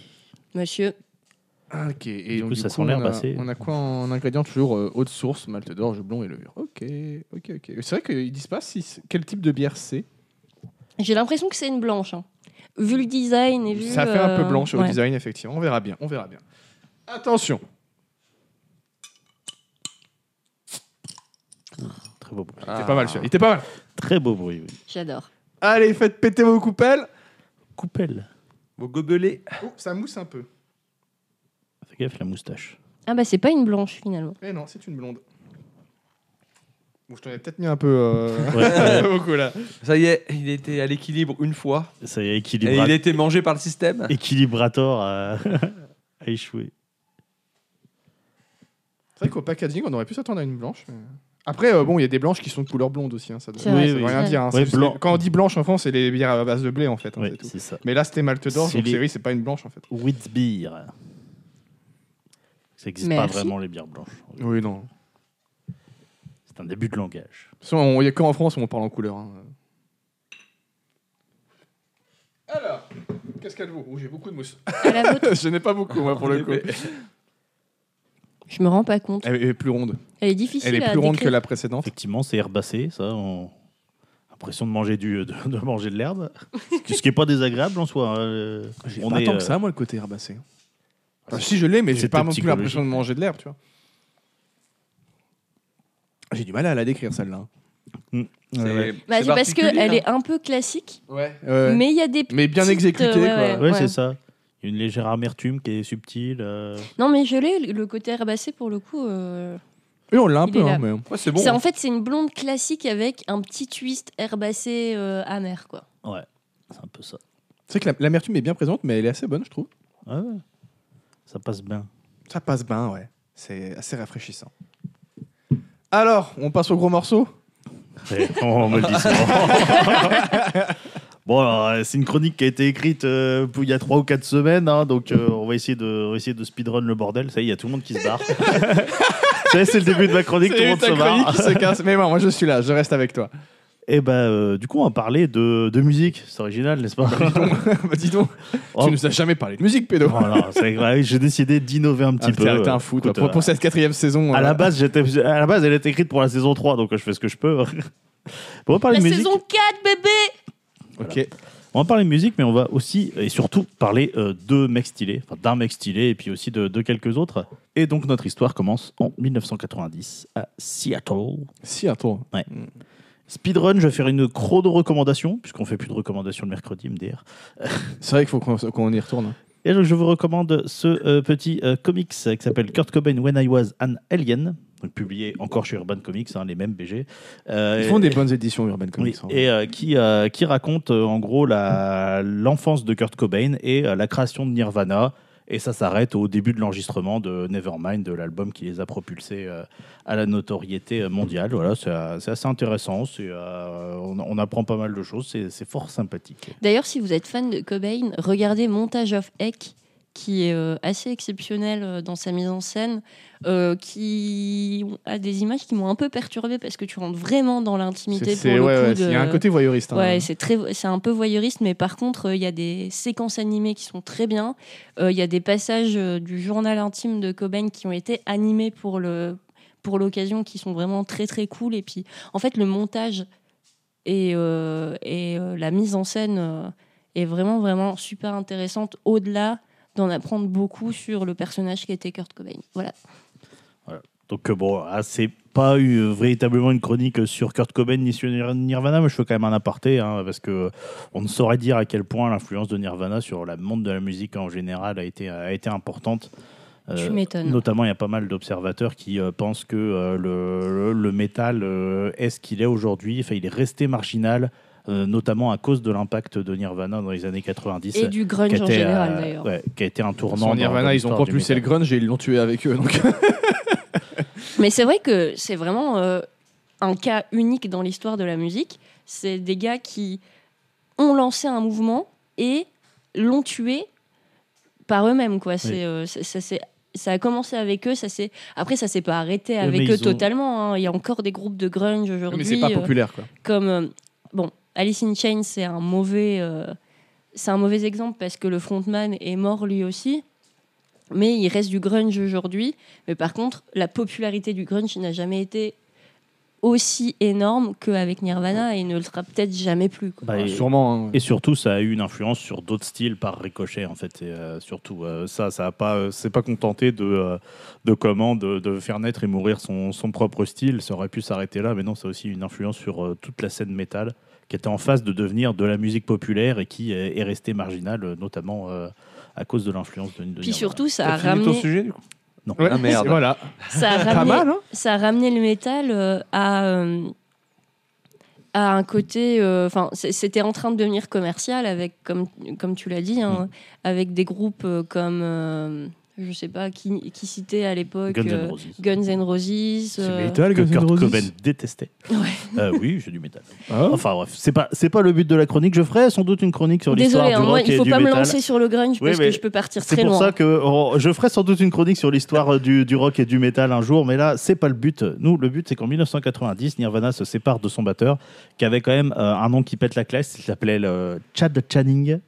[SPEAKER 3] Monsieur,
[SPEAKER 1] Ah, ok. Et
[SPEAKER 4] Du
[SPEAKER 1] donc,
[SPEAKER 4] coup, ça sent
[SPEAKER 1] on, a,
[SPEAKER 4] l'herbacée.
[SPEAKER 1] on a quoi en ingrédients Toujours euh, eau de source, malt d'orge, blond et levure. Ok, ok, ok. C'est vrai qu'ils disent pas si, quel type de bière c'est.
[SPEAKER 3] j'ai l'impression que c'est une blanche. hein. Vu le design et vu.
[SPEAKER 1] Ça fait un peu
[SPEAKER 3] euh,
[SPEAKER 1] blanche au
[SPEAKER 3] ouais.
[SPEAKER 1] design, effectivement. On verra bien, on verra bien. Attention
[SPEAKER 4] Très beau bruit.
[SPEAKER 1] Il était pas
[SPEAKER 2] Ah.
[SPEAKER 1] mal, celui-là. Il était pas mal.
[SPEAKER 4] Très beau bruit, oui.
[SPEAKER 3] J'adore.
[SPEAKER 1] Allez, faites péter vos coupelles.
[SPEAKER 4] Coupelle.
[SPEAKER 2] Vos gobelets.
[SPEAKER 1] Oh, ça mousse un peu.
[SPEAKER 4] Fais gaffe, la moustache.
[SPEAKER 3] Ah bah c'est pas une blanche *laughs* finalement.
[SPEAKER 1] Eh non, c'est une blonde. Bon, je t'en ai peut-être mis un peu euh, *laughs*
[SPEAKER 4] Ouais, *laughs* ouais,
[SPEAKER 1] beaucoup là.
[SPEAKER 2] Ça y est, il était à l'équilibre une fois.
[SPEAKER 4] ça y est,
[SPEAKER 2] Et
[SPEAKER 4] équilibra-
[SPEAKER 2] il a été mangé par le système.
[SPEAKER 4] équilibrator a... *laughs* a échoué.
[SPEAKER 1] C'est vrai qu'au packaging, on aurait pu s'attendre à une blanche. mais- Après, euh, bon, il y a des blanches qui sont de couleur blonde aussi. hein, ça ne
[SPEAKER 3] C'est vrai,
[SPEAKER 4] Oui, oui.
[SPEAKER 1] veut rien
[SPEAKER 3] vrai.
[SPEAKER 1] dire. hein, c'est
[SPEAKER 4] Ouais,
[SPEAKER 1] juste
[SPEAKER 4] blanc.
[SPEAKER 1] que- Quand on dit blanche en France, c'est les bières à base de blé en fait. hein,
[SPEAKER 4] Ouais,
[SPEAKER 1] c'est tout.
[SPEAKER 4] c'est ça.
[SPEAKER 1] Mais là, c'était Malte d'Orge,
[SPEAKER 4] C'est
[SPEAKER 1] donc
[SPEAKER 4] les-
[SPEAKER 1] c'est vrai, c'est pas une blanche en fait.
[SPEAKER 4] Wheat beer. Ça n'existe pas
[SPEAKER 3] Merci.
[SPEAKER 4] vraiment les bières blanches.
[SPEAKER 1] Oui, non.
[SPEAKER 4] C'est un début de langage.
[SPEAKER 1] Il n'y a qu'en France où on parle en couleur. hein. Alors, qu'est-ce qu'elle vaut Oh, J'ai beaucoup de mousse. *laughs*
[SPEAKER 3] À la vôtre,
[SPEAKER 1] Je n'ai pas beaucoup, moi, pour le coup.
[SPEAKER 3] je me rends pas compte.
[SPEAKER 1] Elle est plus ronde.
[SPEAKER 3] Elle est difficile
[SPEAKER 1] Elle est
[SPEAKER 3] à
[SPEAKER 1] plus ronde que
[SPEAKER 3] décrire.
[SPEAKER 1] la précédente.
[SPEAKER 4] Effectivement, c'est herbacé, ça. On... Impression de manger du, euh, de, de manger de l'herbe, ce qui- ce qui est pas désagréable en soi. hein, euh,
[SPEAKER 1] On pas tant
[SPEAKER 4] euh,
[SPEAKER 1] que ça, moi, le côté herbacé. Enfin, si je l'ai, mais j'ai
[SPEAKER 4] C'était
[SPEAKER 1] pas non plus l'impression de
[SPEAKER 4] psychologique.
[SPEAKER 1] manger de l'herbe, tu vois. J'ai du mal à la décrire, celle-là.
[SPEAKER 4] Mm.
[SPEAKER 1] Ouais,
[SPEAKER 3] Bah, c'est parce
[SPEAKER 2] particulier,
[SPEAKER 3] qu'elle
[SPEAKER 2] hein.
[SPEAKER 3] est un peu classique,
[SPEAKER 1] ouais. Ouais.
[SPEAKER 3] mais il y a des.
[SPEAKER 1] Mais bien
[SPEAKER 3] petites,
[SPEAKER 1] exécuté,
[SPEAKER 3] euh,
[SPEAKER 1] quoi.
[SPEAKER 4] Ouais, c'est ça. Il y a Une légère amertume qui est subtile. euh,
[SPEAKER 3] Non, mais je l'ai, le côté herbacé pour le coup. euh,
[SPEAKER 1] Et on l'a un
[SPEAKER 3] Il
[SPEAKER 1] peu,
[SPEAKER 3] est là.
[SPEAKER 1] hein, mais...
[SPEAKER 2] Ouais, c'est bon.
[SPEAKER 3] c'est, en fait, c'est une blonde classique avec un petit twist herbacé euh, amer, quoi.
[SPEAKER 4] C'est un peu ça.
[SPEAKER 1] C'est que la- l'amertume est bien présente, mais elle est assez bonne, je trouve.
[SPEAKER 4] Ouais, ouais. Ça passe bien.
[SPEAKER 1] Ça passe bien, ouais. C'est assez rafraîchissant. Alors, on passe au gros morceau
[SPEAKER 4] Ouais, on me le dit souvent. *laughs* Bon, alors, euh, c'est une chronique qui a été écrite euh, il y a 3 ou 4 semaines, hein, donc euh, on, va essayer de, on va essayer de speedrun le bordel. Ça y est, il y a tout le monde qui se *laughs* barre. Ça y est, c'est le début de ma chronique, tout le monde se barre. *laughs*
[SPEAKER 1] qui se casse. Mais bon, moi, je suis là, je reste avec toi. *laughs*
[SPEAKER 4] Et ben, euh, du coup, on va parler de, de musique. C'est original, n'est-ce pas
[SPEAKER 1] bah, dis donc,
[SPEAKER 4] Oh.
[SPEAKER 1] tu nous as jamais parlé de musique, pédo.
[SPEAKER 4] Oh, non, c'est vrai, J'ai décidé d'innover un petit
[SPEAKER 1] Ah,
[SPEAKER 4] peu.
[SPEAKER 1] t'es- T'es
[SPEAKER 4] Euh,
[SPEAKER 1] un fou, toi.
[SPEAKER 4] écoute,
[SPEAKER 1] Pour, pour
[SPEAKER 4] euh,
[SPEAKER 1] cette quatrième saison.
[SPEAKER 4] à
[SPEAKER 1] euh,
[SPEAKER 4] la base, j'étais, à la base, elle était écrite pour la saison 3, donc euh, je fais ce que je peux. *laughs* Bon, on va
[SPEAKER 1] Ah,
[SPEAKER 4] parler
[SPEAKER 3] La
[SPEAKER 4] de musique.
[SPEAKER 3] saison 4, bébé
[SPEAKER 1] Ok.
[SPEAKER 4] On va parler de musique, mais on va aussi et surtout parler euh, de mecs stylés, enfin d'un mec stylé et puis aussi de, de quelques autres. Et donc notre histoire commence en 1990 à Seattle.
[SPEAKER 1] Si, attends.
[SPEAKER 4] Speedrun, je vais faire une cro de recommandations, puisqu'on fait plus de recommandations le mercredi, me dire.
[SPEAKER 1] C'est vrai qu'il faut qu'on qu'on y retourne. hein.
[SPEAKER 4] Et donc je vous recommande ce euh, petit euh, comics euh, qui s'appelle Kurt Cobain When I Was an Alien, donc publié encore chez Urban Comics, hein, les mêmes BG. Euh,
[SPEAKER 1] Ils font des bonnes éditions urbaines comme hein.
[SPEAKER 4] Oui, et euh, qui, euh, qui raconte euh, en gros la- l'enfance de Kurt Cobain et euh, la création de Nirvana. Et ça s'arrête au début de l'enregistrement de Nevermind, de l'album qui les a propulsés euh, à la notoriété euh, mondiale. Voilà, c'est euh, c'est assez intéressant. c'est, euh, on, on apprend pas mal de choses. C'est c'est fort sympathique.
[SPEAKER 3] D'ailleurs, si vous êtes fan de Cobain, regardez Montage of Heck, qui est euh, assez exceptionnel euh, dans sa mise en scène, euh, qui a des images qui m'ont un peu perturbée parce que tu rentres vraiment dans l'intimité pour
[SPEAKER 1] C'est ouais,
[SPEAKER 3] le coup.
[SPEAKER 1] ouais,
[SPEAKER 3] de-
[SPEAKER 1] il y a un côté voyeuriste. hein.
[SPEAKER 4] euh,
[SPEAKER 3] Ouais, c'est très, c'est un peu voyeuriste, mais par contre, euh, il y a des séquences animées qui sont très bien. Euh, Il y a des passages euh, du journal intime de Cobain qui ont été animés pour le pour l'occasion, qui sont vraiment très très cool. Et puis, en fait, le montage et euh, et euh, la mise en scène euh, est vraiment vraiment super intéressante. Au-delà d'en apprendre beaucoup sur le personnage qui était Kurt Cobain. Voilà.
[SPEAKER 4] Donc euh, bon, ah, c'est pas eu euh, véritablement une chronique sur Kurt Cobain ni sur Nir- Nirvana, mais je fais quand même un aparté hein, parce que euh, on ne saurait dire à quel point l'influence de Nirvana sur la monde de la musique en général a été a été importante.
[SPEAKER 3] Tu
[SPEAKER 4] Euh,
[SPEAKER 3] m'étonnes.
[SPEAKER 4] Notamment, il y a pas mal d'observateurs qui euh, pensent que euh, le, le, le métal euh, est ce qu'il est aujourd'hui. Enfin, il est resté marginal, euh, notamment à cause de l'impact de Nirvana dans les années 90.
[SPEAKER 3] Et du grunge
[SPEAKER 4] qui a
[SPEAKER 3] en
[SPEAKER 4] été,
[SPEAKER 3] général
[SPEAKER 4] euh,
[SPEAKER 3] d'ailleurs.
[SPEAKER 4] ouais, qui a été un tournant.
[SPEAKER 1] Sans
[SPEAKER 4] dans- dans
[SPEAKER 1] Nirvana, ils ont
[SPEAKER 4] l'histoire du
[SPEAKER 1] propulsé le
[SPEAKER 4] métal.
[SPEAKER 1] grunge et ils l'ont tué avec eux. Donc,
[SPEAKER 3] Mais c'est vrai que c'est vraiment euh, un cas unique dans l'histoire de la musique. C'est des gars qui ont lancé un mouvement et l'ont tué par eux-mêmes. Quoi. C'est,
[SPEAKER 4] Oui.
[SPEAKER 3] euh, c'est- ça, c'est- ça a commencé avec eux. Ça s'est... Après, ça s'est pas arrêté avec
[SPEAKER 4] mais
[SPEAKER 3] eux
[SPEAKER 4] ils ont-
[SPEAKER 3] totalement. hein. Il y a encore des groupes de grunge aujourd'hui.
[SPEAKER 1] mais c'est pas
[SPEAKER 3] euh,
[SPEAKER 1] populaire, quoi.
[SPEAKER 3] comme euh, bon Alice in Chains, c'est un mauvais, euh, c'est un mauvais exemple parce que le frontman est mort lui aussi. Mais il reste du grunge aujourd'hui. Mais par contre, la popularité du grunge n'a jamais été aussi énorme qu'avec Nirvana et ne le sera peut-être jamais plus. quoi.
[SPEAKER 4] Bah,
[SPEAKER 1] Ah,
[SPEAKER 4] et-
[SPEAKER 1] Sûrement. hein.
[SPEAKER 4] Et surtout, ça a eu une influence sur d'autres styles par ricochet, en fait. Et euh, surtout, euh, ça, ça a pas, euh, c'est pas contenté de, euh, de comment de, de faire naître et mourir son, son propre style. Ça aurait pu s'arrêter là, mais non, ça a aussi une influence sur euh, toute la scène métal qui était en phase de devenir de la musique populaire et qui est, est restée marginale, euh, notamment euh, à cause de l'influence de, de
[SPEAKER 3] Puis
[SPEAKER 4] Nirvana.
[SPEAKER 3] surtout, ça
[SPEAKER 2] T'as
[SPEAKER 3] a
[SPEAKER 2] fini ton
[SPEAKER 3] ramené,
[SPEAKER 2] sujet du coup
[SPEAKER 1] Ouais,
[SPEAKER 2] Ah, merde.
[SPEAKER 1] c'est- *laughs* Voilà.
[SPEAKER 3] ça a
[SPEAKER 1] Pas
[SPEAKER 3] ramené,
[SPEAKER 1] mal, hein
[SPEAKER 3] ça a ramené le métal euh, à, euh, à un côté. euh, Enfin, c'était en train de devenir commercial avec, comme, comme tu l'as dit,
[SPEAKER 4] Mm.
[SPEAKER 3] hein, avec des groupes euh, comme. euh, je sais pas qui, qui citait à l'époque
[SPEAKER 4] Guns
[SPEAKER 3] euh,
[SPEAKER 4] N' Roses.
[SPEAKER 3] Guns N' Roses.
[SPEAKER 1] C'est
[SPEAKER 3] euh,
[SPEAKER 1] métal,
[SPEAKER 4] que
[SPEAKER 1] Guns N'
[SPEAKER 4] Kurt
[SPEAKER 1] Roses.
[SPEAKER 4] Cobain détestait.
[SPEAKER 3] *laughs* Ouais.
[SPEAKER 4] Euh, oui, j'ai du métal.
[SPEAKER 1] Ah,
[SPEAKER 4] Enfin bref, c'est pas c'est pas le but de la chronique. Je ferai sans doute une chronique sur l'histoire
[SPEAKER 3] Désolé,
[SPEAKER 4] du
[SPEAKER 3] hein, moi,
[SPEAKER 4] rock
[SPEAKER 3] il
[SPEAKER 4] et
[SPEAKER 3] faut
[SPEAKER 4] du
[SPEAKER 3] pas me
[SPEAKER 4] métal.
[SPEAKER 3] lancer sur le grunge
[SPEAKER 4] Oui,
[SPEAKER 3] parce
[SPEAKER 4] mais
[SPEAKER 3] que je peux partir
[SPEAKER 4] C'est
[SPEAKER 3] très
[SPEAKER 4] pour
[SPEAKER 3] loin.
[SPEAKER 4] ça que oh, je ferai sans doute une chronique sur l'histoire euh, du, du rock et du métal un jour, mais là, c'est pas le but. Nous, le but, c'est qu'en 1990, Nirvana se sépare de son batteur, qui avait quand même euh, un nom qui pète la classe, il s'appelait le Chad Channing.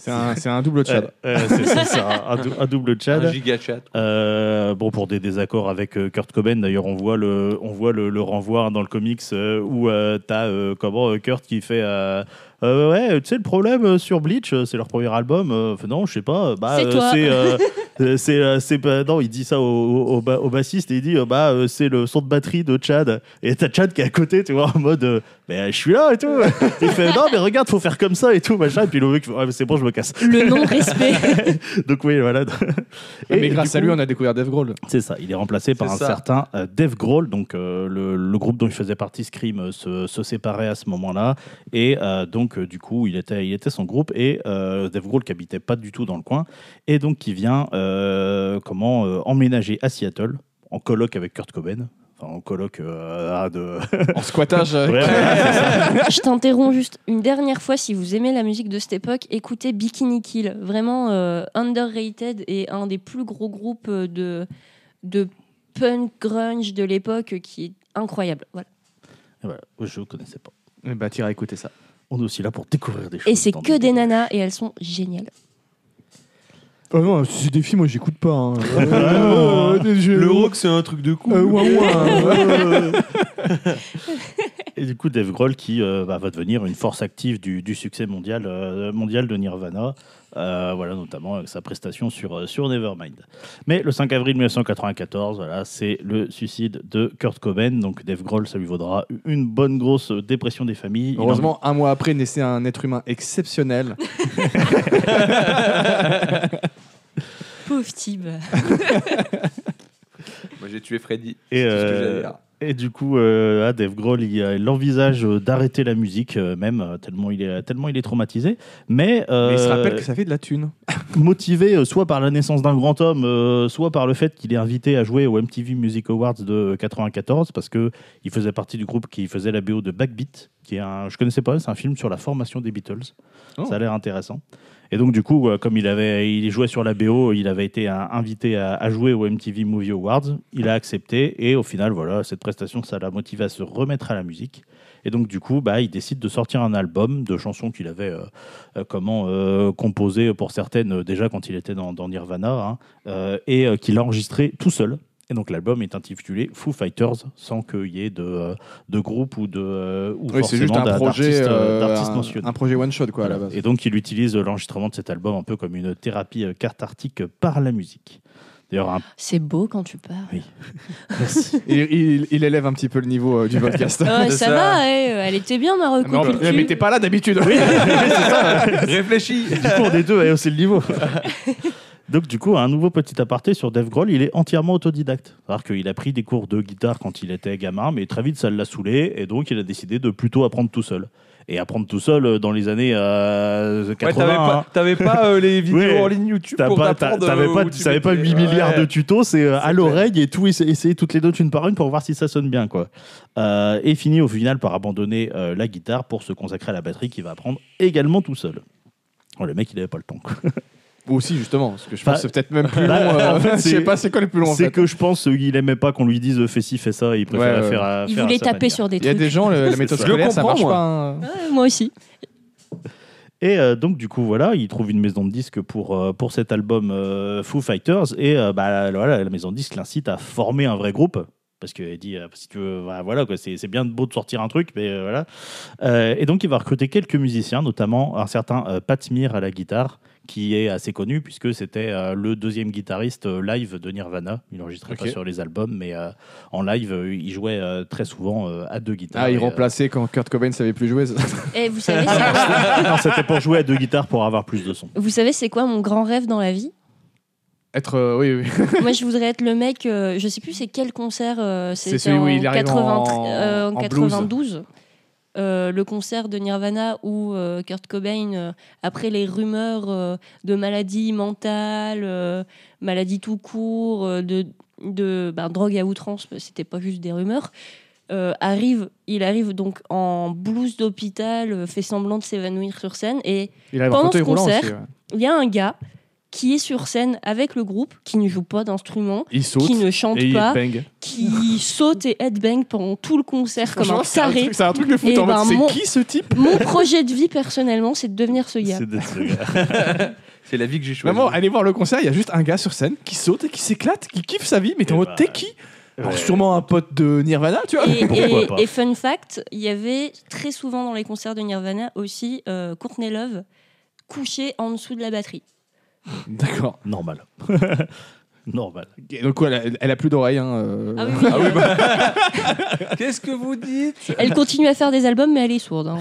[SPEAKER 1] C'est un, c'est un double chad.
[SPEAKER 4] Euh, euh, c'est c'est ça, un, dou- un double Chad.
[SPEAKER 2] Un giga chat.
[SPEAKER 4] Euh, bon, pour des désaccords avec euh, Kurt Cobain, d'ailleurs, on voit le, on voit le, le renvoi hein, dans le comics euh, où euh, t'as euh, comment euh, Kurt qui fait euh, Euh, ouais, tu sais le problème euh, sur Bleach, euh, c'est leur premier album. euh, non, je sais pas. euh, Bah,
[SPEAKER 3] C'est
[SPEAKER 4] euh,
[SPEAKER 3] toi.
[SPEAKER 4] c'est, euh,
[SPEAKER 3] *laughs*
[SPEAKER 4] euh, c'est, euh, c'est pas- non, il dit ça au, au- au ba- au bassiste et il dit euh, bah euh, c'est le son de batterie de Chad. Et t'as Chad qui est à côté, tu vois, en mode euh, mais je suis là et
[SPEAKER 3] *laughs*
[SPEAKER 4] tout. il fait non mais regarde, faut faire comme ça et tout machin. Et puis le mec, fait, ouais, mais c'est bon, je me casse.
[SPEAKER 3] Le non-respect.
[SPEAKER 4] Donc oui, voilà. Et
[SPEAKER 1] Mais
[SPEAKER 4] du
[SPEAKER 1] grâce à
[SPEAKER 4] coup,
[SPEAKER 1] lui, on a découvert Dave Grohl.
[SPEAKER 4] c'est ça, il est remplacé par
[SPEAKER 2] C'est
[SPEAKER 4] un
[SPEAKER 2] ça.
[SPEAKER 4] certain euh, Dave Grohl, donc euh, le, le groupe dont il faisait partie, Scream, euh, se, se séparait à ce moment-là. Et euh, donc, euh, du coup, il était, il était son groupe et euh, Dave Grohl qui habitait pas du tout dans le coin et donc qui vient euh, comment euh, emménager à Seattle en colloque avec Kurt Cobain. Enfin, en colloque euh, à
[SPEAKER 2] *laughs*
[SPEAKER 4] de.
[SPEAKER 1] En squattage. euh,
[SPEAKER 4] *laughs* Ouais, voilà, c'est ça.
[SPEAKER 3] *laughs* je t'interromps juste une dernière fois. Si vous aimez la musique de cette époque, écoutez Bikini Kill. Vraiment euh, underrated et un des plus gros groupes euh, de, de punk grunge de l'époque euh, qui est incroyable. Voilà.
[SPEAKER 4] Et voilà, je ne connaissais pas.
[SPEAKER 1] Eh Bah, t'iras écouter ça.
[SPEAKER 4] On est aussi là pour découvrir des choses.
[SPEAKER 3] Et c'est
[SPEAKER 4] dans
[SPEAKER 3] que des nanas et elles sont géniales.
[SPEAKER 1] Oh non, si c'est des filles, moi, j'écoute pas. *laughs* hein.
[SPEAKER 4] Ah,
[SPEAKER 1] Euh, je-
[SPEAKER 2] Le rock, c'est un truc de cool.
[SPEAKER 1] Euh, ouin, ouin.
[SPEAKER 4] Et du coup, Dave Grohl qui euh, bah, va devenir une force active du, du succès mondial, euh, mondial de Nirvana, euh, voilà, notamment avec sa prestation sur, euh, sur Nevermind. Mais le 5 avril 1994, voilà, c'est le suicide de Kurt Cobain. Donc Dave Grohl, ça lui vaudra une bonne grosse dépression des familles. Il en-
[SPEAKER 1] Heureusement, un mois après, naissait un être humain exceptionnel.
[SPEAKER 3] Pauvre Tib.
[SPEAKER 2] Moi, j'ai tué Freddy.
[SPEAKER 4] Et,
[SPEAKER 2] C'est tout ce que
[SPEAKER 4] euh,
[SPEAKER 2] j'allais dire.
[SPEAKER 4] Et du coup, euh, ah, Dave Grohl, il, euh, il envisage euh, d'arrêter la musique, euh, même euh, tellement il est tellement il est traumatisé. Mais,
[SPEAKER 1] Mais il se
[SPEAKER 4] euh,
[SPEAKER 1] rappelle que ça fait de la thune.
[SPEAKER 4] motivé euh, soit par la naissance d'un grand homme, euh, soit par le fait qu'il est invité à jouer au MTV Music Awards de 94 parce que il faisait partie du groupe qui faisait la BO de Backbeat, qui est un, je connaissais pas, c'est un film sur la formation des Beatles.
[SPEAKER 1] Oh.
[SPEAKER 4] Ça a l'air intéressant. Et donc du coup, euh, comme il avait, il jouait sur la BO, il avait été euh, invité à, à jouer au MTV Movie Awards. Il a accepté et au final, voilà, cette prestation, ça l'a motivé à se remettre à la musique. Et donc du coup, bah, il décide de sortir un album de chansons qu'il avait euh, euh, comment euh, composer pour certaines euh, déjà quand il était dans, dans Nirvana hein, euh, et euh, qu'il a enregistré tout seul. Et donc l'album est intitulé Foo Fighters sans qu'il y ait de, euh, de groupe ou de euh, ou
[SPEAKER 1] Oui, c'est juste
[SPEAKER 4] forcément
[SPEAKER 1] un
[SPEAKER 4] d'a-
[SPEAKER 1] projet,
[SPEAKER 4] d'artiste, euh,
[SPEAKER 1] euh,
[SPEAKER 4] d'artiste
[SPEAKER 1] un,
[SPEAKER 4] mentionné.
[SPEAKER 1] un projet one shot quoi à la
[SPEAKER 4] Voilà.
[SPEAKER 1] base.
[SPEAKER 4] Et donc il utilise euh, l'enregistrement de cet album un peu comme une thérapie euh, cathartique par la musique. D'ailleurs,
[SPEAKER 1] *laughs*
[SPEAKER 4] un...
[SPEAKER 3] C'est beau quand tu parles.
[SPEAKER 1] Et il, il élève un petit peu le niveau
[SPEAKER 4] *laughs*
[SPEAKER 1] euh, du podcast.
[SPEAKER 4] Ah,
[SPEAKER 1] *laughs*
[SPEAKER 3] Ouais,
[SPEAKER 2] C'est
[SPEAKER 3] ça,
[SPEAKER 2] ça.
[SPEAKER 3] va, ouais, euh, elle était bien ma
[SPEAKER 1] Mais, en-
[SPEAKER 3] recoupure.
[SPEAKER 1] mais t'es pas là d'habitude.
[SPEAKER 2] *laughs* Réfléchis.
[SPEAKER 4] du coup, on est deux à hausser le
[SPEAKER 1] *laughs*
[SPEAKER 4] niveau. Donc, du coup, un nouveau petit aparté sur Dave Grohl, il est entièrement autodidacte. C'est-à-dire qu'il a pris des cours de guitare quand il était gamin, mais très vite, ça l'a saoulé, et donc il a décidé de plutôt apprendre tout seul. Et apprendre tout seul euh, dans les années euh,
[SPEAKER 2] Ouais,
[SPEAKER 4] 80.
[SPEAKER 2] t'avais pas,
[SPEAKER 4] hein.
[SPEAKER 2] t'avais pas euh, les vidéos
[SPEAKER 4] Ouais.
[SPEAKER 2] en ligne YouTube
[SPEAKER 4] T'as
[SPEAKER 2] pour
[SPEAKER 4] pas- t'as-
[SPEAKER 2] t'apprendre.
[SPEAKER 4] T'avais
[SPEAKER 2] euh,
[SPEAKER 4] pas,
[SPEAKER 2] où tu
[SPEAKER 4] t'avais pas
[SPEAKER 2] mettais-
[SPEAKER 4] 8 milliards
[SPEAKER 2] Ouais.
[SPEAKER 4] de tutos, c'est euh, à
[SPEAKER 2] clair.
[SPEAKER 4] l'oreille et tout, essa- essayer toutes les notes une par une pour voir si ça sonne bien. quoi. Euh, et finit au final par abandonner euh, la guitare pour se consacrer à la batterie qu'il va apprendre également tout seul. Oh, le mec, il avait pas le temps. quoi.
[SPEAKER 1] Aussi, justement, parce que je pense
[SPEAKER 4] Bah-
[SPEAKER 1] que c'est peut-être même plus long.
[SPEAKER 4] Bah,
[SPEAKER 1] euh,
[SPEAKER 4] en fait,
[SPEAKER 1] *laughs* je sais
[SPEAKER 4] c'est-
[SPEAKER 1] pas c'est quoi le plus long. En
[SPEAKER 4] C'est
[SPEAKER 1] fait.
[SPEAKER 4] que je pense euh, qu'il aimait pas qu'on lui dise euh, fais ci, fais ça, il préférait
[SPEAKER 1] Ouais, ouais.
[SPEAKER 4] faire à-
[SPEAKER 3] Il
[SPEAKER 4] faire à
[SPEAKER 3] voulait
[SPEAKER 4] sa
[SPEAKER 3] taper
[SPEAKER 4] manière.
[SPEAKER 3] sur des
[SPEAKER 1] Il y a
[SPEAKER 3] trucs.
[SPEAKER 1] des gens, le- la
[SPEAKER 4] C'est
[SPEAKER 1] méthode
[SPEAKER 4] ça.
[SPEAKER 1] scolaire, ça
[SPEAKER 2] Je le
[SPEAKER 1] marche
[SPEAKER 2] comprends,
[SPEAKER 1] pas. hein.
[SPEAKER 3] Ouais, moi aussi.
[SPEAKER 4] Et euh, donc, du coup, voilà, il trouve une maison de disque pour, euh, pour cet album euh, Foo Fighters. Et euh, bah, voilà, la maison de disque l'incite à former un vrai groupe. Parce qu'elle dit, euh, si tu veux, bah, voilà, quoi, c'est c'est bien beau de sortir un truc, mais euh, voilà. Euh, et donc, il va recruter quelques musiciens, notamment un certain euh, Pat Smear à la guitare, qui est assez connu, puisque c'était euh, le deuxième guitariste euh, live de Nirvana. Il n'enregistrait
[SPEAKER 1] Ok.
[SPEAKER 4] pas sur les albums, mais euh, en live, euh, il jouait euh, très souvent euh, à deux guitares.
[SPEAKER 1] Ah,
[SPEAKER 4] Et,
[SPEAKER 1] il
[SPEAKER 4] euh,
[SPEAKER 1] remplaçait quand Kurt Cobain savait plus jouer. ça.
[SPEAKER 3] Et Eh, vous savez, c'est-
[SPEAKER 4] *laughs* non, c'était pour jouer à deux guitares pour avoir plus de son.
[SPEAKER 3] vous savez c'est quoi mon grand rêve dans la vie
[SPEAKER 1] Être. euh, oui, oui.
[SPEAKER 3] Moi, je voudrais être le mec. euh, je sais plus c'est quel concert. euh,
[SPEAKER 1] C'est
[SPEAKER 3] C'était
[SPEAKER 1] celui
[SPEAKER 3] en,
[SPEAKER 1] où il arrive
[SPEAKER 3] 80
[SPEAKER 1] en-
[SPEAKER 3] euh, en
[SPEAKER 1] en
[SPEAKER 3] 92. euh, le concert de Nirvana où euh, Kurt Cobain, euh, après les rumeurs euh, de maladies mentales, euh, maladies tout court, euh, de, de bah, drogue à outrance, mais c'était pas juste des rumeurs, euh, arrive, il arrive donc en blouse d'hôpital, euh, fait semblant de s'évanouir sur scène et
[SPEAKER 1] Il arrive en
[SPEAKER 3] Pendant
[SPEAKER 1] fauteuil
[SPEAKER 3] ce
[SPEAKER 1] roulant aussi.
[SPEAKER 3] concert,
[SPEAKER 1] ouais.
[SPEAKER 3] il y a un gars qui est sur scène avec le groupe, qui ne joue pas d'instrument,
[SPEAKER 1] Il saute.
[SPEAKER 3] qui ne chante
[SPEAKER 1] et il
[SPEAKER 3] pas,
[SPEAKER 1] bang.
[SPEAKER 3] qui saute et headbang pendant tout le concert comme
[SPEAKER 1] Franchement,
[SPEAKER 3] un
[SPEAKER 1] c'est un
[SPEAKER 3] taré.
[SPEAKER 1] truc- C'est un truc de fou.
[SPEAKER 3] Et
[SPEAKER 1] T'es en
[SPEAKER 3] ben,
[SPEAKER 1] mode, C'est
[SPEAKER 3] mon-
[SPEAKER 1] qui ce type
[SPEAKER 3] Mon projet de vie personnellement, c'est de devenir ce gars.
[SPEAKER 4] C'est des-
[SPEAKER 2] C'est la vie que j'ai choisie.
[SPEAKER 1] Vraiment, allez voir le concert, il y a juste un gars sur scène qui saute et qui s'éclate, qui kiffe sa vie, mais t'es en
[SPEAKER 4] Eh
[SPEAKER 1] mode
[SPEAKER 4] bah,
[SPEAKER 1] t'es qui Alors
[SPEAKER 4] Ouais.
[SPEAKER 1] sûrement un pote de Nirvana, tu vois.
[SPEAKER 3] Et,
[SPEAKER 4] Pourquoi
[SPEAKER 3] et-
[SPEAKER 4] pas
[SPEAKER 3] et fun fact, il y avait très souvent dans les concerts de Nirvana aussi euh, Courtney Love couché en dessous de la batterie.
[SPEAKER 1] *laughs* D'accord.
[SPEAKER 4] Normal. *laughs* Normal.
[SPEAKER 1] Et Donc ouais, elle, a, elle a plus d'oreilles. Hein, euh.
[SPEAKER 3] Ah oui,
[SPEAKER 2] Ah oui, bah. Qu'est-ce que vous dites
[SPEAKER 3] Elle continue à faire des albums, mais elle est
[SPEAKER 1] *laughs*
[SPEAKER 3] sourde. hein.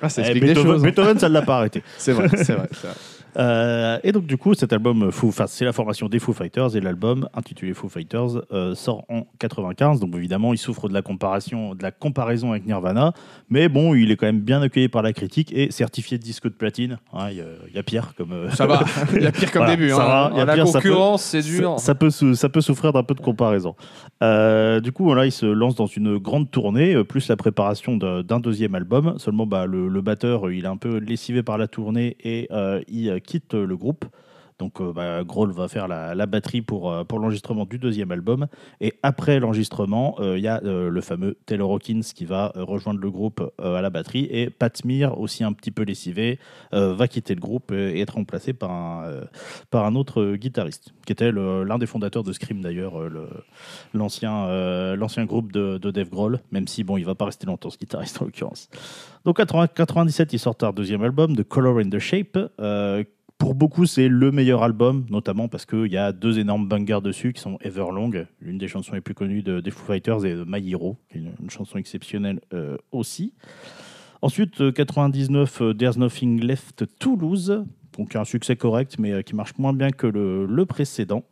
[SPEAKER 1] Ah, ça
[SPEAKER 4] Eh,
[SPEAKER 1] explique des
[SPEAKER 4] Beethoven,
[SPEAKER 1] choses. hein.
[SPEAKER 4] Beethoven, ça ne l'a pas arrêté.
[SPEAKER 1] C'est vrai, c'est vrai. c'est vrai.
[SPEAKER 4] Euh, et donc, du coup, cet album, Foo- enfin, c'est la formation des Foo Fighters et l'album intitulé Foo Fighters euh, sort en 95. Donc, évidemment, il souffre de la comparaison, de la comparaison avec Nirvana, mais bon, il est quand même bien accueilli par la critique et certifié disque de platine. Hein, Il y a- il y, a pire comme. euh,
[SPEAKER 1] Ça va. Il y a pire comme
[SPEAKER 4] Voilà,
[SPEAKER 1] début.
[SPEAKER 4] ça
[SPEAKER 1] hein.
[SPEAKER 4] va. Il y a
[SPEAKER 2] La
[SPEAKER 4] pire, ça peut-
[SPEAKER 2] concurrence, c'est
[SPEAKER 4] Ça,
[SPEAKER 2] dur.
[SPEAKER 4] ça peut sou- ça peut souffrir d'un peu de comparaison. Euh, du coup, là, il se lance dans une grande tournée, euh, plus la préparation de- d'un deuxième album. Seulement, bah, le, le batteur, euh, il est un peu lessivé par la tournée et euh, il euh, quitte euh, le groupe. Donc, euh, bah, Grohl va faire la, la batterie pour, euh, pour l'enregistrement du deuxième album. Et après l'enregistrement, euh, il y a euh, le fameux Taylor Hawkins qui va euh, rejoindre le groupe euh, à la batterie. Et Pat Smear, aussi un petit peu lessivé, euh, va quitter le groupe et, et être remplacé par un, euh, par un autre euh, guitariste, qui était le- l'un des fondateurs de Scream d'ailleurs, euh, le- l'ancien euh, l'ancien groupe de, de Dave Grohl, même si bon, il va pas rester longtemps ce guitariste en l'occurrence. Donc 80 97, ils sortent un deuxième album, The Color and the Shape. euh, pour beaucoup, c'est le meilleur album, notamment parce qu'il y a deux énormes bangers dessus qui sont Everlong, l'une des chansons les plus connues de, des Foo Fighters, et My Hero, qui est une, une chanson exceptionnelle euh, aussi. Ensuite, euh, 99, euh, There's Nothing Left Toulouse, donc un succès correct, mais euh, qui marche moins bien que le, le précédent.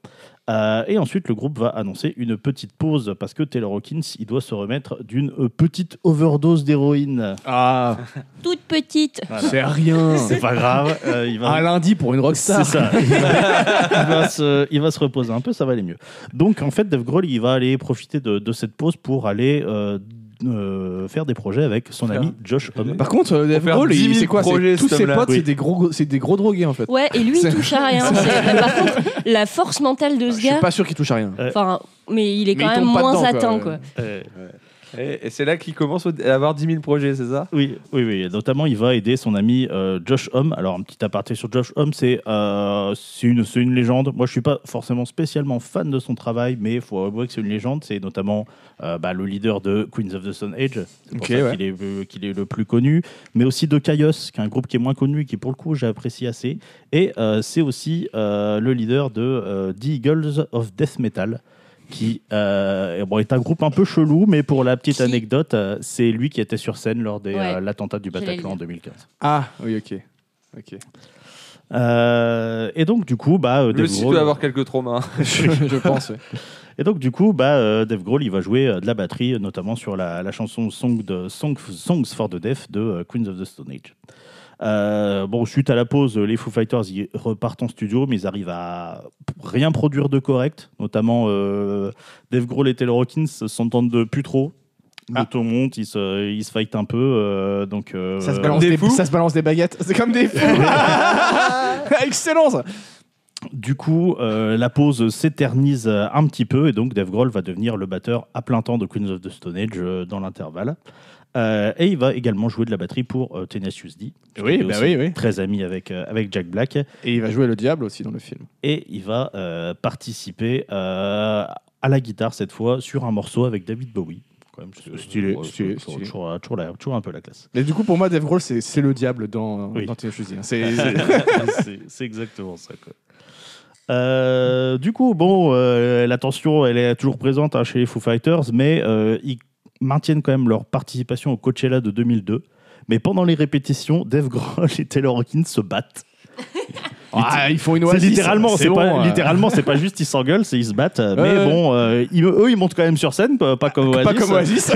[SPEAKER 4] Euh, et ensuite, le groupe va annoncer une petite pause parce que Taylor Hawkins, il doit se remettre d'une euh, petite overdose d'héroïne.
[SPEAKER 1] Ah,
[SPEAKER 3] Toute petite.
[SPEAKER 1] c'est
[SPEAKER 3] *laughs*
[SPEAKER 1] rien.
[SPEAKER 4] C'est pas grave, euh, il va
[SPEAKER 1] Un lundi pour une rockstar.
[SPEAKER 4] c'est *laughs* ça. Il va, il va se, il va se reposer un peu, ça va aller mieux. Donc, en fait, Dave Grohl, il va aller profiter de, de cette pause pour aller euh, euh, faire des projets avec son
[SPEAKER 2] Faire-
[SPEAKER 4] ami Josh Homme.
[SPEAKER 1] Par contre, euh, Dave
[SPEAKER 2] faire
[SPEAKER 1] Grohl,
[SPEAKER 2] 10
[SPEAKER 1] il-
[SPEAKER 2] 000
[SPEAKER 1] c'est quoi c'est-
[SPEAKER 2] projets,
[SPEAKER 1] Tous
[SPEAKER 2] cet
[SPEAKER 1] ses
[SPEAKER 2] homme-là.
[SPEAKER 1] potes,
[SPEAKER 4] Oui.
[SPEAKER 1] c'est des gros, gros- c'est des gros drogués en fait.
[SPEAKER 3] Ouais, et lui,
[SPEAKER 1] C'est- Ah,
[SPEAKER 3] il touche à rien.
[SPEAKER 1] *laughs*
[SPEAKER 3] C'est- euh, Par contre, la force mentale de
[SPEAKER 1] Je
[SPEAKER 3] ce
[SPEAKER 1] suis
[SPEAKER 3] gars,
[SPEAKER 1] pas sûr qu'il touche à rien.
[SPEAKER 3] enfin, mais il est
[SPEAKER 1] Mais
[SPEAKER 3] quand
[SPEAKER 1] il
[SPEAKER 3] même
[SPEAKER 1] tombe pas
[SPEAKER 3] moins
[SPEAKER 1] dedans, quoi.
[SPEAKER 3] atteint, quoi.
[SPEAKER 4] Euh,
[SPEAKER 2] Et, et c'est là qu'il commence à avoir 10 000 projets, c'est ça
[SPEAKER 4] Oui, oui, oui. Notamment, il va aider son ami euh, Josh Homme. Alors, un petit aparté sur Josh Homme, c'est euh, c'est une, c'est une légende. Moi, je suis pas forcément spécialement fan de son travail, mais il faut avouer que c'est une légende. C'est notamment euh, bah, le leader de Queens of the Stone Age. C'est pour
[SPEAKER 1] Ok,
[SPEAKER 4] ça
[SPEAKER 1] ouais.
[SPEAKER 4] qu'il est, euh, qu'il est le plus connu. Mais aussi de Kaios, qui est un groupe qui est moins connu, qui pour le coup, j'apprécie assez. Et euh, c'est aussi euh, le leader de euh, The Eagles of Death Metal qui euh, bon, est un groupe un peu chelou, mais pour la petite
[SPEAKER 3] Qui
[SPEAKER 4] anecdote, euh, c'est lui qui était sur scène lors de
[SPEAKER 3] Ouais.
[SPEAKER 4] l'attentat du
[SPEAKER 3] J'allais
[SPEAKER 4] Bataclan
[SPEAKER 3] le
[SPEAKER 4] en 2015.
[SPEAKER 1] Ah, oui, ok.
[SPEAKER 4] *laughs*
[SPEAKER 1] Ok. *laughs*
[SPEAKER 4] Euh, et donc du coup, bah, euh,
[SPEAKER 2] Le
[SPEAKER 4] Dave
[SPEAKER 2] site
[SPEAKER 4] Grohl-
[SPEAKER 2] doit avoir quelques traumas. *laughs*
[SPEAKER 1] je, je pense. ouais.
[SPEAKER 4] et donc du coup, bah, euh, Dave Grohl, il va jouer euh, de la batterie, notamment sur la, la chanson Song de, Song- Songs for the Deaf de euh, Queens of the Stone Age. Euh, bon, suite à la pause, euh, les Foo Fighters ils repartent en studio, mais ils arrivent à rien produire de correct. Notamment, euh, Dave Grohl et Taylor Hawkins s'entendent de plus trop.
[SPEAKER 1] Ah.
[SPEAKER 4] Le taux monte, ils se, ils se fightent un peu. euh, donc, euh,
[SPEAKER 1] Ça se, balance
[SPEAKER 2] Des
[SPEAKER 1] des
[SPEAKER 2] fous
[SPEAKER 1] ça se balance des baguettes. C'est comme des fous. *laughs* Excellent ça.
[SPEAKER 4] Du coup, euh, la pause s'éternise euh, un petit peu et donc Dave Grohl va devenir le batteur à plein temps de Queens of the Stone Age euh, dans l'intervalle. Euh, et il va également jouer de la batterie pour euh, Tenacious D.
[SPEAKER 1] Oui,
[SPEAKER 4] qui est
[SPEAKER 1] bah
[SPEAKER 4] aussi
[SPEAKER 1] oui, oui.
[SPEAKER 4] Très ami avec, euh, avec Jack Black.
[SPEAKER 1] Et il va jouer le diable aussi dans le film.
[SPEAKER 4] Et il va euh, participer euh, à la guitare cette fois sur un morceau avec David Bowie. Quand même, c'est-
[SPEAKER 1] Stylé,
[SPEAKER 4] ouais,
[SPEAKER 1] stylé,
[SPEAKER 4] toujours-
[SPEAKER 1] stylé.
[SPEAKER 4] Toujours, toujours la- toujours un peu la classe.
[SPEAKER 1] Mais du coup, pour moi, Dave Grohl, c'est c'est le diable dans,
[SPEAKER 4] Oui.
[SPEAKER 1] dans Tenacious D, hein.
[SPEAKER 4] *laughs*
[SPEAKER 1] C'est- c'est-
[SPEAKER 4] C'est- C'est exactement ça. quoi. Euh, du coup, bon, euh, la tension, elle est toujours présente hein, chez les Foo Fighters, mais euh, ils maintiennent quand même leur participation au Coachella de 2002. Mais pendant les répétitions, Dave Grohl et Taylor Hawkins se battent.
[SPEAKER 1] Ah, ils font une
[SPEAKER 4] C'est
[SPEAKER 1] oasis.
[SPEAKER 4] littéralement, c'est
[SPEAKER 1] bon,
[SPEAKER 4] pas
[SPEAKER 1] euh.
[SPEAKER 4] littéralement, c'est pas juste ils s'engueulent, c'est ils se battent. euh,
[SPEAKER 1] Ouais,
[SPEAKER 4] mais
[SPEAKER 1] ouais.
[SPEAKER 4] bon, euh, ils- eux, ils montent quand même sur scène, pas pas comme
[SPEAKER 1] Pas
[SPEAKER 4] Oasis.
[SPEAKER 1] comme Oasis.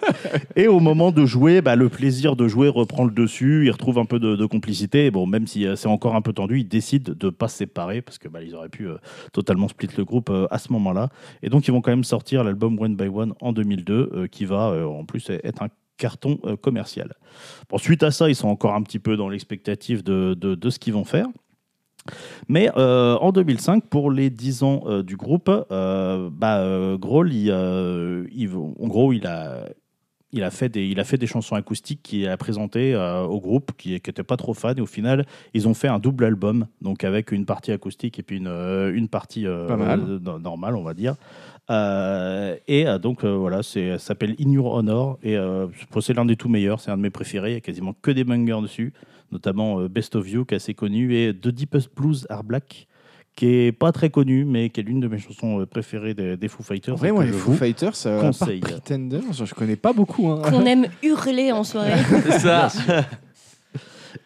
[SPEAKER 4] *laughs* Et au moment de jouer, bah, le plaisir de jouer reprend le dessus, ils retrouvent un peu de, de complicité. Et bon, même si euh, c'est encore un peu tendu, ils décident de ne pas se séparer parce que bah, ils auraient pu euh, totalement split le groupe euh, à ce moment-là. Et donc, ils vont quand même sortir l'album One by One en 2002, euh, qui va euh, en plus être un carton euh, commercial. Bon, suite à ça, ils sont encore un petit peu dans l'expectative de, de- de ce qu'ils vont faire. Mais euh, en 2005, pour les 10 ans euh, du groupe, euh, bah, euh, Grohl, il, euh, il- en gros, il a, il a fait des, il a fait des chansons acoustiques qu'il a présentées euh, au groupe qui n'était pas trop fan. Et au final, ils ont fait un double album, donc avec une partie acoustique et puis une, euh, une partie euh,
[SPEAKER 1] Pas mal.
[SPEAKER 4] euh, no- normale, on va dire. Euh, et euh, donc euh, voilà, c'est, ça s'appelle In Your Honor et euh, c'est l'un des tout meilleurs, c'est un de mes préférés. Il y a quasiment que des bangers dessus, notamment euh, Best of You qui est assez connu et The Deepest Blues Are Black qui est pas très connu mais qui est l'une de mes chansons euh, préférées des, des Foo Fighters.
[SPEAKER 1] En vrai,
[SPEAKER 4] et
[SPEAKER 1] moi,
[SPEAKER 4] que
[SPEAKER 1] les
[SPEAKER 4] je
[SPEAKER 1] Foo
[SPEAKER 4] vous
[SPEAKER 1] Fighters, euh, à part *laughs*
[SPEAKER 4] conseille.
[SPEAKER 1] Pretender, je je connais pas beaucoup. hein.
[SPEAKER 3] Qu'on aime hurler en soirée.
[SPEAKER 2] C'est ça.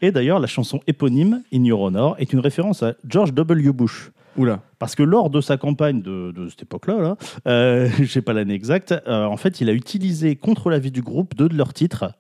[SPEAKER 4] Et d'ailleurs, la chanson éponyme, In Your Honor, est une référence à George W. Bush.
[SPEAKER 1] *laughs* Oula.
[SPEAKER 4] Parce que lors de sa campagne de, de cette époque-là, là, euh, *laughs* j'ai pas l'année exacte, euh, en fait, il a utilisé contre l'avis du groupe deux de leurs titres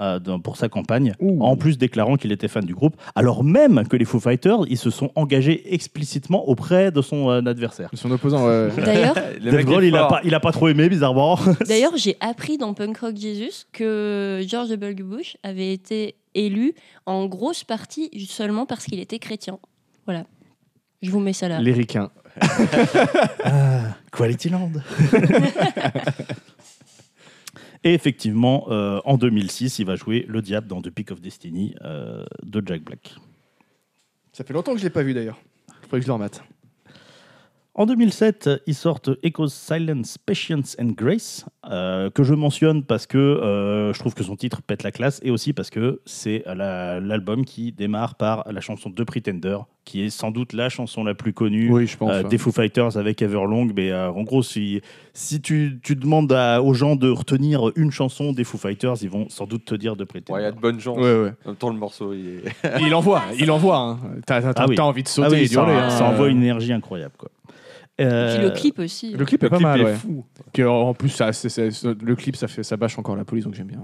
[SPEAKER 4] euh, dans- pour sa campagne,
[SPEAKER 1] Ouh.
[SPEAKER 4] en plus déclarant qu'il était fan du groupe, alors même que les Foo Fighters, ils se sont engagés explicitement auprès de son euh, adversaire.
[SPEAKER 1] De Son opposant, ouais.
[SPEAKER 4] *laughs*
[SPEAKER 3] D'ailleurs,
[SPEAKER 2] Le
[SPEAKER 4] Dave
[SPEAKER 2] mec
[SPEAKER 4] Grohl,
[SPEAKER 2] est
[SPEAKER 4] il a
[SPEAKER 2] fort.
[SPEAKER 4] pas, il a pas trop aimé, bizarrement.
[SPEAKER 3] D'ailleurs, j'ai appris dans Punk Rock Jesus que George W. Bush avait été élu en grosse partie seulement parce qu'il était chrétien. Voilà. Je vous mets ça là.
[SPEAKER 1] les ricains.
[SPEAKER 4] *laughs* Quality Land. *laughs* Et effectivement, euh, en 2006, il va jouer le diable dans The Peak of Destiny euh, de Jack Black.
[SPEAKER 1] Ça fait longtemps que je l'ai pas vu d'ailleurs. Il faudrait que je le remate.
[SPEAKER 4] En 2007, ils sortent Echoes, Silence, Patience and Grace, euh, que je mentionne parce que euh, je trouve que son titre pète la classe et aussi parce que c'est la- l'album qui démarre par la chanson de Pretender, qui est sans doute la chanson la plus connue
[SPEAKER 1] Oui, je pense. hein.
[SPEAKER 4] Euh,
[SPEAKER 1] ouais.
[SPEAKER 4] des Foo Fighters avec Everlong. Mais euh, en gros, si, si tu, tu demandes à- aux gens de retenir une chanson des Foo Fighters, ils vont sans doute te dire de prêter.
[SPEAKER 2] Ouais, Il y a de bonnes chances.
[SPEAKER 1] Ouais, ouais.
[SPEAKER 2] En même temps, le morceau, il est.
[SPEAKER 1] Et Il envoie, il envoie. hein. T'as t'as-
[SPEAKER 4] Ah oui.
[SPEAKER 1] t'as envie de
[SPEAKER 4] Ah
[SPEAKER 1] sauter
[SPEAKER 4] oui,
[SPEAKER 1] et
[SPEAKER 4] ça,
[SPEAKER 1] d'hurler. hein.
[SPEAKER 4] ça envoie une énergie incroyable. Quoi. Euh,
[SPEAKER 3] Puis le clip aussi.
[SPEAKER 1] Le clip est
[SPEAKER 2] Le
[SPEAKER 1] pas
[SPEAKER 2] clip
[SPEAKER 1] mal,
[SPEAKER 2] est
[SPEAKER 1] ouais.
[SPEAKER 2] fou.
[SPEAKER 1] Puis, alors, en plus, ça, c'est- c'est- c'est- le clip, ça, fait, ça bâche encore la police, donc j'aime bien.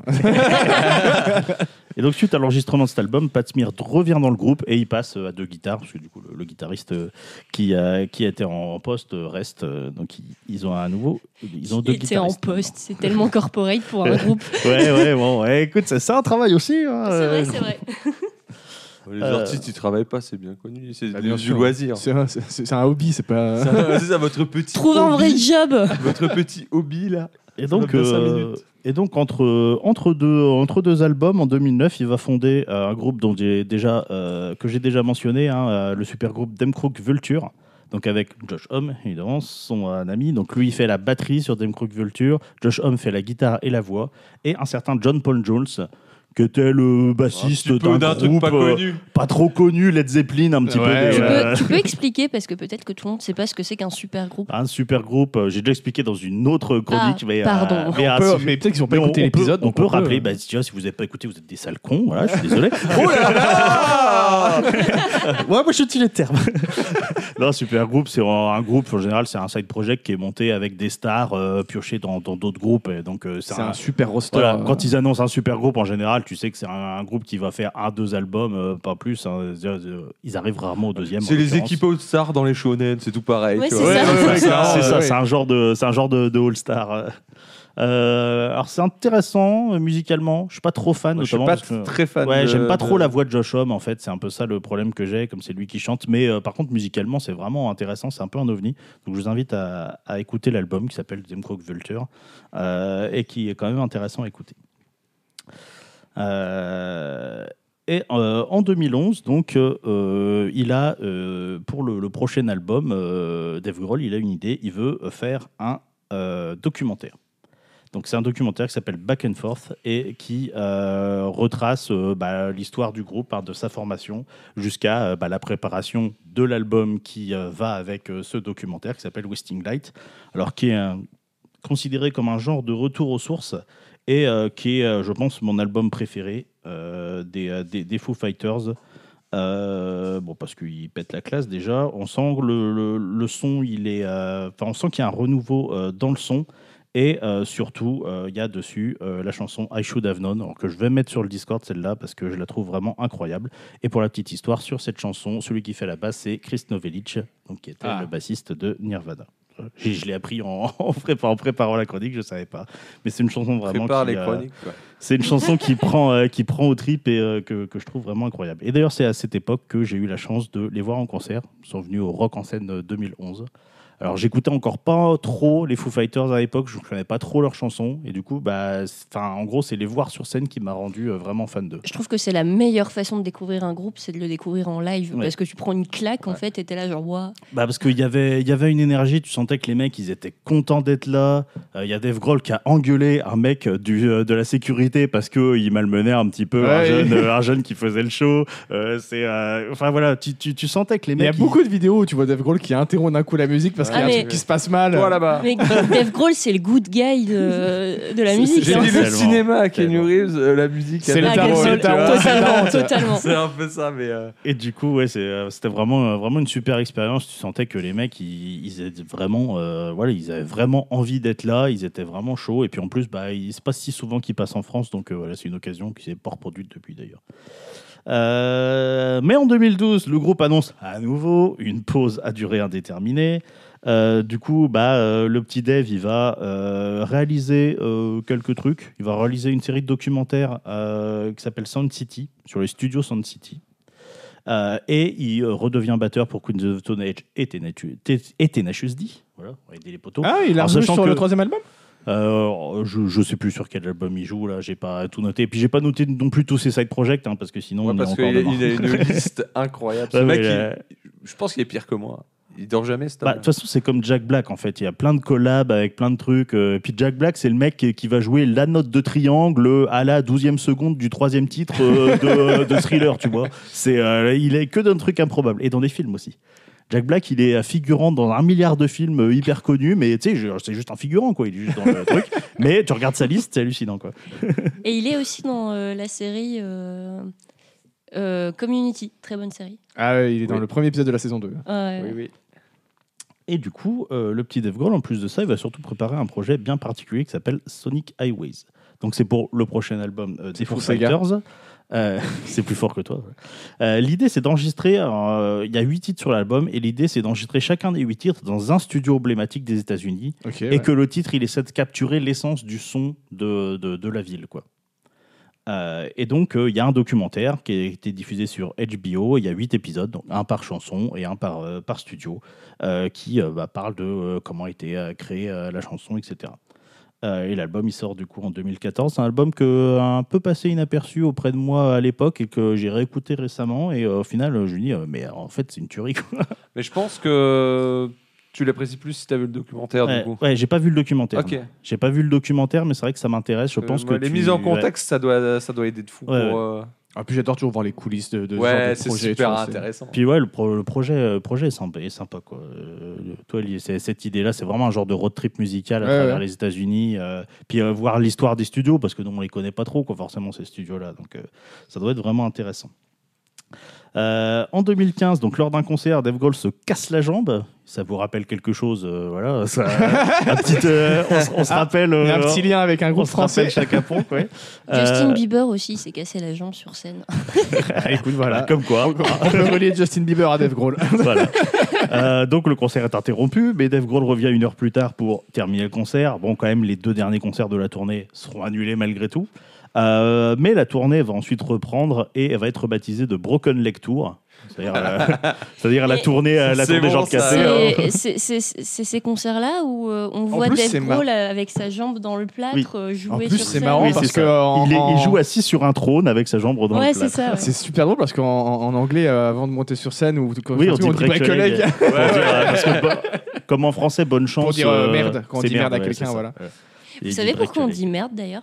[SPEAKER 4] Et donc, suite à l'enregistrement de cet album, Pat Smear revient dans le groupe et il passe euh, à deux guitares, parce que du coup, le, le guitariste euh, qui, a, qui était en poste euh, reste. euh, Donc, ils, ils ont un nouveau. Ils ont deux
[SPEAKER 3] Il était en
[SPEAKER 4] guitaristes. maintenant.
[SPEAKER 3] poste, c'est tellement corporate pour
[SPEAKER 4] *laughs*
[SPEAKER 3] un groupe.
[SPEAKER 4] Ouais, ouais, bon, ouais, écoute, c'est ça un travail aussi. hein,
[SPEAKER 3] C'est
[SPEAKER 4] euh,
[SPEAKER 3] vrai, c'est vrai.
[SPEAKER 2] *laughs* Les
[SPEAKER 4] Euh,
[SPEAKER 2] artistes, ils travaillent pas, c'est bien connu. C'est
[SPEAKER 4] Ah,
[SPEAKER 1] Bah,
[SPEAKER 2] du,
[SPEAKER 1] bien
[SPEAKER 2] du
[SPEAKER 1] sûr.
[SPEAKER 2] loisir.
[SPEAKER 1] C'est un, c'est- c'est un hobby, c'est pas.
[SPEAKER 2] Ça- *laughs* C'est ça, votre petit.
[SPEAKER 3] *laughs* Trouve un vrai
[SPEAKER 2] hobby,
[SPEAKER 3] job.
[SPEAKER 2] Votre petit hobby, là.
[SPEAKER 4] Et donc,
[SPEAKER 2] Ça va bien cinq
[SPEAKER 4] euh,
[SPEAKER 2] minutes.
[SPEAKER 4] et donc entre, entre, deux, entre deux albums, en 2009, il va fonder euh, un groupe dont j'ai déjà, euh, que j'ai déjà mentionné, hein, euh, le super groupe Demcrook Vulture. Donc avec Josh Homme, évidemment, son euh, ami. Donc lui, il fait la batterie sur Demcrook Vulture. Josh Homme fait la guitare et la voix. Et un certain John Paul Jones, qui était le
[SPEAKER 2] Un
[SPEAKER 4] bassiste
[SPEAKER 2] petit peu
[SPEAKER 4] d'un
[SPEAKER 2] Ah, d'un
[SPEAKER 4] groupe
[SPEAKER 2] truc pas
[SPEAKER 4] euh,
[SPEAKER 2] connu.
[SPEAKER 4] pas trop connu, Led Zeppelin, un petit
[SPEAKER 1] Ouais,
[SPEAKER 4] peu. des-
[SPEAKER 3] Tu
[SPEAKER 1] ouais.
[SPEAKER 4] euh,
[SPEAKER 3] peux, tu peux expliquer parce que peut-être que tout le monde ne sait pas ce que c'est qu'un super groupe.
[SPEAKER 4] Un super groupe, euh, j'ai déjà expliqué dans une autre chronique,
[SPEAKER 3] Ah,
[SPEAKER 4] mais, euh,
[SPEAKER 3] pardon.
[SPEAKER 4] mais,
[SPEAKER 1] On
[SPEAKER 4] ah,
[SPEAKER 1] peut-
[SPEAKER 4] si-
[SPEAKER 1] mais peut-être qu'ils ont pas
[SPEAKER 4] Mais on-
[SPEAKER 1] écouté
[SPEAKER 4] on peut- bah,
[SPEAKER 1] l'épisode.
[SPEAKER 4] On
[SPEAKER 1] donc euh.
[SPEAKER 4] peut rappeler, bah, si, tu vois, si vous n'avez pas écouté, vous êtes des sales cons. Voilà, je suis désolé.
[SPEAKER 2] Oh là là
[SPEAKER 4] Ah ouais, moi je tue les termes. *laughs* non, super groupe, c'est un un groupe en général, c'est un side project qui est monté avec des stars euh, piochées dans dans d'autres groupes. Et donc euh,
[SPEAKER 1] C'est un super roster.
[SPEAKER 4] voilà,
[SPEAKER 1] euh,
[SPEAKER 4] quand ils annoncent un super groupe en général, tu sais que c'est un, un groupe qui va faire un, deux albums, euh, pas plus. hein. C'est-à-dire, euh, ils arrivent rarement au deuxième. en
[SPEAKER 2] C'est les
[SPEAKER 4] l'occurrence.
[SPEAKER 2] équipes aux stars dans les shonen, c'est tout pareil.
[SPEAKER 3] Ouais,
[SPEAKER 2] tu
[SPEAKER 3] c'est
[SPEAKER 2] vois.
[SPEAKER 3] ça.
[SPEAKER 4] Ouais, ouais, ouais,
[SPEAKER 1] C'est
[SPEAKER 4] c'est ça,
[SPEAKER 1] ça, ouais.
[SPEAKER 4] c'est un genre de, c'est un genre de, de All Star. Euh, alors c'est intéressant euh, musicalement. Je suis pas trop fan,
[SPEAKER 2] Moi, Je suis
[SPEAKER 4] notamment
[SPEAKER 2] pas
[SPEAKER 4] parce que-
[SPEAKER 2] très fan.
[SPEAKER 4] Ouais,
[SPEAKER 2] de-
[SPEAKER 4] j'aime pas trop
[SPEAKER 2] de-
[SPEAKER 4] la voix de Josh Homme en fait, c'est un peu ça le problème que j'ai, comme c'est lui qui chante. Mais euh, par contre, musicalement, c'est vraiment intéressant, c'est un peu un ovni. Donc je vous invite à, à écouter l'album qui s'appelle Them Crook Vulture euh, et qui est quand même intéressant à écouter. Euh, et euh, en 2011, donc, euh, euh, il a, euh, pour le, le prochain album, euh, Dave Grohl, il a une idée, il veut faire un euh, documentaire. Donc c'est un documentaire qui s'appelle Back and Forth et qui euh, retrace euh, bah, l'histoire du groupe, hein, de sa formation jusqu'à euh, bah, la préparation de l'album qui euh, va avec euh, ce documentaire qui s'appelle Wasting Light, alors qui est un- considéré comme un genre de retour aux sources et euh, qui est, euh, je pense, mon album préféré euh, des, euh, des, des Foo Fighters. Euh, bon, parce qu'il pète la classe déjà. On sent que le, le- le son, il est. euh, Enfin, on sent qu'il y a un renouveau euh, dans le son. Et euh, surtout, euh, il y a dessus euh, la chanson I Should Have Known, alors que je vais mettre sur le Discord celle-là parce que je la trouve vraiment incroyable. Et pour la petite histoire, sur cette chanson, celui qui fait la basse, c'est Chris Novelic, donc qui était
[SPEAKER 1] Ah.
[SPEAKER 4] le bassiste de Nirvana. Euh, j'ai- Je l'ai appris en, *laughs* en, prépa- en préparant la chronique, je ne savais pas. Mais c'est une chanson vraiment.
[SPEAKER 2] Prépare
[SPEAKER 4] qui,
[SPEAKER 2] les
[SPEAKER 4] euh,
[SPEAKER 2] chroniques. quoi.
[SPEAKER 4] c'est une chanson
[SPEAKER 2] *laughs*
[SPEAKER 4] qui prend, euh, qui prend aux tripes et euh, que, que je trouve vraiment incroyable. Et d'ailleurs, c'est à cette époque que j'ai eu la chance de les voir en concert. Ils sont venus au Rock en scène euh, 2011. Alors, j'écoutais encore pas trop les Foo Fighters à l'époque, je ne connais pas trop leurs chansons. Et du coup, bah, c'est- 'fin, en gros, c'est les voir sur scène qui m'a rendu euh, vraiment fan d'eux.
[SPEAKER 3] Je trouve que c'est la meilleure façon de découvrir un groupe, c'est de le découvrir en live.
[SPEAKER 4] Ouais.
[SPEAKER 3] Parce que tu prends une claque, en
[SPEAKER 4] Ouais.
[SPEAKER 3] fait, et t'es là, genre, waouh.
[SPEAKER 4] Bah parce qu'il y avait, il y avait une énergie, tu sentais que les mecs, ils étaient contents d'être là. Euh, Il y a Dave Grohl qui a engueulé un mec du, euh, de la sécurité parce qu'il malmenait un petit peu un,
[SPEAKER 1] Ouais. *laughs*
[SPEAKER 4] jeune, euh, un jeune qui faisait le show. Euh, c'est, euh, enfin voilà, tu, tu, tu sentais que les
[SPEAKER 1] Il y
[SPEAKER 4] mecs...
[SPEAKER 1] a beaucoup de vidéos où tu vois Dave Grohl qui interrompt d'un coup la musique parce qu'il y a
[SPEAKER 3] Ah,
[SPEAKER 1] un
[SPEAKER 3] mais-
[SPEAKER 1] truc qui se passe mal.
[SPEAKER 2] Toi là-bas.
[SPEAKER 3] Mais Dave Grohl, c'est le good guy de, de la
[SPEAKER 4] Ah. C'est-
[SPEAKER 3] musique.
[SPEAKER 4] c'est-
[SPEAKER 2] J'ai
[SPEAKER 3] hein.
[SPEAKER 2] dit le
[SPEAKER 4] Tellement,
[SPEAKER 2] cinéma à Kenny
[SPEAKER 4] tellement.
[SPEAKER 2] Reeves, euh, la musique.
[SPEAKER 1] C'est
[SPEAKER 2] à
[SPEAKER 1] le
[SPEAKER 3] Ah,
[SPEAKER 2] Dave
[SPEAKER 1] tarot,
[SPEAKER 2] Grohl,
[SPEAKER 3] Gasol,
[SPEAKER 1] le
[SPEAKER 2] tu vois.
[SPEAKER 1] tarot, c'est le
[SPEAKER 3] Totalement,
[SPEAKER 1] tarot, tu vois.
[SPEAKER 3] totalement.
[SPEAKER 2] C'est un peu ça, mais. euh,
[SPEAKER 4] Et du coup, ouais, c'est, euh, c'était vraiment, euh, vraiment une super expérience. Tu sentais que les mecs, ils, ils étaient vraiment, euh, voilà, ils avaient vraiment envie d'être là. Ils étaient vraiment chauds. Et puis en plus, bah, il se passe si souvent qu'ils passent en France. Donc euh, voilà, c'est une occasion qui s'est pas reproduite depuis d'ailleurs. Euh, mais en 2012, le groupe annonce à nouveau une pause à durée indéterminée. Euh, du coup, bah, euh, le petit Dave, il va euh, réaliser euh, quelques trucs. Il va réaliser une série de documentaires euh, qui s'appelle Sound City, sur les studios Sound City. Euh, et il euh, redevient batteur pour Queen of the Stone Age et Tenacious Te- et Tenacious D. Voilà, on va aider les poteaux.
[SPEAKER 1] Ah, il a
[SPEAKER 4] En
[SPEAKER 1] rejoué
[SPEAKER 4] sachant
[SPEAKER 1] sur
[SPEAKER 4] que-
[SPEAKER 1] le troisième album
[SPEAKER 4] Euh, je, je sais plus sur quel album il joue, là, j'ai pas tout noté. Et puis j'ai pas noté non plus tous ses side projects, hein, parce que sinon
[SPEAKER 2] ouais,
[SPEAKER 4] on
[SPEAKER 2] parce
[SPEAKER 4] est encore
[SPEAKER 2] qu'il a,
[SPEAKER 4] dedans.
[SPEAKER 2] il a une
[SPEAKER 4] *laughs*
[SPEAKER 2] liste incroyable. Ce
[SPEAKER 4] Ouais,
[SPEAKER 2] mec,
[SPEAKER 4] mais,
[SPEAKER 2] il-
[SPEAKER 4] euh,
[SPEAKER 2] je pense qu'il est pire que moi. Il dort jamais, cet
[SPEAKER 4] Bah, De
[SPEAKER 2] homme.
[SPEAKER 4] toute façon, c'est comme Jack Black en fait. Il y a plein de collabs avec plein de trucs. euh, et puis Jack Black, c'est le mec qui, qui va jouer la note de triangle à la 12e seconde du troisième titre euh,
[SPEAKER 2] *laughs*
[SPEAKER 4] de, de thriller, tu vois. C'est, euh, il est que d'un truc improbable. Et dans des films aussi. Jack Black, il est euh, figurant dans un milliard de films euh, hyper connus, mais tu sais, je- c'est juste un figurant, quoi. Il est juste dans le
[SPEAKER 2] *laughs*
[SPEAKER 4] truc. Mais tu regardes sa liste, c'est hallucinant, quoi.
[SPEAKER 3] Et il est aussi dans euh, la série euh, euh, Community, très bonne série.
[SPEAKER 1] Ah, ouais, il est dans
[SPEAKER 2] Oui.
[SPEAKER 1] le premier épisode de la saison 2.
[SPEAKER 3] Ouais.
[SPEAKER 2] Oui, oui.
[SPEAKER 4] Et du coup, euh, le petit Dave Grohl, en plus de ça, il va surtout préparer un projet bien particulier qui s'appelle Sonic Highways. Donc c'est pour le prochain album euh, des Foo
[SPEAKER 1] pour Sega.
[SPEAKER 4] Fighters. Euh, *laughs* c'est plus fort que toi. ouais. Euh, l'idée, c'est d'enregistrer. euh, Il y a huit titres sur l'album, et l'idée, c'est d'enregistrer chacun des huit titres dans un studio emblématique des États-Unis,
[SPEAKER 1] Ok.
[SPEAKER 4] et que le titre, il essaie de capturer l'essence du son de, de, de la ville, quoi. Euh, et donc, euh, il y a un documentaire qui a été diffusé sur HBO. Il y a huit épisodes, donc un par chanson et un par, euh, par studio, euh, qui euh, bah, parle de euh, comment a été euh, créée euh, la chanson, etc. Euh, et l'album, il sort du coup en 2014. C'est un album que un peu passé inaperçu auprès de moi à l'époque et que j'ai réécouté récemment. Et euh, au final, euh, je me dis, euh, mais en fait, c'est une tuerie. quoi.
[SPEAKER 2] Mais je pense que tu l'apprécies plus si t'as vu le documentaire, du
[SPEAKER 4] Ouais,
[SPEAKER 2] coup.
[SPEAKER 4] ouais, j'ai pas vu le documentaire.
[SPEAKER 2] Ok.
[SPEAKER 4] J'ai pas vu le documentaire, mais c'est vrai que ça m'intéresse. Je
[SPEAKER 2] Euh,
[SPEAKER 1] bah,
[SPEAKER 4] pense que
[SPEAKER 2] moi, les
[SPEAKER 4] tu-
[SPEAKER 2] mises en
[SPEAKER 4] ouais.
[SPEAKER 2] contexte, ça, doit, ça doit aider de fou.
[SPEAKER 4] Ouais,
[SPEAKER 2] pour, euh,
[SPEAKER 1] En plus, j'adore toujours voir les coulisses de, de ce genre
[SPEAKER 2] ouais,
[SPEAKER 1] de
[SPEAKER 2] c'est
[SPEAKER 1] projet, tu
[SPEAKER 2] super
[SPEAKER 1] vois, c'est-
[SPEAKER 2] intéressant.
[SPEAKER 4] Puis ouais, le, pro- le projet, euh, projet est sympa, est sympa quoi. Euh, toi, il- c'est- cette idée-là, c'est vraiment un genre de road trip musical à
[SPEAKER 1] Ouais,
[SPEAKER 4] travers
[SPEAKER 1] ouais.
[SPEAKER 4] les États-Unis. euh, puis euh, voir l'histoire des studios, parce que nous, on les connaît pas trop, quoi, forcément, ces studios-là. Donc euh, ça doit être vraiment intéressant. Euh, en 2015, donc lors d'un concert, Dave Grohl se casse la jambe. Ça vous rappelle quelque chose euh, Voilà,
[SPEAKER 1] *laughs*
[SPEAKER 4] ça, un petit, euh, on, se- on se
[SPEAKER 1] Ah,
[SPEAKER 4] rappelle.
[SPEAKER 1] Il y a un
[SPEAKER 4] euh,
[SPEAKER 1] petit lien avec un
[SPEAKER 4] on
[SPEAKER 1] groupe
[SPEAKER 4] se rappelle
[SPEAKER 1] français.
[SPEAKER 4] chacun pour. Ouais.
[SPEAKER 3] Justin
[SPEAKER 4] Euh,
[SPEAKER 3] Bieber aussi s'est cassé la jambe sur scène.
[SPEAKER 1] Ah, écoute,
[SPEAKER 4] voilà,
[SPEAKER 1] voilà.
[SPEAKER 4] Comme quoi.
[SPEAKER 1] *laughs* On peut relier Justin Bieber à Dave Grohl.
[SPEAKER 4] Voilà. Euh, donc le concert est interrompu, mais Dave Grohl revient une heure plus tard pour terminer le concert. Bon, quand même, les deux derniers concerts de la tournée seront annulés malgré tout. Euh, mais la tournée va ensuite reprendre et elle va être baptisée de Broken Leg Tour. C'est-à-dire
[SPEAKER 1] *laughs*
[SPEAKER 4] euh, c'est-à-dire la
[SPEAKER 3] Et-
[SPEAKER 4] tournée, euh, la
[SPEAKER 2] C'est
[SPEAKER 4] tournée
[SPEAKER 2] bon,
[SPEAKER 4] jambes
[SPEAKER 2] ça.
[SPEAKER 4] cassées. euh.
[SPEAKER 3] C'est- C'est c'est- c'est ces concerts-là où euh, on
[SPEAKER 1] En
[SPEAKER 3] voit
[SPEAKER 1] plus, c'est
[SPEAKER 3] Dave
[SPEAKER 1] mar-
[SPEAKER 3] Grohl euh, avec sa jambe dans le plâtre
[SPEAKER 4] Oui.
[SPEAKER 3] euh, jouer
[SPEAKER 1] En plus,
[SPEAKER 3] sur
[SPEAKER 1] c'est
[SPEAKER 3] scène.
[SPEAKER 1] marrant
[SPEAKER 4] Oui,
[SPEAKER 1] parce
[SPEAKER 4] c'est ça.
[SPEAKER 1] que en-
[SPEAKER 4] Il, est- il
[SPEAKER 1] en-
[SPEAKER 4] joue assis sur un trône avec sa jambe dans
[SPEAKER 3] Ouais,
[SPEAKER 4] le
[SPEAKER 3] c'est
[SPEAKER 4] plat.
[SPEAKER 3] ça. ouais.
[SPEAKER 1] C'est super drôle parce qu'en en- en anglais, euh, avant de monter sur scène, ou quand
[SPEAKER 4] Oui,
[SPEAKER 1] quand
[SPEAKER 4] on dit break
[SPEAKER 1] break a
[SPEAKER 4] a leg.
[SPEAKER 1] leg.
[SPEAKER 4] Pour dire, euh, parce que bon- comme en français, bonne chance.
[SPEAKER 1] dire, euh,
[SPEAKER 4] euh,
[SPEAKER 1] merde, quand on
[SPEAKER 4] c'est
[SPEAKER 1] dit merde à
[SPEAKER 4] ouais,
[SPEAKER 1] quelqu'un,
[SPEAKER 4] c'est ça.
[SPEAKER 1] voilà.
[SPEAKER 4] Ouais. Et
[SPEAKER 3] Vous
[SPEAKER 4] il
[SPEAKER 3] savez
[SPEAKER 4] break
[SPEAKER 3] pourquoi
[SPEAKER 4] a
[SPEAKER 3] on
[SPEAKER 4] leg.
[SPEAKER 3] dit merde d'ailleurs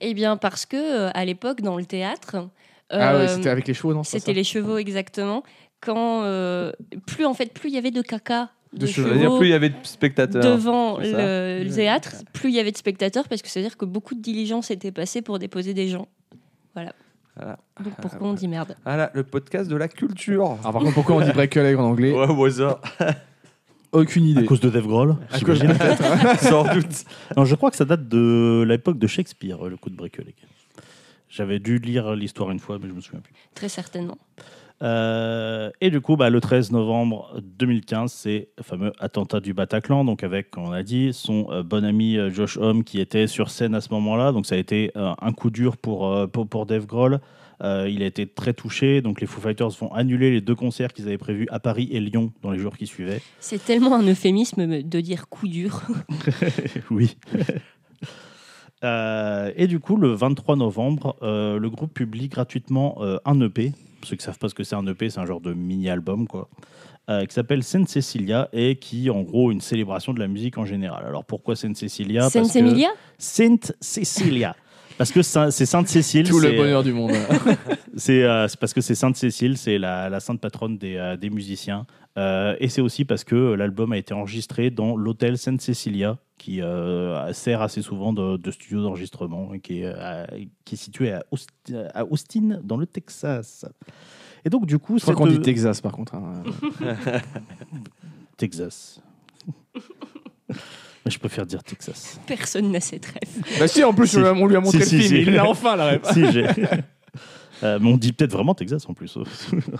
[SPEAKER 3] Eh bien parce que euh, à l'époque dans le théâtre,
[SPEAKER 1] Ah
[SPEAKER 3] euh,
[SPEAKER 1] ouais, c'était avec les chevaux, non c'est pas
[SPEAKER 3] c'était les chevaux exactement. Quand euh, plus en fait plus il y avait de caca
[SPEAKER 1] De
[SPEAKER 3] de
[SPEAKER 1] chevaux.
[SPEAKER 2] Ça veut dire
[SPEAKER 3] chevaux
[SPEAKER 2] plus il y avait de spectateurs.
[SPEAKER 3] devant
[SPEAKER 2] c'est ça
[SPEAKER 3] le, le
[SPEAKER 1] Ouais.
[SPEAKER 3] théâtre, plus il y avait de spectateurs parce que c'est à dire que beaucoup de diligences étaient passées pour déposer des gens. Voilà.
[SPEAKER 2] Voilà.
[SPEAKER 3] Donc pourquoi on dit merde
[SPEAKER 2] Ah là, le podcast de la culture.
[SPEAKER 1] ça Alors par contre, pourquoi on dit break a leg en anglais
[SPEAKER 2] Ouais, au hasard.
[SPEAKER 1] Aucune
[SPEAKER 4] À
[SPEAKER 1] idée.
[SPEAKER 4] cause de Dave Grohl
[SPEAKER 1] À cause-
[SPEAKER 4] j'imagine. *laughs*
[SPEAKER 2] Sans doute.
[SPEAKER 4] Non, je crois que ça date de l'époque de Shakespeare, le coup de briqueleg. J'avais dû lire l'histoire une fois, mais je me souviens plus.
[SPEAKER 3] Très certainement.
[SPEAKER 4] Euh, et du coup, bah, le 13 novembre 2015, c'est le fameux attentat du Bataclan, donc avec, comme on a dit, son euh, bon ami euh, Josh Homme qui était sur scène à ce moment-là. Donc ça a été euh, un coup dur pour, euh, pour, pour Dave Grohl. Euh, il a été très touché, donc les Foo Fighters vont annuler les deux concerts qu'ils avaient prévus à Paris et Lyon dans les jours qui suivaient.
[SPEAKER 3] C'est tellement un euphémisme de dire
[SPEAKER 4] *laughs*
[SPEAKER 3] coup dur.
[SPEAKER 4] oui. *laughs* Euh, et du coup, le 23 novembre, euh, le groupe publie gratuitement euh, un EP. Pour ceux qui ne savent pas ce que c'est un EP, c'est un genre de mini-album, quoi. euh, qui s'appelle Sainte Cecilia et qui, est, en gros, une célébration de la musique en général. Alors pourquoi Sainte Cecilia
[SPEAKER 3] Sainte
[SPEAKER 4] Parce que-
[SPEAKER 3] Emilia
[SPEAKER 4] Sainte Cecilia. Parce que Saint- c'est Sainte Cécile.
[SPEAKER 1] Tout le
[SPEAKER 4] c'est- euh,
[SPEAKER 1] bonheur
[SPEAKER 4] *laughs*
[SPEAKER 1] du monde.
[SPEAKER 4] c'est euh, c'est parce que c'est Sainte Cécile, c'est la, la sainte patronne des, euh, des musiciens. Euh, et c'est aussi parce que euh, l'album a été enregistré dans l'hôtel Sainte Cecilia, qui euh, sert assez souvent de, de studio d'enregistrement, et qui, est, euh, qui est situé à, Aust- à Austin, dans le Texas. Et donc, du coup,
[SPEAKER 1] Je crois
[SPEAKER 4] c'est
[SPEAKER 1] qu'on dit Texas par contre. hein.
[SPEAKER 4] Texas. *laughs* Je préfère dire Texas.
[SPEAKER 3] Personne n'a cette rêve.
[SPEAKER 1] Bah si, en plus,
[SPEAKER 4] Si.
[SPEAKER 1] on lui a montré
[SPEAKER 4] Si, si,
[SPEAKER 1] le film,
[SPEAKER 4] si.
[SPEAKER 1] il l'a enfin la
[SPEAKER 4] *laughs*
[SPEAKER 1] rêve.
[SPEAKER 4] si,
[SPEAKER 1] *laughs*
[SPEAKER 4] j'ai. Euh, mais on dit peut-être vraiment Texas en plus.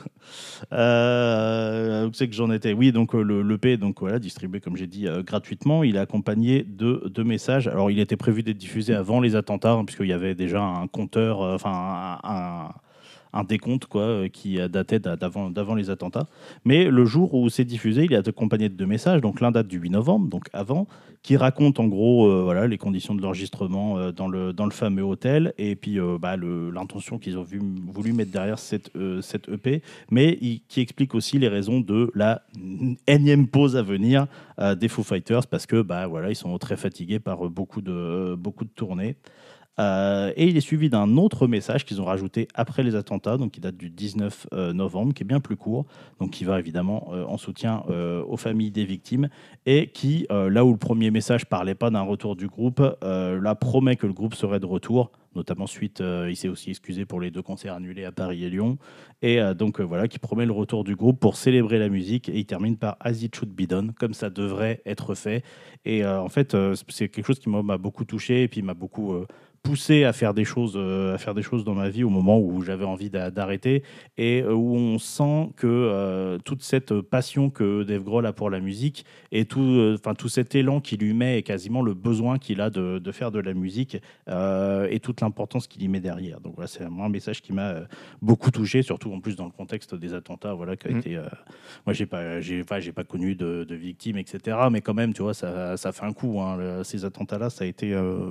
[SPEAKER 4] *laughs* euh, où c'est que j'en étais Oui, donc euh, le, le P, donc voilà, distribué comme j'ai dit euh, gratuitement, il est accompagné de deux messages. Alors il était prévu d'être diffusé avant les attentats, hein, puisqu'il y avait déjà un compteur, euh, enfin un, un décompte quoi, euh, qui euh, datait d'a- d'avant d'avant les attentats. Mais le jour où c'est diffusé, il est accompagné de deux messages. Donc l'un date du 8 novembre, donc avant, qui raconte en gros euh, voilà, les conditions de l'enregistrement euh, dans, le, dans le fameux hôtel et puis euh, bah, le- l'intention qu'ils ont vu- voulu mettre derrière cette, euh, cette EP, mais il- qui explique aussi les raisons de la n- énième pause à venir euh, des Foo Fighters parce que bah, voilà, ils sont très fatigués par euh, beaucoup de, euh, beaucoup de tournées. Euh, et il est suivi d'un autre message qu'ils ont rajouté après les attentats, donc qui date du 19 euh, novembre, qui est bien plus court, donc qui va évidemment euh, en soutien euh, aux familles des victimes et qui, euh, là où le premier message parlait pas d'un retour du groupe, euh, là promet que le groupe serait de retour, notamment suite, euh, il s'est aussi excusé pour les deux concerts annulés à Paris et Lyon, et euh, donc euh, voilà, qui promet le retour du groupe pour célébrer la musique, et il termine par As It Should Be Done, comme ça devrait être fait, et euh, en fait, euh, c'est quelque chose qui m'a m'a beaucoup touché, et puis m'a beaucoup... euh, poussé à faire des choses euh, à faire des choses dans ma vie au moment où j'avais envie d'a- d'arrêter et euh, où on sent que euh, toute cette passion que Dave Grohl a pour la musique et tout, euh, enfin tout cet élan qu'il lui met et quasiment le besoin qu'il a de, de faire de la musique euh, et toute l'importance qu'il y met derrière. Donc voilà, c'est vraiment un message qui m'a euh, beaucoup touché, surtout en plus dans le contexte des attentats. Voilà, qui a
[SPEAKER 1] Mm.
[SPEAKER 4] été. euh, moi, j'ai pas, j'ai enfin, j'ai pas connu de, de victimes, etc. Mais quand même, tu vois, ça, ça fait un coup. hein, le- ces attentats-là, ça a été. euh,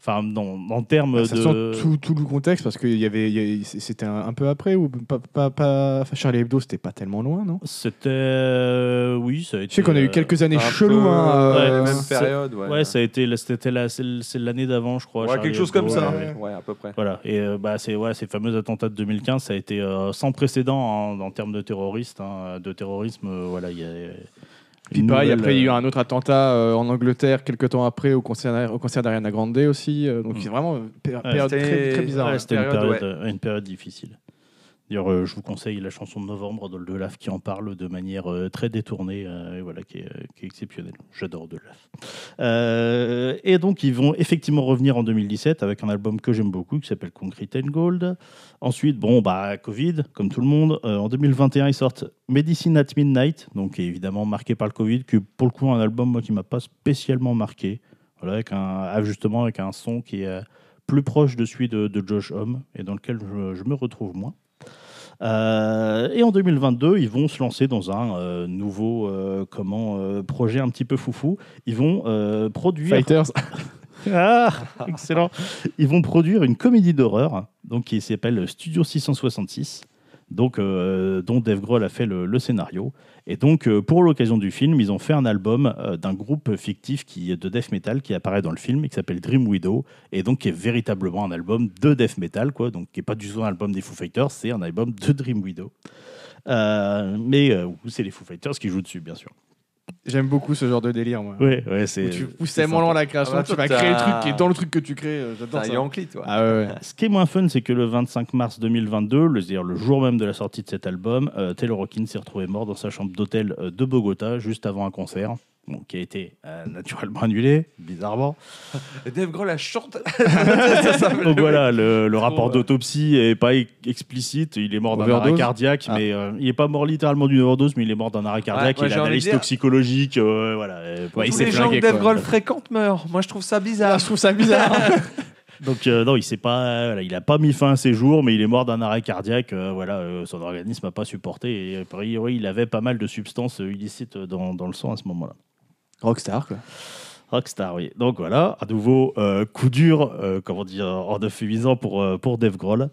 [SPEAKER 4] Enfin, dans, en termes
[SPEAKER 1] Ah, Ça
[SPEAKER 4] de.
[SPEAKER 1] sent tout, tout le contexte parce que il y avait, il y a- c'était un, un peu après ou pas, pas, pas- enfin, Charlie Hebdo, c'était pas tellement loin, non
[SPEAKER 4] C'était. euh, oui, ça a été.
[SPEAKER 1] Je sais qu'on a eu
[SPEAKER 4] euh,
[SPEAKER 1] quelques années
[SPEAKER 2] Un
[SPEAKER 1] cheloues.
[SPEAKER 2] peu,
[SPEAKER 1] hein,
[SPEAKER 2] ouais,
[SPEAKER 1] euh,
[SPEAKER 2] la même
[SPEAKER 4] c'est-
[SPEAKER 2] période, ouais.
[SPEAKER 4] Ouais, ça a été. C'était la- c'est l'année d'avant, je crois.
[SPEAKER 1] hein,
[SPEAKER 2] Ouais,
[SPEAKER 4] Charlie
[SPEAKER 2] quelque chose
[SPEAKER 4] Hebdo,
[SPEAKER 2] comme ça.
[SPEAKER 4] ouais, ouais.
[SPEAKER 2] Ouais, à peu près.
[SPEAKER 4] Voilà, et euh, bah, c'est, ouais, ces fameux attentats de 2015, ça a été euh, sans précédent hein, en, en termes de terroristes, hein, de terrorisme. euh, voilà, il y a.
[SPEAKER 1] Puis
[SPEAKER 4] une
[SPEAKER 1] pareil,
[SPEAKER 4] nouvelle,
[SPEAKER 1] après, il y a eu
[SPEAKER 4] euh,
[SPEAKER 1] un autre attentat euh, en Angleterre quelques temps après au concert, au concert d'Ariana Grande aussi. euh, donc
[SPEAKER 4] Mm.
[SPEAKER 1] c'est vraiment une pé- période
[SPEAKER 2] c'était-
[SPEAKER 1] très, très bizarre.
[SPEAKER 4] ouais,
[SPEAKER 1] hein.
[SPEAKER 4] c'était une
[SPEAKER 2] période,
[SPEAKER 4] période, euh, une période difficile. D'ailleurs, euh, je vous conseille la chanson de novembre de Delaf qui en parle de manière euh, très détournée, euh, et voilà, qui est, qui est exceptionnelle. J'adore Delaf. Euh, et donc, ils vont effectivement revenir en 2017 avec un album que j'aime beaucoup qui s'appelle Concrete and Gold. Ensuite, bon, bah, Covid, comme tout le monde. Euh, en 2021, ils sortent Medicine at Midnight, donc qui est évidemment marqué par le Covid, que pour le coup, un album moi, qui m'a pas spécialement marqué. Voilà, avec un, ah, justement, avec un son qui est euh, plus proche de celui de, de Josh Homme et dans lequel je, je me retrouve moins. Euh, et en 2022, ils vont se lancer dans un euh, nouveau euh, comment, euh, projet un petit peu foufou. Ils vont euh, produire.
[SPEAKER 1] Fighters.
[SPEAKER 4] Ah, excellent. Ils vont produire une comédie d'horreur donc qui s'appelle Studio 666. Donc, euh, dont Dave Grohl a fait le, le scénario. Et donc, euh, pour l'occasion du film, ils ont fait un album euh, d'un groupe fictif qui, de death metal qui apparaît dans le film et qui s'appelle Dream Widow. Et donc, qui est véritablement un album de death metal, quoi. Donc, qui n'est pas du tout un album des Foo Fighters, c'est un album de Dream Widow. Euh, mais euh, où c'est les Foo Fighters qui jouent dessus, bien sûr.
[SPEAKER 1] J'aime beaucoup ce genre de délire, moi.
[SPEAKER 4] Ouais, ouais,
[SPEAKER 1] Où
[SPEAKER 4] c'est.
[SPEAKER 1] tu pousses
[SPEAKER 4] c'est
[SPEAKER 1] tellement
[SPEAKER 4] sympa.
[SPEAKER 1] loin la création,
[SPEAKER 2] Ah bah,
[SPEAKER 1] tu vas
[SPEAKER 2] toi,
[SPEAKER 1] créer le
[SPEAKER 2] t'as-
[SPEAKER 1] truc qui est dans le truc que tu crées. euh, J'adore
[SPEAKER 2] T'as
[SPEAKER 1] ça.
[SPEAKER 2] Yankee, toi.
[SPEAKER 1] Ah ouais, ouais.
[SPEAKER 4] Ce qui est moins fun, c'est que le 25 mars 2022, le, c'est-à-dire le jour même de la sortie de cet album, euh, Taylor Hawkins s'est retrouvé mort dans sa chambre d'hôtel euh, de Bogota juste avant un concert, bon, qui a été euh, naturellement annulé,
[SPEAKER 2] *laughs*
[SPEAKER 4] bizarrement.
[SPEAKER 2] Et Dave Grohl, la chante.
[SPEAKER 4] Donc voilà, le, le rapport
[SPEAKER 2] euh,
[SPEAKER 4] d'autopsie est pas e- explicite. Il est mort d'un
[SPEAKER 1] Overdose
[SPEAKER 4] arrêt cardiaque,
[SPEAKER 1] Ah.
[SPEAKER 4] mais euh, il est pas mort littéralement d'une overdose, mais il est mort d'un arrêt cardiaque.
[SPEAKER 2] ouais,
[SPEAKER 4] il
[SPEAKER 2] j'ai
[SPEAKER 4] a une
[SPEAKER 2] envie de
[SPEAKER 4] analyse
[SPEAKER 2] dire-
[SPEAKER 4] toxicologique, euh, voilà. et-
[SPEAKER 1] Ouais, il
[SPEAKER 2] Tous
[SPEAKER 1] s'est
[SPEAKER 2] les gens
[SPEAKER 1] flingué,
[SPEAKER 2] que Dave
[SPEAKER 1] quoi.
[SPEAKER 2] Grohl fréquente meurent. Moi, je trouve ça bizarre.
[SPEAKER 1] je trouve ça bizarre.
[SPEAKER 4] Donc euh, non, il s'est pas, euh, voilà, il a pas mis fin à ses jours, mais il est mort d'un arrêt cardiaque. euh, voilà, euh, son organisme n'a pas supporté. Et a priori, il avait pas mal de substances euh, illicites euh, dans, dans le sang à ce moment-là.
[SPEAKER 1] Rockstar, quoi.
[SPEAKER 4] Rockstar, oui. Donc voilà, à nouveau euh, coup dur, euh, comment dire, en euphémisant pour euh, pour Dave Grohl.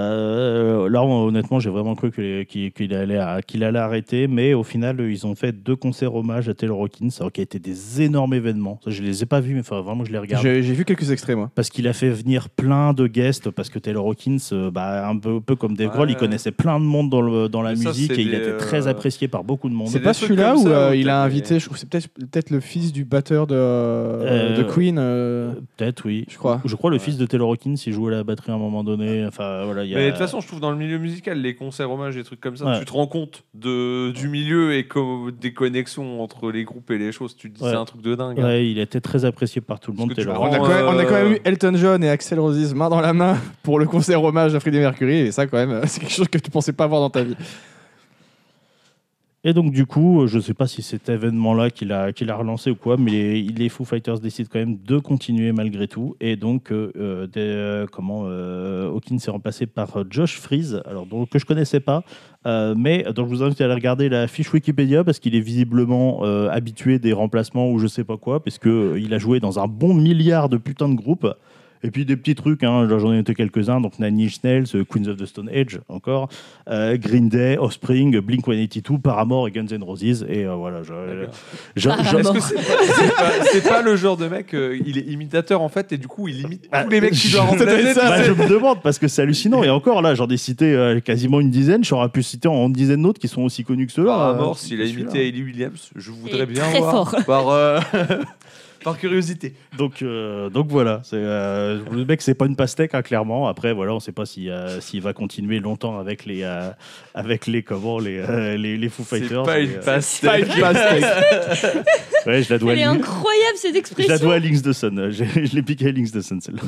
[SPEAKER 4] Euh, là, on- honnêtement, j'ai vraiment cru que les- qu'il qu'il allait à- qu'il allait arrêter, mais au final, euh, ils ont fait deux concerts hommages à Taylor Hawkins, alors qui a été des énormes événements. Ça, je les ai pas vus, mais enfin, vraiment, je les regarde
[SPEAKER 1] J'ai j'ai vu quelques extraits, moi.
[SPEAKER 4] parce qu'il a fait venir plein de guests, parce que Taylor Hawkins, euh, bah, un peu, peu comme Dave
[SPEAKER 2] Ouais,
[SPEAKER 4] Grohl, il
[SPEAKER 2] ouais.
[SPEAKER 4] connaissait plein de monde dans, le, dans la
[SPEAKER 2] Mais ça,
[SPEAKER 4] musique
[SPEAKER 2] c'est
[SPEAKER 4] et il
[SPEAKER 2] des,
[SPEAKER 4] était très
[SPEAKER 2] euh,
[SPEAKER 4] apprécié par beaucoup de monde.
[SPEAKER 2] c'est
[SPEAKER 1] C'est pas
[SPEAKER 2] des trucs
[SPEAKER 1] celui-là
[SPEAKER 2] comme
[SPEAKER 1] où
[SPEAKER 2] ça,
[SPEAKER 1] euh,
[SPEAKER 2] où
[SPEAKER 1] il a
[SPEAKER 2] t'as-
[SPEAKER 1] invité, je trouve, c'est peut-être peut le fils du batteur de, euh, de
[SPEAKER 4] Euh,
[SPEAKER 1] Queen, euh,
[SPEAKER 4] Euh, Peut-être, oui.
[SPEAKER 1] je crois.
[SPEAKER 4] Je crois le
[SPEAKER 2] Ouais.
[SPEAKER 4] fils de Taylor Hawkins, il jouait à la batterie à un moment donné. Enfin, voilà, il y a...
[SPEAKER 2] Mais de toute façon, je trouve dans le milieu musical, les concerts hommages, des trucs comme ça,
[SPEAKER 4] Ouais.
[SPEAKER 2] tu te rends compte de, du milieu et comme des connexions entre les groupes et les choses. Tu te dis,
[SPEAKER 4] Ouais.
[SPEAKER 2] c'est un truc de dingue. hein.
[SPEAKER 4] Ouais, il était très apprécié par tout le
[SPEAKER 2] Parce
[SPEAKER 4] monde,
[SPEAKER 2] que tu
[SPEAKER 4] Taylor
[SPEAKER 2] prends-
[SPEAKER 4] Hawkins.
[SPEAKER 1] On a, quand même, on a quand même eu Elton John et Axel Roses main dans la main pour le concert hommage à Freddie Mercury, et ça, quand même, euh, *laughs* c'est quelque chose que tu pensais pas voir dans ta vie.
[SPEAKER 4] Et donc, du coup, euh, je ne sais pas si cet événement-là qu'il a, qu'il a relancé ou quoi, mais les, les Foo Fighters décident quand même de continuer malgré tout. Et donc, euh, euh, des- euh, comment euh, Hawkins est remplacé par euh, Josh Fries, alors, donc, que je ne connaissais pas, euh, mais donc, je vous invite à aller regarder la fiche Wikipédia parce qu'il est visiblement euh, habitué des remplacements ou je ne sais pas quoi, parce qu'il il a joué dans un bon milliard de putains de groupes. Et puis des petits trucs, hein, là, j'en ai noté quelques-uns, donc Nine Inch Nails, euh, Queens of the Stone Age encore, euh, Green Day, Offspring, Blink 182, Paramore et Guns N' Roses. Et euh, voilà, je-
[SPEAKER 2] D'accord. Ah,
[SPEAKER 4] je- je-
[SPEAKER 2] Est-ce que c'est pas, c'est pas- c'est pas le genre de mec, euh, il est imitateur en fait, et du coup, il imite tous les mecs
[SPEAKER 4] Ah,
[SPEAKER 2] qui
[SPEAKER 4] je-
[SPEAKER 2] doivent remplacer.
[SPEAKER 4] Bah,
[SPEAKER 2] tu sais.
[SPEAKER 4] je me demande parce que c'est hallucinant. Et encore là, j'en ai cité euh, quasiment une dizaine. J'aurais pu citer en une dizaine d'autres qui sont aussi connus que ceux-là.
[SPEAKER 2] Par
[SPEAKER 4] Euh,
[SPEAKER 2] mort, s'il a
[SPEAKER 4] que
[SPEAKER 2] imité
[SPEAKER 4] celui-là.
[SPEAKER 2] Ellie Williams, je voudrais
[SPEAKER 3] Et
[SPEAKER 2] bien
[SPEAKER 3] très
[SPEAKER 2] voir.
[SPEAKER 3] fort.
[SPEAKER 2] Par, euh, *laughs* par curiosité.
[SPEAKER 4] Donc, euh, donc voilà, c'est, euh, le mec, c'est pas une pastèque, hein, clairement. Après, voilà, on sait pas si, euh, s'il va continuer longtemps avec les, euh, avec les, comment, les, euh, les, les Foo
[SPEAKER 2] C'est
[SPEAKER 4] Fighters.
[SPEAKER 2] pas
[SPEAKER 4] mais,
[SPEAKER 2] une
[SPEAKER 4] euh,
[SPEAKER 1] Pas
[SPEAKER 2] pastèque.
[SPEAKER 1] une pastèque.
[SPEAKER 4] ouais, je la dois
[SPEAKER 3] Elle est
[SPEAKER 4] à lui.
[SPEAKER 3] incroyable cette
[SPEAKER 4] Je la
[SPEAKER 3] expression.
[SPEAKER 4] dois à Links de Sun. *laughs* euh, j'ai- Je l'ai piqué à Links de Sun, celle-là.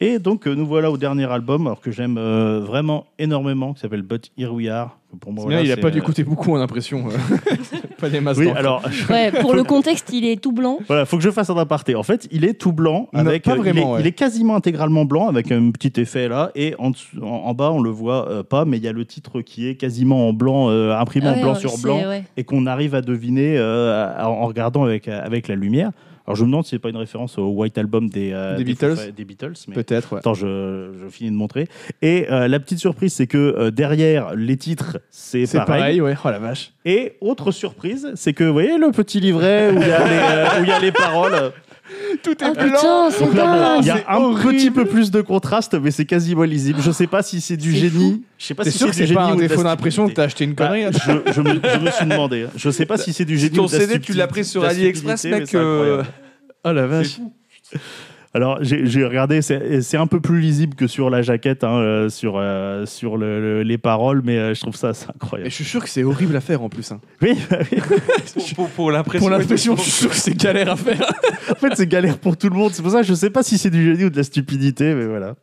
[SPEAKER 4] Et donc, euh, nous voilà au dernier album, alors que j'aime euh, vraiment énormément, qui s'appelle But Here We Are. que Pour moi,
[SPEAKER 1] Mais
[SPEAKER 4] voilà,
[SPEAKER 1] il a
[SPEAKER 4] c'est,
[SPEAKER 1] pas dû
[SPEAKER 4] euh,
[SPEAKER 1] coûter beaucoup, on a l'impression. *laughs* pas des masses
[SPEAKER 4] Oui,
[SPEAKER 1] d'encre.
[SPEAKER 4] alors,
[SPEAKER 3] Ouais, pour
[SPEAKER 4] *laughs*
[SPEAKER 3] le contexte, il est tout blanc.
[SPEAKER 4] Voilà, faut que je fasse un aparté. En fait, il est tout blanc.
[SPEAKER 1] Non,
[SPEAKER 4] Avec,
[SPEAKER 1] pas
[SPEAKER 4] euh, il
[SPEAKER 1] vraiment,
[SPEAKER 4] est- il, est,
[SPEAKER 1] ouais.
[SPEAKER 4] quasiment intégralement blanc avec un petit effet là. Et en, dessous- en, en bas, on le voit euh, pas, mais il y a le titre qui est quasiment en blanc, euh, imprimé
[SPEAKER 3] Ah
[SPEAKER 4] en
[SPEAKER 3] ouais,
[SPEAKER 4] blanc
[SPEAKER 3] ouais,
[SPEAKER 4] sur
[SPEAKER 3] c'est-
[SPEAKER 4] blanc
[SPEAKER 3] ouais.
[SPEAKER 4] et qu'on arrive à deviner euh, en, en regardant avec, avec la lumière. Alors, je me demande si c'est pas une référence au White Album des, euh,
[SPEAKER 1] Des
[SPEAKER 4] Foo
[SPEAKER 1] Beatles.
[SPEAKER 4] Fi- des Beatles mais-
[SPEAKER 1] Peut-être, ouais.
[SPEAKER 4] Attends, je, je finis de montrer. Et euh, la petite surprise, c'est que euh, derrière les titres, c'est
[SPEAKER 1] C'est
[SPEAKER 4] pareil.
[SPEAKER 1] pareil, ouais. Oh la vache.
[SPEAKER 4] Et autre surprise, c'est que vous voyez le petit livret où il y a les, euh, où il y a les paroles.
[SPEAKER 1] Tout
[SPEAKER 3] Oh putain, c'est
[SPEAKER 4] Donc là,
[SPEAKER 3] dingue.
[SPEAKER 4] il y a
[SPEAKER 1] c'est
[SPEAKER 4] un
[SPEAKER 1] horrible.
[SPEAKER 4] petit peu plus de contraste, mais c'est quasiment lisible. Je sais pas si c'est du
[SPEAKER 3] C'est
[SPEAKER 4] génie. Je sais pas
[SPEAKER 1] T'es
[SPEAKER 4] si
[SPEAKER 1] sûr que
[SPEAKER 4] c'est du
[SPEAKER 1] c'est pas
[SPEAKER 4] génie
[SPEAKER 1] un
[SPEAKER 4] ou de la
[SPEAKER 1] défaut d'impression que
[SPEAKER 4] stupidité.
[SPEAKER 1] t'as acheté une connerie là
[SPEAKER 4] Bah, je, je me, je me suis demandé. Je sais pas si c'est du génie.
[SPEAKER 2] Ton
[SPEAKER 4] ou de la
[SPEAKER 2] CD, tu l'as
[SPEAKER 4] stupidité-
[SPEAKER 2] pris sur
[SPEAKER 4] de la
[SPEAKER 2] AliExpress,
[SPEAKER 4] stupidité,
[SPEAKER 2] mec,
[SPEAKER 4] mais c'est incroyable.
[SPEAKER 2] euh,
[SPEAKER 1] Oh la
[SPEAKER 2] c'est
[SPEAKER 1] vache.
[SPEAKER 2] fou.
[SPEAKER 4] Ah, Alors, j'ai j'ai regardé, c'est c'est un peu plus lisible que sur la jaquette, hein, euh, sur, euh, sur le- le- les paroles, mais euh, je trouve ça c'est
[SPEAKER 1] Et
[SPEAKER 4] incroyable.
[SPEAKER 1] je suis sûr que c'est horrible à faire en plus. hein.
[SPEAKER 4] Oui, bah oui.
[SPEAKER 2] *laughs* Pour, pour- pour l'impression.
[SPEAKER 1] Pour
[SPEAKER 2] *laughs*
[SPEAKER 1] l'impression, je
[SPEAKER 2] et
[SPEAKER 1] suis sûr que c'est galère à faire.
[SPEAKER 4] *laughs* en fait, c'est galère pour tout le monde. C'est pour ça que je sais pas si c'est du génie ou de la stupidité, mais voilà.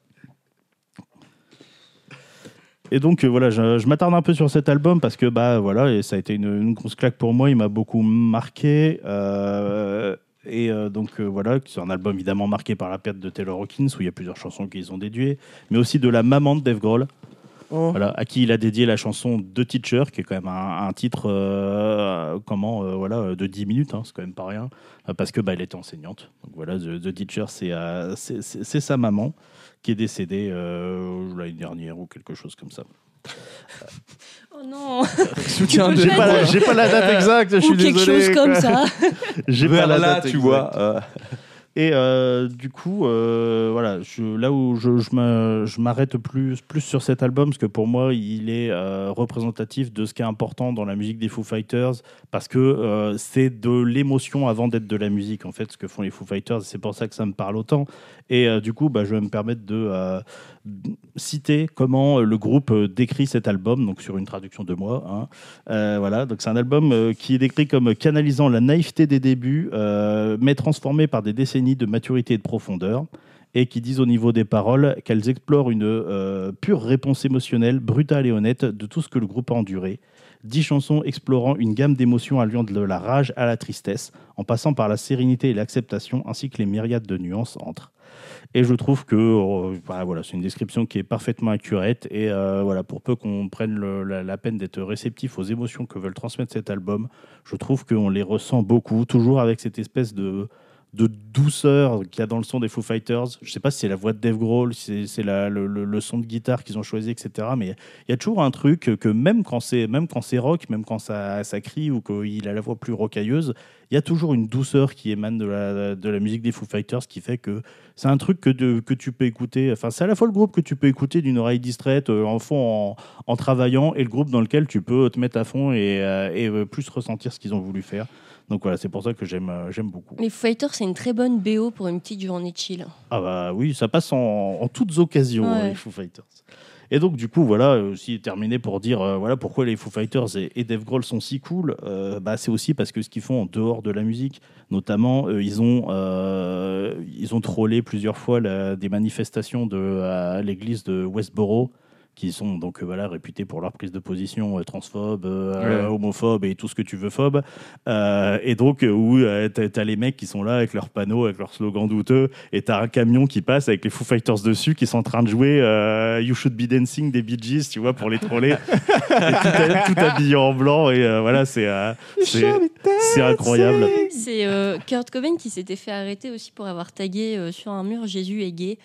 [SPEAKER 4] Et donc euh, voilà, je, je m'attarde un peu sur cet album parce que bah voilà, et ça a été une, une grosse claque pour moi. Il m'a beaucoup marqué. euh, et euh, donc euh, voilà, c'est un album évidemment marqué par la perte de Taylor Hawkins où il y a plusieurs chansons qu'ils ont déduées, mais aussi de la maman de Dave Grohl.
[SPEAKER 1] Oh.
[SPEAKER 4] Voilà, à qui il a dédié la chanson The Teacher, qui est quand même un, un titre euh, comment, euh, voilà, euh, de 10 minutes, hein, c'est quand même pas rien, euh, parce que bah, elle était enseignante. Donc voilà, The, The Teacher, c'est euh, c'est- c'est- c'est sa maman qui est décédée euh, l'année dernière ou quelque chose comme ça.
[SPEAKER 3] Oh non
[SPEAKER 1] Soutien de. hein.
[SPEAKER 4] J'ai pas, la- j'ai pas la date exacte, je suis
[SPEAKER 3] Ou quelque
[SPEAKER 4] désolé,
[SPEAKER 3] chose comme
[SPEAKER 4] quoi.
[SPEAKER 3] ça.
[SPEAKER 4] J'ai pas
[SPEAKER 2] Vers
[SPEAKER 4] la
[SPEAKER 2] là,
[SPEAKER 4] date
[SPEAKER 2] tu
[SPEAKER 4] exacte.
[SPEAKER 2] vois. euh,
[SPEAKER 4] Et euh, du coup, euh, voilà, je- là où je, je m'a- je m'arrête plus, plus sur cet album, parce que pour moi, il est euh, représentatif de ce qui est important dans la musique des Foo Fighters, parce que euh, c'est de l'émotion avant d'être de la musique, en fait, ce que font les Foo Fighters, et c'est pour ça que ça me parle autant. Et euh, du coup, bah, je vais me permettre de euh, citer comment euh, le groupe euh, décrit cet album, donc sur une traduction de moi. hein. Euh, voilà, donc c'est un album euh, qui est décrit comme canalisant la naïveté des débuts, euh, mais transformé par des décennies de maturité et de profondeur, et qui disent au niveau des paroles qu'elles explorent une euh, pure réponse émotionnelle, brutale et honnête de tout ce que le groupe a enduré. Dix chansons explorant une gamme d'émotions alliant de la rage à la tristesse, en passant par la sérénité et l'acceptation, ainsi que les myriades de nuances entre. Et je trouve que euh, bah, voilà, c'est une description qui est parfaitement accurate. Et euh, voilà, pour peu qu'on prenne le- la, la peine d'être réceptif aux émotions que veulent transmettre cet album, je trouve qu'on les ressent beaucoup, toujours avec cette espèce de, de douceur qu'il y a dans le son des Foo Fighters. Je ne sais pas si c'est la voix de Dave Grohl, si c'est- c'est la- le, le- le son de guitare qu'ils ont choisi, etc. Mais il y a toujours un truc que même quand c'est même quand c'est rock, même quand ça, ça crie ou qu'il a la voix plus rocailleuse, il y a toujours une douceur qui émane de la, de la musique des Foo Fighters qui fait que c'est un truc que, de- que tu peux écouter. Enfin, c'est à la fois le groupe que tu peux écouter d'une oreille distraite euh, en fond, en, en travaillant, et le groupe dans lequel tu peux te mettre à fond et, euh, et, euh, plus ressentir ce qu'ils ont voulu faire. Donc voilà, c'est pour ça que j'aime, euh, j'aime beaucoup.
[SPEAKER 3] Les Foo Fighters, c'est une très bonne BO pour une petite journée chill.
[SPEAKER 4] Ah bah oui, ça passe en, en toutes occasions,
[SPEAKER 3] Ouais.
[SPEAKER 4] hein, les Foo Fighters. Et donc du coup, voilà, euh, aussi terminé pour dire euh, voilà pourquoi les Foo Fighters et, et Dave Grohl sont si cool. Euh, bah, c'est aussi parce que ce qu'ils font en dehors de la musique, notamment, euh, ils ont euh, ils ont trollé plusieurs fois la- des manifestations de à l'église de Westboro qui sont donc euh, voilà réputés pour leur prise de position euh, transphobe, euh,
[SPEAKER 1] Ouais.
[SPEAKER 4] homophobe et tout ce que tu veux phobe. Euh, et donc, euh, où euh, t'as t'as les mecs qui sont là avec leurs panneaux, avec leurs slogans douteux, et t'as un camion qui passe avec les Foo Fighters dessus qui sont en train de jouer euh, You Should Be Dancing des Bee Gees, tu vois, pour les troller, Et tout, tout habillé en blanc, et euh, voilà, c'est euh, c'est- c'est *laughs* incroyable.
[SPEAKER 3] C'est euh, Kurt Cobain qui s'était fait arrêter aussi pour avoir tagué euh, sur un mur Jésus est gay.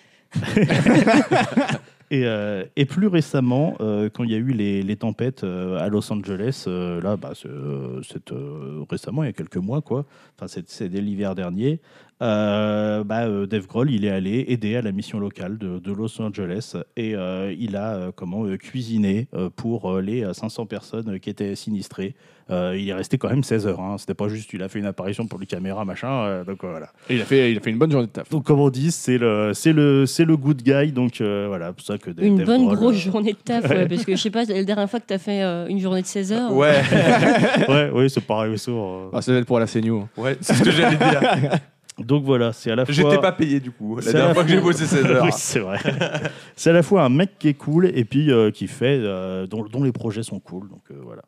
[SPEAKER 4] Et, euh, et plus récemment, euh, quand il y a eu les, les tempêtes euh, à Los Angeles, euh, là, bah, c'est, euh, c'est, euh, récemment, il y a quelques mois, quoi. Enfin, c'est, c'est dès l'hiver dernier. euh, bah, euh, Dave Grohl, il est allé aider à la mission locale de, de Los Angeles et euh, il a euh, comment euh, cuisiné euh, pour euh, les euh, 500 personnes qui étaient sinistrées. Euh, il est resté quand même 16 heures. Hein. C'était pas juste, il a fait une apparition pour les caméras, machin. euh, donc euh, voilà.
[SPEAKER 1] Et il, a fait, il a fait une bonne journée de taf.
[SPEAKER 4] Donc, comme on dit, c'est le, c'est le, c'est le good guy. Donc, euh, voilà, c'est pour ça que Dave-
[SPEAKER 3] Une
[SPEAKER 4] Dave
[SPEAKER 3] bonne
[SPEAKER 4] Grohl,
[SPEAKER 3] grosse
[SPEAKER 4] euh,
[SPEAKER 3] journée de
[SPEAKER 1] *laughs*
[SPEAKER 3] taf, ouais, parce que je sais pas, la dernière fois que t'as fait euh, une journée de 16 heures.
[SPEAKER 2] Ouais,
[SPEAKER 4] ouais, oui, c'est pareil aussi. euh.
[SPEAKER 1] Ah, ça doit être pour la CNU.
[SPEAKER 2] ouais c'est ce que j'allais dire.
[SPEAKER 4] Donc voilà, c'est à la fois.
[SPEAKER 2] J'étais pas payé du coup.
[SPEAKER 4] C'est
[SPEAKER 2] La
[SPEAKER 4] la
[SPEAKER 2] dernière fois que j'ai
[SPEAKER 4] fois-
[SPEAKER 2] bossé 16 heures.
[SPEAKER 4] Oui, c'est vrai. *laughs* c'est à la fois un mec qui est cool et puis euh, qui fait, euh, dont, dont les projets sont cool. Donc euh, *laughs* voilà.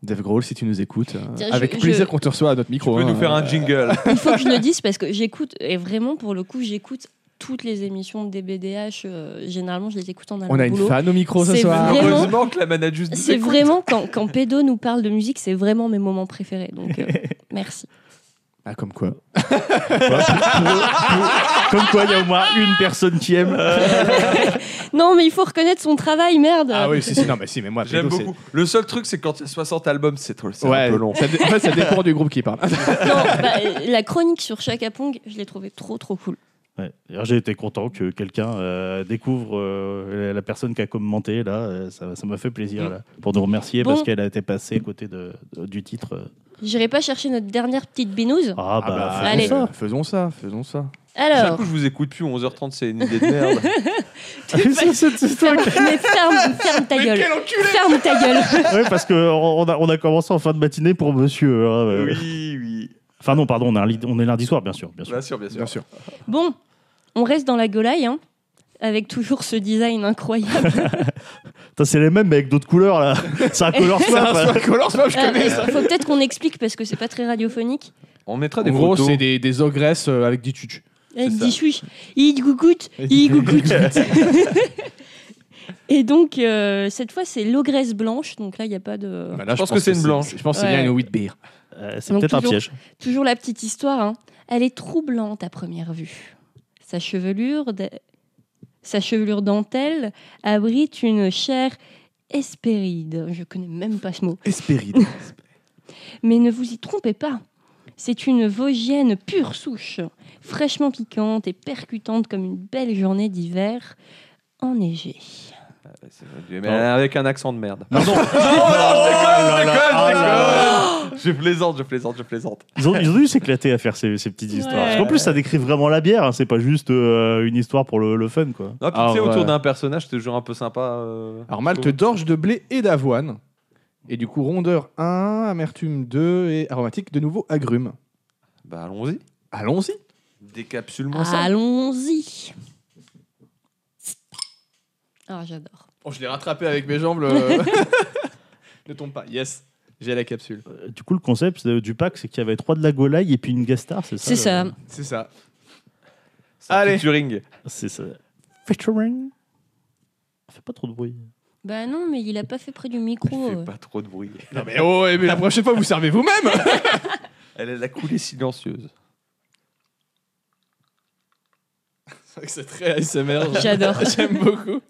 [SPEAKER 1] Dave Grohl, si tu nous écoutes, euh,
[SPEAKER 3] Tiens, je-
[SPEAKER 1] avec
[SPEAKER 3] je-
[SPEAKER 1] plaisir qu'on te reçoit à notre
[SPEAKER 2] Tu
[SPEAKER 1] micro.
[SPEAKER 2] peux
[SPEAKER 1] hein.
[SPEAKER 2] nous faire un jingle.
[SPEAKER 3] Il faut que je le dise parce que j'écoute, et vraiment pour le coup, j'écoute toutes les émissions de DBDH. euh, généralement, je les écoute en allant
[SPEAKER 1] On a
[SPEAKER 3] au
[SPEAKER 1] une
[SPEAKER 3] boulot.
[SPEAKER 1] fan au micro ce
[SPEAKER 3] C'est
[SPEAKER 1] soir.
[SPEAKER 3] Vraiment
[SPEAKER 2] *laughs* Heureusement que la manager nous
[SPEAKER 3] C'est
[SPEAKER 2] écoute.
[SPEAKER 3] vraiment, quand, quand Pédo nous parle de musique, c'est vraiment mes moments préférés.
[SPEAKER 1] *laughs*
[SPEAKER 3] Donc, euh, merci.
[SPEAKER 1] Ah, comme quoi.
[SPEAKER 4] Voilà, pour- pour- pour- comme quoi, il y a au moins une personne qui aime.
[SPEAKER 3] Non, mais il faut reconnaître son travail, merde.
[SPEAKER 1] Ah oui, si, si, non, mais si, mais moi,
[SPEAKER 2] J'aime
[SPEAKER 1] Fredo, c'est-
[SPEAKER 2] beaucoup. Le seul truc, c'est que quand il y a 60 albums, c'est trop- c'est
[SPEAKER 1] Ouais,
[SPEAKER 2] un peu long.
[SPEAKER 1] ça dé- en fait, ça dépend du groupe qui parle.
[SPEAKER 3] Non, bah, la chronique sur Chaka Pong, je l'ai trouvée trop, trop cool.
[SPEAKER 4] Ouais. D'ailleurs, J'ai été content que quelqu'un euh, découvre euh, la personne qui a commenté. Là, Euh, ça ça m'a fait plaisir là, pour nous remercier
[SPEAKER 3] Bon.
[SPEAKER 4] parce qu'elle a été passée à côté de- de- du titre. euh.
[SPEAKER 3] J'irai pas chercher notre dernière petite binouze.
[SPEAKER 4] Ah, bah,
[SPEAKER 1] Ah bah,
[SPEAKER 4] *laughs* faisons
[SPEAKER 3] Allez.
[SPEAKER 4] ça.
[SPEAKER 1] Faisons ça, faisons ça.
[SPEAKER 2] Chaque
[SPEAKER 3] Alors,
[SPEAKER 2] coup, je vous écoute plus, 11h30, c'est une idée de merde.
[SPEAKER 4] C'est- c'est- c'est toi
[SPEAKER 3] ferme,
[SPEAKER 4] qui-
[SPEAKER 3] mais ferme, ferme ta gueule. Ferme ta gueule.
[SPEAKER 4] Ouais, parce que on on a, on a commencé en fin de matinée pour monsieur. hein, euh.
[SPEAKER 2] oui, oui.
[SPEAKER 4] Enfin non, pardon, on est, un li- on est lundi soir, bien sûr. Bien sûr.
[SPEAKER 2] Bien sûr, bien sûr.
[SPEAKER 1] Bien sûr.
[SPEAKER 3] Bon, on reste dans la gueulaille, hein, avec toujours ce design incroyable.
[SPEAKER 4] Putain, C'est les mêmes, mais avec d'autres couleurs, là. *laughs* C'est un color
[SPEAKER 1] C'est
[SPEAKER 4] swap.
[SPEAKER 1] un
[SPEAKER 4] hein.
[SPEAKER 1] *laughs* swap color swap, je
[SPEAKER 3] Ah,
[SPEAKER 1] connais ça.
[SPEAKER 3] faut peut-être qu'on explique parce que c'est pas très radiophonique.
[SPEAKER 2] On mettra
[SPEAKER 1] En
[SPEAKER 2] des
[SPEAKER 1] gros,
[SPEAKER 2] photos.
[SPEAKER 1] c'est des, des ogresses euh, avec des tutus.
[SPEAKER 3] Il
[SPEAKER 2] ça.
[SPEAKER 3] dit chuch, il gougoute,
[SPEAKER 1] *laughs*
[SPEAKER 3] il gougoute. Et donc, euh, cette fois, c'est l'ogresse blanche. Donc là, il n'y a pas de.
[SPEAKER 1] Bah là,
[SPEAKER 2] Je pense que c'est une blanche.
[SPEAKER 1] Je pense que c'est bien
[SPEAKER 3] Ouais.
[SPEAKER 1] une wheat beer.
[SPEAKER 4] Euh, c'est
[SPEAKER 3] Donc,
[SPEAKER 4] peut-être un
[SPEAKER 3] toujours-
[SPEAKER 4] piège.
[SPEAKER 3] Toujours la petite histoire. hein. Elle est troublante à première vue. Sa chevelure, de- sa chevelure dentelle abrite une chair hespéride. Je connais même pas ce mot.
[SPEAKER 1] Espéride.
[SPEAKER 3] Mais ne vous y trompez pas. C'est une Vosgienne pure souche, fraîchement piquante et percutante comme une belle journée d'hiver enneigée.
[SPEAKER 2] Mais avec un accent de merde.
[SPEAKER 4] *laughs* *laughs*
[SPEAKER 2] Oh,
[SPEAKER 4] Non, non.
[SPEAKER 2] je déconne,
[SPEAKER 4] Ah Oh là
[SPEAKER 2] je déconne. Je plaisante, je plaisante, je plaisante.
[SPEAKER 4] Ils ont, ils ont dû s'éclater à faire ces, ces petites
[SPEAKER 3] Ouais.
[SPEAKER 4] histoires. Parce qu'en plus, ça décrit vraiment la bière. hein. C'est pas juste euh, une histoire pour le, le fun, quoi.
[SPEAKER 2] Non, puis tu
[SPEAKER 1] Ah,
[SPEAKER 2] sais,
[SPEAKER 1] ouais.
[SPEAKER 2] autour d'un personnage, c'est toujours un peu sympa. euh,
[SPEAKER 1] *laughs* Alors,
[SPEAKER 2] je
[SPEAKER 1] malte
[SPEAKER 2] trouve.
[SPEAKER 1] d'orge de blé et d'avoine. Et du coup, rondeur 1, amertume 2 et aromatique de nouveau agrumes.
[SPEAKER 2] Bah, allons-y.
[SPEAKER 3] Ah,
[SPEAKER 1] Allons-y.
[SPEAKER 2] Décapsule-moi ça.
[SPEAKER 3] Allons-y. Ah, j'adore.
[SPEAKER 1] Oh, je l'ai rattrapé avec mes jambes. *laughs* ne tombe pas. Yes. J'ai la capsule.
[SPEAKER 4] Euh, Du coup, le concept euh, du pack, c'est qu'il y avait trois de la Golaille et puis une Gastar, c'est ça Euh, là
[SPEAKER 3] C'est ça.
[SPEAKER 1] C'est ça.
[SPEAKER 2] C'est un
[SPEAKER 1] Allez.
[SPEAKER 2] Featuring.
[SPEAKER 4] C'est ça. Featuring. On fait pas trop de bruit.
[SPEAKER 3] Bah non, mais il a pas fait près du micro.
[SPEAKER 2] Il
[SPEAKER 3] euh.
[SPEAKER 2] fait pas trop de bruit.
[SPEAKER 1] Non, mais oh, mais la prochaine fois, vous servez vous-même.
[SPEAKER 2] *laughs* Elle a la coulée silencieuse.
[SPEAKER 1] C'est vrai que *laughs* c'est très ASMR.
[SPEAKER 3] J'adore.
[SPEAKER 1] *laughs* J'aime beaucoup.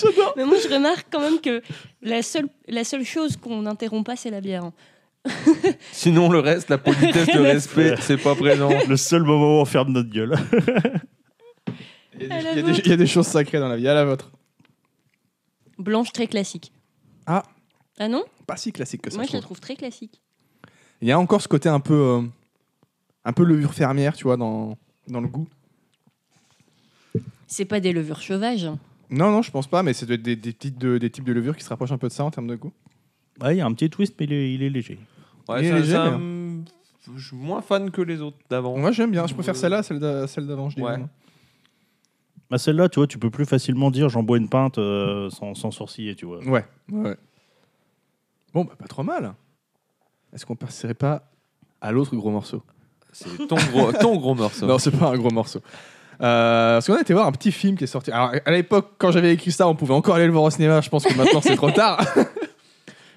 [SPEAKER 1] J'adore.
[SPEAKER 3] Mais moi, je remarque quand même que la seule, la seule chose qu'on n'interrompt pas, c'est la bière. hein.
[SPEAKER 2] Sinon, le reste, la politesse,
[SPEAKER 1] *laughs*
[SPEAKER 2] le respect, c'est pas présent.
[SPEAKER 4] Le seul moment où on ferme notre gueule.
[SPEAKER 1] Il y,
[SPEAKER 3] À la
[SPEAKER 1] a des-
[SPEAKER 3] vôtre.
[SPEAKER 1] il y a des choses sacrées dans la vie. À la vôtre.
[SPEAKER 3] Blanche, très classique.
[SPEAKER 1] Ah.
[SPEAKER 3] Ah non
[SPEAKER 1] Pas si classique que ça.
[SPEAKER 3] Moi,
[SPEAKER 1] je
[SPEAKER 3] je la
[SPEAKER 1] trouve.
[SPEAKER 3] trouve très classique.
[SPEAKER 1] Il y a encore ce côté un peu, euh, un peu levure fermière, tu vois, dans, dans le goût.
[SPEAKER 3] C'est pas des levures sauvages. hein.
[SPEAKER 1] Non, non, je pense pas, mais c'est des, des, des petites de- des types de levure qui se rapprochent un peu de ça en termes de goût.
[SPEAKER 4] Ouais, il y a un petit twist, mais il est, il est léger.
[SPEAKER 2] Ouais,
[SPEAKER 1] Il est
[SPEAKER 2] c'est un-
[SPEAKER 1] léger,
[SPEAKER 2] c'est un- Je suis moins fan que les autres d'avant.
[SPEAKER 1] Moi, j'aime bien. Je préfère celle-là, à celle d'a- celle d'avant, je dis.
[SPEAKER 2] Ouais.
[SPEAKER 1] vraiment.
[SPEAKER 4] Bah, Celle-là, tu vois, tu peux plus facilement dire j'en bois une pinte euh, sans, sans sourciller, tu vois.
[SPEAKER 1] Ouais. ouais. Bon, bah, pas trop mal. Est-ce qu'on passerait pas à l'autre gros morceau
[SPEAKER 2] C'est ton
[SPEAKER 1] *laughs*
[SPEAKER 2] gros, ton gros morceau.
[SPEAKER 1] Non, c'est pas un gros morceau. Euh, parce qu'on a été voir un petit film qui est sorti. Alors, à l'époque, quand j'avais écrit ça, on pouvait encore aller le voir au cinéma. Je pense que maintenant, c'est
[SPEAKER 2] *laughs*
[SPEAKER 1] trop tard. Moi,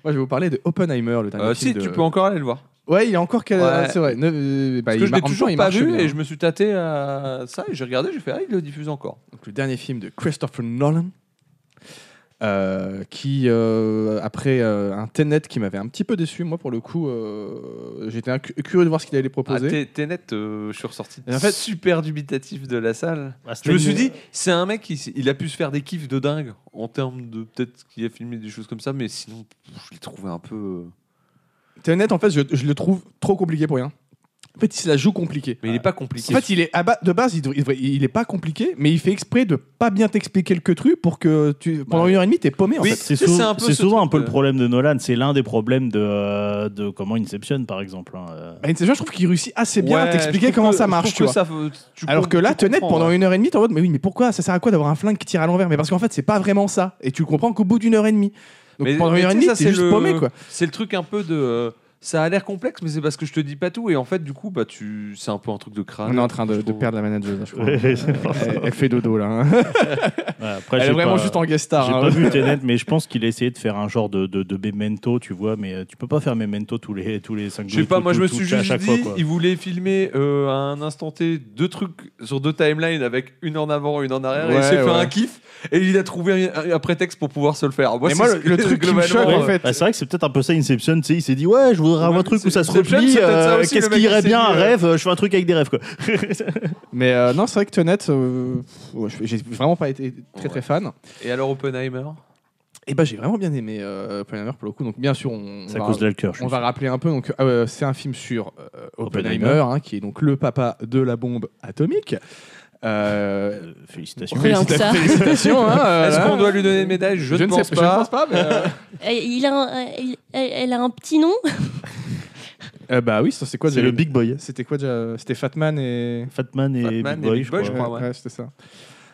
[SPEAKER 1] je vais vous parler de Oppenheimer, le dernier
[SPEAKER 2] Euh,
[SPEAKER 1] film
[SPEAKER 2] si,
[SPEAKER 1] de-
[SPEAKER 2] tu peux encore aller le voir.
[SPEAKER 1] Ouais, il est encore. quel-
[SPEAKER 2] Ouais.
[SPEAKER 1] C'est vrai. Ne- euh, bah,
[SPEAKER 2] Parce
[SPEAKER 1] il
[SPEAKER 2] que je
[SPEAKER 1] mar-
[SPEAKER 2] l'ai
[SPEAKER 1] en même
[SPEAKER 2] toujours
[SPEAKER 1] temps, il
[SPEAKER 2] pas
[SPEAKER 1] marche
[SPEAKER 2] vu
[SPEAKER 1] bien.
[SPEAKER 2] et je me suis tâté à ça et j'ai regardé, j'ai fait, ah, il le diffuse encore.
[SPEAKER 1] Donc, le dernier film de Christopher Nolan, euh, qui, euh, après euh, un Tenet qui m'avait un petit peu déçu, moi pour le coup, euh, j'étais incu- curieux de voir ce qu'il allait
[SPEAKER 2] Ah,
[SPEAKER 1] proposer.
[SPEAKER 2] t'es t'es net, euh, je suis ressorti
[SPEAKER 1] Et en fait-
[SPEAKER 2] super dubitatif de la salle.
[SPEAKER 4] Bah,
[SPEAKER 2] Je me
[SPEAKER 4] c'était
[SPEAKER 2] suis
[SPEAKER 4] une-
[SPEAKER 2] dit, c'est un mec, il, s- il a pu se faire des kiffs de dingue en termes de peut-être qu'il a filmé des choses comme ça, mais sinon, pff, je l'ai trouvé un peu. euh,
[SPEAKER 1] Tenet, en fait, je, je le trouve trop compliqué pour rien. En fait, il se la joue compliquée.
[SPEAKER 2] Mais il est pas compliqué.
[SPEAKER 1] En fait, il est à ba- de base, il, devrait- il devrait- il est pas compliqué, mais il fait exprès de pas bien t'expliquer le truc pour que tu pendant
[SPEAKER 4] Bah,
[SPEAKER 1] une heure et demie t'es paumé. En
[SPEAKER 2] oui.
[SPEAKER 1] fait.
[SPEAKER 4] C'est
[SPEAKER 2] C'est
[SPEAKER 4] sou-
[SPEAKER 2] un peu
[SPEAKER 4] c'est
[SPEAKER 2] ce
[SPEAKER 4] souvent un
[SPEAKER 2] truc
[SPEAKER 4] peu
[SPEAKER 2] de-
[SPEAKER 4] le problème de Nolan. C'est l'un des problèmes de, euh, de comment Inception, par exemple. hein, euh.
[SPEAKER 1] Bah, Inception, je trouve qu'il réussit assez bien
[SPEAKER 2] Ouais,
[SPEAKER 1] à
[SPEAKER 2] je
[SPEAKER 1] t'expliquer
[SPEAKER 2] trouve
[SPEAKER 1] comment
[SPEAKER 2] que-
[SPEAKER 1] ça
[SPEAKER 2] je
[SPEAKER 1] marche,
[SPEAKER 2] trouve
[SPEAKER 1] tu vois.
[SPEAKER 2] ça, euh, tu
[SPEAKER 1] Alors
[SPEAKER 2] com-
[SPEAKER 1] que là,
[SPEAKER 2] tu
[SPEAKER 1] Tenet,
[SPEAKER 2] comprends, hein.
[SPEAKER 1] pendant
[SPEAKER 2] ouais.
[SPEAKER 1] une heure et demie, t'es en mode, mais oui, mais pourquoi Ça sert à quoi d'avoir un flingue qui tire à l'envers Mais parce qu'en fait, c'est pas vraiment ça. Et tu le comprends qu'au bout d'une heure et demie. Donc
[SPEAKER 2] Mais-
[SPEAKER 1] pendant
[SPEAKER 2] mais
[SPEAKER 1] une heure et
[SPEAKER 2] tu sais,
[SPEAKER 1] demie,
[SPEAKER 2] ça,
[SPEAKER 1] t'es
[SPEAKER 2] c'est
[SPEAKER 1] juste
[SPEAKER 2] le-
[SPEAKER 1] paumé, quoi.
[SPEAKER 2] C'est le truc un peu de. euh, ça a l'air complexe, mais c'est parce que je te dis pas tout. Et en fait, du coup, bah, tu... c'est un peu un truc de crâne.
[SPEAKER 1] On est en train de,
[SPEAKER 2] je
[SPEAKER 1] de
[SPEAKER 2] trouve.
[SPEAKER 1] perdre la manager, je
[SPEAKER 4] *laughs*
[SPEAKER 1] crois.
[SPEAKER 4] Ouais, c'est pas-
[SPEAKER 1] elle, elle fait dodo, là. hein.
[SPEAKER 4] Ouais, après,
[SPEAKER 1] Elle est
[SPEAKER 4] j'ai
[SPEAKER 1] vraiment
[SPEAKER 4] pas-
[SPEAKER 1] juste en guest star.
[SPEAKER 4] J'ai
[SPEAKER 1] hein.
[SPEAKER 4] pas vu Tenet, mais je pense qu'il a essayé de faire un genre de, de, de memento, tu vois, mais euh, tu peux pas faire memento tous les, tous les 5
[SPEAKER 2] Je sais pas, moi je me suis
[SPEAKER 4] à
[SPEAKER 2] juste
[SPEAKER 4] chaque
[SPEAKER 2] dit,
[SPEAKER 4] fois. quoi.
[SPEAKER 2] ils voulaient filmer euh, à un instant T deux trucs sur deux timelines avec une en avant, une en arrière, et il
[SPEAKER 1] Ouais,
[SPEAKER 2] s'est fait
[SPEAKER 1] ouais.
[SPEAKER 2] un kiff, et il a trouvé un, un prétexte pour pouvoir se le faire.
[SPEAKER 1] Mais
[SPEAKER 2] c'est
[SPEAKER 1] moi,
[SPEAKER 2] ce
[SPEAKER 1] le-
[SPEAKER 2] que-
[SPEAKER 1] le truc qui me choque,
[SPEAKER 2] globalement, euh,
[SPEAKER 1] en fait.
[SPEAKER 4] Bah, c'est vrai que c'est peut-être un peu ça Inception, tu sais, il s'est dit ouais, je voudrais avoir un
[SPEAKER 2] Ouais,
[SPEAKER 4] truc où ça se
[SPEAKER 2] Inception,
[SPEAKER 4] replie,
[SPEAKER 2] c'est peut-être ça
[SPEAKER 4] euh,
[SPEAKER 2] aussi,
[SPEAKER 4] qu'est-ce
[SPEAKER 2] le mec
[SPEAKER 4] qui
[SPEAKER 2] qui
[SPEAKER 4] irait
[SPEAKER 2] s'est
[SPEAKER 4] bien, un
[SPEAKER 2] dit, euh,
[SPEAKER 4] rêve, euh, je fais un truc avec des rêves quoi.
[SPEAKER 1] Mais euh, non, c'est vrai que Tenet, euh, ouais, je- j'ai vraiment pas été très très
[SPEAKER 2] Ouais.
[SPEAKER 1] fan.
[SPEAKER 2] Et alors Oppenheimer
[SPEAKER 1] Et bah, j'ai vraiment bien aimé euh, Oppenheimer pour le coup. Donc, bien sûr, on,
[SPEAKER 4] C'est à
[SPEAKER 1] on va-
[SPEAKER 4] cause de l'alcool, je
[SPEAKER 1] on va rappeler un peu. Donc, euh, c'est un film sur euh, Oppenheimer, hein, qui est donc le papa de la bombe atomique. Euh,
[SPEAKER 4] Euh, félicitations.
[SPEAKER 3] Rien que ça.
[SPEAKER 1] félicitations. *laughs* hein, euh,
[SPEAKER 2] Est-ce
[SPEAKER 1] là.
[SPEAKER 2] qu'on doit lui donner une médaille Je, ne pense
[SPEAKER 1] sais- je ne
[SPEAKER 2] pas.
[SPEAKER 1] pense pas. mais, euh,
[SPEAKER 3] Euh, Il a un- euh, il- elle, elle a un petit nom
[SPEAKER 1] euh, bah oui, ça, c'est quoi
[SPEAKER 4] C'est
[SPEAKER 1] déjà-
[SPEAKER 4] le Big Boy.
[SPEAKER 1] C'était quoi déjà C'était Fatman et.
[SPEAKER 4] Fatman et
[SPEAKER 2] Fatman
[SPEAKER 4] Big Boy, je crois.
[SPEAKER 2] Ouais, ouais.
[SPEAKER 1] c'était ça.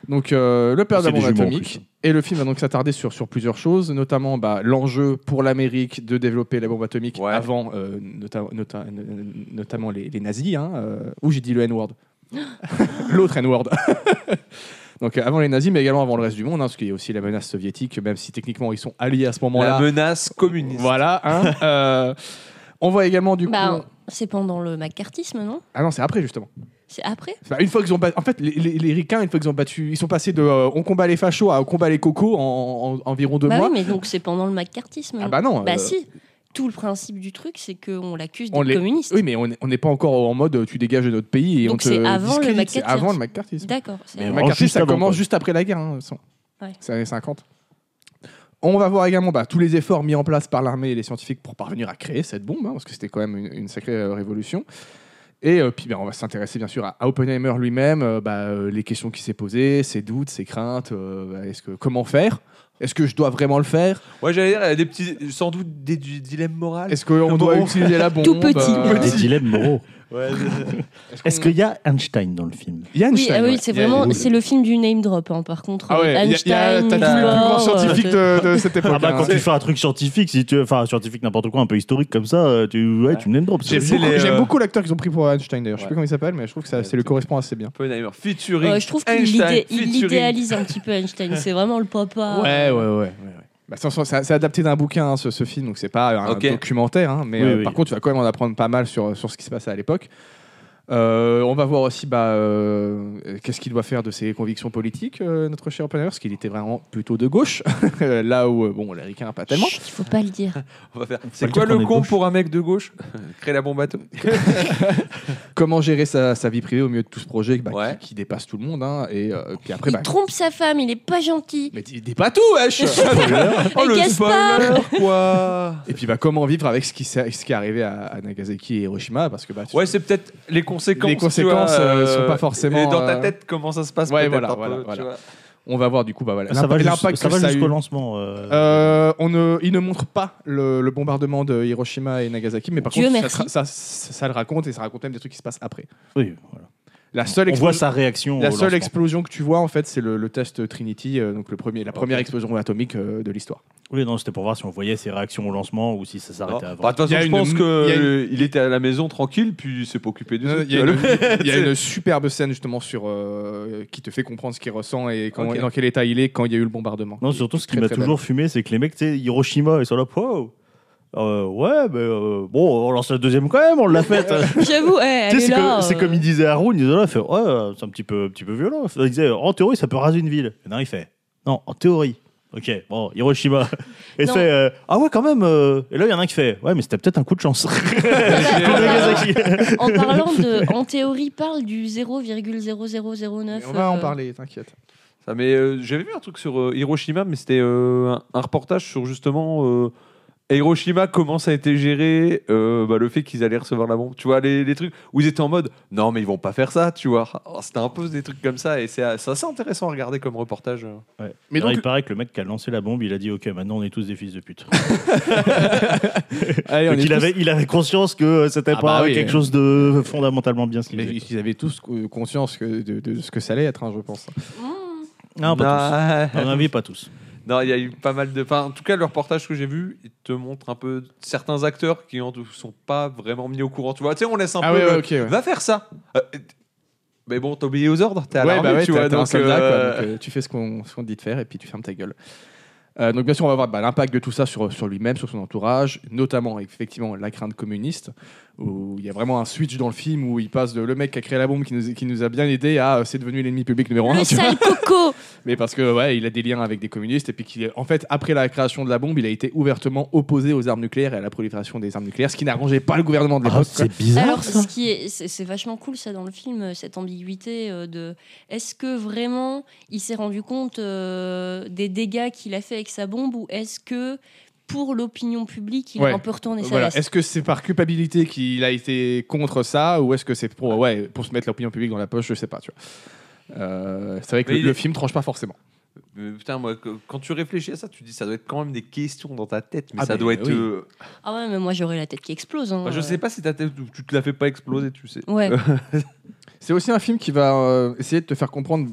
[SPEAKER 1] Donc, euh, le père de la
[SPEAKER 4] C'est des
[SPEAKER 1] bombe
[SPEAKER 4] jumeaux, en
[SPEAKER 1] atomique.
[SPEAKER 2] hein.
[SPEAKER 1] Et le film va donc s'attarder sur, sur plusieurs choses, notamment bah, l'enjeu pour l'Amérique de développer la bombe atomique
[SPEAKER 2] Ouais.
[SPEAKER 1] avant, euh, nota- nota- n- n- notamment les, les nazis. Hein, euh, où j'ai dit
[SPEAKER 2] *laughs*
[SPEAKER 1] le N-word. L'autre N-word. *laughs* donc, euh, avant les nazis, mais également avant le reste du monde, hein, parce qu'il y a aussi la menace soviétique, même si techniquement ils sont alliés à ce
[SPEAKER 2] La
[SPEAKER 1] moment-là.
[SPEAKER 2] menace communiste.
[SPEAKER 1] Voilà. hein, euh, on voit également du coup.
[SPEAKER 3] Bah, c'est pendant le macartisme, non
[SPEAKER 1] Ah non, c'est après justement.
[SPEAKER 3] C'est après
[SPEAKER 1] Bah, une fois qu'ils ont battu, en fait, les, les, les Ricains, une fois qu'ils ont battu, ils sont passés de euh, on combat les fachos à on combat les cocos en, en- environ deux
[SPEAKER 3] Bah
[SPEAKER 1] mois.
[SPEAKER 3] oui, mais donc c'est pendant le macartisme.
[SPEAKER 1] ah
[SPEAKER 3] non
[SPEAKER 1] bah non. euh,
[SPEAKER 3] Bah si. Tout le principe du truc, c'est qu'on l'accuse
[SPEAKER 1] On
[SPEAKER 3] d'être
[SPEAKER 1] les-
[SPEAKER 3] communiste.
[SPEAKER 1] Oui, mais on est- on n'est pas encore en mode euh, tu dégages de notre pays et
[SPEAKER 3] Donc
[SPEAKER 1] on te
[SPEAKER 3] c'est avant le
[SPEAKER 1] discrédite. C'est
[SPEAKER 3] McCarthy.
[SPEAKER 1] avant le McCarthyisme.
[SPEAKER 3] D'accord. c'est-
[SPEAKER 4] Mais
[SPEAKER 1] Le
[SPEAKER 4] Alors,
[SPEAKER 1] McCarthyisme,
[SPEAKER 4] juste
[SPEAKER 1] ça
[SPEAKER 4] avant,
[SPEAKER 1] commence
[SPEAKER 4] quoi.
[SPEAKER 1] juste après la guerre. hein, son-
[SPEAKER 3] Ouais.
[SPEAKER 1] C'est les années 50. On va voir également bah, tous les efforts mis en place par l'armée et les scientifiques pour parvenir à créer cette bombe, hein, parce que c'était quand même une, une sacrée euh, révolution. Et euh, puis, bah, on va s'intéresser bien sûr à, à Oppenheimer lui-même, euh, bah, euh, les questions qui s'est posées, ses doutes, ses craintes. euh, bah, est-ce que comment faire Est-ce que je dois vraiment le faire
[SPEAKER 2] Ouais, j'allais dire, il y a des petits, sans doute des du- dilemmes moraux.
[SPEAKER 1] Est-ce qu'on
[SPEAKER 2] Un
[SPEAKER 1] doit
[SPEAKER 2] moment.
[SPEAKER 1] utiliser la bombe
[SPEAKER 3] Tout petit.
[SPEAKER 1] euh,
[SPEAKER 4] Des dilemmes *laughs* moraux.
[SPEAKER 2] Ouais,
[SPEAKER 4] Est-ce qu'il y a Einstein dans le film
[SPEAKER 1] Il y a
[SPEAKER 3] Oui,
[SPEAKER 1] Einstein,
[SPEAKER 3] ah oui,
[SPEAKER 1] ouais.
[SPEAKER 3] c'est
[SPEAKER 1] Il y a-
[SPEAKER 3] vraiment
[SPEAKER 4] oui.
[SPEAKER 3] c'est le film du name drop hein, par contre.
[SPEAKER 1] Ah ouais, il y a- il y a-
[SPEAKER 3] Einstein,
[SPEAKER 1] t'as tous les plus grands
[SPEAKER 3] Bohr,
[SPEAKER 1] scientifiques
[SPEAKER 3] euh,
[SPEAKER 1] de, de cette époque.
[SPEAKER 4] Ah bah
[SPEAKER 1] hein.
[SPEAKER 4] quand tu fais un truc scientifique, si tu enfin scientifique n'importe quoi, un peu historique comme ça, euh, tu ouais, tu me name drop.
[SPEAKER 1] J'aime
[SPEAKER 2] C'est
[SPEAKER 1] beaucoup,
[SPEAKER 2] les,
[SPEAKER 1] j'aime
[SPEAKER 2] euh,
[SPEAKER 1] beaucoup l'acteur qu'ils ont pris pour Einstein d'ailleurs. Je sais
[SPEAKER 2] Ouais.
[SPEAKER 1] plus comment il s'appelle, mais je trouve que ça,
[SPEAKER 2] Ouais,
[SPEAKER 1] c'est le
[SPEAKER 2] c'est-
[SPEAKER 1] correspond assez bien.
[SPEAKER 2] Oppenheimer, featuring.
[SPEAKER 3] euh, je trouve qu'il
[SPEAKER 2] Einstein,
[SPEAKER 3] l'idé- il
[SPEAKER 2] featuring.
[SPEAKER 3] idéalise un petit
[SPEAKER 1] *laughs*
[SPEAKER 3] peu Einstein. C'est vraiment le papa.
[SPEAKER 1] ouais. Bah, c'est- c'est c'est adapté d'un bouquin, hein, ce, ce film, donc c'est pas un
[SPEAKER 2] Ok.
[SPEAKER 1] documentaire, hein, mais
[SPEAKER 4] Oui,
[SPEAKER 1] euh,
[SPEAKER 4] oui.
[SPEAKER 1] par contre, tu vas quand même en apprendre pas mal sur, sur ce qui se passait à l'époque. Euh, on va voir aussi bah, euh, qu'est-ce qu'il doit faire de ses convictions politiques, euh, notre cher Oppenheimer, parce qu'il était vraiment plutôt de gauche, *laughs* là où, euh, bon, les Ricains, pas tellement.
[SPEAKER 3] Chut, il faut pas le dire.
[SPEAKER 2] On va faire. C'est
[SPEAKER 4] le
[SPEAKER 2] quoi
[SPEAKER 4] dire
[SPEAKER 2] le
[SPEAKER 4] qu'on est
[SPEAKER 2] con
[SPEAKER 4] gauche.
[SPEAKER 2] pour un mec de
[SPEAKER 1] *laughs*
[SPEAKER 2] gauche Créer la bombe atomique.
[SPEAKER 1] Comment gérer sa, sa vie privée au milieu de tout ce projet bah,
[SPEAKER 2] Ouais.
[SPEAKER 1] qui, qui dépasse tout le monde, hein, et euh, puis après,
[SPEAKER 3] Il
[SPEAKER 1] bah,
[SPEAKER 3] trompe sa femme, il est pas
[SPEAKER 1] *laughs*
[SPEAKER 3] gentil.
[SPEAKER 1] mais dis dis pas tout, wesh
[SPEAKER 2] Oh le
[SPEAKER 3] Gaspard *laughs*
[SPEAKER 2] spoiler quoi
[SPEAKER 1] Et puis bah, comment vivre avec ce qui, s'est- ce qui est arrivé à, à Nagasaki et Hiroshima parce que bah, tu-
[SPEAKER 2] Ouais, c'est peut-être les conséquences.
[SPEAKER 1] Les
[SPEAKER 2] tu
[SPEAKER 1] conséquences,
[SPEAKER 2] vois,
[SPEAKER 1] euh, sont pas forcément,
[SPEAKER 2] Et dans ta
[SPEAKER 1] euh,
[SPEAKER 2] tête, comment ça se passe
[SPEAKER 1] Ouais,
[SPEAKER 2] peut-être
[SPEAKER 1] voilà,
[SPEAKER 2] un peu,
[SPEAKER 1] voilà,
[SPEAKER 2] tu
[SPEAKER 1] voilà.
[SPEAKER 2] vois.
[SPEAKER 1] on va voir du coup bah, voilà,
[SPEAKER 4] Ça va
[SPEAKER 1] l'impa-
[SPEAKER 4] jus-
[SPEAKER 1] l'impact
[SPEAKER 4] ça
[SPEAKER 1] que
[SPEAKER 4] va
[SPEAKER 1] ça a eu.
[SPEAKER 4] jusqu'au lancement. euh,
[SPEAKER 1] Euh, on ne, il ne montre pas le, le bombardement de Hiroshima et Nagasaki, mais par
[SPEAKER 3] Dieu
[SPEAKER 1] contre, ça,
[SPEAKER 3] merci.
[SPEAKER 1] tra- ça, ça- ça le raconte et ça raconte même des trucs qui se passent après.
[SPEAKER 4] Oui, voilà.
[SPEAKER 1] La seule,
[SPEAKER 4] On
[SPEAKER 1] explo-
[SPEAKER 4] voit sa réaction.
[SPEAKER 1] la
[SPEAKER 4] au
[SPEAKER 1] seule
[SPEAKER 4] lancement.
[SPEAKER 1] explosion que tu vois, en fait, c'est le, le test Trinity, euh, donc le premier, la première
[SPEAKER 2] Ok.
[SPEAKER 1] explosion atomique euh, de l'histoire.
[SPEAKER 4] Oui, non, c'était pour voir si on voyait ses réactions au lancement ou si ça
[SPEAKER 2] Non.
[SPEAKER 4] s'arrêtait
[SPEAKER 2] Bah, De
[SPEAKER 4] avant.
[SPEAKER 2] toute façon,
[SPEAKER 1] Il y a
[SPEAKER 2] je
[SPEAKER 1] une-
[SPEAKER 2] pense
[SPEAKER 1] il y a une-
[SPEAKER 2] qu'il était à la maison tranquille, puis il s'est pas occupé du
[SPEAKER 1] Euh,
[SPEAKER 2] tout.
[SPEAKER 1] Il y, a
[SPEAKER 2] tu
[SPEAKER 1] une-
[SPEAKER 2] vois, le-
[SPEAKER 1] il y a une superbe scène justement sur euh, qui te fait comprendre ce qu'il ressent et quand-
[SPEAKER 2] Ok.
[SPEAKER 1] et dans quel état il est quand il y a eu le bombardement.
[SPEAKER 4] Non, surtout, ce qui
[SPEAKER 1] Très,
[SPEAKER 4] m'a
[SPEAKER 1] très belle.
[SPEAKER 4] toujours fumé, c'est que les mecs, tu sais, Hiroshima, ils sont là, wow. Euh, ouais, mais euh, bon, on lance la deuxième quand même, on l'a
[SPEAKER 1] *laughs*
[SPEAKER 4] faite.
[SPEAKER 3] J'avoue, eh,
[SPEAKER 4] Tu sais,
[SPEAKER 3] elle est
[SPEAKER 4] c'est
[SPEAKER 3] là.
[SPEAKER 4] comme, c'est
[SPEAKER 3] euh, *laughs*
[SPEAKER 4] comme il disait à Haroun, il disait, là, fait, ouais, euh, c'est un petit peu, un petit peu violent. Il disait, en théorie, ça peut raser une ville. Et non, il fait, non, en théorie. Ok, bon,
[SPEAKER 3] *laughs*
[SPEAKER 4] Hiroshima. Et
[SPEAKER 3] Non.
[SPEAKER 4] fait, euh, ah ouais, quand même. euh. Et là, il y en a un qui fait, ouais, mais c'était peut-être un coup de *laughs* chance. *laughs* Nagasaki.
[SPEAKER 3] En parlant
[SPEAKER 1] *laughs*
[SPEAKER 3] de, en théorie, parle du
[SPEAKER 1] Mais
[SPEAKER 3] 0,0009.
[SPEAKER 1] on va en
[SPEAKER 3] euh,
[SPEAKER 1] parler, t'inquiète.
[SPEAKER 2] Ça, mais euh, j'avais vu un truc sur euh, Hiroshima, mais c'était euh, un, un reportage sur justement euh, Hiroshima, comment ça a été géré, euh, bah, le fait qu'ils allaient recevoir la bombe. Tu vois, les, les trucs où ils étaient en mode non, mais ils vont pas faire ça, tu vois. Alors, C'était un peu des trucs comme ça, et c'est c'est assez intéressant à regarder comme reportage.
[SPEAKER 4] Ouais.
[SPEAKER 1] Mais
[SPEAKER 4] Alors,
[SPEAKER 1] donc-
[SPEAKER 4] il paraît que le mec qui a lancé la bombe, il a dit, ok, maintenant on est tous des fils de *laughs* pute.
[SPEAKER 1] Allez, on
[SPEAKER 4] Donc,
[SPEAKER 1] est
[SPEAKER 4] il,
[SPEAKER 1] tous-
[SPEAKER 4] avait, il avait conscience que euh, c'était
[SPEAKER 1] Ah
[SPEAKER 4] pas
[SPEAKER 1] bah oui.
[SPEAKER 4] quelque chose de fondamentalement bien ce qu'il
[SPEAKER 1] Mais
[SPEAKER 4] faisait.
[SPEAKER 1] ils avaient tous euh, conscience que- de, de ce que ça allait être, hein, je pense.
[SPEAKER 3] hmm,
[SPEAKER 4] Non, pas
[SPEAKER 2] Ah,
[SPEAKER 4] tous. À mon avis, pas tous.
[SPEAKER 2] *laughs* Non, il y a eu pas mal de. Enfin, en tout cas, le reportage que j'ai vu, il te montre un peu certains acteurs qui ne sont pas vraiment mis au courant. Tu vois, tu sais, on laisse un
[SPEAKER 1] Ah
[SPEAKER 2] peu.
[SPEAKER 1] ouais, ouais,
[SPEAKER 2] le-
[SPEAKER 1] ok. ouais.
[SPEAKER 2] Va faire ça. Euh, mais bon, t'obéis aux ordres, t'es à
[SPEAKER 1] Ouais,
[SPEAKER 2] l'armée,
[SPEAKER 1] bah ouais,
[SPEAKER 2] tu
[SPEAKER 1] t'es-
[SPEAKER 2] vois.
[SPEAKER 1] t'es un
[SPEAKER 2] donc,
[SPEAKER 1] soldat, quoi,
[SPEAKER 2] euh,
[SPEAKER 1] donc, euh, tu fais ce qu'on ce qu'on te dit de faire et puis tu fermes ta gueule. Euh, donc bien sûr, on va voir bah, l'impact de tout ça sur, sur lui-même, sur son entourage, notamment effectivement la crainte communiste, où il y a vraiment un switch dans le film où il passe de le mec qui a créé la bombe qui nous, qui nous a bien aidé à euh, c'est devenu l'ennemi public numéro un.
[SPEAKER 3] le
[SPEAKER 1] tu vois. *laughs*
[SPEAKER 3] sale coco.
[SPEAKER 1] Mais parce que ouais, il a des liens avec des communistes et puis qu'il est- en fait après la création de la bombe, il a été ouvertement opposé aux armes nucléaires et à la prolifération des armes nucléaires, ce qui n'arrangeait pas le gouvernement de
[SPEAKER 2] Ah,
[SPEAKER 1] l'époque. quoi.
[SPEAKER 4] bizarre
[SPEAKER 3] Alors, ce qui est, c'est c'est vachement cool ça dans le film, euh, cette ambiguïté euh, de est-ce que vraiment il s'est rendu compte euh, des dégâts qu'il a fait avec sa bombe ou est-ce que pour l'opinion publique, il
[SPEAKER 1] Ouais. Euh,
[SPEAKER 3] a un peu retourné sa
[SPEAKER 1] Voilà.
[SPEAKER 3] veste.
[SPEAKER 1] Est-ce que c'est par culpabilité qu'il a été contre ça ou est-ce que c'est pour, ouais, pour se mettre l'opinion publique dans la poche Je sais pas. Tu vois. Euh, c'est vrai que
[SPEAKER 2] Mais
[SPEAKER 1] le,
[SPEAKER 2] il-
[SPEAKER 1] le film tranche pas forcément.
[SPEAKER 2] Mais putain, moi, que- quand tu réfléchis à ça, tu te dis ça doit être quand même des questions dans ta tête, mais
[SPEAKER 1] Ah,
[SPEAKER 2] ça
[SPEAKER 1] mais
[SPEAKER 2] doit être.
[SPEAKER 1] oui.
[SPEAKER 2] euh,
[SPEAKER 3] Ah ouais, mais moi j'aurais la tête qui explose. hein.
[SPEAKER 1] Bah,
[SPEAKER 2] enfin, je sais pas si ta tête, tu te la fais pas exploser, tu sais.
[SPEAKER 3] Ouais.
[SPEAKER 1] Euh, C'est aussi un film qui va euh, essayer de te faire comprendre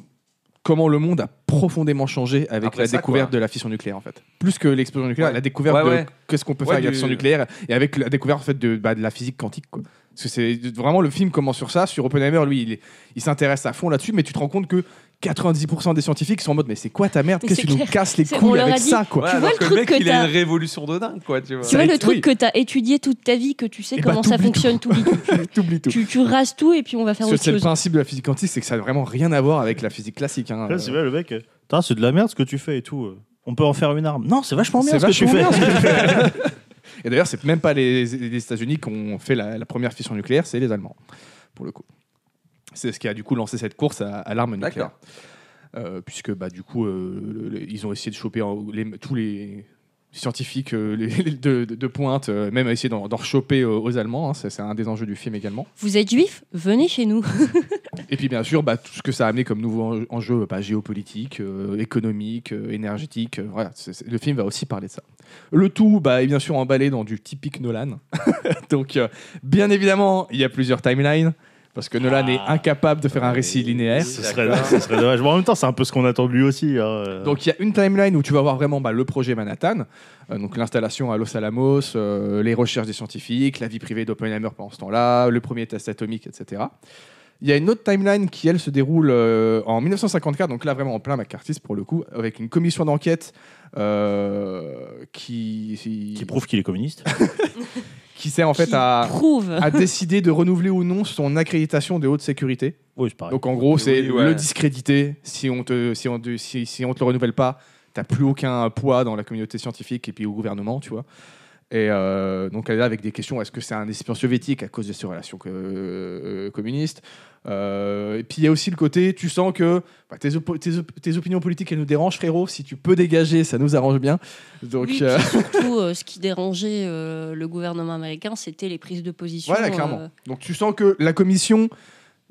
[SPEAKER 1] comment le monde a profondément changé avec
[SPEAKER 2] Après
[SPEAKER 1] la
[SPEAKER 2] ça,
[SPEAKER 1] découverte
[SPEAKER 2] quoi.
[SPEAKER 1] de la fission nucléaire en fait. Plus que l'explosion nucléaire,
[SPEAKER 2] Ouais.
[SPEAKER 1] la découverte
[SPEAKER 2] Ouais,
[SPEAKER 1] de
[SPEAKER 2] ouais.
[SPEAKER 1] qu'est-ce qu'on peut
[SPEAKER 2] Ouais,
[SPEAKER 1] faire avec la
[SPEAKER 2] du-
[SPEAKER 1] fission nucléaire et avec la découverte en fait de, bah, de la physique quantique quoi. Parce que c'est vraiment le film commence sur ça, sur Oppenheimer lui il, est- il s'intéresse à fond là-dessus mais tu te rends compte que 90% des scientifiques sont en mode mais c'est quoi ta merde
[SPEAKER 3] Mais
[SPEAKER 1] qu'est-ce
[SPEAKER 3] c'est
[SPEAKER 1] qui nous
[SPEAKER 3] clair.
[SPEAKER 1] casse les
[SPEAKER 3] C'est- on
[SPEAKER 1] couilles
[SPEAKER 3] leur a
[SPEAKER 1] avec
[SPEAKER 3] dit,
[SPEAKER 1] ça quoi.
[SPEAKER 2] Ouais,
[SPEAKER 3] vois
[SPEAKER 2] alors
[SPEAKER 3] le
[SPEAKER 2] que
[SPEAKER 3] truc
[SPEAKER 2] mec,
[SPEAKER 3] que
[SPEAKER 2] il a
[SPEAKER 3] t'as-
[SPEAKER 2] une révolution de dingue, quoi, tu vois.
[SPEAKER 3] Tu vois
[SPEAKER 1] Oui.
[SPEAKER 3] le truc que t'as étudié toute ta vie, que tu sais
[SPEAKER 1] Eh bah,
[SPEAKER 3] comment ça
[SPEAKER 1] t'oublies
[SPEAKER 3] fonctionne, tout, vite.
[SPEAKER 1] T'oublies *laughs* tout.
[SPEAKER 3] tu, tu rases tout et puis on va faire
[SPEAKER 1] Parce que
[SPEAKER 3] autre
[SPEAKER 1] c'est le
[SPEAKER 3] chose.
[SPEAKER 1] principe de la physique quantique c'est que ça n'a vraiment rien à voir avec la physique classique hein.
[SPEAKER 4] Là, c'est vrai, le mec. euh, Putain, c'est de la merde ce que tu fais et tout. euh. On peut en faire une arme. Non, c'est vachement bien
[SPEAKER 1] C'est
[SPEAKER 4] ce que tu
[SPEAKER 1] vachement
[SPEAKER 4] fais.
[SPEAKER 1] bien ce que tu fais. *laughs* Et d'ailleurs, c'est même pas les, les États-Unis qui ont fait la, la première fission nucléaire, c'est les Allemands, pour le coup. C'est ce qui a du coup lancé cette course à, à l'arme nucléaire.
[SPEAKER 2] D'accord.
[SPEAKER 1] Euh, puisque bah, du coup, euh, le- le- ils ont essayé de choper en- les- tous les scientifiques euh, les- les- de, de- de pointe, euh, même essayer d'en d'en rechoper euh, aux Allemands. hein, c'est c'est un des enjeux du film également.
[SPEAKER 3] Vous êtes juif Venez chez nous.
[SPEAKER 1] Et puis bien sûr, bah, tout ce que ça a amené comme nouveau en- enjeu euh, bah, géopolitique, euh, économique, euh, énergétique, euh, voilà, c'est- c'est- le film va aussi parler de ça. Le tout bah, est bien sûr emballé dans du typique Nolan. *laughs* Donc euh, bien évidemment, il y a plusieurs timelines, parce que Nolan
[SPEAKER 4] Ah.
[SPEAKER 1] est incapable de faire un récit
[SPEAKER 2] Oui.
[SPEAKER 1] linéaire.
[SPEAKER 4] *laughs* Ce serait, ce serait dommage. Bon, en même temps, c'est un peu ce qu'on attend de lui aussi. hein, euh.
[SPEAKER 1] Donc il y a une timeline où tu vas voir vraiment bah, le projet Manhattan, euh, donc l'installation à Los Alamos, euh, les recherches des scientifiques, la vie privée d'Oppenheimer pendant ce temps-là, le premier test atomique, etc. Il y a une autre timeline qui, elle, se déroule euh, en 1954, donc là vraiment en plein McCarthyisme pour le coup, avec une commission d'enquête euh, qui,
[SPEAKER 4] qui prouve qu'il est
[SPEAKER 1] *laughs*
[SPEAKER 4] communiste.
[SPEAKER 1] qui sert en fait
[SPEAKER 3] Qui
[SPEAKER 1] à, Ah,
[SPEAKER 3] prouve.
[SPEAKER 1] à décider de renouveler ou non son accréditation de haute sécurité.
[SPEAKER 4] Oui, c'est pareil.
[SPEAKER 1] Donc en gros,
[SPEAKER 2] Oui,
[SPEAKER 1] c'est
[SPEAKER 2] ouais.
[SPEAKER 1] le discréditer. Si on te, si on te- si, si on te le renouvelle pas, t'as plus aucun poids dans la communauté scientifique et puis au gouvernement, tu vois. Et euh, donc elle est là avec des questions. Est-ce que c'est un espion soviétique à cause de ses relations que- euh, communistes Euh, Et puis il y a aussi le côté, tu sens que bah, tes, opo- tes op- tes opinions politiques elles nous dérangent, frérot. Si tu peux dégager, ça nous arrange bien. Donc
[SPEAKER 3] Oui,
[SPEAKER 1] euh, *laughs*
[SPEAKER 3] puis surtout, euh, ce qui dérangeait euh, le gouvernement américain, c'était les prises de position.
[SPEAKER 1] Voilà, clairement.
[SPEAKER 3] euh,
[SPEAKER 1] Donc tu sens que la commission,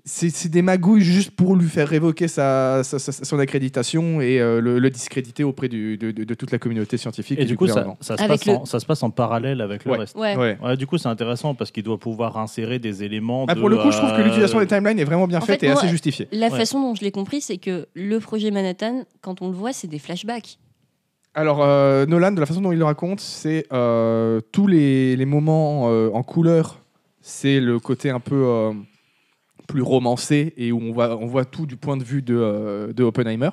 [SPEAKER 1] c'est c'est des magouilles juste pour lui faire révoquer sa, sa- sa- son accréditation et euh, le, le discréditer auprès du- de, de- de toute la communauté scientifique.
[SPEAKER 4] Et du coup, ça,
[SPEAKER 1] gouvernement.
[SPEAKER 4] ça se
[SPEAKER 3] Avec
[SPEAKER 4] passe
[SPEAKER 3] le-
[SPEAKER 4] en, ça se passe en parallèle avec le
[SPEAKER 1] Ouais.
[SPEAKER 4] reste.
[SPEAKER 3] ouais.
[SPEAKER 1] Ouais.
[SPEAKER 4] Ouais, du coup, c'est intéressant parce qu'il doit pouvoir insérer des éléments.
[SPEAKER 1] Ah,
[SPEAKER 4] de,
[SPEAKER 1] pour le coup, je trouve que
[SPEAKER 4] euh,
[SPEAKER 1] l'utilisation des timelines est vraiment bien
[SPEAKER 3] En
[SPEAKER 1] faite
[SPEAKER 3] fait,
[SPEAKER 1] et
[SPEAKER 3] moi,
[SPEAKER 1] assez justifiée.
[SPEAKER 3] La
[SPEAKER 4] Ouais.
[SPEAKER 3] façon dont je l'ai compris, c'est que le projet Manhattan, quand on le voit, c'est des flashbacks.
[SPEAKER 1] Alors, euh, Nolan, de la façon dont il le raconte, c'est euh, tous les, les moments euh, en couleur, c'est le côté un peu euh, plus romancé et où on, va, on voit tout du point de vue de, euh, de Oppenheimer.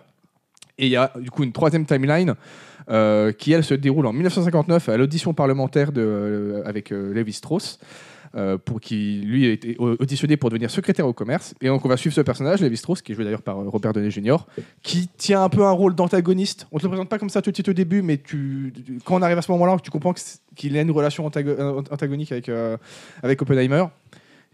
[SPEAKER 1] Et il y a du coup une troisième timeline euh, qui, elle, se déroule en 1959 à l'audition parlementaire de, euh, avec euh, Levi Strauss. euh, pour qui lui a été au- auditionné pour devenir secrétaire au commerce et donc on va suivre ce personnage Levi Strauss qui est joué d'ailleurs par euh, Robert Downey Jr qui tient un peu un rôle d'antagoniste. On te le présente pas comme ça tout de suite au début, mais tu, tu- quand on arrive à ce moment-là, tu comprends que c'est- qu'il a une relation antago- euh, antagonique avec, euh, avec Oppenheimer.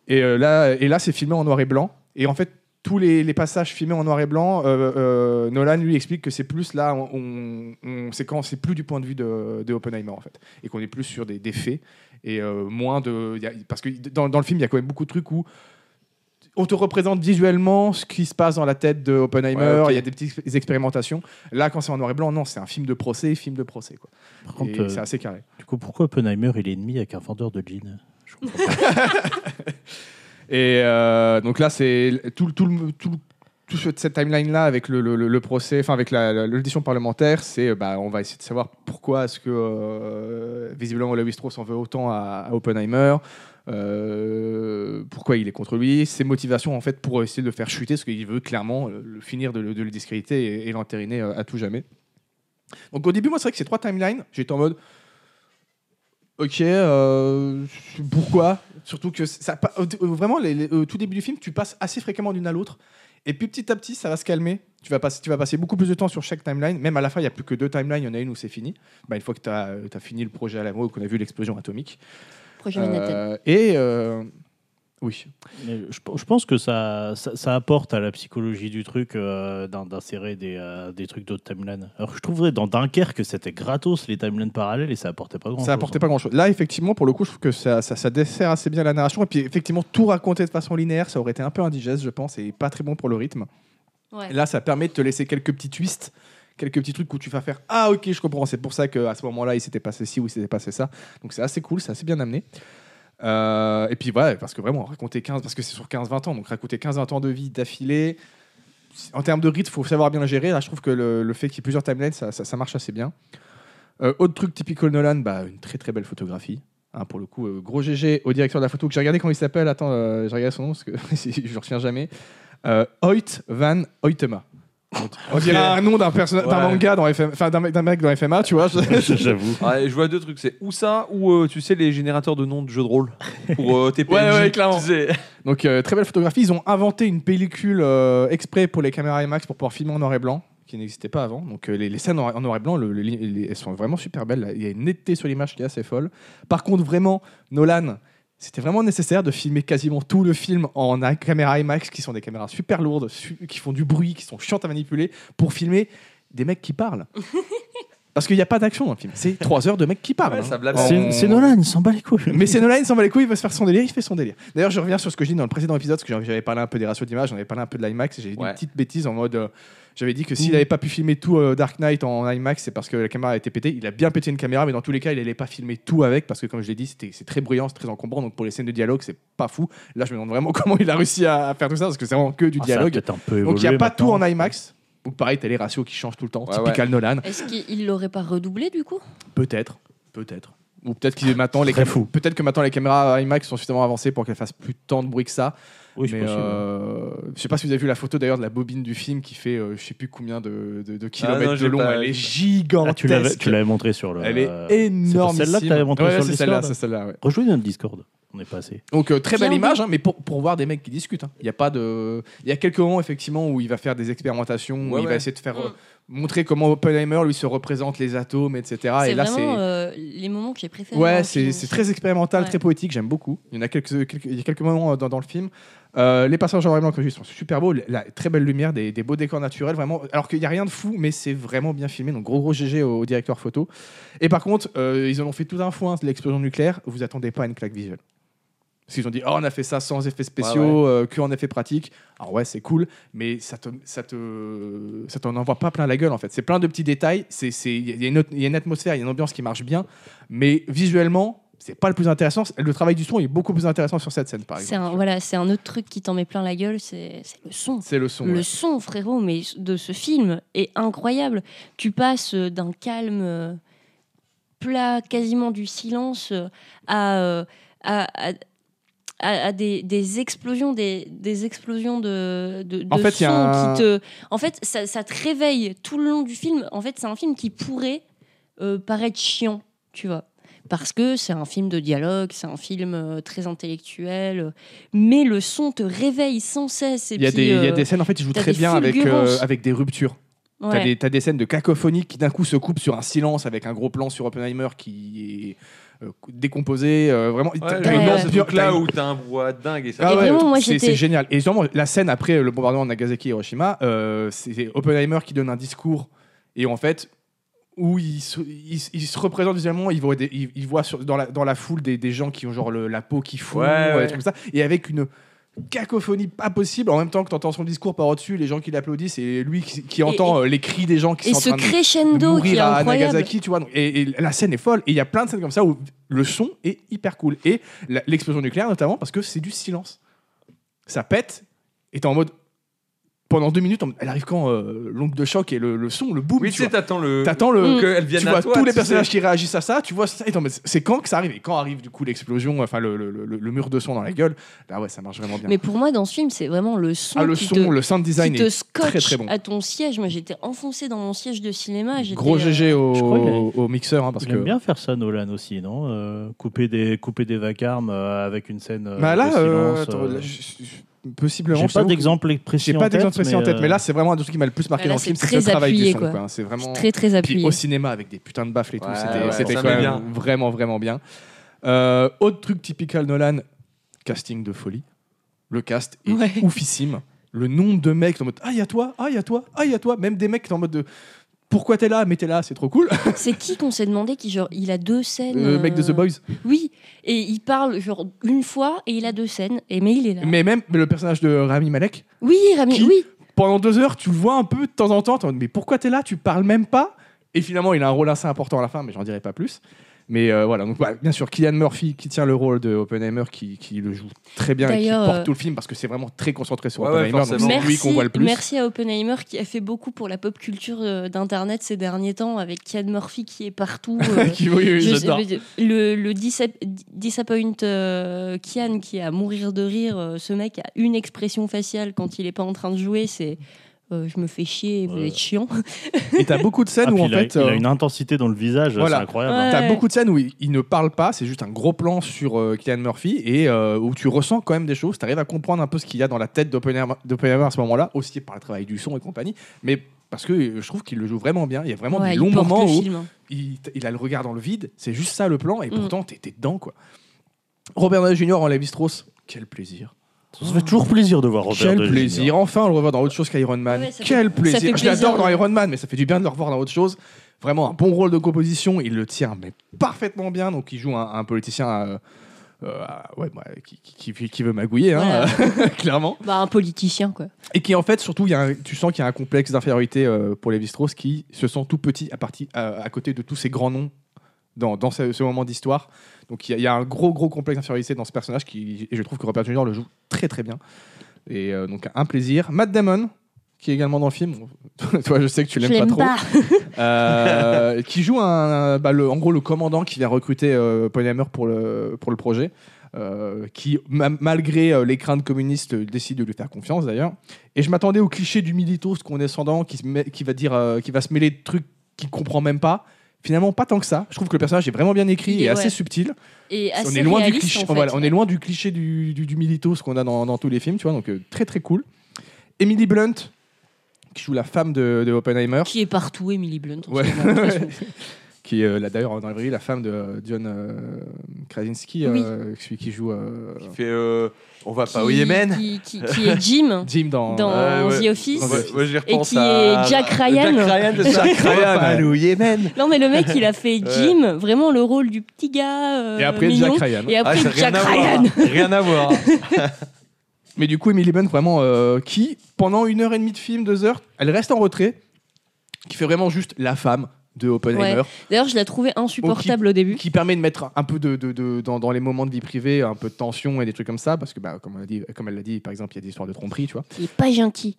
[SPEAKER 1] Et euh, là, et là c'est filmé en noir et blanc. Et en fait, tous les, les passages filmés en noir et blanc, euh, euh, Nolan lui explique que c'est plus là, on, on- c'est quand c'est plus du point de vue de, de Oppenheimer en fait, et qu'on est plus sur des, des faits et euh, moins de, y a- parce que dans, dans le film il y a quand même beaucoup de trucs où on te représente visuellement ce qui se passe dans la tête de Oppenheimer,
[SPEAKER 2] Ouais,
[SPEAKER 1] il
[SPEAKER 2] ok.
[SPEAKER 1] y a des petites ex- expérimentations. Là, quand c'est en noir et blanc, non, c'est un film de procès, film de procès. Quoi.
[SPEAKER 4] Par contre,
[SPEAKER 1] Et
[SPEAKER 4] euh,
[SPEAKER 1] c'est assez carré.
[SPEAKER 4] du coup, pourquoi Oppenheimer il est ennemi avec un vendeur de jeans Je comprends pas.
[SPEAKER 1] Et euh, donc là, c'est tout, le- tout, le- tout, le- tout ce- cette timeline-là avec le, le- le- le procès, enfin avec la- la- l'audition parlementaire, c'est euh, bah, on va essayer de savoir pourquoi est-ce que euh, visiblement Lewis Strauss en veut autant à, à Oppenheimer. euh, pourquoi il est contre lui, ses motivations en fait pour essayer de le faire chuter, parce qu'il veut clairement euh, le, finir de, le- de le discréditer et, et l'entériner euh, à tout jamais. Donc au début, moi c'est vrai que ces trois timelines, j'étais en mode, ok, euh, pourquoi Surtout que ça, pa- euh, vraiment, les- les- au tout début du film, tu passes assez fréquemment d'une à l'autre. Et puis petit à petit, ça va se calmer. Tu vas, passer, tu vas passer beaucoup plus de temps sur chaque timeline. Même à la fin, il n'y a plus que deux timelines. Il y en a une où c'est fini. Bah, une fois que tu as, fini le projet à l'amour, qu'on a vu l'explosion atomique.
[SPEAKER 3] Projet Manhattan.
[SPEAKER 1] Euh, et euh, Oui.
[SPEAKER 4] Mais je, je pense que ça, ça, ça apporte à la psychologie du truc euh, d'in- d'insérer des, euh, des trucs d'autres timelines. Alors que je trouverais dans Dunkerque que c'était gratos les timelines parallèles et ça apportait pas hein. grand chose.
[SPEAKER 1] Ça apportait pas grand chose. Là, effectivement, pour le coup, je trouve que ça, ça, ça dessert assez bien la narration. Et puis, effectivement, tout raconter de façon linéaire, ça aurait été un peu indigeste, je pense, et pas très bon pour le rythme.
[SPEAKER 3] Ouais.
[SPEAKER 1] Et Là, ça permet de te laisser quelques petits twists, quelques petits trucs où tu vas faire Ah, ok, je comprends, c'est pour ça qu'à ce moment-là, il s'était passé ci ou il s'était passé ça. Donc, c'est assez cool, c'est assez bien amené. Euh, et puis, voilà, parce que vraiment, raconter 15, parce que c'est sur 15-20 ans, donc raconter 15-20 ans de vie d'affilée. En termes de rythme, il faut savoir bien le gérer. Là, je trouve que le, le fait qu'il y ait plusieurs timelines, ça, ça- ça marche assez bien. Euh, autre truc typique Nolan, bah, une très très belle photographie. Hein, pour le coup, euh, gros GG au directeur de la photo que j'ai regardé comment il s'appelle. Attends, euh, j'ai regardé son nom parce que *laughs* je ne retiens jamais. Euh, Hoyt Van Hoytema. On dirait un nom d'un personnage, d'un
[SPEAKER 2] Ouais.
[SPEAKER 1] manga dans FM, enfin d'un mec, d'un mec dans FMA, tu vois.
[SPEAKER 4] J'avoue.
[SPEAKER 2] *laughs* Ouais, je vois deux trucs, c'est ou ça ou euh, tu sais les générateurs de noms de jeux de rôle *laughs* pour euh, tes
[SPEAKER 1] Ouais,
[SPEAKER 2] PNJ,
[SPEAKER 1] ouais, clairement.
[SPEAKER 2] tu sais.
[SPEAKER 1] Donc euh, très belle photographie. Ils ont inventé une pellicule euh, exprès pour les caméras IMAX pour pouvoir filmer en noir et blanc qui n'existait pas avant. Donc euh, les, les scènes en en noir et blanc, le- le- les- elles sont vraiment super belles. là. Il y a une netteté sur l'image qui est assez folle. Par contre, vraiment, Nolan, c'était vraiment nécessaire de filmer quasiment tout le film en a- caméra IMAX, qui sont des caméras super lourdes, su- qui font du bruit, qui sont chiantes à manipuler, pour filmer des mecs qui parlent. Parce qu'il n'y a pas d'action dans le film. C'est trois heures de mecs qui parlent.
[SPEAKER 2] Ouais,
[SPEAKER 1] hein.
[SPEAKER 2] ça blabla.
[SPEAKER 4] *laughs* C'est c'est Nolan, il s'en bat les couilles.
[SPEAKER 1] Mais c'est Nolan, il s'en bat les couilles, il va se faire son délire, il fait son délire. D'ailleurs, je reviens sur ce que j'ai dit dans le précédent épisode, parce que j'avais parlé un peu des ratios d'image, j'en avais parlé un peu de l'IMAX, et j'ai dit
[SPEAKER 2] Ouais.
[SPEAKER 1] une petite bêtise en mode. euh, j'avais dit que s'il n'avait pas pu filmer tout euh, Dark Knight en IMAX, c'est parce que la caméra a été pétée. Il a bien pété une caméra, mais dans tous les cas, il n'allait pas filmer tout avec, parce que comme je l'ai dit, c'était- c'est très bruyant, c'est très encombrant. Donc pour les scènes de dialogue, c'est pas fou. Là, je me demande vraiment *laughs* comment il a réussi à, à faire tout ça, parce que c'est vraiment que du
[SPEAKER 4] Ah, ça a
[SPEAKER 1] dialogue.
[SPEAKER 4] peut-être un peu
[SPEAKER 1] Donc il n'y a
[SPEAKER 4] évolué
[SPEAKER 1] pas tout en
[SPEAKER 4] maintenant.
[SPEAKER 1] IMAX. Donc pareil, t'as les ratios qui changent tout le temps,
[SPEAKER 2] Ouais,
[SPEAKER 1] typical Nolan.
[SPEAKER 3] Est-ce qu'il l'aurait pas redoublé du coup
[SPEAKER 1] Peut-être, peut-être. Ou peut-être qu'ils maintenant les
[SPEAKER 4] Très
[SPEAKER 1] cam-
[SPEAKER 4] Ah, fou.
[SPEAKER 1] Peut-être que maintenant les caméras IMAX sont suffisamment avancées pour qu'elles fassent plus tant de bruit que ça.
[SPEAKER 4] Oui, c'est
[SPEAKER 1] mais
[SPEAKER 4] possible.
[SPEAKER 1] euh, je sais pas si vous avez vu la photo d'ailleurs de la bobine du film qui fait euh, je sais plus combien de, de- de kilomètres
[SPEAKER 2] Ah non,
[SPEAKER 1] de
[SPEAKER 2] j'ai
[SPEAKER 1] long.
[SPEAKER 2] pas-
[SPEAKER 1] Elle est
[SPEAKER 4] Ah, tu l'avais
[SPEAKER 1] gigantesque.
[SPEAKER 4] tu l'avais montré sur le.
[SPEAKER 1] Elle
[SPEAKER 4] euh,
[SPEAKER 1] est énorme.
[SPEAKER 4] celle-là que t'avais montrée sur le
[SPEAKER 1] C'est celle-là,
[SPEAKER 4] Discord
[SPEAKER 1] c'est celle-là. ouais.
[SPEAKER 4] Rejoignez notre Discord. On est pas assez.
[SPEAKER 1] Donc euh, très belle
[SPEAKER 3] Bien
[SPEAKER 1] image, hein, mais pour, pour voir des mecs qui discutent. hein. Il y a pas de, il y a quelques moments effectivement où il va faire des expérimentations, où
[SPEAKER 2] Ouais,
[SPEAKER 1] il va
[SPEAKER 2] ouais.
[SPEAKER 1] essayer de faire
[SPEAKER 3] Mm.
[SPEAKER 1] euh, montrer comment Oppenheimer lui se représente les atomes, etc. Ah, Et
[SPEAKER 3] C'est
[SPEAKER 1] là c'est
[SPEAKER 3] vraiment euh, les moments que j'ai préférés. hein, dans
[SPEAKER 1] Ouais,
[SPEAKER 3] le
[SPEAKER 1] c'est
[SPEAKER 3] film.
[SPEAKER 1] c'est très expérimental,
[SPEAKER 3] Ouais.
[SPEAKER 1] très poétique, j'aime beaucoup. Il y en a quelques, quelques- il y a quelques moments euh, dans, dans le film. Euh, les passages en noir et blanc, comme je dis, sont super beaux. La très belle lumière, des, des beaux décors naturels, vraiment. Alors qu'il n'y a rien de fou, mais c'est vraiment bien filmé. Donc gros gros GG au, au directeur photo. Et par contre, euh, ils en ont fait tout un foin de l'explosion nucléaire. Vous attendez pas à une claque visuelle. Parce qu'ils ont dit, oh, on a fait ça sans effets spéciaux, euh, que en effets pratiques. Alors ouais, c'est cool, mais ça te, ça te, ça t'en envoie pas plein la gueule en fait. C'est plein de petits détails. C'est, c'est, il y a- il y, a une autre- il y a une atmosphère, il y a une ambiance qui marche bien, mais visuellement, c'est pas le plus intéressant. Le travail du son est beaucoup plus intéressant sur cette scène, par
[SPEAKER 3] C'est
[SPEAKER 1] exemple.
[SPEAKER 3] un, voilà, c'est un autre truc qui t'en met plein la gueule, c'est c'est le son.
[SPEAKER 1] C'est le son.
[SPEAKER 3] Le
[SPEAKER 1] ouais.
[SPEAKER 3] son, frérot, mais de ce film est incroyable. Tu passes euh, d'un calme euh, plat, quasiment du silence, euh, à, euh, à, à- à- à des, des explosions, des, des explosions de, de, de
[SPEAKER 1] En fait, il y a
[SPEAKER 3] sons
[SPEAKER 1] un-
[SPEAKER 3] qui te. En fait, ça, ça te réveille tout le long du film. En fait, c'est un film qui pourrait euh, paraître chiant, tu vois. Parce que c'est un film de dialogue, c'est un film euh, très intellectuel, euh, mais le son te réveille sans cesse. et
[SPEAKER 1] Il y, a
[SPEAKER 3] puis,
[SPEAKER 1] des, il y a
[SPEAKER 3] euh,
[SPEAKER 1] des scènes en fait, ils jouent
[SPEAKER 3] t'as
[SPEAKER 1] très
[SPEAKER 3] des
[SPEAKER 1] bien avec,
[SPEAKER 3] fulgurances.
[SPEAKER 1] euh, avec des ruptures. T'as
[SPEAKER 3] ouais.
[SPEAKER 1] des, t'as des scènes de cacophonie qui d'un coup se coupent sur un silence avec un gros plan sur Oppenheimer qui est euh, décomposé. euh, vraiment,
[SPEAKER 2] Ouais,
[SPEAKER 1] T'as-
[SPEAKER 2] j'aime
[SPEAKER 1] t'as une
[SPEAKER 3] ouais.
[SPEAKER 2] bien
[SPEAKER 1] ambiance-
[SPEAKER 2] ce
[SPEAKER 1] t'as une-
[SPEAKER 2] truc-là où t'as un bois dingue et ça.
[SPEAKER 1] Ah
[SPEAKER 3] Et
[SPEAKER 1] ouais,
[SPEAKER 3] vraiment, moi,
[SPEAKER 1] c'est
[SPEAKER 3] j'étais-
[SPEAKER 1] c'est génial. Et sûrement, la scène après euh, le bombardement de Nagasaki et Hiroshima, euh, c'est Oppenheimer qui donne un discours et en fait, où il se, il se- il se représente visuellement, il voit, des- il, il voit sur- dans, la, dans la foule des, des gens qui ont genre le- la peau qui fond,
[SPEAKER 2] Ouais,
[SPEAKER 1] euh, des
[SPEAKER 2] ouais.
[SPEAKER 1] trucs comme ça, et avec une cacophonie pas possible en même temps que t'entends son discours par au-dessus les gens qui l'applaudissent et lui qui, qui entend euh, les cris des gens qui
[SPEAKER 3] Et
[SPEAKER 1] sont
[SPEAKER 3] ce
[SPEAKER 1] en train de- de
[SPEAKER 3] crescendo qui est
[SPEAKER 1] mourir à
[SPEAKER 3] incroyable.
[SPEAKER 1] Nagasaki, tu vois. donc- et, et la scène est folle. Et il y a plein de scènes comme ça où le son est hyper cool. Et la- l'explosion nucléaire, notamment, parce que c'est du silence. Ça pète, et t'es en mode. Pendant deux minutes, on- elle arrive quand euh, l'ongle de choc et le, le son, le boom.
[SPEAKER 2] Oui, tu
[SPEAKER 1] tu
[SPEAKER 2] sais,
[SPEAKER 1] vois.
[SPEAKER 2] t'attends le.
[SPEAKER 1] T'attends le,
[SPEAKER 3] Mm.
[SPEAKER 2] Qu'elle vienne
[SPEAKER 1] tu
[SPEAKER 2] à
[SPEAKER 1] vois
[SPEAKER 2] toi,
[SPEAKER 1] tous les
[SPEAKER 2] tu sais.
[SPEAKER 1] personnages qui réagissent à ça, tu vois ça, et t'en mets, c'est quand que ça arrive Et quand arrive du coup l'explosion, enfin le, le- le- le mur de son dans la gueule, là ouais, ça marche vraiment bien.
[SPEAKER 3] Mais pour moi, dans ce film, c'est vraiment le son
[SPEAKER 1] hein. ah, le
[SPEAKER 3] qui
[SPEAKER 1] son,
[SPEAKER 3] te,
[SPEAKER 1] le sound
[SPEAKER 3] qui
[SPEAKER 1] design
[SPEAKER 3] te
[SPEAKER 1] est
[SPEAKER 3] scotche
[SPEAKER 1] très, très bon.
[SPEAKER 3] à ton siège. Moi, j'étais enfoncée dans mon siège de cinéma. j'étais,
[SPEAKER 1] gros
[SPEAKER 3] euh,
[SPEAKER 1] GG au,
[SPEAKER 4] Je crois qu'il a-
[SPEAKER 1] au mixeur, hein, parce
[SPEAKER 4] Il
[SPEAKER 1] que.
[SPEAKER 4] aime bien faire ça, Nolan aussi, non Euh, couper, des, couper des vacarmes euh, avec une scène. euh,
[SPEAKER 1] Bah là,
[SPEAKER 4] de
[SPEAKER 1] euh,
[SPEAKER 4] silence,
[SPEAKER 1] attends,
[SPEAKER 4] euh.
[SPEAKER 1] là, je- je- possiblement.
[SPEAKER 4] J'ai pas
[SPEAKER 1] je t'avoue que-
[SPEAKER 4] d'exemple précis
[SPEAKER 1] J'ai
[SPEAKER 4] en
[SPEAKER 1] pas
[SPEAKER 4] tête,
[SPEAKER 1] d'exemple précis en
[SPEAKER 4] mais,
[SPEAKER 1] tête, mais là
[SPEAKER 4] euh,
[SPEAKER 1] c'est vraiment un truc qui m'a le plus marqué
[SPEAKER 3] Ah, Là,
[SPEAKER 1] dans le
[SPEAKER 3] c'est
[SPEAKER 1] film, c'est
[SPEAKER 3] très
[SPEAKER 1] le travail du
[SPEAKER 3] appuyé,
[SPEAKER 1] son.
[SPEAKER 3] quoi.
[SPEAKER 1] quoi, hein, C'est vraiment.
[SPEAKER 3] Très, très
[SPEAKER 1] Puis *laughs*
[SPEAKER 3] appuyé.
[SPEAKER 1] au cinéma avec des putains de baffles et tout,
[SPEAKER 2] Ouais,
[SPEAKER 1] c'était
[SPEAKER 2] ouais,
[SPEAKER 1] c'était
[SPEAKER 2] ça
[SPEAKER 1] quand
[SPEAKER 2] met
[SPEAKER 1] même
[SPEAKER 2] bien.
[SPEAKER 1] vraiment vraiment bien. Euh, autre truc typical Nolan, casting de folie. Le cast est
[SPEAKER 3] Ouais.
[SPEAKER 1] oufissime. Le nombre de mecs en mode Ah, il y a toi, ah, il y a toi, ah, il y a toi. Même des mecs qui sont en mode de, Pourquoi t'es là Mais t'es là, c'est trop cool.
[SPEAKER 3] C'est qui qu'on s'est demandé qui, genre, il a deux scènes
[SPEAKER 1] Le mec de The
[SPEAKER 3] euh,
[SPEAKER 1] Boys.
[SPEAKER 3] Oui, et il parle, genre, une fois et il a deux scènes, et, mais il est là.
[SPEAKER 1] Mais même le personnage de Rami Malek,
[SPEAKER 3] Oui, Rami,
[SPEAKER 1] Qui
[SPEAKER 3] oui.
[SPEAKER 1] pendant deux heures, tu le vois un peu de temps en temps. t'es en mode, mais pourquoi t'es là Tu parles même pas Et finalement, il a un rôle assez important à la fin, mais j'en dirai pas plus. Mais euh, voilà, donc bah, bien sûr, Kylian Murphy qui tient le rôle de Oppenheimer, qui, qui le joue très bien et qui
[SPEAKER 3] D'ailleurs,
[SPEAKER 1] porte
[SPEAKER 3] euh,
[SPEAKER 1] tout le film parce que c'est vraiment très concentré sur
[SPEAKER 2] Ouais, ouais,
[SPEAKER 1] Oppenheimer. donc
[SPEAKER 2] forcément.
[SPEAKER 1] c'est lui qu'on
[SPEAKER 3] Merci,
[SPEAKER 1] voit le plus. *laughs*
[SPEAKER 3] merci à Oppenheimer qui a fait beaucoup pour la pop culture euh, d'Internet ces derniers temps avec Kian Murphy qui
[SPEAKER 1] *laughs*
[SPEAKER 3] est partout. euh,
[SPEAKER 1] Qui- oui, oui,
[SPEAKER 3] je sais-
[SPEAKER 1] j'adore.
[SPEAKER 3] le le dissap- Disappoint euh, Kian qui est à mourir de rire, euh, ce mec a une expression faciale quand il est pas en train de jouer, c'est euh, je me fais chier, vous
[SPEAKER 4] Ouais.
[SPEAKER 3] êtes chiant.
[SPEAKER 1] Et t'as beaucoup de scènes
[SPEAKER 4] Ah,
[SPEAKER 1] où
[SPEAKER 4] puis
[SPEAKER 1] en
[SPEAKER 4] il, a,
[SPEAKER 1] fait.
[SPEAKER 4] il a
[SPEAKER 1] euh,
[SPEAKER 4] une intensité dans le visage,
[SPEAKER 1] voilà.
[SPEAKER 4] c'est incroyable.
[SPEAKER 3] Ouais.
[SPEAKER 4] hein.
[SPEAKER 1] T'as beaucoup de scènes où il, il ne parle pas, c'est juste un gros plan sur euh, Cillian Murphy et euh, où tu ressens quand même des choses, t'arrives à comprendre un peu ce qu'il y a dans la tête d'Oppenheimer d'Oppenheimer à ce moment-là, aussi par le travail du son et compagnie, mais parce que euh, je trouve qu'il le joue vraiment bien. Il y a vraiment
[SPEAKER 3] Ouais,
[SPEAKER 1] des
[SPEAKER 3] il
[SPEAKER 1] longs
[SPEAKER 3] porte
[SPEAKER 1] moments
[SPEAKER 3] le
[SPEAKER 1] où
[SPEAKER 3] film, hein.
[SPEAKER 1] il, t- il a le regard dans le vide, c'est juste ça le plan et
[SPEAKER 3] Mm.
[SPEAKER 1] pourtant t'es t'es dedans quoi. Robert Downey Jr. en Lévi-Strauss, quel plaisir.
[SPEAKER 4] hein. Ça fait toujours plaisir de voir Robert
[SPEAKER 1] Quel
[SPEAKER 4] Downey Jr.
[SPEAKER 1] plaisir. Enfin, on le revoit dans autre chose qu'Iron Man.
[SPEAKER 3] Ah Ouais, ça fait-
[SPEAKER 1] Quel
[SPEAKER 3] ça
[SPEAKER 1] plaisir.
[SPEAKER 3] fait
[SPEAKER 1] Je l'adore
[SPEAKER 3] plaisir.
[SPEAKER 1] dans Iron Man, mais ça fait du bien de le revoir dans autre chose. Vraiment un bon rôle de composition. Il le tient mais parfaitement bien. Donc, il joue un, un politicien euh, euh, ouais, ouais, qui, qui- qui- qui veut magouiller, hein, *laughs* clairement.
[SPEAKER 3] Bah, un politicien quoi.
[SPEAKER 1] Et qui, en fait, surtout, il y a un- tu sens qu'il y a un complexe d'infériorité euh, pour les strauss qui se sent tout petit à, partie, à- à côté de tous ces grands noms dans, dans ce, ce moment d'histoire. Donc il y a- il y, a un gros gros complexe d'infériorité dans ce personnage qui, et je trouve que Robert Jr. le joue très très bien. Et euh, donc un plaisir. Matt Damon, qui est également dans le film, *laughs* toi je sais que tu
[SPEAKER 3] Je
[SPEAKER 1] l'aimes pas
[SPEAKER 3] l'aime
[SPEAKER 1] trop,
[SPEAKER 3] pas.
[SPEAKER 1] Euh, qui joue un, bah, le, en gros le commandant qui vient recruter euh, Paul Hammer pour le, pour le projet. euh, qui ma- malgré euh, les craintes communistes euh, décide de lui faire confiance d'ailleurs et je m'attendais au cliché du milito condescendant qui, se met- qui va dire euh, qui va se mêler de trucs qu'il comprend même pas finalement pas tant que ça je trouve que le personnage est vraiment bien écrit
[SPEAKER 3] Il est-
[SPEAKER 1] et assez
[SPEAKER 3] ouais.
[SPEAKER 1] subtil
[SPEAKER 3] Et assez
[SPEAKER 1] on est loin du
[SPEAKER 3] réaliste,
[SPEAKER 1] cliché. Oh,
[SPEAKER 3] en fait.
[SPEAKER 1] voilà, on est loin du cliché du, du, du milito, ce qu'on a dans, dans tous les films, tu vois. Donc euh, très très cool. Emily Blunt, qui joue la femme de, de Oppenheimer,
[SPEAKER 3] Qui est partout, Emily Blunt.
[SPEAKER 1] Ouais.
[SPEAKER 3] c'est bon, de toute
[SPEAKER 1] *laughs*
[SPEAKER 3] façon.
[SPEAKER 1] qui est euh, là, d'ailleurs dans la vraie vie, la femme de euh, John euh, Krasinski, euh, celui qui joue euh,
[SPEAKER 2] Qui fait, euh, on va pas au
[SPEAKER 3] Qui-
[SPEAKER 2] Yémen.
[SPEAKER 3] qui, qui- qui est Jim
[SPEAKER 1] Jim dans. euh,
[SPEAKER 3] dans
[SPEAKER 2] Ouais, ouais.
[SPEAKER 3] The Office.
[SPEAKER 1] Ouais.
[SPEAKER 2] Moi, j'y repense
[SPEAKER 3] qui
[SPEAKER 2] à-
[SPEAKER 3] est Jack Ryan.
[SPEAKER 2] Jack Ryan,
[SPEAKER 4] *laughs*
[SPEAKER 2] c'est ça.
[SPEAKER 1] Jack Ryan.
[SPEAKER 2] On va pas aller au Yémen.
[SPEAKER 3] Non, mais le mec, il
[SPEAKER 1] *laughs*
[SPEAKER 3] a fait
[SPEAKER 2] Ouais.
[SPEAKER 3] Jim, vraiment le rôle du petit gars. euh,
[SPEAKER 1] et après
[SPEAKER 3] mignon.
[SPEAKER 1] Jack Ryan.
[SPEAKER 3] Et
[SPEAKER 2] Ah,
[SPEAKER 3] après
[SPEAKER 2] ça a rien
[SPEAKER 3] Jack
[SPEAKER 2] à
[SPEAKER 3] Ryan.
[SPEAKER 2] voir. Rien
[SPEAKER 4] *laughs*
[SPEAKER 2] à voir.
[SPEAKER 1] Mais du coup, Emily Blunt, vraiment, euh, qui, pendant une heure et demie de film, deux heures, elle reste en retrait, qui fait vraiment juste la femme de Oppenheimer.
[SPEAKER 3] D'ailleurs, je la trouvais insupportable au début.
[SPEAKER 1] qui permet de mettre un peu de, de- de- dans, dans les moments de vie privée un peu de tension et des trucs comme ça parce que bah, comme, on a dit, comme elle l'a dit par exemple il y a des histoires de tromperie tu vois
[SPEAKER 3] Il est pas gentil.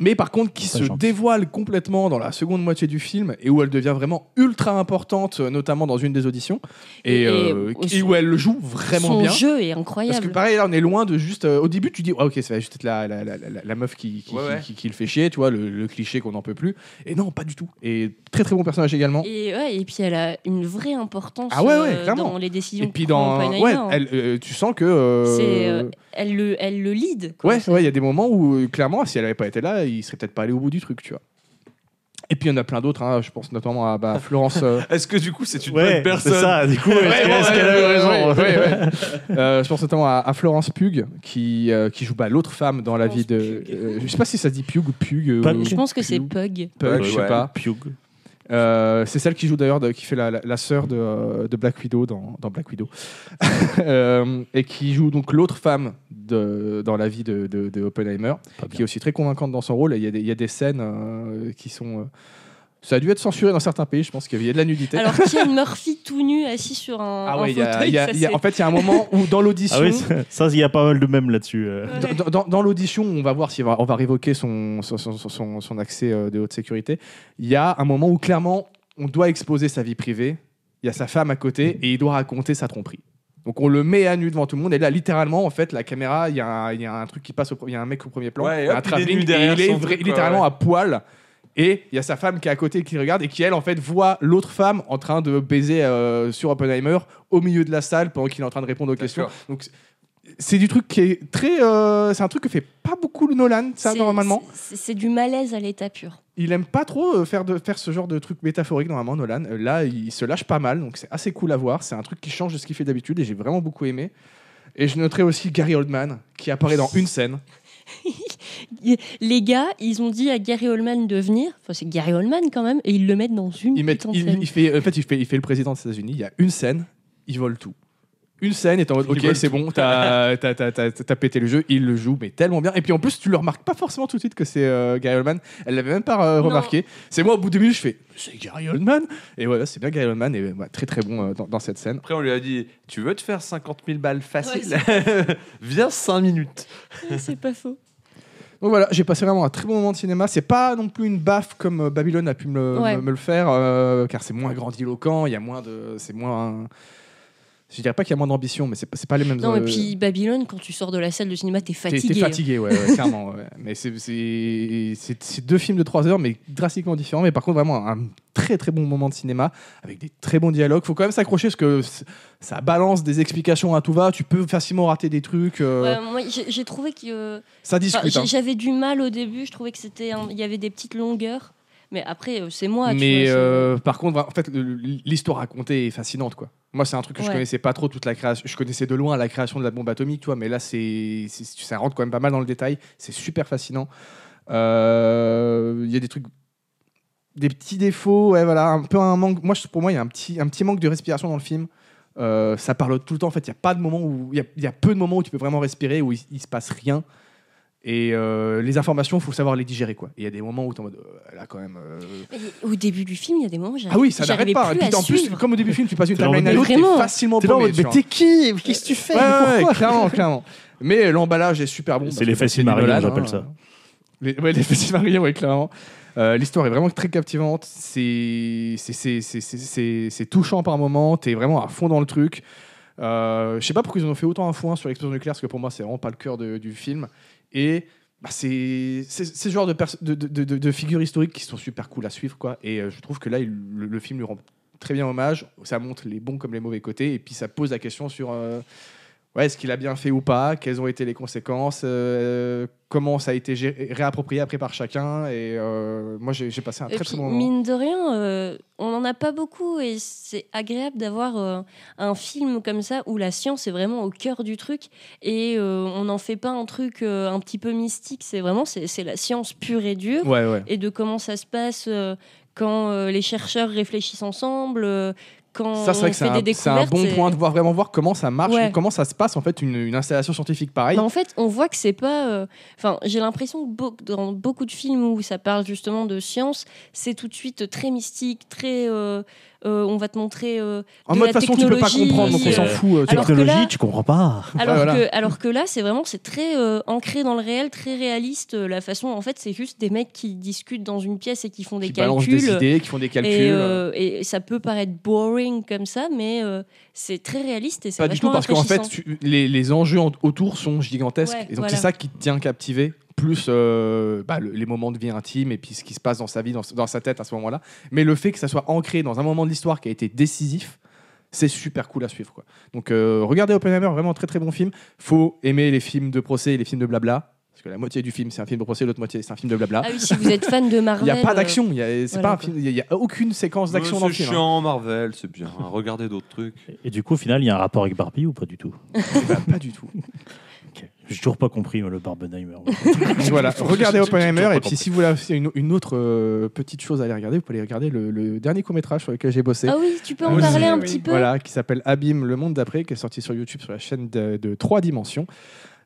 [SPEAKER 1] mais par contre qui
[SPEAKER 4] Pas
[SPEAKER 1] se
[SPEAKER 4] gentil.
[SPEAKER 1] dévoile complètement dans la seconde moitié du film et où elle devient vraiment ultra importante euh, notamment dans une des auditions et,
[SPEAKER 3] Et-
[SPEAKER 1] euh,
[SPEAKER 3] et
[SPEAKER 1] et où elle le joue vraiment
[SPEAKER 3] Son
[SPEAKER 1] bien
[SPEAKER 3] jeu est
[SPEAKER 1] parce que
[SPEAKER 3] incroyable.
[SPEAKER 1] pareil, là, on est loin de juste. euh, au début, tu dis, ouais, ok, ça va juste être la, la, la, la- la meuf qui, qui,
[SPEAKER 2] Ouais,
[SPEAKER 1] qui-
[SPEAKER 2] ouais.
[SPEAKER 1] qui- qui le fait chier, tu vois, le, le cliché qu'on n'en peut plus. Et non, pas du tout. Et très très bon personnage également.
[SPEAKER 3] Et, ouais, et puis, elle a une vraie importance
[SPEAKER 1] Ah ouais, ouais,
[SPEAKER 3] euh,
[SPEAKER 1] clairement.
[SPEAKER 3] dans les décisions.
[SPEAKER 1] Et puis
[SPEAKER 3] que prend
[SPEAKER 1] dans,
[SPEAKER 3] Oppenheimer,
[SPEAKER 1] ouais,
[SPEAKER 3] hein.
[SPEAKER 1] elle, euh, tu sens que euh,
[SPEAKER 3] C'est, euh, elle, le, elle le lead. quoi.
[SPEAKER 1] Ouais, ouais, il y a des moments où euh, clairement, si elle n'avait pas été là, il serait peut-être pas allé au bout du truc, tu vois. Et puis il y en a plein d'autres, hein, je pense notamment à bah, Florence. euh,
[SPEAKER 2] Est-ce que du coup, c'est une
[SPEAKER 4] Ouais,
[SPEAKER 2] bonne personne
[SPEAKER 4] C'est ça, du coup, est-ce
[SPEAKER 1] Ouais,
[SPEAKER 4] qu'elle-
[SPEAKER 1] ouais,
[SPEAKER 4] est-ce qu'elle a eu
[SPEAKER 1] ouais,
[SPEAKER 4] raison
[SPEAKER 1] ouais, ouais, ouais. *laughs* Euh, Je pense notamment à, à Florence Pug qui, euh, qui joue bah, l'autre femme dans la vie de.
[SPEAKER 3] Florence Pugh.
[SPEAKER 1] euh, je sais pas si ça se dit Pug ou Pug. euh,
[SPEAKER 4] Pas-
[SPEAKER 1] ou
[SPEAKER 3] Je pense que
[SPEAKER 1] Pugh,
[SPEAKER 3] c'est Pug.
[SPEAKER 1] Pug,
[SPEAKER 2] Ouais,
[SPEAKER 1] je sais
[SPEAKER 2] ouais.
[SPEAKER 1] pas.
[SPEAKER 4] Pugh.
[SPEAKER 1] Euh, c'est celle qui joue d'ailleurs, de- qui fait la, la- la sœur de, euh, de Black Widow dans, dans Black Widow. *laughs* Euh, et qui joue donc l'autre femme de, dans la vie de, de- de Oppenheimer,
[SPEAKER 4] Pas bien.
[SPEAKER 1] qui est aussi très convaincante dans son rôle. Et il y a des- il y, a des scènes euh, qui sont. euh, ça a dû être censuré dans certains pays, je pense qu'il y avait de la nudité.
[SPEAKER 3] Alors, Kian Murphy tout nu, assis sur un,
[SPEAKER 1] ah
[SPEAKER 3] un
[SPEAKER 1] ouais, il y a-
[SPEAKER 3] fauteuil.
[SPEAKER 1] il y a-
[SPEAKER 3] ça,
[SPEAKER 1] il y a-
[SPEAKER 3] c'est-
[SPEAKER 1] en fait, il y a un moment où dans l'audition.
[SPEAKER 4] Ah oui, ça, ça, il y a pas mal de mèmes là-dessus. euh.
[SPEAKER 3] Ouais.
[SPEAKER 1] Dans, dans- dans l'audition, on va voir si on va- on va révoquer son, son, son- son- son accès euh, de haute sécurité. Il y a un moment où clairement, on doit exposer sa vie privée. Il y a sa femme à côté et il doit raconter sa tromperie. Donc on le met à nu devant tout le monde et là littéralement en fait la caméra il y, a un- il y a un truc qui passe au pre- il y a un mec au premier plan
[SPEAKER 2] Ouais, et
[SPEAKER 1] il y a
[SPEAKER 2] hop,
[SPEAKER 1] un
[SPEAKER 2] il est
[SPEAKER 1] travelling,
[SPEAKER 2] nu
[SPEAKER 1] et
[SPEAKER 2] derrière
[SPEAKER 1] il est
[SPEAKER 2] son
[SPEAKER 1] vrai-
[SPEAKER 2] truc,
[SPEAKER 1] littéralement
[SPEAKER 2] ouais, ouais.
[SPEAKER 1] à poil et il y a sa femme qui est à côté qui regarde et qui elle en fait voit l'autre femme en train de baiser euh, sur Oppenheimer au milieu de la salle pendant qu'il est en train de répondre aux questions
[SPEAKER 2] D'accord.
[SPEAKER 1] donc c'est du truc qui est très. euh, c'est un truc que fait pas beaucoup le Nolan, ça,
[SPEAKER 3] c'est-
[SPEAKER 1] normalement.
[SPEAKER 3] c'est- C'est du malaise à l'état pur.
[SPEAKER 1] Il aime pas trop euh, faire, de, faire ce genre de truc métaphorique, normalement, Nolan. Euh, là, il se lâche pas mal, donc c'est assez cool à voir. C'est un truc qui change de ce qu'il fait d'habitude et j'ai vraiment beaucoup aimé. Et je noterai aussi Gary Oldman, qui apparaît dans une scène.
[SPEAKER 3] Les gars, ils ont dit à Gary Oldman de venir. Enfin, c'est Gary Oldman quand même, et ils le mettent dans une
[SPEAKER 1] Il, met,
[SPEAKER 3] putain de
[SPEAKER 1] il,
[SPEAKER 3] scène.
[SPEAKER 1] il fait, en fait, il fait, il fait le président des États-Unis. Il y a une scène, il vole tout. Une scène est en mode,
[SPEAKER 2] Ils
[SPEAKER 1] ok,
[SPEAKER 2] volent
[SPEAKER 1] c'est
[SPEAKER 2] tout.
[SPEAKER 1] bon, t'as t'as- t'as- t'as- t'as pété le jeu, il le joue, mais tellement bien. Et puis en plus, tu le remarques pas forcément tout de suite que c'est euh, Gary Oldman. Elle l'avait même pas euh,
[SPEAKER 3] Non.
[SPEAKER 1] remarqué. C'est moi, au bout de minutes, je fais, c'est Gary Oldman Et voilà, c'est bien Gary Oldman, et ouais, très très bon euh, dans, dans cette scène.
[SPEAKER 2] Après, on lui a dit Tu veux te faire 50 000 balles facile
[SPEAKER 3] Ouais,
[SPEAKER 2] *laughs* Viens 5 minutes.
[SPEAKER 3] *laughs* C'est
[SPEAKER 1] *laughs*
[SPEAKER 3] pas faux.
[SPEAKER 1] Donc voilà, j'ai passé vraiment un très bon moment de cinéma. C'est pas non plus une baffe comme euh, Babylone a pu me, le-
[SPEAKER 3] Ouais.
[SPEAKER 1] me- me le faire, euh, car c'est moins grandiloquent, il y a moins de. C'est moins. Je dirais pas qu'il y a moins d'ambition, mais c'est pas, c'est pas les mêmes.
[SPEAKER 3] Non, et
[SPEAKER 1] euh,
[SPEAKER 3] puis Babylone, quand tu sors de la salle de cinéma, t'es
[SPEAKER 1] T'es
[SPEAKER 3] fatigué. hein.
[SPEAKER 1] t'es fatigué, ouais,
[SPEAKER 3] *laughs*
[SPEAKER 1] ouais, clairement. ouais. Mais c'est- c'est c'est- c'est deux films de trois heures, mais drastiquement différents. Mais par contre, vraiment un très très bon moment de cinéma avec des très bons dialogues. Faut quand même s'accrocher parce que c- ça balance des explications à tout va. Tu peux facilement rater des trucs. euh,
[SPEAKER 3] Ouais, moi, j'ai j'ai trouvé que euh,
[SPEAKER 1] Ça
[SPEAKER 3] enfin,
[SPEAKER 1] discute.
[SPEAKER 3] j'ai-
[SPEAKER 1] hein.
[SPEAKER 3] j'avais du mal au début. Je trouvais que c'était, un- il y avait des petites longueurs. Mais après, euh, c'est moi. tu
[SPEAKER 1] mais
[SPEAKER 3] vois, c'est-
[SPEAKER 1] euh, par contre, en fait, le- le- l'histoire racontée est fascinante, quoi. Moi, c'est un truc que je
[SPEAKER 3] Ouais.
[SPEAKER 1] connaissais pas trop toute la création. Je connaissais de loin la création de la bombe atomique, tu vois, mais là, c'est c'est- ça rentre quand même pas mal dans le détail. C'est super fascinant. Euh, Il y a des trucs, des petits défauts, ouais, voilà, un peu un manque. Moi, je- pour moi, il y a un petit, un petit manque de respiration dans le film. Euh, ça parle tout le temps. En fait, il y a pas de moment où il y a- il y, a peu de moments où tu peux vraiment respirer, où il, il se passe rien. Et euh, les informations, faut savoir les digérer, quoi. Et Il y a des moments où t'es en mode, euh, là, quand même. euh,
[SPEAKER 3] Mais Au début du film, il y a des moments où j'arri-
[SPEAKER 1] ah oui, ça
[SPEAKER 3] Mm. j'arrivais
[SPEAKER 1] n'arrête pas. Et
[SPEAKER 3] plus
[SPEAKER 1] puis,
[SPEAKER 3] à
[SPEAKER 1] en plus,
[SPEAKER 3] suivre.
[SPEAKER 1] comme au début du film, tu passes une
[SPEAKER 4] T'es là en
[SPEAKER 1] timeline à
[SPEAKER 3] mode,
[SPEAKER 1] l'autre,
[SPEAKER 3] mais
[SPEAKER 1] t'es
[SPEAKER 3] vraiment.
[SPEAKER 1] facilement
[SPEAKER 4] T'es là en
[SPEAKER 1] paumé,
[SPEAKER 4] mode,
[SPEAKER 1] tu
[SPEAKER 4] mais
[SPEAKER 1] vois.
[SPEAKER 4] t'es qui Qu'est-ce que tu fais
[SPEAKER 1] Ouais, ouais,
[SPEAKER 4] Pourquoi
[SPEAKER 1] clairement, clairement. Mais l'emballage est super bon.
[SPEAKER 4] C'est
[SPEAKER 1] parce
[SPEAKER 4] les
[SPEAKER 1] que
[SPEAKER 4] faciles
[SPEAKER 1] du
[SPEAKER 4] Mario,
[SPEAKER 1] Nolan,
[SPEAKER 4] j'appelle
[SPEAKER 1] hein.
[SPEAKER 4] ça.
[SPEAKER 1] Les, ouais, les *laughs* faciles Mario, ouais, clairement. Euh, L'histoire est vraiment très captivante. C'est c'est- c'est- c'est- c'est- c'est- c'est touchant par moments. T'es vraiment à fond dans le truc. Euh, je sais pas pourquoi ils en ont fait autant un foin sur l'explosion nucléaire, parce que pour moi, c'est vraiment pas le cœur de- du film. Et bah, c'est c'est- c'est ce genre de, perso- de, de- de- de figures historiques qui sont super cool à suivre. Quoi. Et euh, je trouve que là, il- le, le film lui rend très bien hommage. Ça montre les bons comme les mauvais côtés. Et puis ça pose la question sur euh, ouais, est-ce qu'il a bien fait ou pas Quelles ont été les conséquences euh, Comment ça a été géré- réapproprié après par chacun Et euh, moi, j'ai j'ai passé un
[SPEAKER 3] Et
[SPEAKER 1] très
[SPEAKER 3] puis,
[SPEAKER 1] très bon moment.
[SPEAKER 3] mine de rien, euh, on n'en a pas beaucoup et c'est agréable d'avoir euh, un film comme ça où la science est vraiment au cœur du truc et euh, on n'en fait pas un truc euh, un petit peu mystique. C'est vraiment c'est c'est la science pure et dure
[SPEAKER 1] Ouais, ouais.
[SPEAKER 3] et de comment ça se passe euh, quand euh, les chercheurs réfléchissent ensemble, euh, quand
[SPEAKER 1] Ça, c'est
[SPEAKER 3] on
[SPEAKER 1] vrai que c'est
[SPEAKER 3] fait des
[SPEAKER 1] un, c'est un
[SPEAKER 3] découvertes.
[SPEAKER 1] bon
[SPEAKER 3] et-
[SPEAKER 1] point de voir vraiment voir comment ça marche,
[SPEAKER 3] Ouais.
[SPEAKER 1] ou comment ça se passe en fait une, une installation scientifique pareille.
[SPEAKER 3] Mais en fait, on voit que c'est pas. euh, Enfin, j'ai l'impression que beau- dans beaucoup de films où ça parle justement de science, c'est tout de suite très mystique, très. euh, euh, on va te montrer. euh,
[SPEAKER 1] en
[SPEAKER 3] de
[SPEAKER 1] mode
[SPEAKER 3] la
[SPEAKER 1] façon, tu peux pas
[SPEAKER 3] technologie,
[SPEAKER 1] comprendre, donc on
[SPEAKER 4] euh,
[SPEAKER 1] s'en fout. euh, tu
[SPEAKER 3] alors que
[SPEAKER 4] Technologie,
[SPEAKER 3] là-
[SPEAKER 4] tu comprends pas.
[SPEAKER 3] alors,
[SPEAKER 1] voilà.
[SPEAKER 3] que, alors que là, c'est vraiment c'est très euh, ancré dans le réel, très réaliste. euh, la façon, en fait, c'est juste des mecs qui discutent dans une pièce et qui font des
[SPEAKER 1] qui balancent
[SPEAKER 3] calculs.
[SPEAKER 1] des idées, qui font des calculs.
[SPEAKER 3] et,
[SPEAKER 1] euh,
[SPEAKER 3] euh, et ça peut paraître boring comme ça, mais euh, c'est très réaliste et c'est
[SPEAKER 1] pas du tout,
[SPEAKER 3] vachement
[SPEAKER 1] parce qu'en fait,
[SPEAKER 3] rafraîchissant.
[SPEAKER 1] tu- les, les enjeux en- autour sont gigantesques.
[SPEAKER 3] Ouais,
[SPEAKER 1] et donc,
[SPEAKER 3] voilà.
[SPEAKER 1] c'est ça qui te tient captivé, plus euh, bah, le- les moments de vie intime et puis ce qui se passe dans sa vie, dans, dans sa tête à ce moment-là. Mais le fait que ça soit ancré dans un moment de l'histoire qui a été décisif, c'est super cool à suivre. Quoi. Donc, euh, regardez Oppenheimer, vraiment très très bon film. Faut aimer les films de procès et les films de blabla. Parce que la moitié du film, c'est un film de procès, l'autre moitié, c'est un film de blabla.
[SPEAKER 3] Ah oui, si vous êtes fan
[SPEAKER 1] *laughs*
[SPEAKER 3] de
[SPEAKER 1] Il
[SPEAKER 3] Marvel.
[SPEAKER 1] n'y a pas
[SPEAKER 3] euh,
[SPEAKER 1] d'action, il n'y a, c'est
[SPEAKER 3] voilà,
[SPEAKER 1] pas un
[SPEAKER 3] quoi.
[SPEAKER 1] film- il y a- il y a aucune séquence d'action
[SPEAKER 2] Mais
[SPEAKER 1] dans le
[SPEAKER 2] C'est
[SPEAKER 1] film. hein.
[SPEAKER 2] chiant, Marvel, c'est bien. Regardez d'autres trucs.
[SPEAKER 4] Et du coup, au final, il y a un rapport avec Barbie ou pas du tout
[SPEAKER 1] Bah, pas du tout.
[SPEAKER 4] Ok. J'ai toujours pas compris euh, le Barbenheimer.
[SPEAKER 1] Donc voilà, regardez Oppenheimer
[SPEAKER 4] Toujours pas
[SPEAKER 1] et puis
[SPEAKER 4] compris.
[SPEAKER 1] si vous voulez aussi une, une autre euh, petite chose à aller regarder, vous pouvez aller regarder le, le dernier court métrage sur lequel j'ai bossé.
[SPEAKER 3] Ah oui, tu peux
[SPEAKER 1] Ah
[SPEAKER 3] en
[SPEAKER 1] oui,
[SPEAKER 3] parler
[SPEAKER 1] c'est-
[SPEAKER 3] un
[SPEAKER 1] oui.
[SPEAKER 3] petit peu.
[SPEAKER 1] Voilà, qui s'appelle Abîme, le monde d'après, qui est sorti sur YouTube sur la chaîne de, de 3 dimensions.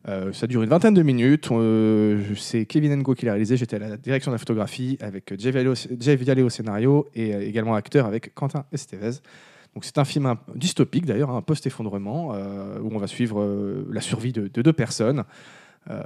[SPEAKER 1] Euh, ça dure une vingtaine de minutes. Euh, je- c'est Kevin Ngo qui l'a réalisé. J'étais à la direction de la photographie avec Jeff Viallet au, Jeff Viallet au scénario et euh, également acteur avec Quentin Estevez. Donc c'est un film un- dystopique d'ailleurs, un post-effondrement euh, où on va suivre euh, la survie de, de deux personnes. Euh,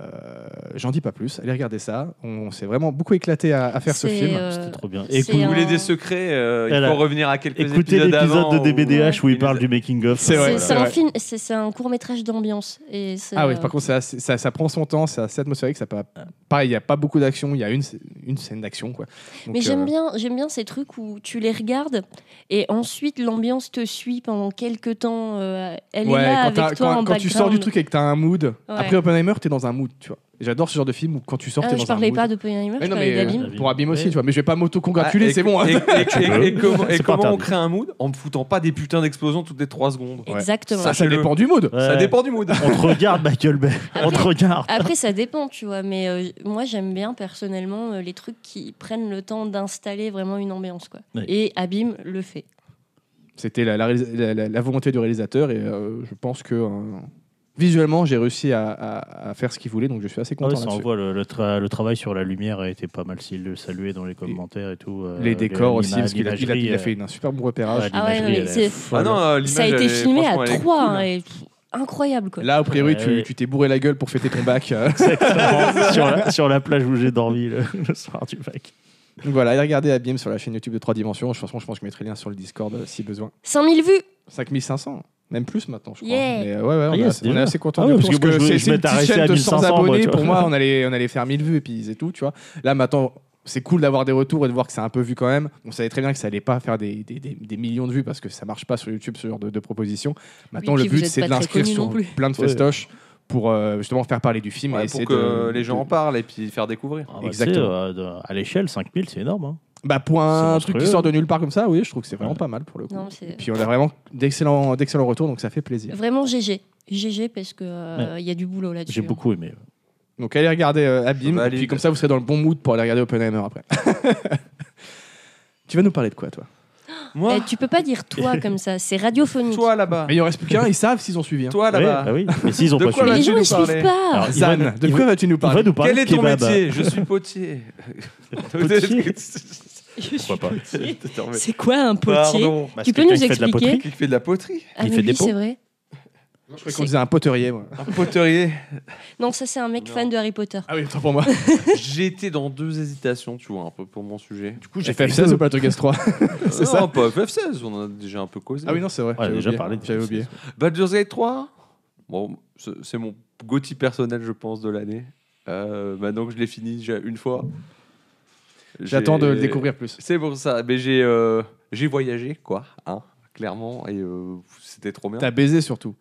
[SPEAKER 1] J'en dis pas plus. Allez regarder ça. On, s'est vraiment beaucoup éclaté à, à faire ce
[SPEAKER 3] C'est,
[SPEAKER 1] film.
[SPEAKER 4] *laughs*
[SPEAKER 3] euh,
[SPEAKER 4] C'était trop bien.
[SPEAKER 3] c'est
[SPEAKER 4] Écoute-
[SPEAKER 2] Vous voulez
[SPEAKER 3] un-
[SPEAKER 2] des secrets euh, Il
[SPEAKER 4] Voilà.
[SPEAKER 2] faut revenir à quelques
[SPEAKER 4] Écoutez
[SPEAKER 2] épisodes
[SPEAKER 4] l'épisode
[SPEAKER 2] avant
[SPEAKER 4] de DBDH où
[SPEAKER 2] où
[SPEAKER 4] il parle du making of.
[SPEAKER 1] C'est
[SPEAKER 3] C'est
[SPEAKER 1] vrai,
[SPEAKER 3] c'est
[SPEAKER 1] c'est
[SPEAKER 3] un
[SPEAKER 1] vrai.
[SPEAKER 3] film, c'est c'est un court métrage d'ambiance. et c'est,
[SPEAKER 1] Ah oui,
[SPEAKER 3] euh,
[SPEAKER 1] par contre, ça, c'est- ça, ça prend son temps, c'est assez atmosphérique. Ça pas, pareil, il n'y a pas beaucoup d'action, il y a une, sc- une scène d'action. quoi. Donc,
[SPEAKER 3] Mais
[SPEAKER 1] euh,
[SPEAKER 3] j'aime bien, j'aime bien ces trucs où tu les regardes et ensuite l'ambiance te suit pendant quelques temps. euh, elle
[SPEAKER 1] ouais,
[SPEAKER 3] est là
[SPEAKER 1] quand, t'as-
[SPEAKER 3] avec toi
[SPEAKER 1] quand-
[SPEAKER 3] en
[SPEAKER 1] quand tu sors du
[SPEAKER 3] background.
[SPEAKER 1] truc et que tu as un mood, après Oppenheimer, tu es dans dans un mood, tu vois. Et J'adore ce genre de film où quand tu sors,
[SPEAKER 3] Ah,
[SPEAKER 1] t'es
[SPEAKER 3] je
[SPEAKER 1] dans un
[SPEAKER 3] parlais
[SPEAKER 1] mood.
[SPEAKER 3] pas de Poyan Hummer,
[SPEAKER 1] Mais
[SPEAKER 3] je
[SPEAKER 1] non,
[SPEAKER 3] parlais
[SPEAKER 1] mais- euh,
[SPEAKER 3] d'Abîme.
[SPEAKER 1] Pour Abîme aussi, tu vois. Mais je vais pas
[SPEAKER 2] Ah,
[SPEAKER 1] m'auto-congratuler,
[SPEAKER 2] et-
[SPEAKER 1] c'est bon. hein.
[SPEAKER 4] *laughs*
[SPEAKER 2] Et, et- et-
[SPEAKER 4] peux.
[SPEAKER 2] et comment, et
[SPEAKER 4] C'est pas
[SPEAKER 2] comment on
[SPEAKER 4] interdit.
[SPEAKER 2] crée un mood En me foutant pas des putains d'explosions toutes les 3 secondes.
[SPEAKER 1] Ouais.
[SPEAKER 3] Exactement.
[SPEAKER 1] Ça, ça
[SPEAKER 2] Sachez-le.
[SPEAKER 1] dépend du mood.
[SPEAKER 2] Ça
[SPEAKER 4] Ouais.
[SPEAKER 2] dépend du mood.
[SPEAKER 4] On te regarde, Michael Bay. On te
[SPEAKER 3] Après-
[SPEAKER 4] regarde.
[SPEAKER 3] Après, ça dépend, tu vois. Mais euh, moi, j'aime bien personnellement euh, les trucs qui prennent le temps d'installer vraiment une ambiance, quoi.
[SPEAKER 4] Ouais.
[SPEAKER 3] Et Abîme le fait.
[SPEAKER 1] C'était la, la réalisa- la- la- la volonté du réalisateur et euh, je pense que euh, visuellement, j'ai réussi à, à- à faire ce qu'il voulait, donc je suis assez
[SPEAKER 4] Ah ouais,
[SPEAKER 1] content.
[SPEAKER 4] ça
[SPEAKER 1] là-dessus.
[SPEAKER 4] envoie le, le tra- le travail sur la lumière a été pas mal s'il le saluait dans les commentaires et tout. euh,
[SPEAKER 1] les décors
[SPEAKER 4] l'anima-
[SPEAKER 1] aussi, parce qu'il a, il a- il a
[SPEAKER 4] l'imagerie,
[SPEAKER 1] fait un super bon
[SPEAKER 4] euh,
[SPEAKER 1] repérage.
[SPEAKER 4] ouais,
[SPEAKER 3] Ah ouais, non,
[SPEAKER 4] l'imagerie,
[SPEAKER 3] mais
[SPEAKER 4] elle est
[SPEAKER 3] c'est-
[SPEAKER 2] Ah
[SPEAKER 4] folle.
[SPEAKER 2] non, euh, l'image,
[SPEAKER 3] Ça a été
[SPEAKER 2] elle est-
[SPEAKER 3] filmé à
[SPEAKER 2] franchement, elle est
[SPEAKER 3] trois,
[SPEAKER 2] cool,
[SPEAKER 3] hein,
[SPEAKER 2] hein.
[SPEAKER 3] et pff, incroyable, quoi.
[SPEAKER 1] Là, a priori,
[SPEAKER 4] Ouais,
[SPEAKER 1] tu
[SPEAKER 4] ouais.
[SPEAKER 1] tu t'es bourré la gueule pour fêter ton bac. euh. *laughs*
[SPEAKER 4] Exactement, *laughs* sur, la, sur la plage où j'ai dormi le, *laughs* le soir du bac.
[SPEAKER 1] Donc voilà, allez regarder Abîme sur la chaîne YouTube de 3 dimensions. De toute façon, je pense que je mettrai le lien sur le Discord euh, si besoin.
[SPEAKER 3] 5000 vues
[SPEAKER 1] 5500 même plus maintenant, je crois.
[SPEAKER 3] Yeah.
[SPEAKER 1] Mais euh, ouais, ouais, on,
[SPEAKER 4] Ah, yes,
[SPEAKER 1] est, on est
[SPEAKER 4] déjà.
[SPEAKER 1] assez content.
[SPEAKER 4] Ah
[SPEAKER 1] du
[SPEAKER 4] ouais,
[SPEAKER 1] coup,
[SPEAKER 4] parce que moi, je-
[SPEAKER 1] c'est
[SPEAKER 4] je
[SPEAKER 1] c'est une
[SPEAKER 4] m'étais
[SPEAKER 1] petite
[SPEAKER 4] arrêté
[SPEAKER 1] chaîne
[SPEAKER 4] à
[SPEAKER 1] de 100
[SPEAKER 4] 1500, moi,
[SPEAKER 1] abonnés.
[SPEAKER 4] tu vois.
[SPEAKER 1] pour moi, on allait, on allait faire 1000 vues et puis c'est tout, tu vois. Là, maintenant, c'est cool d'avoir des retours et de voir que c'est un peu vu quand même. On savait très bien que ça allait pas faire des, des- des- des millions de vues parce que ça marche pas sur YouTube ce genre de, de proposition. Maintenant,
[SPEAKER 3] Oui,
[SPEAKER 1] le
[SPEAKER 3] puis vous
[SPEAKER 1] but,
[SPEAKER 3] êtes
[SPEAKER 1] c'est
[SPEAKER 3] pas
[SPEAKER 1] de
[SPEAKER 3] très
[SPEAKER 1] l'inscrire
[SPEAKER 3] connus
[SPEAKER 1] sur
[SPEAKER 3] non plus.
[SPEAKER 1] plein de
[SPEAKER 4] Ouais.
[SPEAKER 1] festoches pour euh, justement faire parler du film
[SPEAKER 2] Ouais,
[SPEAKER 1] et essayer
[SPEAKER 2] pour que
[SPEAKER 1] de-
[SPEAKER 2] les gens
[SPEAKER 1] de-
[SPEAKER 2] en parlent et puis faire découvrir.
[SPEAKER 4] Ah bah, tu
[SPEAKER 1] Exactement.
[SPEAKER 4] sais, euh, de- à l'échelle, 5000, c'est énorme. hein.
[SPEAKER 1] Bah, pour
[SPEAKER 4] C'est
[SPEAKER 1] un
[SPEAKER 4] monstrueux.
[SPEAKER 1] truc qui sort de nulle part comme ça, oui, je trouve que c'est vraiment
[SPEAKER 4] Ouais.
[SPEAKER 1] pas mal pour le coup.
[SPEAKER 3] Non, c'est
[SPEAKER 1] Puis on a vraiment d'excellents d'excellents retours, donc ça fait plaisir.
[SPEAKER 3] vraiment GG. GG parce que euh, il y a du boulot là-dessus.
[SPEAKER 4] J'ai beaucoup aimé.
[SPEAKER 1] Donc allez regarder euh, Abîme, et
[SPEAKER 2] Valide.
[SPEAKER 1] puis comme ça vous serez dans le bon mood pour aller regarder Oppenheimer après. *laughs* tu vas nous parler de quoi toi
[SPEAKER 2] Moi,
[SPEAKER 3] Eh, tu peux pas
[SPEAKER 4] *laughs*
[SPEAKER 3] dire toi comme ça, c'est radiophonique.
[SPEAKER 2] toi là-bas.
[SPEAKER 1] Mais il en reste plus qu'un, ils savent s'ils ont suivi. Hein.
[SPEAKER 2] Toi
[SPEAKER 4] oui,
[SPEAKER 2] là-bas.
[SPEAKER 4] ah oui. Mais s'ils ont
[SPEAKER 2] De
[SPEAKER 4] pas
[SPEAKER 2] quoi
[SPEAKER 3] Mais
[SPEAKER 2] vas-tu
[SPEAKER 3] les
[SPEAKER 4] suivi.
[SPEAKER 3] gens
[SPEAKER 2] nous
[SPEAKER 3] ils
[SPEAKER 2] parler
[SPEAKER 3] suivent pas.
[SPEAKER 2] *laughs*
[SPEAKER 4] Alors, il va
[SPEAKER 1] Zan,
[SPEAKER 4] nous-
[SPEAKER 1] de
[SPEAKER 4] il
[SPEAKER 1] quoi
[SPEAKER 4] va-
[SPEAKER 1] vas-tu nous
[SPEAKER 4] On va
[SPEAKER 1] parler
[SPEAKER 4] nous parler
[SPEAKER 2] Quel
[SPEAKER 4] de
[SPEAKER 2] est ton
[SPEAKER 4] kebab.
[SPEAKER 1] *laughs*
[SPEAKER 2] métier Je suis potier.
[SPEAKER 4] Potier.
[SPEAKER 3] Je suis
[SPEAKER 4] Pourquoi pas
[SPEAKER 3] potier.
[SPEAKER 2] *laughs* Attends, mais-
[SPEAKER 3] C'est quoi un potier
[SPEAKER 2] Pardon.
[SPEAKER 4] Parce
[SPEAKER 3] Tu
[SPEAKER 4] que
[SPEAKER 3] peux nous
[SPEAKER 4] quelqu'un qui fait de la
[SPEAKER 3] expliquer
[SPEAKER 4] poterie.
[SPEAKER 2] Qui fait de la poterie
[SPEAKER 3] Ah
[SPEAKER 4] Il
[SPEAKER 3] mais
[SPEAKER 4] fait des
[SPEAKER 3] oui,
[SPEAKER 4] pots
[SPEAKER 3] c'est vrai.
[SPEAKER 1] Je croyais qu'on disait un poterier. Moi.
[SPEAKER 2] Un poterier.
[SPEAKER 3] Non, ça c'est un mec
[SPEAKER 2] Non.
[SPEAKER 3] fan de Harry Potter.
[SPEAKER 1] Ah oui, tant pour moi.
[SPEAKER 2] J'étais dans deux hésitations, tu vois, un peu pour mon sujet.
[SPEAKER 1] Du coup, j'ai fait F16 ou pas le truc S3 C'est
[SPEAKER 2] Euh,
[SPEAKER 1] ça.
[SPEAKER 2] Non, pas FF16, on en a déjà un peu causé.
[SPEAKER 1] Ah oui, non, c'est vrai.
[SPEAKER 4] Ouais,
[SPEAKER 1] j'avais
[SPEAKER 4] déjà
[SPEAKER 1] oublié.
[SPEAKER 4] parlé de
[SPEAKER 1] J'avais
[SPEAKER 4] F16.
[SPEAKER 1] oublié.
[SPEAKER 2] Baldur's Gate 3, bon, c'est c'est mon Gothi personnel, je pense, de l'année. Euh, maintenant que je l'ai fini j'ai- une fois.
[SPEAKER 1] J'attends de
[SPEAKER 2] j'ai-
[SPEAKER 1] le découvrir plus.
[SPEAKER 2] C'est pour ça, mais j'ai euh, j'ai voyagé, quoi, hein, clairement, et euh, c'était trop bien.
[SPEAKER 1] T'as baissé surtout.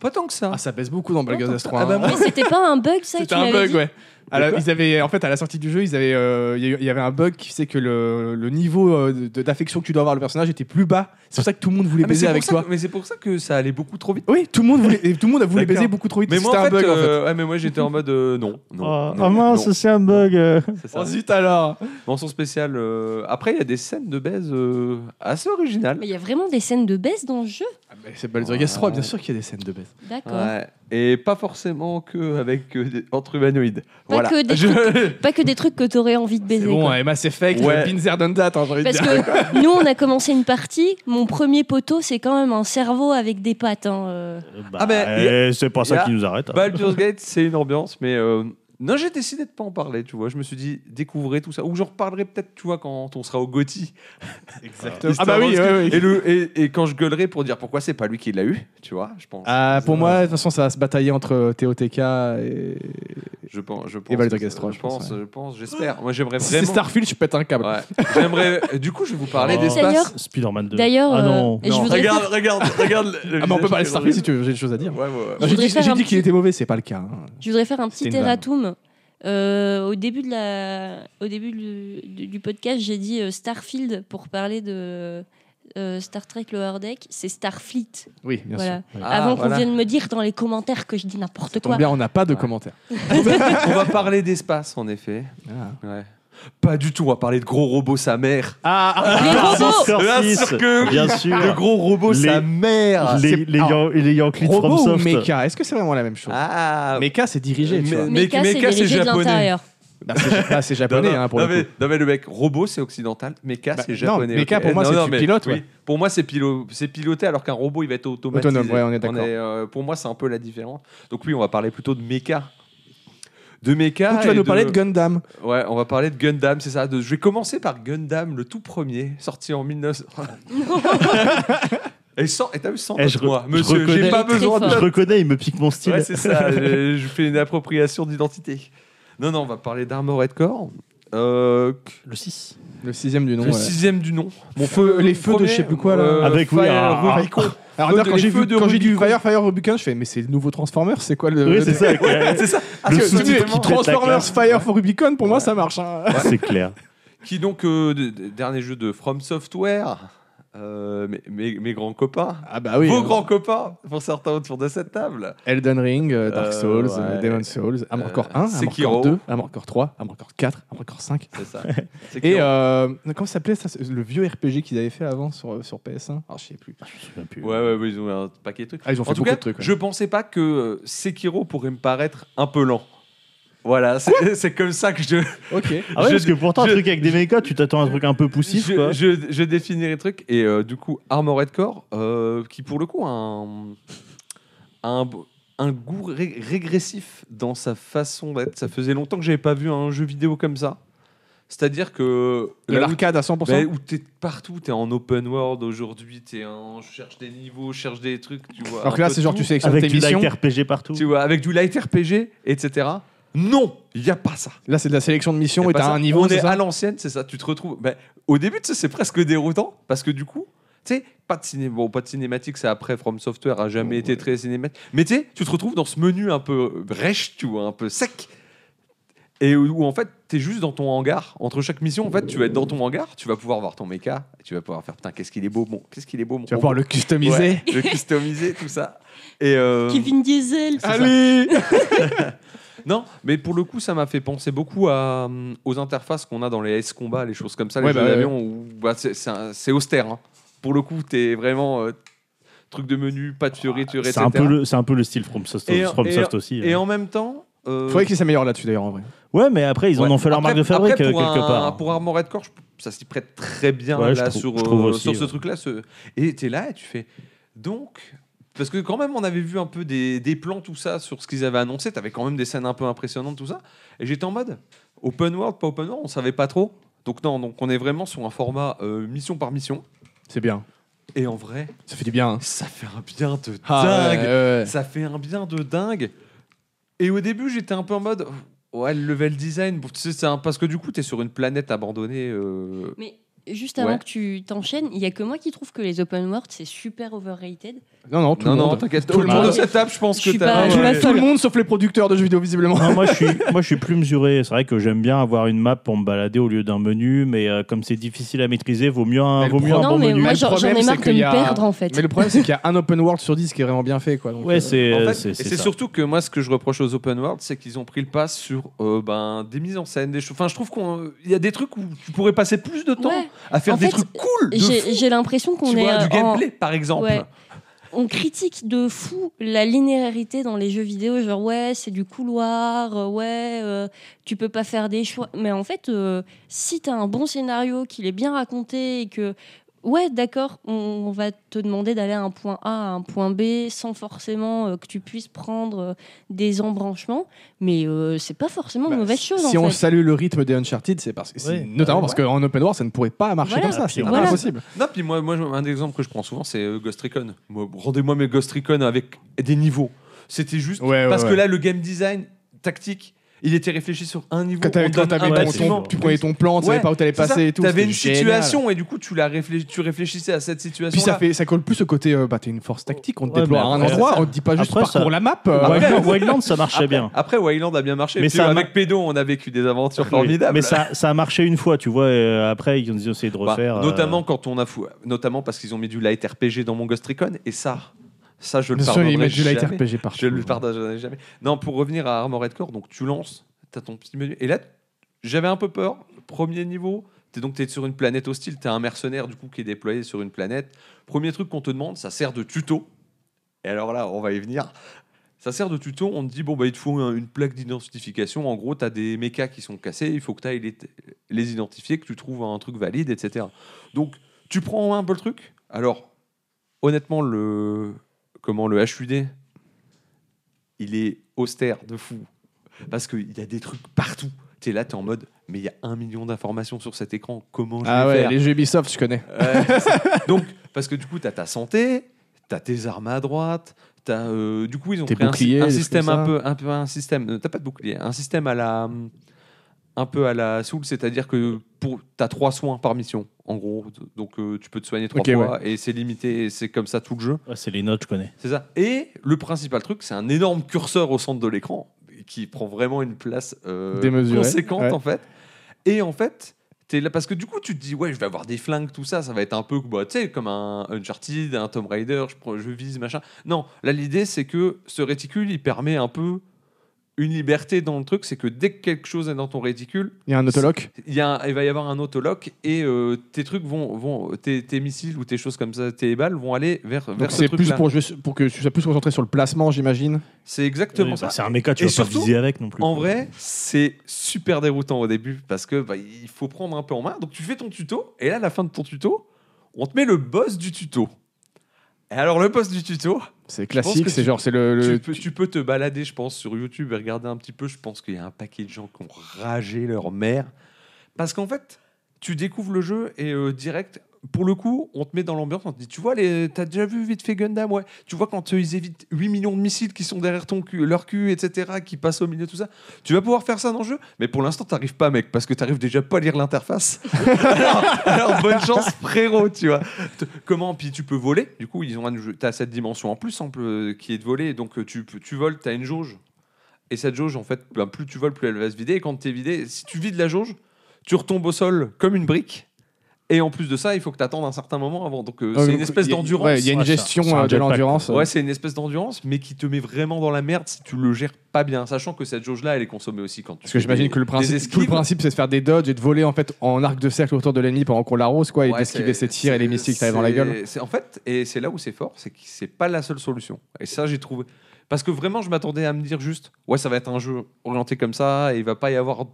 [SPEAKER 2] Pas tant que ça.
[SPEAKER 1] Ah, ça baisse beaucoup dans Baldur's hein. S3.
[SPEAKER 2] Ah bah moi,
[SPEAKER 3] Mais c'était pas un bug
[SPEAKER 2] *laughs*
[SPEAKER 3] ça tu
[SPEAKER 1] C'était un
[SPEAKER 3] m'avais
[SPEAKER 1] bug,
[SPEAKER 3] dit
[SPEAKER 1] ouais. À la-
[SPEAKER 2] quoi
[SPEAKER 1] ils avaient, en fait, à la sortie du jeu, ils avaient, euh, il y a eu- il y avait un bug qui faisait que le, le niveau euh, de- d'affection que tu dois avoir le personnage était plus bas. C'est pour ça que tout le monde voulait
[SPEAKER 2] Ah, mais c'est
[SPEAKER 1] baiser
[SPEAKER 2] pour
[SPEAKER 1] avec
[SPEAKER 2] ça
[SPEAKER 1] toi.
[SPEAKER 2] que- Mais c'est pour ça que ça allait beaucoup trop vite.
[SPEAKER 1] Oui, tout le monde voulait, et tout le monde a voulu
[SPEAKER 2] D'accord.
[SPEAKER 1] baiser beaucoup trop vite.
[SPEAKER 2] Mais
[SPEAKER 1] C'était
[SPEAKER 2] moi, en
[SPEAKER 1] un
[SPEAKER 2] fait,
[SPEAKER 1] bug en fait.
[SPEAKER 2] euh, ouais, mais moi j'étais en mode euh, non, non.
[SPEAKER 4] Ah
[SPEAKER 2] non,
[SPEAKER 4] ah mince,
[SPEAKER 2] non,
[SPEAKER 4] c'est un bug. *laughs* euh.
[SPEAKER 2] c'est ça.
[SPEAKER 1] Oh zut alors
[SPEAKER 2] Mention spéciale. euh, Après, il y a des scènes de baise euh, assez originales.
[SPEAKER 3] Mais il y a vraiment des scènes de baisse dans le jeu
[SPEAKER 1] Ah, C'est
[SPEAKER 2] Baldur's
[SPEAKER 1] Baldur's
[SPEAKER 2] Gate
[SPEAKER 1] Gate
[SPEAKER 2] 3,
[SPEAKER 1] 3,
[SPEAKER 2] bien
[SPEAKER 1] bien
[SPEAKER 2] sûr
[SPEAKER 1] sûr qu'il y a des scènes de baisse.
[SPEAKER 3] D'accord.
[SPEAKER 2] Ouais. Et pas forcément que avec euh, des- entre humanoïdes.
[SPEAKER 3] Pas
[SPEAKER 2] voilà.
[SPEAKER 3] que des
[SPEAKER 2] Je-
[SPEAKER 3] Pas que des trucs que t'aurais envie de baiser. quoi.
[SPEAKER 1] et hein, Mass Effect,
[SPEAKER 2] Ouais.
[SPEAKER 1] Pinzer Dundat, hein, j'ai envie
[SPEAKER 2] *laughs*
[SPEAKER 1] de
[SPEAKER 3] Parce
[SPEAKER 1] dire.
[SPEAKER 3] que nous, on a commencé une partie. Mon premier poteau, c'est quand même un cerveau avec des pattes. hein, euh.
[SPEAKER 4] Bah,
[SPEAKER 2] Ah ben, il y
[SPEAKER 4] eh, c'est pas
[SPEAKER 2] il y
[SPEAKER 4] ça
[SPEAKER 2] a-
[SPEAKER 4] qui nous arrête. hein.
[SPEAKER 2] *laughs* Baldur's Gate, c'est une ambiance, mais euh, non, j'ai décidé de pas en parler. Tu vois, je me suis dit découvrez tout ça, ou j'en reparlerai peut-être, tu vois, quand on sera au Gotti.
[SPEAKER 1] Exactement. Ah bah oui, oui,
[SPEAKER 2] Et
[SPEAKER 1] oui.
[SPEAKER 2] le et, et quand je gueulerai pour dire pourquoi c'est pas lui qui l'a eu, tu vois, je pense.
[SPEAKER 1] Ah, pour moi, de toute façon, ça va se batailler entre euh, TOTK et.
[SPEAKER 2] Je pense, je pense.
[SPEAKER 1] Et Baldur's
[SPEAKER 2] que-
[SPEAKER 1] Gate 3,
[SPEAKER 2] je
[SPEAKER 1] je pense,
[SPEAKER 2] pense,
[SPEAKER 1] ouais.
[SPEAKER 2] je pense, j'espère. Moi, j'aimerais
[SPEAKER 1] Si c'est
[SPEAKER 2] vraiment.
[SPEAKER 1] Starfield, je pète un câble.
[SPEAKER 2] Ouais. J'aimerais. Du coup, je vais vous parler
[SPEAKER 4] Oh.
[SPEAKER 3] D'ailleurs-
[SPEAKER 2] d'espace.
[SPEAKER 4] Spider-Man 2.
[SPEAKER 3] D'ailleurs,
[SPEAKER 4] ah
[SPEAKER 3] euh,
[SPEAKER 4] non.
[SPEAKER 3] et je voudrais
[SPEAKER 2] regarde, regarde, regarde. le- le
[SPEAKER 1] Ah, mais on peut
[SPEAKER 2] visage
[SPEAKER 1] parler de
[SPEAKER 2] qui
[SPEAKER 1] Starfield
[SPEAKER 2] brille.
[SPEAKER 1] si tu veux, j'ai des choses à dire.
[SPEAKER 2] Ouais, ouais, ouais.
[SPEAKER 1] Non, J'ai
[SPEAKER 3] voudrais
[SPEAKER 1] dit,
[SPEAKER 3] faire
[SPEAKER 1] j'ai
[SPEAKER 3] un
[SPEAKER 1] dit qu'il
[SPEAKER 3] petit-
[SPEAKER 1] était mauvais, c'est pas le cas. hein.
[SPEAKER 3] Je voudrais faire un petit
[SPEAKER 1] C'était une vanne.
[SPEAKER 3] erratum. Euh, au début, de la... au début du, du- du podcast, j'ai dit euh, Starfield pour parler de euh, Star Trek Lower Deck. C'est Starfleet.
[SPEAKER 1] Oui, bien sûr.
[SPEAKER 3] Voilà.
[SPEAKER 4] Ouais.
[SPEAKER 2] Ah,
[SPEAKER 3] Avant
[SPEAKER 2] voilà.
[SPEAKER 3] qu'on vienne me dire dans les commentaires que je dis n'importe
[SPEAKER 1] Tant
[SPEAKER 3] quoi.
[SPEAKER 1] bien, on n'a pas de
[SPEAKER 2] Ouais.
[SPEAKER 1] commentaires.
[SPEAKER 2] *laughs* On va parler d'espace, en effet.
[SPEAKER 1] Ah.
[SPEAKER 2] Ouais. Pas du tout, on va parler de gros robots, sa mère.
[SPEAKER 4] Ah, ah,
[SPEAKER 3] Les
[SPEAKER 4] ah,
[SPEAKER 3] robots
[SPEAKER 4] Arthur
[SPEAKER 2] Bien sûr
[SPEAKER 4] Six,
[SPEAKER 2] que oui.
[SPEAKER 4] Bien sûr.
[SPEAKER 2] Le gros robot,
[SPEAKER 4] Les-
[SPEAKER 2] sa mère.
[SPEAKER 4] les, les,
[SPEAKER 1] Alors,
[SPEAKER 4] Yan- les Yankees de
[SPEAKER 1] Robot ou
[SPEAKER 4] FromSoft.
[SPEAKER 1] Mecha Est-ce que c'est vraiment la même chose
[SPEAKER 2] Ah,
[SPEAKER 1] Mecha, c'est dirigé, tu
[SPEAKER 2] Mais-
[SPEAKER 1] vois.
[SPEAKER 3] Mecha,
[SPEAKER 2] Mecha,
[SPEAKER 3] c'est
[SPEAKER 2] c'est
[SPEAKER 3] dirigé de
[SPEAKER 2] japonais.
[SPEAKER 3] l'intérieur.
[SPEAKER 1] Bah, c'est- bah, C'est japonais,
[SPEAKER 2] non,
[SPEAKER 1] hein, pour
[SPEAKER 2] non,
[SPEAKER 1] le
[SPEAKER 2] mais,
[SPEAKER 1] coup.
[SPEAKER 2] non, mais le mec, robot, c'est occidental. Mecha,
[SPEAKER 1] Bah,
[SPEAKER 2] c'est
[SPEAKER 1] non,
[SPEAKER 2] japonais.
[SPEAKER 1] mecha,
[SPEAKER 2] ok.
[SPEAKER 1] pour moi,
[SPEAKER 2] Eh,
[SPEAKER 1] c'est tu pilotes, ouais.
[SPEAKER 2] Pour moi, c'est pilo- c'est piloté, alors qu'un robot, il va être automatisé.
[SPEAKER 1] Autonome, ouais, on est d'accord.
[SPEAKER 2] euh, pour moi, c'est un peu la différence. Donc, oui, on va parler plutôt de mecha. De mecha.
[SPEAKER 1] Donc, tu vas
[SPEAKER 2] et
[SPEAKER 1] nous parler de Gundam.
[SPEAKER 2] Ouais, on va parler de Gundam, c'est ça. de- Je vais commencer par Gundam, le tout premier, sorti en
[SPEAKER 1] *laughs*
[SPEAKER 2] 1900. et sans- et t'as vu 100
[SPEAKER 4] Eh, je re-
[SPEAKER 2] moi,
[SPEAKER 4] je
[SPEAKER 2] monsieur, j'ai
[SPEAKER 4] reconnais-
[SPEAKER 2] pas besoin de
[SPEAKER 4] Je reconnais, il me pique mon style.
[SPEAKER 2] Ouais, c'est
[SPEAKER 1] *laughs*
[SPEAKER 2] ça, je, je fais une appropriation d'identité. Non, non, on va parler d'Armored Core. Euh,
[SPEAKER 4] le 6.
[SPEAKER 1] Le sixième du nom.
[SPEAKER 2] le
[SPEAKER 1] ouais.
[SPEAKER 2] sixième du nom.
[SPEAKER 1] Mon feu- les feux de je sais plus quoi, là.
[SPEAKER 4] Avec, oui,
[SPEAKER 2] Fire
[SPEAKER 4] un-
[SPEAKER 2] *laughs* Rubicon.
[SPEAKER 1] Alors,
[SPEAKER 2] euh, Feu
[SPEAKER 1] d'ailleurs,
[SPEAKER 2] de-
[SPEAKER 1] quand
[SPEAKER 2] les
[SPEAKER 1] j'ai
[SPEAKER 2] feux
[SPEAKER 1] vu,
[SPEAKER 2] de
[SPEAKER 1] quand j'ai dit
[SPEAKER 2] Rubicon.
[SPEAKER 1] Fire Fire Rubicon, je fais, mais c'est le nouveau Transformers, c'est quoi le.
[SPEAKER 4] Oui, c'est ça. avec, euh,
[SPEAKER 2] c'est ça.
[SPEAKER 1] Parce
[SPEAKER 4] Le
[SPEAKER 1] que
[SPEAKER 4] sous-titre
[SPEAKER 1] sous-titre
[SPEAKER 4] qui pète la
[SPEAKER 1] Transformers
[SPEAKER 4] classe.
[SPEAKER 1] Fire for Rubicon, pour moi, ça marche. hein.
[SPEAKER 4] C'est clair.
[SPEAKER 2] Qui donc, euh, de- de- dernier jeu de From Software, euh, mes, mes- mes grands copains,
[SPEAKER 1] Ah bah oui.
[SPEAKER 2] vos
[SPEAKER 1] hein.
[SPEAKER 2] grands copains, pour certains autour de cette table.
[SPEAKER 1] Elden Ring, euh, Dark
[SPEAKER 2] Euh,
[SPEAKER 1] Souls,
[SPEAKER 2] ouais.
[SPEAKER 1] euh, Demon's Souls, Armored Core 1, Armored
[SPEAKER 2] Sekiro.
[SPEAKER 1] Core 2, Armored Core 3, Armored Core 4, Armored Core 5.
[SPEAKER 2] C'est
[SPEAKER 1] *laughs*
[SPEAKER 2] ça. C'est
[SPEAKER 1] Et
[SPEAKER 2] que-
[SPEAKER 1] euh, comment ça s'appelait ça c'est Le vieux RPG qu'ils avaient fait avant sur, sur PS1
[SPEAKER 2] Ah,
[SPEAKER 1] Alors, je sais plus.
[SPEAKER 4] Je me souviens plus.
[SPEAKER 2] Ouais, ouais, ouais, ils ont un paquet de trucs.
[SPEAKER 1] Ah, ils ont
[SPEAKER 2] En
[SPEAKER 1] fait
[SPEAKER 2] tout
[SPEAKER 1] beaucoup
[SPEAKER 2] cas,
[SPEAKER 1] de trucs. ouais.
[SPEAKER 2] je pensais pas que euh, Sekiro pourrait me paraître un peu lent. Voilà, c'est c'est comme ça que je, *laughs*
[SPEAKER 1] Ok.
[SPEAKER 4] Ah ouais,
[SPEAKER 2] Je-
[SPEAKER 4] parce que pourtant,
[SPEAKER 2] je-
[SPEAKER 4] un truc avec des mécas, tu t'attends à un truc un peu poussif,
[SPEAKER 2] je,
[SPEAKER 4] quoi.
[SPEAKER 2] je- je définis les trucs. Et euh, du coup, Armored Core, euh, qui pour le coup a un, un, un goût ré- régressif dans sa façon d'être. Ça faisait longtemps que j'avais pas vu un jeu vidéo comme ça. C'est-à-dire que
[SPEAKER 1] De
[SPEAKER 2] là où
[SPEAKER 1] l'arcade à 100%.
[SPEAKER 2] Ben, où t'es partout, t'es en open world aujourd'hui, t'es en je cherche des niveaux, je cherche des trucs, tu vois.
[SPEAKER 1] Alors
[SPEAKER 2] un
[SPEAKER 1] que là,
[SPEAKER 2] peu
[SPEAKER 1] c'est genre,
[SPEAKER 2] tout,
[SPEAKER 1] tu sélectionnes
[SPEAKER 4] Avec
[SPEAKER 1] tes
[SPEAKER 4] du
[SPEAKER 1] missions.
[SPEAKER 4] light RPG partout.
[SPEAKER 2] tu vois, avec du light RPG, etc. Non, il y a pas ça.
[SPEAKER 1] Là, c'est de la sélection de
[SPEAKER 2] Y
[SPEAKER 1] missions
[SPEAKER 2] a
[SPEAKER 1] et
[SPEAKER 2] pas
[SPEAKER 1] t'as
[SPEAKER 2] ça.
[SPEAKER 1] un niveau.
[SPEAKER 2] On est,
[SPEAKER 1] c'est ça
[SPEAKER 2] à l'ancienne, c'est ça. Tu te retrouves. ben, au début, tu sais, c'est presque déroutant parce que du coup, tu sais, pas de ciné, bon, pas de cinématique, c'est après From Software a jamais été très cinématique. Mais tu sais, tu te retrouves dans ce menu un peu rêche, tu vois, un peu sec. Et où, où, en fait, t'es juste dans ton hangar. Entre chaque mission, en fait, tu vas être dans ton hangar, tu vas pouvoir voir ton méca, et tu vas pouvoir faire putain, qu'est-ce qu'il est beau, bon, qu'est-ce qu'il est beau, mon
[SPEAKER 1] Tu vas pouvoir le customiser.
[SPEAKER 2] Ouais, le customiser, tout ça. Et euh,
[SPEAKER 3] Kevin Diesel.
[SPEAKER 2] c'est ça. *laughs* Non, mais pour le coup, ça m'a fait penser beaucoup à, hum, aux interfaces qu'on a dans les S combats, les choses comme ça, les
[SPEAKER 1] Ouais,
[SPEAKER 2] jeux
[SPEAKER 1] bah ouais.
[SPEAKER 2] d'avion. où, bah, c'est- c'est un- c'est austère. hein. Pour le coup, t'es vraiment euh, truc de menu, pas de fioriture,
[SPEAKER 4] C'est
[SPEAKER 2] etc.
[SPEAKER 4] un, peu le- c'est un peu le style From Soft,
[SPEAKER 2] Et-
[SPEAKER 4] From
[SPEAKER 2] et-
[SPEAKER 4] Soft aussi.
[SPEAKER 2] Et
[SPEAKER 4] hein.
[SPEAKER 2] en même temps. euh,
[SPEAKER 1] Faudrait qu'ils s'améliorent là-dessus d'ailleurs en vrai.
[SPEAKER 4] Ouais, mais après, ils en
[SPEAKER 2] ouais.
[SPEAKER 4] ont fait leur
[SPEAKER 2] Après-
[SPEAKER 4] marque de fabrique
[SPEAKER 2] après,
[SPEAKER 4] euh,
[SPEAKER 2] pour
[SPEAKER 4] quelque
[SPEAKER 2] un-
[SPEAKER 4] part.
[SPEAKER 2] Pour Armored Core, je- ça s'y prête très bien
[SPEAKER 4] Ouais, je
[SPEAKER 2] là,
[SPEAKER 4] trouve-
[SPEAKER 2] sur,
[SPEAKER 4] je
[SPEAKER 2] euh,
[SPEAKER 4] trouve aussi,
[SPEAKER 2] sur ce
[SPEAKER 4] ouais.
[SPEAKER 2] truc-là. ce- Et t'es là et tu fais. Donc. Parce que quand même, on avait vu un peu des, des plans, tout ça, sur ce qu'ils avaient annoncé. T'avais quand même des scènes un peu impressionnantes, tout ça. Et j'étais en mode. Open world, pas open world, on savait pas trop. Donc non, donc on est vraiment sur un format euh, mission par mission.
[SPEAKER 1] C'est bien.
[SPEAKER 2] Et en vrai,
[SPEAKER 1] Ça fait du bien. hein.
[SPEAKER 2] ça fait un bien de
[SPEAKER 1] Ah,
[SPEAKER 2] dingue.
[SPEAKER 1] ouais, ouais, ouais.
[SPEAKER 2] Ça fait un bien de dingue. Et au début, j'étais un peu en mode. Ouais, le level design, bon, tu sais, c'est un- parce que du coup, t'es sur une planète abandonnée. euh,
[SPEAKER 3] Mais juste avant
[SPEAKER 2] Ouais.
[SPEAKER 3] que tu t'enchaînes, il y a que moi qui trouve que les open world c'est super overrated.
[SPEAKER 1] Non, non, tout
[SPEAKER 2] Non,
[SPEAKER 1] le
[SPEAKER 2] non,
[SPEAKER 1] monde.
[SPEAKER 2] t'inquiète, tout,
[SPEAKER 1] Tout
[SPEAKER 2] le
[SPEAKER 1] le
[SPEAKER 2] monde de
[SPEAKER 1] monde.
[SPEAKER 2] cette table, je pense
[SPEAKER 3] Je
[SPEAKER 2] que
[SPEAKER 3] suis
[SPEAKER 2] t'as.
[SPEAKER 3] pas- je suis
[SPEAKER 2] ouais.
[SPEAKER 3] pas
[SPEAKER 1] Tout le monde sauf les producteurs de jeux vidéo visiblement.
[SPEAKER 4] Non, moi, je suis, moi, je suis plus mesuré. C'est vrai que j'aime bien avoir une map pour me balader au lieu d'un menu, mais euh, comme c'est difficile à maîtriser, vaut mieux un,
[SPEAKER 1] Mais le
[SPEAKER 4] vaut mieux un
[SPEAKER 1] problème-
[SPEAKER 4] bon
[SPEAKER 3] non, mais
[SPEAKER 4] menu.
[SPEAKER 3] moi
[SPEAKER 1] Le
[SPEAKER 3] j'en j'en
[SPEAKER 1] problème,
[SPEAKER 3] ai
[SPEAKER 1] c'est
[SPEAKER 3] marre de
[SPEAKER 1] qu'il y
[SPEAKER 3] me
[SPEAKER 1] a-
[SPEAKER 3] perdre en
[SPEAKER 1] *laughs*
[SPEAKER 3] fait.
[SPEAKER 1] Mais le problème c'est qu'il y a un open world sur 10 qui est vraiment bien fait quoi. Donc,
[SPEAKER 4] Ouais,
[SPEAKER 1] euh,
[SPEAKER 4] c'est
[SPEAKER 2] En fait,
[SPEAKER 4] euh,
[SPEAKER 2] et
[SPEAKER 4] c'est- c'est
[SPEAKER 2] c'est
[SPEAKER 4] ça.
[SPEAKER 2] surtout que moi, ce que je reproche aux open world, c'est qu'ils ont pris le pas sur euh, ben, des mises en scène, des choses. Enfin, je trouve qu'il y a des trucs où tu pourrais passer plus de temps
[SPEAKER 3] Ouais.
[SPEAKER 2] à faire
[SPEAKER 3] En
[SPEAKER 2] des
[SPEAKER 3] fait,
[SPEAKER 2] trucs cool. De fou,
[SPEAKER 3] J'ai j'ai l'impression qu'on
[SPEAKER 2] tu
[SPEAKER 3] est
[SPEAKER 2] vois,
[SPEAKER 3] euh,
[SPEAKER 2] du
[SPEAKER 3] en-
[SPEAKER 2] gameplay, par exemple.
[SPEAKER 3] Ouais. on critique de fou la linéarité dans les jeux vidéo, genre ouais, c'est du couloir, euh, ouais, euh, tu peux pas faire des choix. Mais en fait, euh, si t'as un bon scénario, qu'il est bien raconté et que, ouais, d'accord, on, on va te demander d'aller à un point A, à un point B, sans forcément euh, que tu puisses prendre euh, des embranchements, mais euh, c'est pas forcément
[SPEAKER 1] bah,
[SPEAKER 3] une mauvaise chose
[SPEAKER 1] Si
[SPEAKER 3] en
[SPEAKER 1] on
[SPEAKER 3] fait.
[SPEAKER 1] salue le rythme des Uncharted, c'est parce que c'est-
[SPEAKER 4] Ouais.
[SPEAKER 1] notamment
[SPEAKER 4] Ouais.
[SPEAKER 1] parce qu'en open world ça ne pourrait pas marcher
[SPEAKER 3] Voilà.
[SPEAKER 1] comme ça, c'est
[SPEAKER 4] Voilà.
[SPEAKER 1] impossible.
[SPEAKER 2] Non, puis moi, moi, un exemple que je prends souvent, c'est euh, Ghost Recon. Moi, Rendez-moi mes Ghost Recon avec des niveaux. C'était juste
[SPEAKER 1] Ouais, ouais,
[SPEAKER 2] parce que
[SPEAKER 1] ouais.
[SPEAKER 2] là, le game design tactique, il était réfléchi sur un niveau.
[SPEAKER 1] Quand t'avais-
[SPEAKER 2] on
[SPEAKER 1] quand
[SPEAKER 2] donne
[SPEAKER 1] t'avais
[SPEAKER 2] un
[SPEAKER 1] ton-
[SPEAKER 4] ouais,
[SPEAKER 1] ton-
[SPEAKER 2] bâtiment.
[SPEAKER 1] tu prenais ton plan, tu
[SPEAKER 2] Ouais,
[SPEAKER 1] savais pas où t'allais
[SPEAKER 2] C'est ça,
[SPEAKER 1] passer et tout.
[SPEAKER 2] T'avais
[SPEAKER 1] c'était
[SPEAKER 2] une
[SPEAKER 1] génial.
[SPEAKER 2] situation et du coup, tu, la réfléch- tu réfléchissais à cette situation.
[SPEAKER 1] Puis ça fait ça colle plus au côté euh, bah t'es une force tactique, on te
[SPEAKER 4] Ouais,
[SPEAKER 1] déploie
[SPEAKER 4] mais
[SPEAKER 1] à un
[SPEAKER 4] après,
[SPEAKER 1] endroit,
[SPEAKER 2] ça-
[SPEAKER 1] on te dit pas juste
[SPEAKER 4] après, ça-
[SPEAKER 1] parcours la map. euh,
[SPEAKER 2] Après,
[SPEAKER 4] Wildland- Wildland, ça marchait bien.
[SPEAKER 2] *laughs* Après, Wayland a bien marché.
[SPEAKER 4] Mais
[SPEAKER 2] Puis
[SPEAKER 4] ça a
[SPEAKER 2] avec Pédo, on a vécu des
[SPEAKER 1] *laughs*
[SPEAKER 2] aventures
[SPEAKER 4] Oui.
[SPEAKER 2] formidables.
[SPEAKER 4] Mais ça, ça a marché une fois, tu vois. et, euh, après, ils ont essayé de
[SPEAKER 2] Bah,
[SPEAKER 4] refaire. euh,
[SPEAKER 2] notamment quand on a fou, notamment parce qu'ils ont mis du light RPG dans mon Ghost Recon et ça, ça je le
[SPEAKER 1] Bien sûr, ils
[SPEAKER 2] pardonnerai
[SPEAKER 1] mettent du
[SPEAKER 2] jamais.
[SPEAKER 1] light RPG partout. hein.
[SPEAKER 2] Je le pardonnerai jamais. Non, pour revenir à Armored Core, donc tu lances, t'as ton petit menu et là j'avais un peu peur. Premier niveau, t'es donc t'es sur une planète hostile, t'es un mercenaire du coup qui est déployé sur une planète. Premier truc qu'on te demande, ça sert de tuto. Et alors là, on va y venir. Ça sert de tuto, on te dit, bon, bah, il te faut un- une plaque d'identification. En gros, tu as des mécas qui sont cassés, il faut que tu ailles les, les identifier, que tu trouves un truc valide, etc. Donc, tu prends en main un peu le truc. Alors, honnêtement, le, comment, le HUD, il est austère de fou. Parce qu'il y a des trucs partout. Tu es là, tu es en mode, mais il y a un million d'informations sur cet écran, comment je
[SPEAKER 1] Ah
[SPEAKER 2] vais
[SPEAKER 1] ouais,
[SPEAKER 2] faire
[SPEAKER 1] les jeux Ubisoft, je connais.
[SPEAKER 2] Ouais, c'est ça. Euh, *laughs* Donc, parce que du coup, t'as ta santé, t'as tes armes à droite, t'as. euh, du coup, ils ont
[SPEAKER 1] Tes
[SPEAKER 2] pris un sy-
[SPEAKER 1] boucliers,
[SPEAKER 2] un,
[SPEAKER 1] des trucs
[SPEAKER 2] système
[SPEAKER 1] comme
[SPEAKER 2] un
[SPEAKER 1] ça.
[SPEAKER 2] peu, un peu un système. euh, T'as pas de bouclier, un système à la un peu à la soul, c'est-à-dire que pour as trois soins par mission, en gros. Donc euh, tu peux te soigner trois
[SPEAKER 1] Ok,
[SPEAKER 2] fois et c'est limité, et c'est comme ça tout le jeu.
[SPEAKER 4] Ouais, c'est les notes, je connais.
[SPEAKER 2] C'est ça. Et le principal truc, c'est un énorme curseur au centre de l'écran qui prend vraiment une place euh,
[SPEAKER 1] Démesurée,
[SPEAKER 2] conséquente
[SPEAKER 1] ouais.
[SPEAKER 2] en fait. Et en fait, t'es là parce que du coup, tu te dis ouais, je vais avoir des flingues, tout ça, ça va être un peu bah, tu sais comme un Uncharted, un Tomb Raider, je, prends- je vise machin. Non, là l'idée c'est que ce réticule, il permet un peu une liberté dans le truc, c'est que dès que quelque chose est dans ton réticule,
[SPEAKER 1] Il y a un autolock
[SPEAKER 2] il, y a un- il va y avoir un autolock et euh, tes trucs vont, vont tes, tes missiles ou tes choses comme ça, tes balles vont aller vers, vers
[SPEAKER 1] Donc
[SPEAKER 2] ce
[SPEAKER 1] c'est
[SPEAKER 2] truc-là.
[SPEAKER 1] plus pour, jouer sur- pour que tu sois plus concentré sur le placement, j'imagine.
[SPEAKER 2] C'est exactement
[SPEAKER 4] Oui, bah,
[SPEAKER 2] ça.
[SPEAKER 4] c'est un méca, tu
[SPEAKER 2] Et
[SPEAKER 4] vas
[SPEAKER 2] surtout,
[SPEAKER 4] pas viser avec non plus.
[SPEAKER 2] En
[SPEAKER 4] quoi.
[SPEAKER 2] vrai, c'est super déroutant au début parce que bah, il faut prendre un peu en main. Donc tu fais ton tuto et là, à la fin de ton tuto, on te met le boss du tuto. Et alors le boss du tuto,
[SPEAKER 1] C'est
[SPEAKER 2] pense
[SPEAKER 1] classique,
[SPEAKER 2] que
[SPEAKER 1] c'est
[SPEAKER 2] tu-
[SPEAKER 1] genre c'est le,
[SPEAKER 2] tu,
[SPEAKER 1] le-
[SPEAKER 2] peux, tu peux te balader, je pense, sur YouTube et regarder un petit peu. Je pense qu'il y a un paquet de gens qui ont ragé leur mère. Parce qu'en fait, tu découvres le jeu et euh, direct, pour le coup, on te met dans l'ambiance. On te dit, tu vois, les... t'as déjà vu vite fait Gundam, ouais. Tu vois, quand euh, ils évitent 8 millions de missiles qui sont derrière ton cul, leur cul, etc., qui passent au milieu, tout ça. Tu vas pouvoir faire ça dans le jeu, mais pour l'instant, t'arrives pas, mec, parce que t'arrives déjà pas à lire l'interface. alors, alors,
[SPEAKER 1] *laughs*
[SPEAKER 2] bonne chance, frérot, tu vois. T- Comment Puis tu peux voler. Du coup, ils ont un jeu- t'as cette dimension en plus en plus, qui est de voler. Donc, euh, tu, peux- tu voles, t'as une jauge. Et cette jauge, en fait, ben, plus tu voles, plus elle va se vider. Et quand t'es vidé, si tu vides la jauge, tu retombes au sol comme une brique. Et en plus de ça, il faut que t'attendes un certain moment avant. Donc, euh,
[SPEAKER 1] Ouais,
[SPEAKER 2] c'est une
[SPEAKER 1] donc,
[SPEAKER 2] espèce
[SPEAKER 1] Ah, il y a-
[SPEAKER 2] d'endurance.
[SPEAKER 1] ouais, il y a une
[SPEAKER 4] Ouais, c'est un-
[SPEAKER 1] gestion
[SPEAKER 4] c'est un
[SPEAKER 1] euh, de
[SPEAKER 4] jetpack,
[SPEAKER 1] l'endurance. euh.
[SPEAKER 2] Ouais, c'est une espèce d'endurance, mais qui te met vraiment dans la merde si tu le gères pas bien, sachant que cette jauge-là, elle est consommée aussi quand tu.
[SPEAKER 1] Parce que j'imagine que le principe, tout le principe, c'est de faire des dodges et de voler en fait en arc de cercle autour de l'ennemi pendant qu'on l'arrose, quoi, et d'esquiver ses tirs et les missiles qui t'arrivent dans la gueule.
[SPEAKER 2] En fait, et c'est là où c'est fort, c'est que c'est pas la seule solution. Et ça, j'ai trouvé. Parce que vraiment, je m'attendais à me dire juste, ouais, ça va être un jeu orienté comme ça, et il va pas y avoir.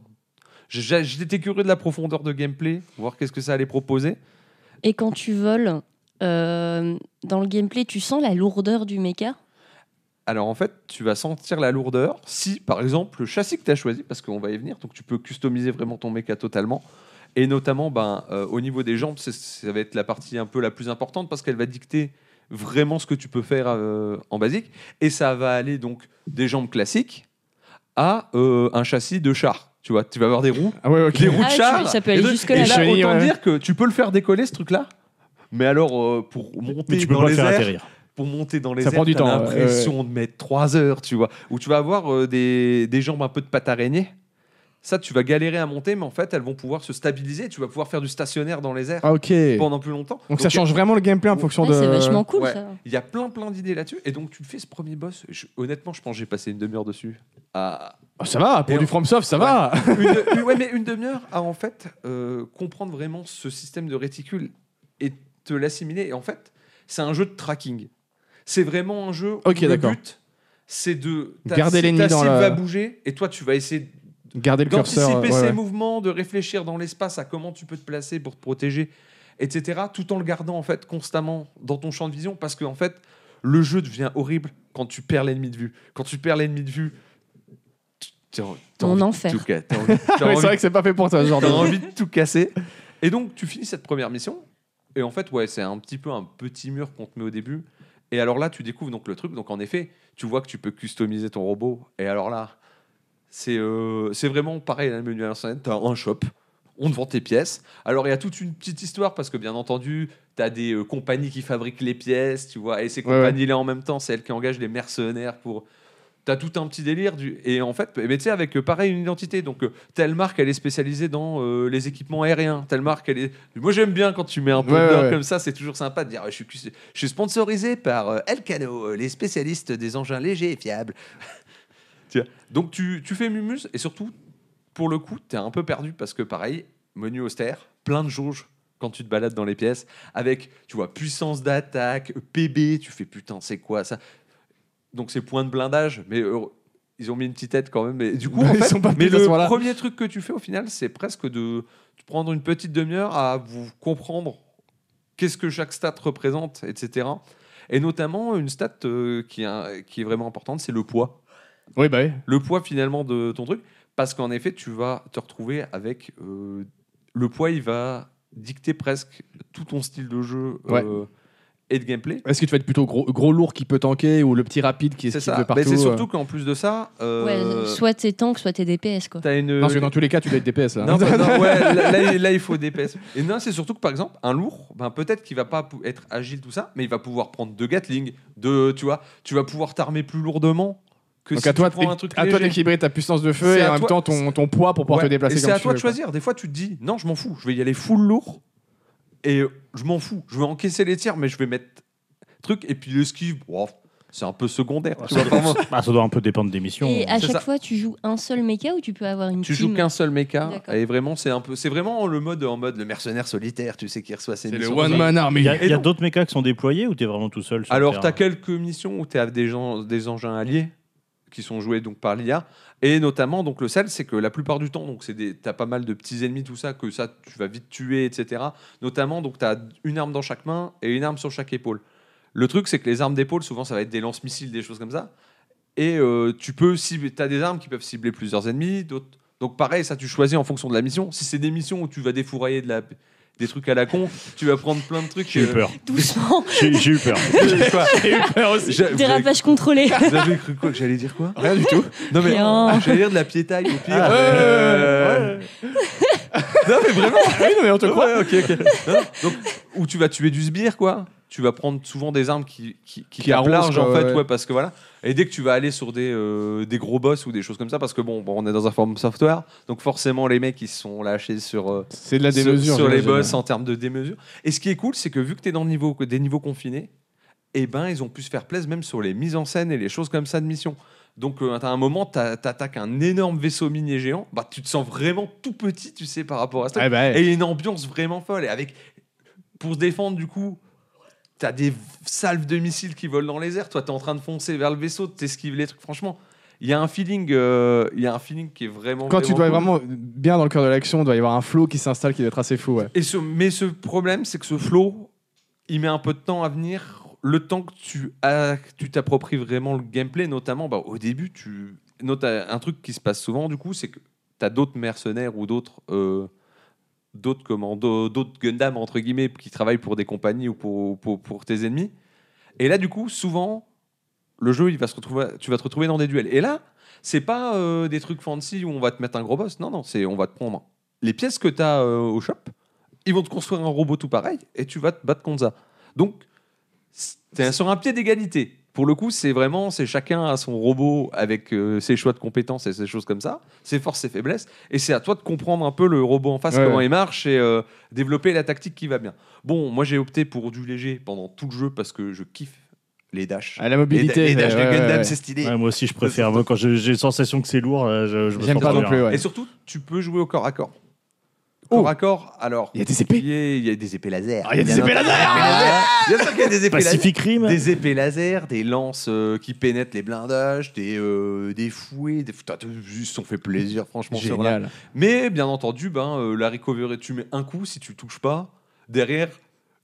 [SPEAKER 2] J'ai- J'étais curieux de la profondeur de gameplay, voir qu'est-ce que ça allait proposer.
[SPEAKER 3] Et quand tu voles, euh, dans le gameplay, tu sens la lourdeur du méca
[SPEAKER 2] Alors en fait, tu vas sentir la lourdeur si, par exemple, le châssis que tu as choisi, parce qu'on va y venir, donc tu peux customiser vraiment ton méca totalement. Et notamment, ben, euh, au niveau des jambes, c'est- ça va être la partie un peu la plus importante parce qu'elle va dicter vraiment ce que tu peux faire euh, en basique. Et ça va aller donc des jambes classiques à euh, un châssis de char. Tu vois, tu vas avoir des roues,
[SPEAKER 1] Ah ouais, ok.
[SPEAKER 2] des roues
[SPEAKER 3] Ah,
[SPEAKER 2] de
[SPEAKER 3] tu-
[SPEAKER 2] char.
[SPEAKER 3] ça peut
[SPEAKER 2] et
[SPEAKER 3] aller
[SPEAKER 2] de-
[SPEAKER 3] jusque-là.
[SPEAKER 2] et là,
[SPEAKER 1] Chenille,
[SPEAKER 2] autant
[SPEAKER 1] ouais.
[SPEAKER 2] dire que tu peux le faire décoller ce truc-là. Mais alors, euh, pour monter
[SPEAKER 4] Mais tu peux
[SPEAKER 2] dans
[SPEAKER 4] pas le
[SPEAKER 2] les
[SPEAKER 4] faire
[SPEAKER 2] airs,
[SPEAKER 4] atterrir.
[SPEAKER 2] pour monter dans les
[SPEAKER 1] Ça
[SPEAKER 2] airs,
[SPEAKER 1] prend du
[SPEAKER 2] t'as
[SPEAKER 1] temps, ouais,
[SPEAKER 2] l'impression de mettre 3 heures, tu vois. Ou tu vas avoir euh, des, des jambes un peu de pâte araignée. Ça, tu vas galérer à monter, mais en fait, elles vont pouvoir se stabiliser. Tu vas pouvoir faire du stationnaire dans les airs
[SPEAKER 1] Ah, ok. Donc,
[SPEAKER 2] pendant plus longtemps.
[SPEAKER 1] ça change vraiment le gameplay en
[SPEAKER 2] Ouais,
[SPEAKER 1] fonction
[SPEAKER 3] Ah, C'est
[SPEAKER 1] de.
[SPEAKER 3] vachement cool
[SPEAKER 2] ouais.
[SPEAKER 3] ça.
[SPEAKER 2] Il y a plein, plein d'idées là-dessus. Et donc, tu fais ce premier boss. Je- honnêtement, je pense que j'ai passé une demi-heure dessus. À,
[SPEAKER 1] Ah, ça va, pour
[SPEAKER 2] Et
[SPEAKER 1] du
[SPEAKER 2] on-
[SPEAKER 1] FromSoft, ça va.
[SPEAKER 2] une, une- ouais, mais une demi-heure à en fait euh, comprendre vraiment ce système de réticule et te l'assimiler. Et en fait, c'est un jeu de tracking. C'est vraiment un jeu où
[SPEAKER 1] Ok,
[SPEAKER 2] le
[SPEAKER 1] d'accord.
[SPEAKER 2] but, c'est de ta-
[SPEAKER 1] Garder
[SPEAKER 2] si
[SPEAKER 1] l'ennemi
[SPEAKER 2] ta
[SPEAKER 1] dans
[SPEAKER 2] cible
[SPEAKER 1] la-
[SPEAKER 2] va bouger et toi tu vas essayer
[SPEAKER 1] *laughs* Garder le curseur. euh,
[SPEAKER 2] d'anticiper
[SPEAKER 1] ouais,
[SPEAKER 2] ses
[SPEAKER 1] ouais. *laughs*
[SPEAKER 2] mouvements, de réfléchir dans l'espace à comment tu peux te placer pour te protéger, etc. Tout en le gardant en fait constamment dans ton champ de vision parce que en fait le jeu devient horrible quand tu perds l'ennemi de vue. Quand tu perds l'ennemi de vue, t'as t'as
[SPEAKER 3] Mon
[SPEAKER 2] envie de
[SPEAKER 3] enfer.
[SPEAKER 2] tout ca- t'as envie- t'as
[SPEAKER 1] *laughs* Ouais,
[SPEAKER 2] envie
[SPEAKER 1] c'est vrai que c'est pas fait pour toi, ce genre de.
[SPEAKER 2] T'as envie de tout casser. Et donc, tu finis cette première mission. Et en fait, ouais, c'est un petit peu un petit mur qu'on te met au début. Et alors là, tu découvres donc le truc. Donc, en effet, tu vois que tu peux customiser ton robot. Et alors là, c'est euh, c'est vraiment pareil. Là, le menu à l'instant, t'as un shop. On te vend tes pièces. Alors, il y a toute une petite histoire parce que, bien entendu, t'as des euh, compagnies qui fabriquent les pièces, tu vois. Et ces
[SPEAKER 1] Ouais, ouais.
[SPEAKER 2] compagnies-là, en même temps, c'est elles qui engagent les mercenaires pour. T'as tout un petit délire. Du... Et en fait, mais tu sais, avec euh, pareil, une identité. Donc, euh, telle marque, elle est spécialisée dans euh, les équipements aériens. Telle marque, elle est. Moi, j'aime bien quand tu mets un peu
[SPEAKER 1] Ouais,
[SPEAKER 2] de beurre
[SPEAKER 1] ouais, ouais.
[SPEAKER 2] comme ça, c'est toujours sympa de dire ouais, je, suis, cus- je suis sponsorisé par euh, Elcano, euh, les spécialistes des engins légers et fiables. *laughs* Tu vois. Donc, tu, tu fais Mumus et surtout, pour le coup, t'es un peu perdu parce que, pareil, menu austère, plein de jauges quand tu te balades dans les pièces avec, tu vois, puissance d'attaque, PB, tu fais putain, c'est quoi ça Donc c'est points de blindage, mais heureux- ils ont mis une petite tête quand même. Mais du coup, en
[SPEAKER 1] *laughs* Ils
[SPEAKER 2] fait,
[SPEAKER 1] sont pas
[SPEAKER 2] mais
[SPEAKER 1] plus à ce
[SPEAKER 2] le
[SPEAKER 1] moment-là.
[SPEAKER 2] premier truc que tu fais au final, c'est presque de te prendre une petite demi-heure à vous comprendre qu'est-ce que chaque stat représente, etc. Et notamment une stat euh, qui, est un- qui est vraiment importante, c'est le poids
[SPEAKER 1] Oui, bah oui.
[SPEAKER 2] le poids finalement de ton truc, parce qu'en effet, tu vas te retrouver avec euh, le poids, il va dicter presque tout ton style de jeu. euh, et de gameplay.
[SPEAKER 1] Est-ce que tu vas être plutôt gros, gros lourd qui peut tanker ou le petit rapide qui
[SPEAKER 2] C'est
[SPEAKER 1] esquive de
[SPEAKER 2] ça.
[SPEAKER 1] partout
[SPEAKER 2] Mais c'est
[SPEAKER 1] euh
[SPEAKER 2] surtout qu'en plus de ça, euh,
[SPEAKER 3] Ouais, soit t'es tank, soit t'es DPS, quoi.
[SPEAKER 2] t'as une.
[SPEAKER 1] Non, parce que dans tous les cas, tu dois être DPS là.
[SPEAKER 2] Non,
[SPEAKER 1] *laughs*
[SPEAKER 2] bah, non, ouais, là, là, là, il faut des PS. Et non, c'est surtout que par exemple, un lourd, ben, peut-être qu'il va pas pou- être agile tout ça, mais il va pouvoir prendre deux Gatling, deux, tu vois, tu vas pouvoir t'armer plus lourdement que
[SPEAKER 1] Donc
[SPEAKER 2] si
[SPEAKER 1] à toi,
[SPEAKER 2] tu prends un
[SPEAKER 1] de-
[SPEAKER 2] truc
[SPEAKER 1] à toi
[SPEAKER 2] léger.
[SPEAKER 1] d'équilibrer ta puissance de feu
[SPEAKER 2] C'est
[SPEAKER 1] et
[SPEAKER 2] à
[SPEAKER 1] en même
[SPEAKER 2] toi-
[SPEAKER 1] temps ton, ton poids pour pouvoir
[SPEAKER 2] Ouais.
[SPEAKER 1] te déplacer
[SPEAKER 2] Et
[SPEAKER 1] comme
[SPEAKER 2] c'est à
[SPEAKER 1] tu
[SPEAKER 2] toi
[SPEAKER 1] veux,
[SPEAKER 2] de
[SPEAKER 1] quoi.
[SPEAKER 2] choisir. Des fois, tu te dis, non, je m'en fous, je vais y aller full lourd et je m'en fous, je vais encaisser les tirs, mais je vais mettre truc et puis l'esquive, wow, c'est un peu secondaire. tu vois, vraiment.
[SPEAKER 4] Bah, ça doit un peu dépendre des missions.
[SPEAKER 3] Et à
[SPEAKER 2] C'est
[SPEAKER 3] chaque
[SPEAKER 2] ça.
[SPEAKER 3] fois, tu joues un seul mecha ou tu peux avoir une
[SPEAKER 2] Tu
[SPEAKER 3] team
[SPEAKER 2] joues qu'un seul mecha
[SPEAKER 3] D'accord.
[SPEAKER 2] et vraiment c'est un peu c'est vraiment le mode en mode le mercenaire solitaire tu sais qui reçoit ses
[SPEAKER 1] C'est le
[SPEAKER 2] missions.
[SPEAKER 1] one man
[SPEAKER 4] Il
[SPEAKER 1] army.
[SPEAKER 4] y a, il y a
[SPEAKER 2] non.
[SPEAKER 4] d'autres mechas qui sont déployés ou t'es vraiment tout seul sur le
[SPEAKER 2] Alors, tu as
[SPEAKER 4] terrain
[SPEAKER 2] quelques missions où tu as des, gens, des engins alliés qui sont joués donc par l'IA. Et notamment, donc, le sel, c'est que la plupart du temps, tu as pas mal de petits ennemis, tout ça, que ça, tu vas vite tuer, etc. Notamment, tu as une arme dans chaque main et une arme sur chaque épaule. Le truc, c'est que les armes d'épaule, souvent, ça va être des lance-missiles, des choses comme ça. Et euh, tu peux cibler, as des armes qui peuvent cibler plusieurs ennemis. d'autres- Donc, pareil, ça, tu choisis en fonction de la mission. Si c'est des missions où tu vas défourailler de la, des trucs à la con, tu vas prendre plein de trucs.
[SPEAKER 4] J'ai eu
[SPEAKER 2] euh,
[SPEAKER 4] peur.
[SPEAKER 3] *laughs* Doucement,
[SPEAKER 4] J'ai j'ai eu peur.
[SPEAKER 2] *laughs* tu vois. J'ai- vous avez-
[SPEAKER 3] dérapage contrôlé.
[SPEAKER 2] vous avez cru quoi que j'allais dire quoi
[SPEAKER 1] Rien du *laughs* tout.
[SPEAKER 2] Non mais
[SPEAKER 3] Rien.
[SPEAKER 2] j'allais dire de la piétaille au pire.
[SPEAKER 4] Ah,
[SPEAKER 2] Euh, Non mais vraiment.
[SPEAKER 1] Ah *laughs* oui, non, mais on te croit.
[SPEAKER 2] Ouais, ok, ok. Non, donc où tu vas tuer du sbire quoi. Tu vas prendre souvent des armes qui qui, qui,
[SPEAKER 1] Qui
[SPEAKER 2] tapent
[SPEAKER 1] arrosent,
[SPEAKER 2] large en
[SPEAKER 1] quoi,
[SPEAKER 2] fait
[SPEAKER 1] ouais.
[SPEAKER 2] ouais parce que voilà. Et dès que tu vas aller sur des euh, des gros boss ou des choses comme ça parce que bon, bon, on est dans un forum software donc forcément les mecs ils se sont lâchés sur euh,
[SPEAKER 1] C'est de la
[SPEAKER 2] sur,
[SPEAKER 1] démesure.
[SPEAKER 2] sur les
[SPEAKER 1] j'imagine.
[SPEAKER 2] boss en termes de démesure. Et ce qui est cool, c'est que vu que tu es dans le niveau, que des niveaux confinés, eh ben, ils ont pu se faire plaisir même sur les mises en scène et les choses comme ça de mission. Donc, euh, à un moment, t'a- t'attaques un énorme vaisseau minier géant, bah, tu te sens vraiment tout petit, tu sais, par rapport à ça.
[SPEAKER 1] Eh ben,
[SPEAKER 2] Et il y a une ambiance vraiment folle. Et avec, pour se défendre, du coup, t'as des salves de missiles qui volent dans les airs. Toi, t'es en train de foncer vers le vaisseau, t'esquives les trucs. Franchement, il y a un feeling, euh, il y a un feeling qui est vraiment.
[SPEAKER 1] Quand tu dois
[SPEAKER 2] cool.
[SPEAKER 1] vraiment bien dans le cœur de l'action, il doit y avoir un flow qui s'installe qui doit être assez fou. Ouais.
[SPEAKER 2] Et ce, mais ce problème, c'est que ce flow, il met un peu de temps à venir. Le temps que tu as- que tu t'appropries vraiment le gameplay, notamment bah, au début, tu note un truc qui se passe souvent, du coup, c'est que tu as d'autres mercenaires ou d'autres euh, d'autres commandos, d'autres Gundam, entre guillemets, qui travaillent pour des compagnies ou pour, pour, pour tes ennemis. Et là, du coup, souvent, le jeu, il va se retrouver, tu vas te retrouver dans des duels. Et là, c'est pas euh, des trucs fancy où on va te mettre un gros boss. Non, non, c'est on va te prendre les pièces que tu as au shop, ils vont te construire un robot tout pareil et tu vas te battre contre ça. Donc, c'est sur un pied d'égalité. Pour le coup, c'est vraiment, c'est chacun a son robot avec euh, ses choix de compétences et ses choses comme ça, ses forces, ses faiblesses, et c'est à toi de comprendre un peu le robot en face,
[SPEAKER 1] Ouais,
[SPEAKER 2] comment
[SPEAKER 1] ouais.
[SPEAKER 2] il marche, et euh, développer la tactique qui va bien. Bon, moi j'ai opté pour du léger pendant tout le jeu parce que je kiffe les dashs.
[SPEAKER 1] À la
[SPEAKER 2] Les, da-
[SPEAKER 1] mobilité.
[SPEAKER 2] les dashs
[SPEAKER 1] Ah, ouais,
[SPEAKER 2] de
[SPEAKER 1] ouais,
[SPEAKER 2] Gundam,
[SPEAKER 1] ouais.
[SPEAKER 2] c'est stylé.
[SPEAKER 4] Ouais, moi aussi, je préfère. Moi, quand je- j'ai sensation que c'est lourd, euh, je, je me
[SPEAKER 1] J'aime
[SPEAKER 4] sens
[SPEAKER 1] pas non
[SPEAKER 4] bien.
[SPEAKER 1] plus. ouais.
[SPEAKER 2] Et surtout, tu peux jouer au corps à corps.
[SPEAKER 1] Oh.
[SPEAKER 2] Corps à corps, alors.
[SPEAKER 1] Il y a des épées.
[SPEAKER 2] Il y a- il y a des épées laser.
[SPEAKER 1] Ah, il y a des
[SPEAKER 2] Bien
[SPEAKER 1] épées
[SPEAKER 2] entendu,
[SPEAKER 1] laser.
[SPEAKER 2] des épées laser. Bien sûr qu'il y a des épées laser.
[SPEAKER 4] Pacific Rim.
[SPEAKER 2] Des épées laser, des lances euh, qui pénètrent les blindages, des, euh, des fouets. Des... Putain, ils se sont fait plaisir, franchement. sur la-
[SPEAKER 1] Génial.
[SPEAKER 2] mais bien entendu, ben, euh, la recovery, tu mets un coup, si tu touches pas, derrière,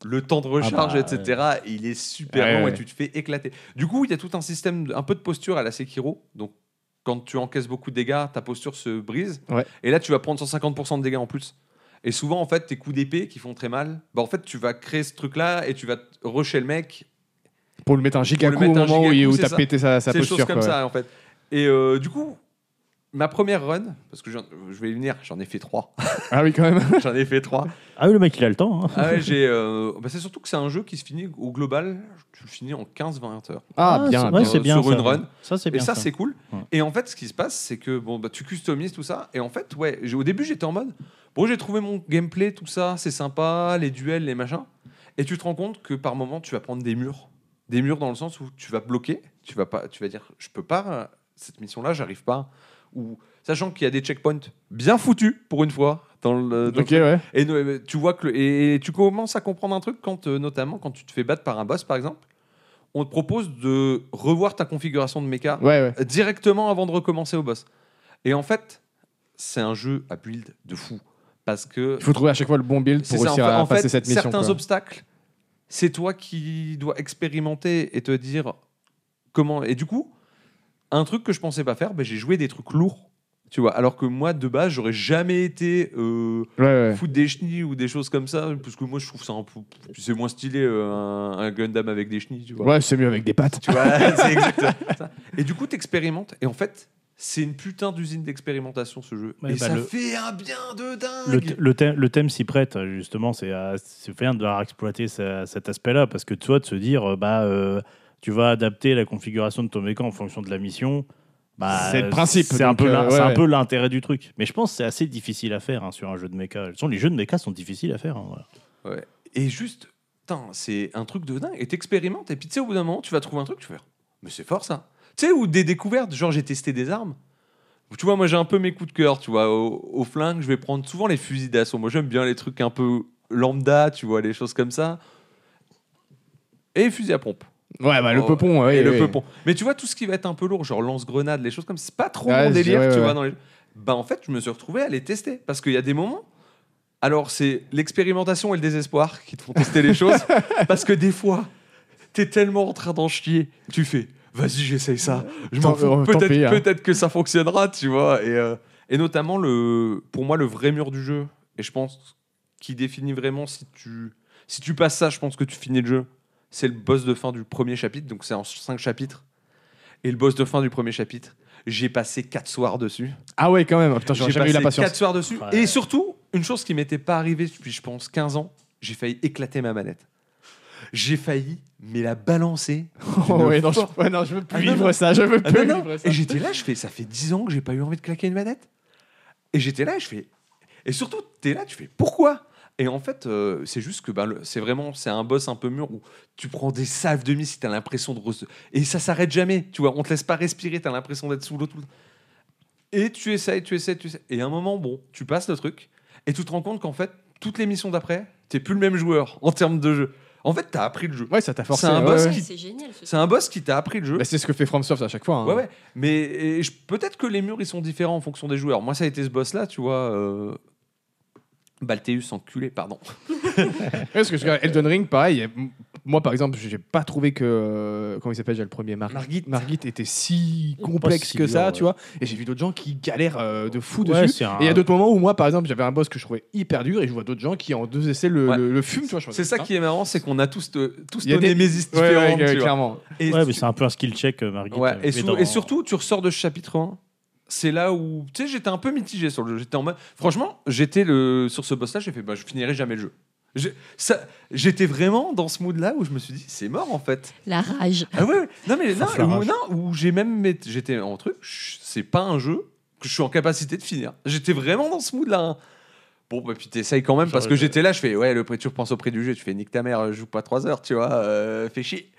[SPEAKER 2] le temps de recharge,
[SPEAKER 4] bah,
[SPEAKER 2] etc., il est super
[SPEAKER 1] Ah Ouais,
[SPEAKER 2] long
[SPEAKER 1] ouais.
[SPEAKER 2] et tu te fais éclater. Du coup, il y a tout un système, de- un peu de posture à la Sekiro. Donc, quand tu encaisses beaucoup de dégâts, ta posture se brise.
[SPEAKER 1] Ouais.
[SPEAKER 2] Et là, tu vas prendre 150% de dégâts en plus. Et souvent, en fait, tes coups d'épée qui font très mal, bah, en fait, tu vas créer ce truc-là et tu vas te rusher le mec
[SPEAKER 1] Pour lui mettre un giga
[SPEAKER 2] lui
[SPEAKER 1] coup au
[SPEAKER 2] mettre un
[SPEAKER 1] moment où,
[SPEAKER 2] giga
[SPEAKER 1] il-
[SPEAKER 2] coup,
[SPEAKER 1] où
[SPEAKER 2] c'est
[SPEAKER 1] t'as
[SPEAKER 2] ça.
[SPEAKER 1] pété sa, sa
[SPEAKER 2] c'est des choses
[SPEAKER 1] posture.
[SPEAKER 2] comme
[SPEAKER 1] quoi.
[SPEAKER 2] ça en fait. Et euh, du coup, ma première run, parce que j'en- je vais y venir, j'en ai fait trois. *laughs*
[SPEAKER 1] Ah oui, quand même.
[SPEAKER 2] j'en ai fait trois.
[SPEAKER 4] Ah oui, le mec, il a le temps. hein. *laughs*
[SPEAKER 2] Ah ouais, j'ai. euh, bah, c'est surtout que c'est un jeu qui se finit au global, tu le finis en 15-20 heures.
[SPEAKER 1] Ah, bien.
[SPEAKER 4] c'est- ouais,
[SPEAKER 1] bien.
[SPEAKER 4] c'est bien.
[SPEAKER 2] Sur
[SPEAKER 4] ça.
[SPEAKER 2] une run.
[SPEAKER 4] Ça, c'est
[SPEAKER 2] Et
[SPEAKER 4] bien.
[SPEAKER 2] ça, c'est cool.
[SPEAKER 4] Ouais.
[SPEAKER 2] Et en fait, ce qui se passe, c'est que bon, bah, tu customises tout ça. Et en fait, ouais, j'ai- au début, j'étais en mode, bon, j'ai trouvé mon gameplay, tout ça, c'est sympa, les duels, les machins. Et tu te rends compte que par moment, tu vas prendre des murs. Des murs dans le sens où tu vas bloquer, tu vas, pas, tu vas dire, je peux pas, euh, cette mission-là, j'arrive pas. Ou, sachant qu'il y a des checkpoints bien foutus, pour une fois, dans le, dans le
[SPEAKER 1] Ok, ouais.
[SPEAKER 2] et euh, tu vois que le- et, et tu commences à comprendre un truc quand euh, notamment quand tu te fais battre par un boss par exemple, on te propose de revoir ta configuration de mecha
[SPEAKER 1] Ouais, ouais.
[SPEAKER 2] directement avant de recommencer au boss. Et en fait, c'est un jeu à build de fou parce que
[SPEAKER 1] Il faut trouver à chaque fois le bon build
[SPEAKER 2] c'est
[SPEAKER 1] pour
[SPEAKER 2] ça,
[SPEAKER 1] réussir
[SPEAKER 2] en fait-
[SPEAKER 1] à
[SPEAKER 2] en fait,
[SPEAKER 1] passer cette mission.
[SPEAKER 2] Certains
[SPEAKER 1] quoi.
[SPEAKER 2] obstacles, c'est toi qui dois expérimenter et te dire comment. Et du coup, un truc que je pensais pas faire, ben, j'ai joué des trucs lourds. Tu vois, alors que moi, de base, j'aurais jamais été euh,
[SPEAKER 1] Ouais, ouais.
[SPEAKER 2] foutre des chenilles ou des choses comme ça, parce que moi, je trouve ça un peu. C'est moins stylé, euh, un, un Gundam avec des chenilles, tu vois.
[SPEAKER 1] Ouais, c'est mieux avec des pattes.
[SPEAKER 2] Tu vois, *laughs* c'est exactement
[SPEAKER 1] *laughs*
[SPEAKER 2] ça. Et du coup, t'expérimentes, et en fait, c'est une putain d'usine d'expérimentation, ce jeu.
[SPEAKER 4] Ouais,
[SPEAKER 2] et
[SPEAKER 4] bah,
[SPEAKER 2] ça
[SPEAKER 4] le-
[SPEAKER 2] fait un bien de
[SPEAKER 4] Le,
[SPEAKER 2] dingue
[SPEAKER 4] th- le thème, le thème s'y prête, justement. C'est à- c'est bien de devoir exploiter ça- cet aspect-là, parce que toi, de se dire, euh, bah, euh, tu vas adapter la configuration de ton mécan en fonction de la mission. Bah,
[SPEAKER 1] C'est le principe,
[SPEAKER 4] C'est un
[SPEAKER 1] donc,
[SPEAKER 4] peu
[SPEAKER 1] euh,
[SPEAKER 4] l'in-
[SPEAKER 1] ouais,
[SPEAKER 4] c'est un
[SPEAKER 1] ouais.
[SPEAKER 4] peu l'intérêt du truc. Mais je pense que c'est assez difficile à faire hein, sur un jeu de méca. De toute façon, les jeux de méca sont difficiles à faire. hein, voilà.
[SPEAKER 2] Et juste, putain, c'est un truc de dingue. Et t'expérimentes, et puis tu sais, au bout d'un moment, tu vas trouver un truc, tu vas faire, mais c'est fort ça. Tu sais, ou des découvertes, genre j'ai testé des armes. Tu vois, moi j'ai un peu mes coups de cœur, tu vois. Au, au flingue, je vais prendre souvent les fusils d'assaut. Moi j'aime bien les trucs un peu lambda, tu vois, les choses comme ça. Et fusil à pompe.
[SPEAKER 1] Ouais, bah, le
[SPEAKER 2] Oh,
[SPEAKER 1] peupon, ouais.
[SPEAKER 2] et le
[SPEAKER 1] ouais.
[SPEAKER 2] peupon. Mais tu vois, tout ce qui va être un peu lourd, genre lance-grenade, les choses comme ça, c'est pas trop
[SPEAKER 1] Ouais,
[SPEAKER 2] mon
[SPEAKER 1] je-
[SPEAKER 2] délire,
[SPEAKER 1] ouais,
[SPEAKER 2] tu
[SPEAKER 1] ouais,
[SPEAKER 2] vois.
[SPEAKER 1] ouais.
[SPEAKER 2] Dans les... Bah, en fait, je me suis retrouvé à les tester. Parce qu'il y a des moments. Alors, c'est l'expérimentation et le désespoir qui te font tester
[SPEAKER 1] *laughs*
[SPEAKER 2] les choses. Parce que des fois, t'es tellement en train d'en chier, tu fais vas-y, j'essaye ça. Je m'en
[SPEAKER 1] Tant-
[SPEAKER 2] fous.
[SPEAKER 1] euh, tant
[SPEAKER 2] Peut-être
[SPEAKER 1] pis, hein.
[SPEAKER 2] peut-être que ça fonctionnera, tu vois. Et, euh, et notamment, le, pour moi, le vrai mur du jeu, et je pense qui définit vraiment si tu, si tu passes ça, je pense que tu finis le jeu. C'est le boss de fin du premier chapitre, donc c'est en cinq chapitres. Et le boss de fin du premier chapitre, j'ai passé quatre soirs dessus.
[SPEAKER 1] Ah ouais, quand même. Ah, Putain,
[SPEAKER 2] J'ai
[SPEAKER 1] j'aurais jamais eu la
[SPEAKER 2] passé
[SPEAKER 1] patience.
[SPEAKER 2] quatre soirs dessus.
[SPEAKER 4] Ouais.
[SPEAKER 2] Et surtout, une chose qui m'était pas arrivée depuis, je pense, 15 ans, j'ai failli éclater ma manette. J'ai failli, mais la balancer.
[SPEAKER 1] Oh,
[SPEAKER 2] d'une
[SPEAKER 1] ouais, non, je,
[SPEAKER 2] force.
[SPEAKER 1] ouais, non, je veux plus
[SPEAKER 2] Ah, non,
[SPEAKER 1] vivre
[SPEAKER 2] non.
[SPEAKER 1] ça. Je veux
[SPEAKER 2] Ah
[SPEAKER 1] plus
[SPEAKER 2] non, non.
[SPEAKER 1] vivre ça.
[SPEAKER 2] Et j'étais là, je fais, ça fait 10 ans que j'ai pas eu envie de claquer une manette. Et j'étais là, je fais. Et surtout, t'es là, tu fais pourquoi Et en fait, euh, c'est juste que ben, le- c'est vraiment, c'est un boss un peu mûr où tu prends des salves de miss, t'as l'impression de. rece- Et ça s'arrête jamais, tu vois, on te laisse pas respirer, t'as l'impression d'être sous l'eau tout le temps. Et tu essayes, tu essayes, tu essayes. Et à un moment, bon, tu passes le truc, et tu te rends compte qu'en fait, toutes les missions d'après, t'es plus le même joueur en termes de jeu. En fait, t'as appris le jeu.
[SPEAKER 1] Ouais, ça t'a
[SPEAKER 2] C'est
[SPEAKER 1] forcé.
[SPEAKER 2] un
[SPEAKER 1] ouais,
[SPEAKER 2] boss
[SPEAKER 1] bah, ouais.
[SPEAKER 2] qui-
[SPEAKER 3] c'est génial. ce
[SPEAKER 2] C'est un boss qui t'a appris le jeu.
[SPEAKER 1] Bah, c'est ce que fait FromSoft à chaque fois. hein.
[SPEAKER 2] Ouais, ouais. Mais et je- peut-être que les murs, ils sont différents en fonction des joueurs. Moi, ça a été ce boss-là, tu vois. euh, Balteus enculé, pardon.
[SPEAKER 1] Ouais, Parce que je regarde Elden Ring, pareil. et m- Moi, par exemple, j'ai pas trouvé que. euh, Comment il s'appelle, j'ai le premier Margit.
[SPEAKER 2] Margit.
[SPEAKER 1] était si
[SPEAKER 4] Pas
[SPEAKER 1] complexe
[SPEAKER 4] si
[SPEAKER 1] que ça,
[SPEAKER 4] dur,
[SPEAKER 1] tu
[SPEAKER 4] ouais.
[SPEAKER 1] vois. Et j'ai vu d'autres gens qui galèrent euh, de fou
[SPEAKER 4] Ouais,
[SPEAKER 1] dessus.
[SPEAKER 4] c'est un-
[SPEAKER 1] Et il y a d'autres moments où moi, par exemple, j'avais un boss que je trouvais hyper dur et je vois d'autres gens qui, en deux essais, le,
[SPEAKER 2] Ouais.
[SPEAKER 1] le- le fument. tu vois, je
[SPEAKER 2] C'est
[SPEAKER 1] fais,
[SPEAKER 2] ça
[SPEAKER 1] hein.
[SPEAKER 2] qui est marrant, c'est qu'on a tous, te- tous
[SPEAKER 1] Il y a
[SPEAKER 2] nos
[SPEAKER 1] des-
[SPEAKER 2] némésis
[SPEAKER 1] Ouais, ouais,
[SPEAKER 2] différentes,
[SPEAKER 1] ouais,
[SPEAKER 2] tu vois.
[SPEAKER 1] clairement.
[SPEAKER 2] Et
[SPEAKER 4] Ouais,
[SPEAKER 2] tu-
[SPEAKER 4] mais c'est un peu un skill check, euh, Margit.
[SPEAKER 2] Ouais,
[SPEAKER 4] euh,
[SPEAKER 2] et,
[SPEAKER 4] mais
[SPEAKER 2] sou-
[SPEAKER 4] dans-
[SPEAKER 2] et surtout, tu ressors de ce chapitre 1. C'est là où, tu sais, j'étais un peu mitigé sur le jeu. J'étais en mode, franchement, j'étais le sur ce boss-là, j'ai fait, bah, je finirai jamais le jeu. Je- ça- J'étais vraiment dans ce mood-là où je me suis dit, c'est mort en fait.
[SPEAKER 3] La rage.
[SPEAKER 2] Ah ouais, ouais. non mais non,
[SPEAKER 4] Ça fait la
[SPEAKER 2] ou-
[SPEAKER 4] rage.
[SPEAKER 2] non, ou j'ai même met- j'étais en truc, ch- c'est pas un jeu que je suis en capacité de finir. J'étais vraiment dans ce mood là. Bon bah puis t'essayes quand même
[SPEAKER 4] Genre,
[SPEAKER 2] parce que
[SPEAKER 4] euh,
[SPEAKER 2] j'étais là, je fais ouais le prix tu repenses au prix du jeu, tu fais nique ta mère, euh, joue pas 3 heures, tu vois, euh, fais chier.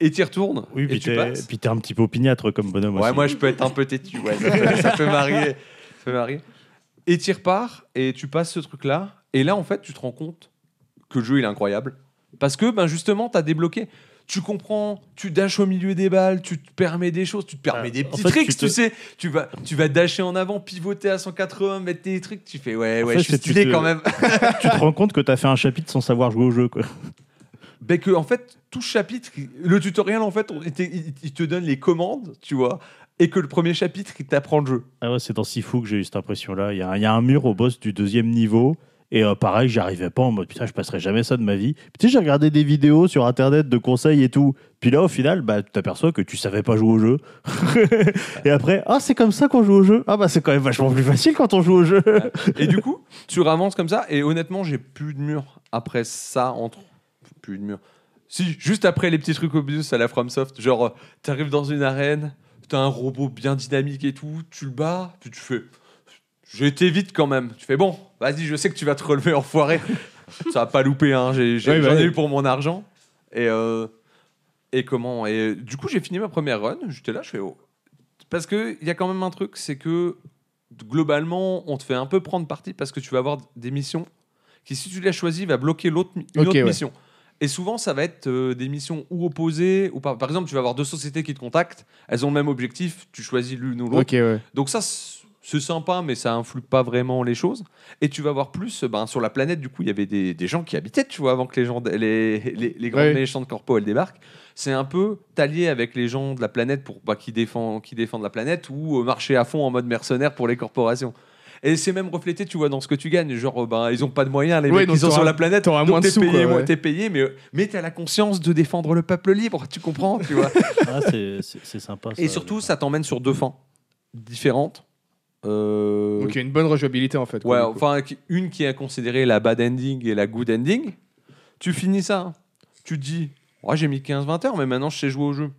[SPEAKER 2] Et t'y retournes
[SPEAKER 4] Oui,
[SPEAKER 2] et
[SPEAKER 4] puis
[SPEAKER 2] tu
[SPEAKER 4] t'es
[SPEAKER 2] passes.
[SPEAKER 4] puis t'es un petit peu opiniâtre comme bonhomme
[SPEAKER 2] Ouais,
[SPEAKER 4] aussi.
[SPEAKER 2] moi je peux être un peu têtu, ouais, ça, peut, ça peut m'arriver. Ça peut m'arriver. Et tu repars et tu passes ce truc là. Et là en fait tu te rends compte que le jeu il est incroyable. Parce que ben justement t'as débloqué. Tu comprends, tu dashes au milieu des balles, tu te permets des choses, tu te permets
[SPEAKER 4] Ah,
[SPEAKER 2] des
[SPEAKER 4] en
[SPEAKER 2] petits
[SPEAKER 4] fait,
[SPEAKER 2] tricks, tu,
[SPEAKER 4] tu te-
[SPEAKER 2] sais. Tu vas, tu vas dasher en avant, pivoter à 180, mettre des trucs, tu fais ouais,
[SPEAKER 4] En
[SPEAKER 2] ouais,
[SPEAKER 4] fait,
[SPEAKER 2] je suis
[SPEAKER 4] c'est- tu
[SPEAKER 2] stylé
[SPEAKER 4] te-
[SPEAKER 2] quand même. *laughs*
[SPEAKER 4] tu *laughs* te rends compte que t'as fait un chapitre sans savoir jouer au jeu. Quoi.
[SPEAKER 2] Ben que en fait tout chapitre, le tutoriel en fait, on- il, te- il- il te donne les commandes, tu vois, et que le premier chapitre il t'apprend le jeu.
[SPEAKER 4] Ah ouais, c'est dans Sifu que j'ai eu cette impression-là. Il y, a un- il y a un mur au boss du deuxième niveau. Et euh, pareil, j'arrivais pas en mode putain, je passerai jamais ça de ma vie. Puis tu sais, j'ai regardé des vidéos sur internet de conseils et tout. Puis là, au final, bah, tu t'aperçois que tu savais pas jouer au jeu. *laughs* et après, ah, c'est comme ça qu'on joue au jeu. Ah, bah, c'est quand même vachement plus facile quand on joue au jeu. *laughs*
[SPEAKER 2] *laughs* Et du coup, tu ravances comme ça. Et honnêtement, j'ai plus de mur après ça. Entre plus de mur. Si, juste après les petits trucs obvious à la FromSoft, genre euh, t'arrives dans une arène, t'as un robot bien dynamique et tout, tu le bats, puis tu fais, j'ai été vite quand même. Tu fais bon, vas-y, je sais que tu vas te relever,
[SPEAKER 1] *laughs*
[SPEAKER 2] enfoiré. ça a pas loupé, hein. J'ai, j'ai-
[SPEAKER 1] Ouais, bah
[SPEAKER 2] j'en ai
[SPEAKER 1] oui.
[SPEAKER 2] eu pour mon argent. Et euh, et comment Et euh, du coup, j'ai fini ma première run. J'étais là, je fais oh. Parce que il y a quand même un truc, c'est que globalement, on te fait un peu prendre parti parce que tu vas avoir des missions qui, si tu les choisis, va bloquer l'autre mi- une
[SPEAKER 1] Ok,
[SPEAKER 2] autre
[SPEAKER 1] ouais.
[SPEAKER 2] mission. Et souvent, ça va être euh, des missions ou opposées ou pas. Par exemple, tu vas avoir deux sociétés qui te contactent, elles ont le même objectif, tu choisis l'une ou l'autre.
[SPEAKER 1] Ok, ouais.
[SPEAKER 2] Donc ça, c- c'est sympa, mais ça influe pas vraiment les choses. Et tu vas voir plus, ben, sur la planète, du coup, il y avait des, des gens qui habitaient, tu vois, avant que les, gens, les, les, les grandes
[SPEAKER 1] Ouais.
[SPEAKER 2] méchantes corpo, elles débarquent. c'est un peu t'allier avec les gens de la planète pour bah, qui, défend, qui défendent la planète ou euh, marcher à fond en mode mercenaire pour les corporations. Et c'est même reflété, tu vois, dans ce que tu gagnes. Genre, euh, bah, ils ont pas de moyens, les
[SPEAKER 1] Ouais,
[SPEAKER 2] mecs,
[SPEAKER 1] donc
[SPEAKER 2] ils sont
[SPEAKER 1] t'auras-
[SPEAKER 2] sur la planète.
[SPEAKER 1] t'auras
[SPEAKER 2] donc
[SPEAKER 1] moins de
[SPEAKER 2] t'es
[SPEAKER 1] sous,
[SPEAKER 2] payé,
[SPEAKER 1] quoi,
[SPEAKER 2] moins-
[SPEAKER 1] ouais.
[SPEAKER 2] t'es payé, mais, euh, mais t'as la conscience de défendre le peuple libre, tu comprends, tu vois.
[SPEAKER 4] Ah, c'est- c'est c'est sympa.
[SPEAKER 2] Et surtout, ça t'emmène sur deux fins différentes. Euh,
[SPEAKER 1] Donc il y a une bonne rejouabilité en fait. quoi,
[SPEAKER 2] Ouais,
[SPEAKER 1] du coup.
[SPEAKER 2] enfin, qui- une qui est considérée la bad ending et la good ending. Tu finis ça. Tu te dis, ouais, j'ai mis 15-20 heures, mais maintenant je sais jouer au jeu.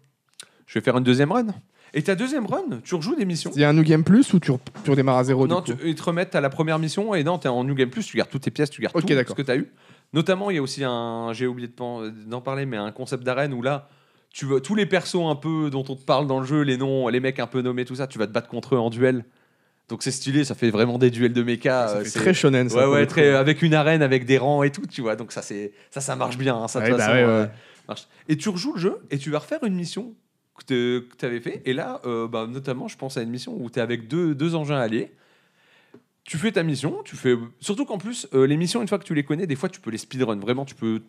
[SPEAKER 2] Je vais faire une deuxième run. Et ta deuxième run, tu rejoues des missions.
[SPEAKER 1] Il y a un New Game Plus ou tu, re- tu redémarres à zéro
[SPEAKER 2] Non,
[SPEAKER 1] du
[SPEAKER 2] tu,
[SPEAKER 1] coup
[SPEAKER 2] ils te remettent à la première mission et non, t'es en New Game Plus, tu gardes toutes tes pièces, tu gardes
[SPEAKER 1] Ok,
[SPEAKER 2] tout ce
[SPEAKER 1] d'accord.
[SPEAKER 2] que t'as eu. Notamment, il y a aussi un, j'ai oublié de pan- d'en parler, mais un concept d'arène où là, tu veux, tous les persos un peu dont on te parle dans le jeu, les noms, les mecs un peu nommés, tout ça, tu vas te battre contre eux en duel. Donc c'est stylé, ça fait vraiment des duels de méca.
[SPEAKER 1] Ah, Ça
[SPEAKER 2] euh,
[SPEAKER 1] fait
[SPEAKER 2] c'est-
[SPEAKER 1] Très shonen ça.
[SPEAKER 2] Ouais,
[SPEAKER 1] pour
[SPEAKER 2] ouais,
[SPEAKER 1] le
[SPEAKER 2] très, euh,
[SPEAKER 1] coup.
[SPEAKER 2] avec une arène, avec des rangs et tout, tu vois. Donc ça, c'est ça, ça marche bien. hein, ça, de
[SPEAKER 1] Ouais,
[SPEAKER 2] toute
[SPEAKER 1] bah
[SPEAKER 2] façon,
[SPEAKER 1] ouais,
[SPEAKER 2] euh,
[SPEAKER 1] ouais.
[SPEAKER 2] marche. Et tu rejoues le jeu et tu vas refaire une mission que tu avais fait. Et là, euh, bah, notamment, je pense à une mission où tu es avec deux, deux engins alliés. Tu fais ta mission, tu fais. Surtout qu'en plus, euh, les missions, une fois que tu les connais, des fois, tu peux les speedrun. Vraiment, tu peux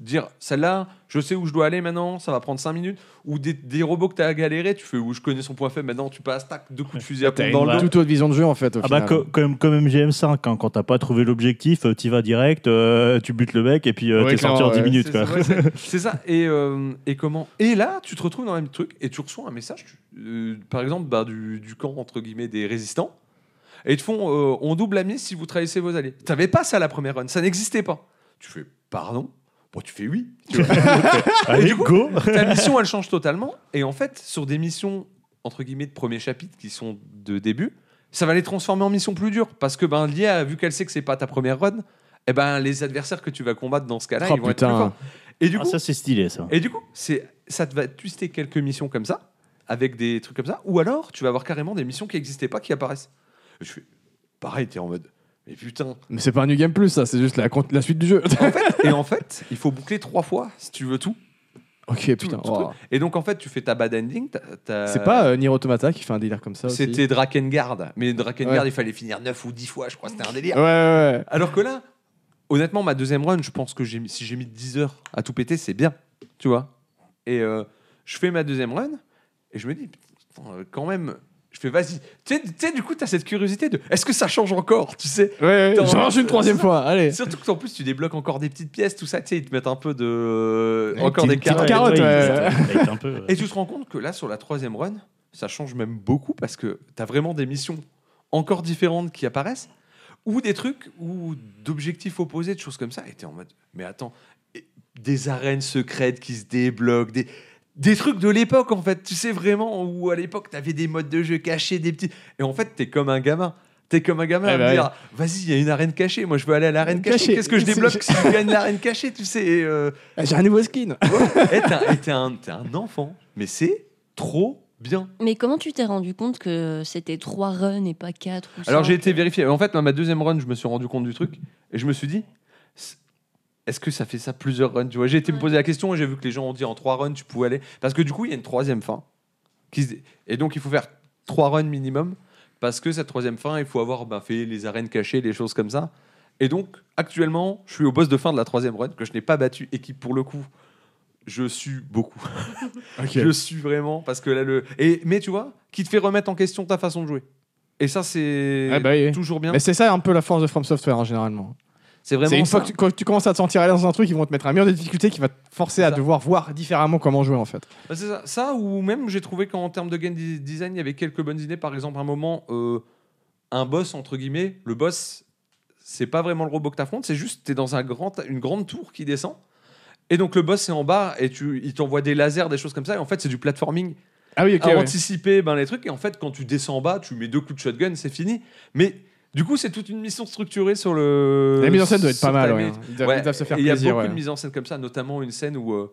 [SPEAKER 2] dire celle-là, je sais où je dois aller maintenant, ça va prendre 5 minutes. Ou des, des robots que tu as galéré, tu fais où je connais son point faible maintenant, tu passes, tac, deux coups de fusil à
[SPEAKER 1] T'as
[SPEAKER 2] pompe dans
[SPEAKER 1] une
[SPEAKER 2] le dos.
[SPEAKER 1] toute autre vision de jeu en fait. au
[SPEAKER 4] Ah bah
[SPEAKER 1] final.
[SPEAKER 4] co- comme, comme MGM5, hein, quand t'as pas trouvé l'objectif, euh, t'y vas direct, euh, tu butes le mec et puis euh,
[SPEAKER 1] Ouais,
[SPEAKER 4] t'es sorti en
[SPEAKER 1] clairement,
[SPEAKER 4] 10
[SPEAKER 1] ouais.
[SPEAKER 4] minutes.
[SPEAKER 2] C'est
[SPEAKER 4] quoi.
[SPEAKER 2] ça, ouais,
[SPEAKER 1] *laughs*
[SPEAKER 2] c'est- C'est ça. Et, euh, et comment Et là, tu te retrouves dans le même truc et tu reçois un message, tu- euh, par exemple, bah, du, du camp entre guillemets des résistants. Et ils te font euh, on double la mise si vous trahissez vos alliés. T'avais pas ça la première run, ça n'existait pas. Tu fais pardon Bon, tu fais oui. Tu
[SPEAKER 1] *laughs*
[SPEAKER 2] vois.
[SPEAKER 4] *laughs* Allez,
[SPEAKER 2] du coup-
[SPEAKER 4] go
[SPEAKER 2] Ta mission, elle change totalement. Et en fait, sur des missions entre guillemets de premier chapitre qui sont de début, ça va les transformer en missions plus dures parce que ben l'IA, vu qu'elle sait que c'est pas ta première run, eh ben les adversaires que tu vas combattre dans ce cas-là,
[SPEAKER 1] Oh,
[SPEAKER 2] ils vont être
[SPEAKER 1] putain.
[SPEAKER 2] plus forts. Et du
[SPEAKER 4] Ah,
[SPEAKER 2] coup,
[SPEAKER 4] ça c'est stylé ça.
[SPEAKER 2] et du coup, c'est ça te va twister quelques missions comme ça, avec des trucs comme ça, ou alors tu vas avoir carrément des missions qui n'existaient pas qui apparaissent. Et je fais pareil, t'es en mode mais putain.
[SPEAKER 1] Mais c'est pas un New Game Plus ça, c'est juste la, con- la suite du jeu.
[SPEAKER 2] En
[SPEAKER 1] *laughs*
[SPEAKER 2] fait, et en fait, il faut boucler trois fois si tu veux tout.
[SPEAKER 1] ok,
[SPEAKER 2] tout,
[SPEAKER 1] putain.
[SPEAKER 2] tout
[SPEAKER 1] wow.
[SPEAKER 2] truc. Et donc en fait, tu fais ta bad ending. t'as- t'as-
[SPEAKER 1] C'est pas euh, Nier Automata qui fait un délire comme ça aussi
[SPEAKER 2] C'était Drakengard, mais Drakengard,
[SPEAKER 1] Ouais.
[SPEAKER 2] il fallait finir 9 ou 10 fois, je crois, c'était un délire.
[SPEAKER 1] Ouais, ouais, ouais.
[SPEAKER 2] Alors que là, honnêtement, ma deuxième run, je pense que j'ai mis- si j'ai mis 10 heures à tout péter, c'est bien, tu vois. Et euh, je fais ma deuxième run, et je me dis, putain, euh, quand même, je fais vas-y. Tu sais- tu sais, du coup, t'as cette curiosité de, est-ce que ça change encore, tu sais
[SPEAKER 1] Ouais,
[SPEAKER 2] Attends,
[SPEAKER 1] ouais. J'en lance une troisième fois, allez.
[SPEAKER 2] Surtout qu'en plus, tu débloques encore des petites pièces, tout ça, tu sais, ils te mettent un peu de...
[SPEAKER 1] Une
[SPEAKER 2] encore des
[SPEAKER 1] petite
[SPEAKER 2] carottes.
[SPEAKER 1] carotte, ouais.
[SPEAKER 4] avec un peu, ouais.
[SPEAKER 2] Et tu te rends compte que là, sur la troisième run, ça change même beaucoup parce que tu as vraiment des missions encore différentes qui apparaissent ou des trucs ou d'objectifs opposés, de choses comme ça. Et tu en mode, mais attends, et des arènes secrètes qui se débloquent, des, des trucs de l'époque en fait. Tu sais vraiment où à l'époque, tu avais des modes de jeu cachés, des petits. Et en fait, tu es comme un gamin. T'es comme un gamin
[SPEAKER 1] Eh
[SPEAKER 2] à me
[SPEAKER 1] ben
[SPEAKER 2] dire, vas-y, il y a une arène cachée, moi je veux aller à l'arène cachée.
[SPEAKER 1] Cachée.
[SPEAKER 2] Qu'est-ce que je
[SPEAKER 1] C'est-
[SPEAKER 2] débloque si je gagne l'arène cachée, tu sais et, euh,
[SPEAKER 1] Ah, *laughs* J'ai un nouveau skin.
[SPEAKER 2] eh, t'es un, eh, t'es un- t'es un enfant, mais c'est trop bien.
[SPEAKER 3] Mais comment tu t'es rendu compte que c'était trois runs et pas quatre ou
[SPEAKER 2] Alors
[SPEAKER 3] cinq
[SPEAKER 2] j'ai été vérifié. En fait, dans ma deuxième run, je me suis rendu compte du truc et je me suis dit, c- est-ce que ça fait ça plusieurs runs Tu vois, j'ai été me poser la question et j'ai vu que les gens ont dit en trois runs tu pouvais aller parce que du coup il y a une troisième fin qui se- et donc il faut faire trois runs minimum parce que cette troisième fin il faut avoir ben, fait les arènes cachées, les choses comme ça. Et donc actuellement, je suis au boss de fin de la troisième run que je n'ai pas battu et qui pour le coup je suis beaucoup.
[SPEAKER 1] Ok.
[SPEAKER 2] Je suis vraiment parce que là le et mais tu vois qui te fait remettre en question ta façon de jouer. Et ça c'est
[SPEAKER 1] Ah bah oui.
[SPEAKER 2] toujours bien.
[SPEAKER 1] Mais c'est ça un peu la force de From Software hein, généralement.
[SPEAKER 2] C'est vraiment
[SPEAKER 1] C'est une
[SPEAKER 2] ça.
[SPEAKER 1] fois que tu, quand tu commences à te sentir à l'aise dans un truc, ils vont te mettre un mur de difficulté qui va te forcer
[SPEAKER 2] C'est
[SPEAKER 1] à
[SPEAKER 2] ça.
[SPEAKER 1] devoir voir différemment comment jouer en fait.
[SPEAKER 2] Bah, c'est ça. Ça, ou même j'ai trouvé qu'en termes de game di- design il y avait quelques bonnes idées. Par exemple un moment euh, un boss entre guillemets le boss c'est pas vraiment le robot que t'affrontes c'est juste t'es dans un grand une grande tour qui descend. Et donc le boss est en bas et tu, il t'envoie des lasers, des choses comme ça. Et en fait c'est du platforming
[SPEAKER 1] Ah oui, ok.
[SPEAKER 2] à
[SPEAKER 1] ouais.
[SPEAKER 2] anticiper ben, les trucs. Et en fait, quand tu descends en bas, tu mets deux coups de shotgun, c'est fini. Mais du coup, c'est toute une mission structurée sur le.
[SPEAKER 1] La mise en scène doit être pas
[SPEAKER 2] euh, sur ta-
[SPEAKER 1] mal. ouais. hein. Ils doivent,
[SPEAKER 2] Ouais,
[SPEAKER 1] ils doivent se faire
[SPEAKER 2] et Il y a
[SPEAKER 1] plaisir.
[SPEAKER 2] beaucoup
[SPEAKER 1] ouais.
[SPEAKER 2] de mises en scène comme ça, notamment une scène où. euh,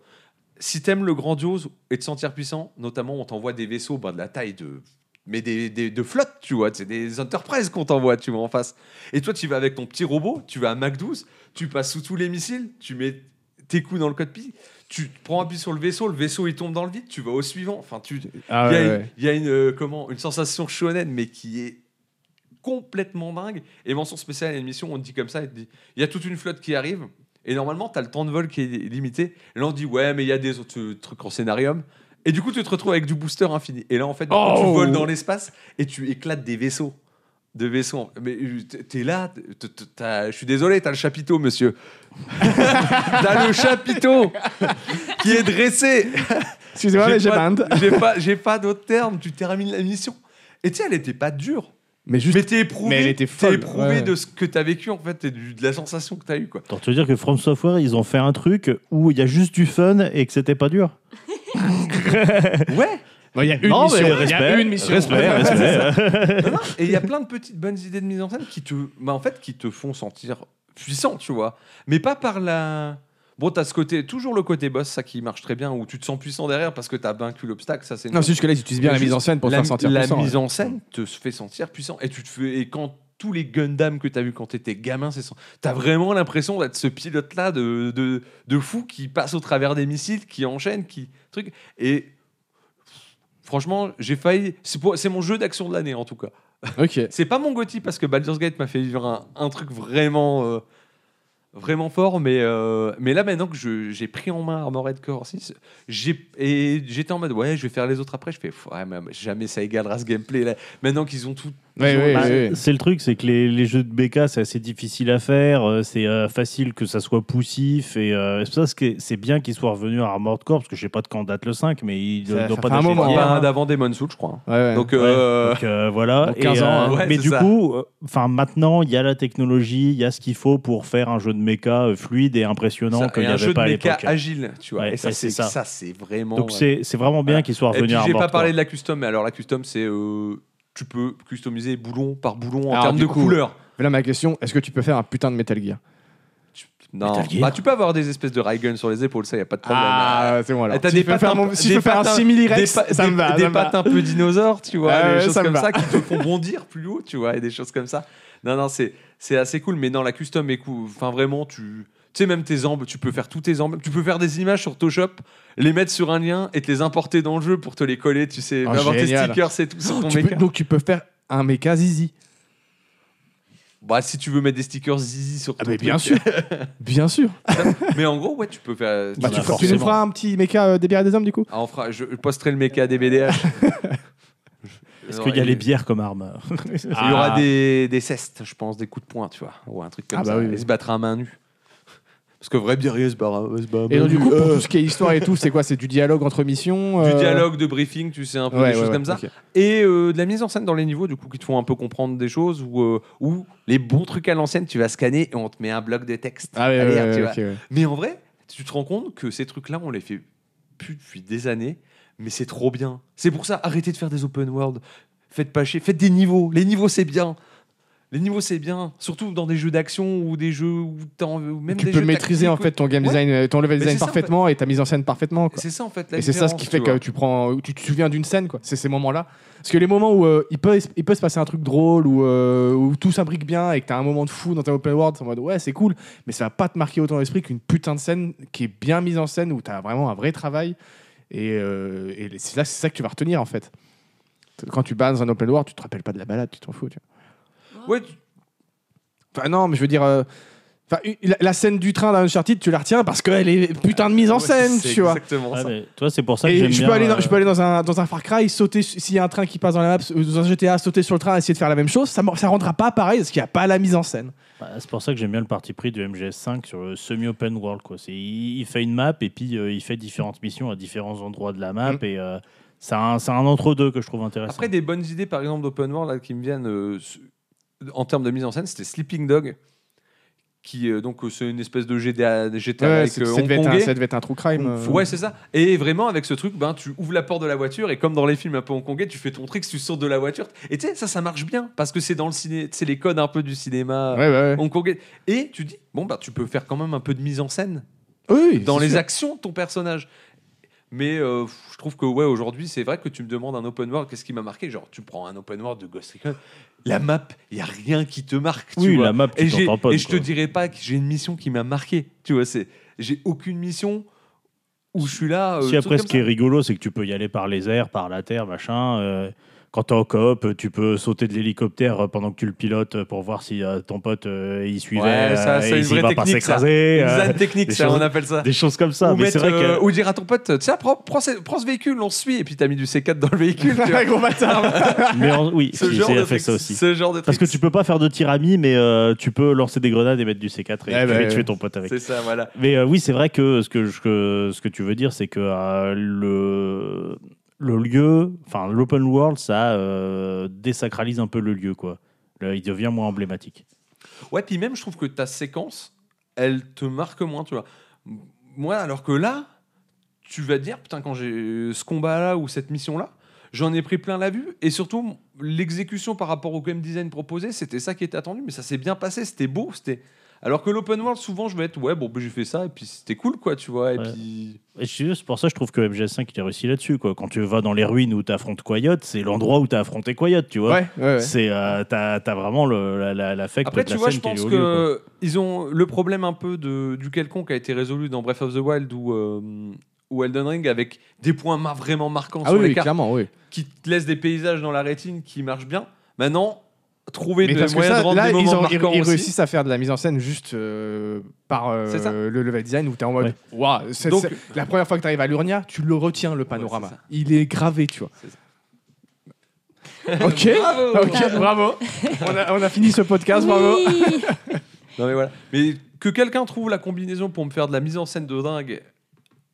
[SPEAKER 2] si t'aimes le grandiose et te sentir puissant, notamment on t'envoie des vaisseaux ben, de la taille de. Mais des, des- de flotte, tu vois, c'est des Enterprise qu'on t'envoie, tu vois, en face. Et toi, tu vas avec ton petit robot, tu vas à Mac 12, tu passes sous tous les missiles, tu mets tes coups dans le cockpit, tu prends appui sur le vaisseau, le vaisseau il tombe dans le vide, tu vas au suivant. Enfin, tu,
[SPEAKER 1] Ah
[SPEAKER 2] il y a,
[SPEAKER 1] ouais,
[SPEAKER 2] une-
[SPEAKER 1] ouais.
[SPEAKER 2] il y a une, euh, comment, une sensation shonen, mais qui est complètement dingue. Et mention spéciale à une mission, on te dit comme ça, il te dit, il y a toute une flotte qui arrive, Et normalement, t'as le temps de vol qui est limité. Et là, on dit, ouais, mais il y a des autres euh, trucs en scénarium. Et du coup, tu te retrouves avec du booster infini. Et là, en fait, du coup,
[SPEAKER 1] Oh
[SPEAKER 2] tu voles dans l'espace et tu éclates des vaisseaux. De vaisseaux. Mais euh, t'es- t'es là, t- t- t'as- je suis désolé, t'as le chapiteau, monsieur. *laughs* t'as le chapiteau qui est dressé.
[SPEAKER 1] Excusez-moi, mais j'ai bande.
[SPEAKER 2] *laughs* J'ai pas, j'ai pas d'autre terme. Tu termines la mission. Et tu sais, elle était pas dure.
[SPEAKER 1] Mais juste.
[SPEAKER 2] mais t'es éprouvé.
[SPEAKER 1] mais elle était
[SPEAKER 2] t'es
[SPEAKER 1] folle,
[SPEAKER 2] éprouvé
[SPEAKER 1] ouais.
[SPEAKER 2] de ce que t'as vécu en fait et du- de la sensation que t'as eu
[SPEAKER 1] *laughs*
[SPEAKER 2] quoi.
[SPEAKER 4] Pour te dire que From Software, ils ont fait un truc où il y a juste du fun et que c'était pas dur.
[SPEAKER 2] Ouais.
[SPEAKER 1] Non, Il y a une
[SPEAKER 4] non,
[SPEAKER 1] mission.
[SPEAKER 4] mais
[SPEAKER 1] Il y a
[SPEAKER 4] respect,
[SPEAKER 1] une mission.
[SPEAKER 4] respect, respect.
[SPEAKER 2] Non, non, Et il y a plein de petites bonnes idées de mise en scène qui te, bah, en fait, qui te font sentir puissant, tu vois. Mais pas par la. Bon, t'as ce côté, toujours le côté boss, ça qui marche très bien, où tu te sens puissant derrière parce que t'as vaincu l'obstacle. Ça, c'est. une-
[SPEAKER 1] Non, c'est juste que là, ils utilisent bien la
[SPEAKER 2] Juste
[SPEAKER 1] mise en scène pour te
[SPEAKER 2] la,
[SPEAKER 1] faire sentir
[SPEAKER 2] la
[SPEAKER 1] puissant, ouais.
[SPEAKER 2] mise en scène te fait sentir puissant et tu te fais et quand tous les Gundam que t'as vu quand t'étais gamin c'est sen- t'as vraiment l'impression d'être ce pilote là de, de, de fou qui passe au travers des missiles qui enchaîne qui truc et franchement j'ai failli c'est pour- c'est mon jeu d'action de l'année en tout cas
[SPEAKER 1] Ok.
[SPEAKER 2] c'est pas mon Gotti parce que Baldur's Gate m'a fait vivre un, un truc vraiment euh, vraiment fort mais euh, mais là maintenant que je- j'ai pris en main Armored Core 6 j'ai et j'étais en mode ouais je vais faire les autres après je fais ouais mais jamais ça égalera ce gameplay là. maintenant qu'ils ont tout
[SPEAKER 1] Ouais, ouais,
[SPEAKER 4] Bah,
[SPEAKER 1] ouais, ouais.
[SPEAKER 4] C'est le truc, c'est que les, les jeux de BK, c'est assez difficile à faire, euh, c'est euh, facile que ça soit poussif, et euh, c'est pour ça ce qui est- c'est bien qu'ils soient revenus à Armored Core, parce que je sais pas de quand date le 5, mais ils
[SPEAKER 1] Ça-
[SPEAKER 4] ne doivent
[SPEAKER 1] ça
[SPEAKER 4] pas
[SPEAKER 1] fait un
[SPEAKER 4] dater
[SPEAKER 1] moment,
[SPEAKER 4] d'hier.
[SPEAKER 2] pas d'avant Demon's Souls je crois hein.
[SPEAKER 1] Ouais, ouais.
[SPEAKER 2] donc euh,
[SPEAKER 4] Donc, euh, voilà.
[SPEAKER 1] Donc 15
[SPEAKER 4] Et,
[SPEAKER 1] ans, hein.
[SPEAKER 2] Ouais,
[SPEAKER 4] mais
[SPEAKER 2] c'est
[SPEAKER 4] du
[SPEAKER 2] ça.
[SPEAKER 4] coup, euh, enfin maintenant, il y a la technologie, il y a ce qu'il faut pour faire un jeu de méca euh, fluide et impressionnant
[SPEAKER 2] ça-
[SPEAKER 4] qu'il
[SPEAKER 2] et
[SPEAKER 4] n'y
[SPEAKER 2] un
[SPEAKER 4] avait
[SPEAKER 2] jeu de
[SPEAKER 4] pas à
[SPEAKER 2] méca
[SPEAKER 4] l'époque. hein.
[SPEAKER 2] agile tu vois
[SPEAKER 4] Ouais,
[SPEAKER 2] et ça
[SPEAKER 4] ouais, c'est
[SPEAKER 2] c'est
[SPEAKER 4] ça.
[SPEAKER 2] ça c'est vraiment
[SPEAKER 4] Donc
[SPEAKER 2] ouais.
[SPEAKER 4] c'est- c'est vraiment bien
[SPEAKER 2] Voilà.
[SPEAKER 4] qu'ils soient
[SPEAKER 2] et puis
[SPEAKER 4] revenus à
[SPEAKER 2] j'ai pas
[SPEAKER 4] Armored
[SPEAKER 2] parlé
[SPEAKER 4] Core.
[SPEAKER 2] de la custom mais alors la custom c'est euh, tu peux customiser boulon par boulon en
[SPEAKER 1] Alors,
[SPEAKER 2] termes
[SPEAKER 1] du
[SPEAKER 2] de
[SPEAKER 1] coup,
[SPEAKER 2] couleur
[SPEAKER 1] Mais là, ma question, est-ce que tu peux faire un putain de Metal Gear
[SPEAKER 2] Tu- Non,
[SPEAKER 4] Metal Gear.
[SPEAKER 2] bah, tu peux avoir des espèces de Raigun sur les épaules, ça y a pas de problème.
[SPEAKER 1] Ah, c'est bon alors.
[SPEAKER 2] Et t'as
[SPEAKER 1] Si
[SPEAKER 2] des
[SPEAKER 1] je peux faire,
[SPEAKER 2] patins-
[SPEAKER 1] mon- si
[SPEAKER 2] des
[SPEAKER 1] je peux faire un
[SPEAKER 2] patins-
[SPEAKER 1] simili
[SPEAKER 2] des
[SPEAKER 1] Rex,
[SPEAKER 2] pa-
[SPEAKER 1] ça
[SPEAKER 2] des-
[SPEAKER 1] me va.
[SPEAKER 2] Des
[SPEAKER 1] ça me va.
[SPEAKER 2] pattes un peu dinosaures, tu vois,
[SPEAKER 1] Ah
[SPEAKER 2] des
[SPEAKER 1] ouais,
[SPEAKER 2] choses
[SPEAKER 1] ça me
[SPEAKER 2] comme
[SPEAKER 1] va.
[SPEAKER 2] ça qui te font bondir plus haut, tu vois, et des choses comme ça. Non, non, c'est c'est assez cool, mais non, la custom est cool. Enfin, vraiment, tu tu sais, même tes emblèmes, tu peux faire tous tes emblèmes, tu peux faire des images sur Photoshop, les mettre sur un lien et te les importer dans le jeu pour te les coller, tu sais,
[SPEAKER 1] Ah,
[SPEAKER 2] avoir tes
[SPEAKER 1] génial. Oh,
[SPEAKER 2] stickers, c'est tout sur ton
[SPEAKER 1] Tu peux-
[SPEAKER 2] méca.
[SPEAKER 1] donc tu peux faire un méca zizi.
[SPEAKER 2] Bah, si tu veux mettre des stickers zizi sur ton
[SPEAKER 1] Ah, mais
[SPEAKER 2] truc.
[SPEAKER 1] bien sûr. *laughs* bien sûr.
[SPEAKER 2] Mais en gros, ouais, tu peux faire.
[SPEAKER 4] bah,
[SPEAKER 1] Bah, tu, feras- tu
[SPEAKER 4] forcément.
[SPEAKER 1] nous feras un petit méca euh, des bières et des hommes du coup
[SPEAKER 2] Ah, on fera- je je posterai le méca DBDH.
[SPEAKER 4] Parce qu'il y a les bières comme arme. *laughs*
[SPEAKER 2] Ah. Il y aura des, des cestes, je pense, des coups de poing, tu vois, ou un truc comme
[SPEAKER 1] Ah bah
[SPEAKER 2] ça.
[SPEAKER 1] oui,
[SPEAKER 2] et
[SPEAKER 1] oui.
[SPEAKER 2] se battre à main nue. Parce que vrai birrier se bat à- se bat à main
[SPEAKER 1] Et donc,
[SPEAKER 2] nue.
[SPEAKER 1] du coup, pour
[SPEAKER 2] Euh,
[SPEAKER 1] tout ce qui est histoire et tout, c'est quoi C'est du dialogue entre missions
[SPEAKER 2] du
[SPEAKER 1] euh,
[SPEAKER 2] dialogue, de briefing, tu sais, un peu
[SPEAKER 1] ouais,
[SPEAKER 2] des choses
[SPEAKER 1] ouais,
[SPEAKER 2] comme ça.
[SPEAKER 1] ok.
[SPEAKER 2] Et euh, de la mise en scène dans les niveaux, du coup, qui te font un peu comprendre des choses, ou euh, ou les bons trucs à l'ancienne, tu vas scanner et on te met un bloc de texte.
[SPEAKER 1] Ah ouais,
[SPEAKER 2] à
[SPEAKER 1] ouais,
[SPEAKER 2] lire,
[SPEAKER 1] ouais,
[SPEAKER 2] tu
[SPEAKER 1] ouais,
[SPEAKER 2] vois.
[SPEAKER 1] ok, ouais.
[SPEAKER 2] Mais en vrai, tu te rends compte que ces trucs-là, on les fait plus depuis des années, mais c'est trop bien. C'est pour ça, arrêtez de faire des open world. Faites pas chier, faites des niveaux. Les niveaux, c'est bien. Les niveaux, c'est bien. Surtout dans des jeux d'action ou des jeux où t'as envie- ou même
[SPEAKER 1] Tu
[SPEAKER 2] des
[SPEAKER 1] peux
[SPEAKER 2] jeux
[SPEAKER 1] maîtriser en
[SPEAKER 2] tactiques,
[SPEAKER 1] fait ton game
[SPEAKER 2] Ouais.
[SPEAKER 1] design, euh, ton level
[SPEAKER 2] Mais
[SPEAKER 1] design
[SPEAKER 2] c'est ça, en fait.
[SPEAKER 1] parfaitement et ta mise en scène parfaitement.
[SPEAKER 2] ouais.
[SPEAKER 1] quoi.
[SPEAKER 2] C'est ça, en fait. la
[SPEAKER 1] Et c'est ça ce
[SPEAKER 2] différence,
[SPEAKER 1] qui fait
[SPEAKER 2] tu
[SPEAKER 1] que
[SPEAKER 2] vois.
[SPEAKER 1] tu prends, tu te souviens d'une scène, quoi. C'est ces moments-là. Parce que les moments où euh, il peut, il peut se passer un truc drôle ou euh, où tout s'imbrique bien et que t'as un moment de fou dans ta open world, c'est en mode ouais c'est cool, mais ça va pas te marquer autant l'esprit qu'une putain de scène qui est bien mise en scène où t'as vraiment un vrai travail. Et, euh, et c'est là, c'est ça que tu vas retenir en fait. Quand tu bats dans un open world, tu te rappelles pas de la balade, tu t'en fous. tu vois.
[SPEAKER 2] Ouais, tu-
[SPEAKER 1] Enfin non, mais je veux dire. euh, enfin, une- la, la scène du train d'Uncharted, tu la retiens parce qu'elle est putain de mise en
[SPEAKER 2] Ah ouais,
[SPEAKER 1] scène,
[SPEAKER 2] c'est
[SPEAKER 1] tu vois.
[SPEAKER 2] Exactement
[SPEAKER 4] Ouais,
[SPEAKER 2] ça.
[SPEAKER 4] Ah, mais toi, c'est pour ça que
[SPEAKER 1] Et
[SPEAKER 4] j'aime
[SPEAKER 1] je
[SPEAKER 4] bien.
[SPEAKER 1] peux, aller dans,
[SPEAKER 4] euh,
[SPEAKER 1] je peux aller dans un, dans un Far Cry, sauter su- s'il y a un train qui passe dans la map, euh, dans un GTA, sauter sur le train, essayer de faire la même chose, ça ne rendra pas pareil parce qu'il n'y a pas la mise en scène.
[SPEAKER 4] Bah, c'est pour ça que j'aime bien le parti pris du MGS5 sur le semi-open world. Quoi. C'est, il, il fait une map et puis euh, il fait différentes missions à différents endroits de la map.
[SPEAKER 1] Mm.
[SPEAKER 4] Et euh, c'est, un, c'est un entre-deux que je trouve intéressant.
[SPEAKER 2] Après, des bonnes idées, par exemple, d'open world là, qui me viennent euh, s- en termes de mise en scène, c'était Sleeping Dog, qui euh, donc euh, c'est une espèce de GTA, GTA avec
[SPEAKER 1] c'est- ça, devait être un, ça devait être un true crime. euh.
[SPEAKER 2] Ouais, c'est ça. Et vraiment, avec ce truc, ben, tu ouvres la porte de la voiture et comme dans les films un peu hongkongais, tu fais ton trick, tu sautes de la voiture. Et tu sais, ça, ça marche bien parce que c'est dans le ciné, c'est les codes un peu du cinéma euh,
[SPEAKER 1] Ouais, ouais, ouais.
[SPEAKER 2] hongkongais. Et tu dis, bon, ben, tu peux faire quand même un peu de mise en scène
[SPEAKER 1] Oui,
[SPEAKER 2] dans
[SPEAKER 1] c'est
[SPEAKER 2] les
[SPEAKER 1] *laughs* sûr.
[SPEAKER 2] actions de ton personnage. Mais euh, je trouve que, ouais, aujourd'hui, c'est vrai que tu me demandes un open world, qu'est-ce qui m'a marqué Genre, tu prends un open world de Ghost Recon, la map, il n'y a rien qui te marque. tu
[SPEAKER 4] oui,
[SPEAKER 2] vois.
[SPEAKER 4] la map,
[SPEAKER 2] Et,
[SPEAKER 4] tu
[SPEAKER 2] j'ai-
[SPEAKER 4] t'en pas.
[SPEAKER 2] et je te dirais pas que j'ai une mission qui m'a marqué. Tu vois, c'est j'ai aucune mission où je suis là. euh,
[SPEAKER 4] Si
[SPEAKER 2] tout
[SPEAKER 4] après, ce
[SPEAKER 2] comme
[SPEAKER 4] qui est
[SPEAKER 2] ça.
[SPEAKER 4] rigolo, c'est que tu peux y aller par les airs, par la terre, machin. euh, quand t'es en coop, tu peux sauter de l'hélicoptère pendant que tu le pilotes pour voir si euh, ton pote euh, il suivait.
[SPEAKER 2] Ouais, ça,
[SPEAKER 4] euh,
[SPEAKER 2] c'est
[SPEAKER 4] et
[SPEAKER 2] une
[SPEAKER 4] s'il
[SPEAKER 2] vraie
[SPEAKER 4] va pas
[SPEAKER 2] technique, ça.
[SPEAKER 4] s'écraser.
[SPEAKER 2] Une
[SPEAKER 4] euh,
[SPEAKER 2] design technique,
[SPEAKER 4] des
[SPEAKER 2] ça, on
[SPEAKER 4] choses-
[SPEAKER 2] appelle
[SPEAKER 4] *laughs*
[SPEAKER 2] ça.
[SPEAKER 4] des choses comme ça.
[SPEAKER 2] ou,
[SPEAKER 4] mais c'est
[SPEAKER 2] mettre,
[SPEAKER 4] vrai que.
[SPEAKER 2] euh, ou dire à ton pote, tiens, prends, prends ce, prends ce véhicule, on se suit. Et puis t'as mis du C4 dans le véhicule.
[SPEAKER 4] *laughs*
[SPEAKER 2] tu vois.
[SPEAKER 1] gros bâtard
[SPEAKER 4] mais en- oui,
[SPEAKER 2] *laughs* ce
[SPEAKER 4] si,
[SPEAKER 2] genre
[SPEAKER 4] c'est-
[SPEAKER 2] de
[SPEAKER 4] a fait
[SPEAKER 2] truc,
[SPEAKER 4] ça aussi.
[SPEAKER 2] Ce genre de
[SPEAKER 4] Parce que
[SPEAKER 2] trucs.
[SPEAKER 4] tu peux pas faire de tir à mi, mais euh, tu peux lancer des grenades et mettre du C4 et
[SPEAKER 1] Eh
[SPEAKER 4] tuer,
[SPEAKER 1] ben,
[SPEAKER 4] tuer ton pote avec.
[SPEAKER 2] C'est ça, voilà.
[SPEAKER 4] Mais euh, oui, c'est vrai que ce que, je- que- ce que tu veux dire, c'est que euh, le, le lieu, enfin l'open world, ça euh, désacralise un peu le lieu, quoi. Là, il devient moins emblématique.
[SPEAKER 2] Ouais, puis même, je trouve que ta séquence, elle te marque moins, tu vois. M- Moi, alors que là, tu vas te dire, putain, quand j'ai euh, ce combat-là ou cette mission-là, j'en ai pris plein la vue. Et surtout, m- l'exécution par rapport au game design proposé, c'était ça qui était attendu. Mais ça s'est bien passé, c'était beau, c'était. Alors que l'open world, souvent, je vais être, ouais, bon, bah, j'ai fait ça, et puis c'était cool, quoi, tu vois. Et
[SPEAKER 4] Ouais.
[SPEAKER 2] puis.
[SPEAKER 4] Et je suis juste pour ça, je trouve que MGS5 il a réussi là-dessus, quoi. Quand tu vas dans les ruines où t'affrontes Coyote, c'est l'endroit où t'as affronté Coyote, tu vois.
[SPEAKER 1] Ouais, ouais, ouais.
[SPEAKER 4] C'est euh, t'as t'as vraiment le, la, la, l'affect
[SPEAKER 2] Après,
[SPEAKER 4] de
[SPEAKER 2] tu
[SPEAKER 4] la
[SPEAKER 2] vois,
[SPEAKER 4] scène
[SPEAKER 2] je
[SPEAKER 4] qui est
[SPEAKER 2] pense
[SPEAKER 4] liée au
[SPEAKER 2] que
[SPEAKER 4] lieu, quoi.
[SPEAKER 2] ils ont le problème un peu de, du quelconque a été résolu dans Breath of the Wild ou, euh, ou Elden Ring avec des points mar- vraiment marquants
[SPEAKER 1] Ah
[SPEAKER 2] sur
[SPEAKER 1] oui,
[SPEAKER 2] les
[SPEAKER 1] oui,
[SPEAKER 2] cartes
[SPEAKER 1] clairement, oui.
[SPEAKER 2] qui te laissent des paysages dans la rétine qui marchent bien. Maintenant, trouver
[SPEAKER 1] Mais
[SPEAKER 2] des
[SPEAKER 1] parce que
[SPEAKER 2] moyens
[SPEAKER 1] ça,
[SPEAKER 2] de rendre
[SPEAKER 1] là,
[SPEAKER 2] des
[SPEAKER 1] ils,
[SPEAKER 2] moments
[SPEAKER 1] ont- ils-
[SPEAKER 2] marquants
[SPEAKER 1] ils
[SPEAKER 2] aussi.
[SPEAKER 1] réussissent à faire de la mise en scène juste euh, par euh,
[SPEAKER 2] C'est ça.
[SPEAKER 1] le level design où t'es en mode
[SPEAKER 4] Ouais.
[SPEAKER 1] Waouh, c'est-
[SPEAKER 2] Donc-
[SPEAKER 1] c'est- la première fois que t'arrives à Lurnia, tu le retiens le panorama.
[SPEAKER 2] Ouais, c'est ça.
[SPEAKER 1] Il est gravé, tu vois.
[SPEAKER 2] C'est *laughs*
[SPEAKER 1] ok,
[SPEAKER 2] Bravo
[SPEAKER 1] Ah, ok, bravo. on, a, on a fini ce podcast, bravo.
[SPEAKER 3] Oui.
[SPEAKER 2] Non mais voilà. Mais que quelqu'un trouve la combinaison pour me faire de la mise en scène de dingue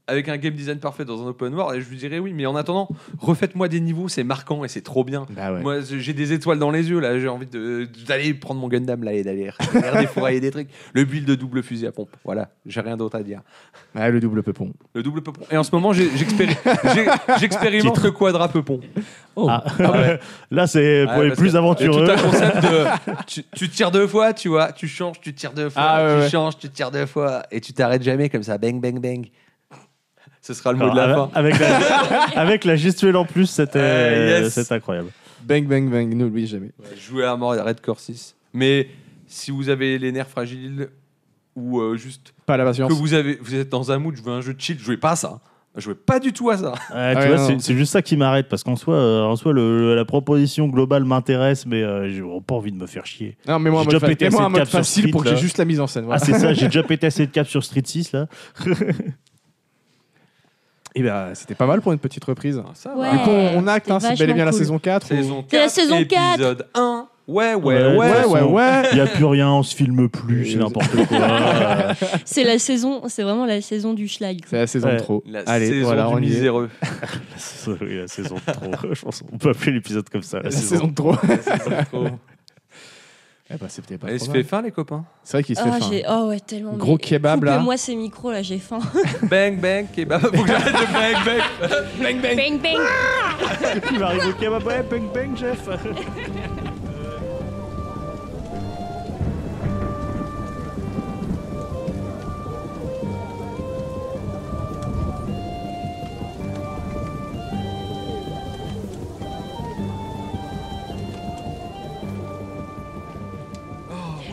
[SPEAKER 2] avec un game design parfait dans un open world, et je lui dirais oui. Mais en attendant, refaites-moi des niveaux, c'est marquant et c'est trop bien.
[SPEAKER 1] Bah ouais.
[SPEAKER 2] Moi, j'ai des étoiles dans les yeux là. J'ai envie de- d'aller prendre mon Gundam là et d'aller regarder fourrailler des trucs. Le build de double fusil à pompe. Voilà, j'ai rien d'autre à dire.
[SPEAKER 1] Ouais, Ah, le double peupon.
[SPEAKER 2] Le double peupon. Et en ce moment, j'ai- j'expéri-
[SPEAKER 1] *laughs*
[SPEAKER 2] j'ai- j'expérimente le quadra peupon.
[SPEAKER 4] Ah. *laughs* là, c'est
[SPEAKER 2] Ah Ouais,
[SPEAKER 4] pour les
[SPEAKER 2] parce
[SPEAKER 4] plus
[SPEAKER 2] que
[SPEAKER 4] aventureux.
[SPEAKER 2] Tout un concept
[SPEAKER 1] *laughs*
[SPEAKER 2] de tu, tu tires deux fois, tu vois, tu changes, tu tires deux fois,
[SPEAKER 1] Ah, ouais,
[SPEAKER 2] tu
[SPEAKER 1] ouais.
[SPEAKER 2] changes, tu tires deux fois, et tu t'arrêtes jamais comme ça, bang bang bang. Ce sera le mot de la
[SPEAKER 4] Alors,
[SPEAKER 2] fin.
[SPEAKER 4] Ah, avec,
[SPEAKER 2] *laughs*
[SPEAKER 4] la, avec la gestuelle en plus, c'était
[SPEAKER 2] Euh, yes.
[SPEAKER 4] c'est incroyable.
[SPEAKER 1] Bang, bang, bang, n'oublie jamais.
[SPEAKER 2] Jouer à mort Red Core 6. Mais si vous avez les nerfs fragiles ou euh, juste
[SPEAKER 1] Pas la
[SPEAKER 2] que
[SPEAKER 1] patience.
[SPEAKER 2] vous avez, vous êtes dans un mood, je veux un jeu de chill, jouez pas à ça. Jouez pas du tout à *laughs* ça.
[SPEAKER 4] Ouais, tu
[SPEAKER 1] Ouais,
[SPEAKER 4] vois,
[SPEAKER 1] non.
[SPEAKER 4] c'est- c'est juste ça qui m'arrête parce qu'en soi, euh, en soi le- le- la proposition globale m'intéresse, mais euh, j'ai vraiment pas envie de me faire chier.
[SPEAKER 1] Non, mais moi, en
[SPEAKER 4] J'ai
[SPEAKER 1] mode,
[SPEAKER 4] déjà
[SPEAKER 1] fa-
[SPEAKER 4] pété
[SPEAKER 1] mais moi,
[SPEAKER 4] assez
[SPEAKER 1] en
[SPEAKER 4] de
[SPEAKER 1] mode
[SPEAKER 4] câbles sur
[SPEAKER 1] facile
[SPEAKER 4] Street,
[SPEAKER 1] pour que j'ai
[SPEAKER 4] là.
[SPEAKER 1] juste la mise en scène.
[SPEAKER 4] Ah,
[SPEAKER 1] voilà.
[SPEAKER 4] c'est ça, j'ai déjà pété assez de cap sur Street 6 là.
[SPEAKER 1] Eh ben, c'était pas mal pour une petite reprise.
[SPEAKER 2] Ah, Ça
[SPEAKER 3] Ouais.
[SPEAKER 1] Du coup, on, on acte,
[SPEAKER 3] c'était
[SPEAKER 1] hein, c'est bel et bien
[SPEAKER 3] vachement
[SPEAKER 1] la
[SPEAKER 3] cool.
[SPEAKER 1] saison 4. ou-
[SPEAKER 2] Saison 4,
[SPEAKER 3] C'est la saison quatre.
[SPEAKER 2] épisode 1. Ouais, ouais,
[SPEAKER 4] Ouais,
[SPEAKER 2] ouais.
[SPEAKER 1] Ouais, ouais,
[SPEAKER 4] façon.
[SPEAKER 1] ouais.
[SPEAKER 4] Il y a plus rien, on se filme plus, c'est n'importe quoi. Euh,
[SPEAKER 3] *laughs* C'est la saison, c'est vraiment la saison du schlag.
[SPEAKER 1] C'est la saison
[SPEAKER 4] Ouais.
[SPEAKER 1] de trop.
[SPEAKER 2] La
[SPEAKER 1] Allez,
[SPEAKER 2] saison
[SPEAKER 1] voilà,
[SPEAKER 2] du
[SPEAKER 1] on y est. *laughs*
[SPEAKER 2] miséreux.
[SPEAKER 4] la saison- oui, la saison de trop. Je pense qu'on peut appeler l'épisode comme ça. La,
[SPEAKER 1] La
[SPEAKER 4] saison.
[SPEAKER 1] saison de trop.
[SPEAKER 2] La saison trop.
[SPEAKER 1] *laughs* Eh ben, c'était pas
[SPEAKER 2] Il
[SPEAKER 1] trop
[SPEAKER 2] se
[SPEAKER 1] mal.
[SPEAKER 2] fait faim, les copains.
[SPEAKER 1] C'est vrai qu'il se
[SPEAKER 3] Oh,
[SPEAKER 1] fait faim.
[SPEAKER 3] j'ai- oh ouais, tellement. mais
[SPEAKER 1] Gros kebab, là.
[SPEAKER 3] Coupez-moi ces micros là, j'ai faim.
[SPEAKER 2] Bang, bang, kebab. Faut que j'arrête de bang, bang.
[SPEAKER 3] Bang bang. bang,
[SPEAKER 4] Il va arriver au kebab, ouais, bang bang, Jeff.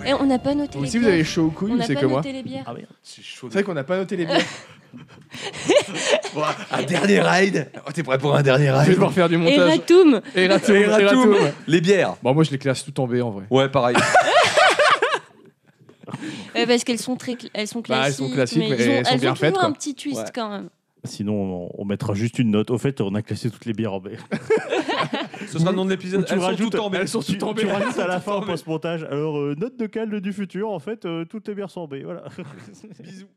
[SPEAKER 3] Eh, on n'a pas noté
[SPEAKER 1] Vous
[SPEAKER 3] les
[SPEAKER 1] aussi, vous
[SPEAKER 3] bières.
[SPEAKER 1] avez chaud aux couilles,
[SPEAKER 3] On
[SPEAKER 1] ou
[SPEAKER 3] n'a
[SPEAKER 1] c'est
[SPEAKER 3] pas
[SPEAKER 1] que moi
[SPEAKER 3] noté les bières.
[SPEAKER 4] Ah merde.
[SPEAKER 2] C'est chaud.
[SPEAKER 1] C'est vrai qu'on n'a pas noté les bières.
[SPEAKER 2] Un dernier ride. Oh, T'es prêt pour un dernier
[SPEAKER 1] Je vais
[SPEAKER 2] ride
[SPEAKER 1] devoir faire du
[SPEAKER 3] Et
[SPEAKER 1] montage.
[SPEAKER 3] Ratoum.
[SPEAKER 1] Eratum,
[SPEAKER 2] Eratum.
[SPEAKER 1] Eratum.
[SPEAKER 2] Les bières.
[SPEAKER 1] Bon, moi, je les classe tout en B en vrai.
[SPEAKER 2] Ouais, pareil.
[SPEAKER 3] Ouais, Euh, parce qu'elles sont très, cl- elles sont
[SPEAKER 1] Bah, elles
[SPEAKER 3] classiques.
[SPEAKER 1] sont classiques, mais
[SPEAKER 3] ils ont-
[SPEAKER 1] elles sont
[SPEAKER 3] elles
[SPEAKER 1] bien
[SPEAKER 3] ont
[SPEAKER 1] faites,
[SPEAKER 3] toujours
[SPEAKER 1] quoi.
[SPEAKER 3] un petit twist
[SPEAKER 2] Ouais.
[SPEAKER 3] quand même.
[SPEAKER 4] Sinon, on, on mettra juste une note. Au fait, on a classé toutes les bières en B.
[SPEAKER 2] Ce sera le nom de l'épisode. Elles sont toutes en B.
[SPEAKER 4] tu, tu rajoutes à la fin en post-montage. Alors, euh, note de calme du futur, en fait, euh, toutes les bières sont en B. Voilà.
[SPEAKER 2] Bisous.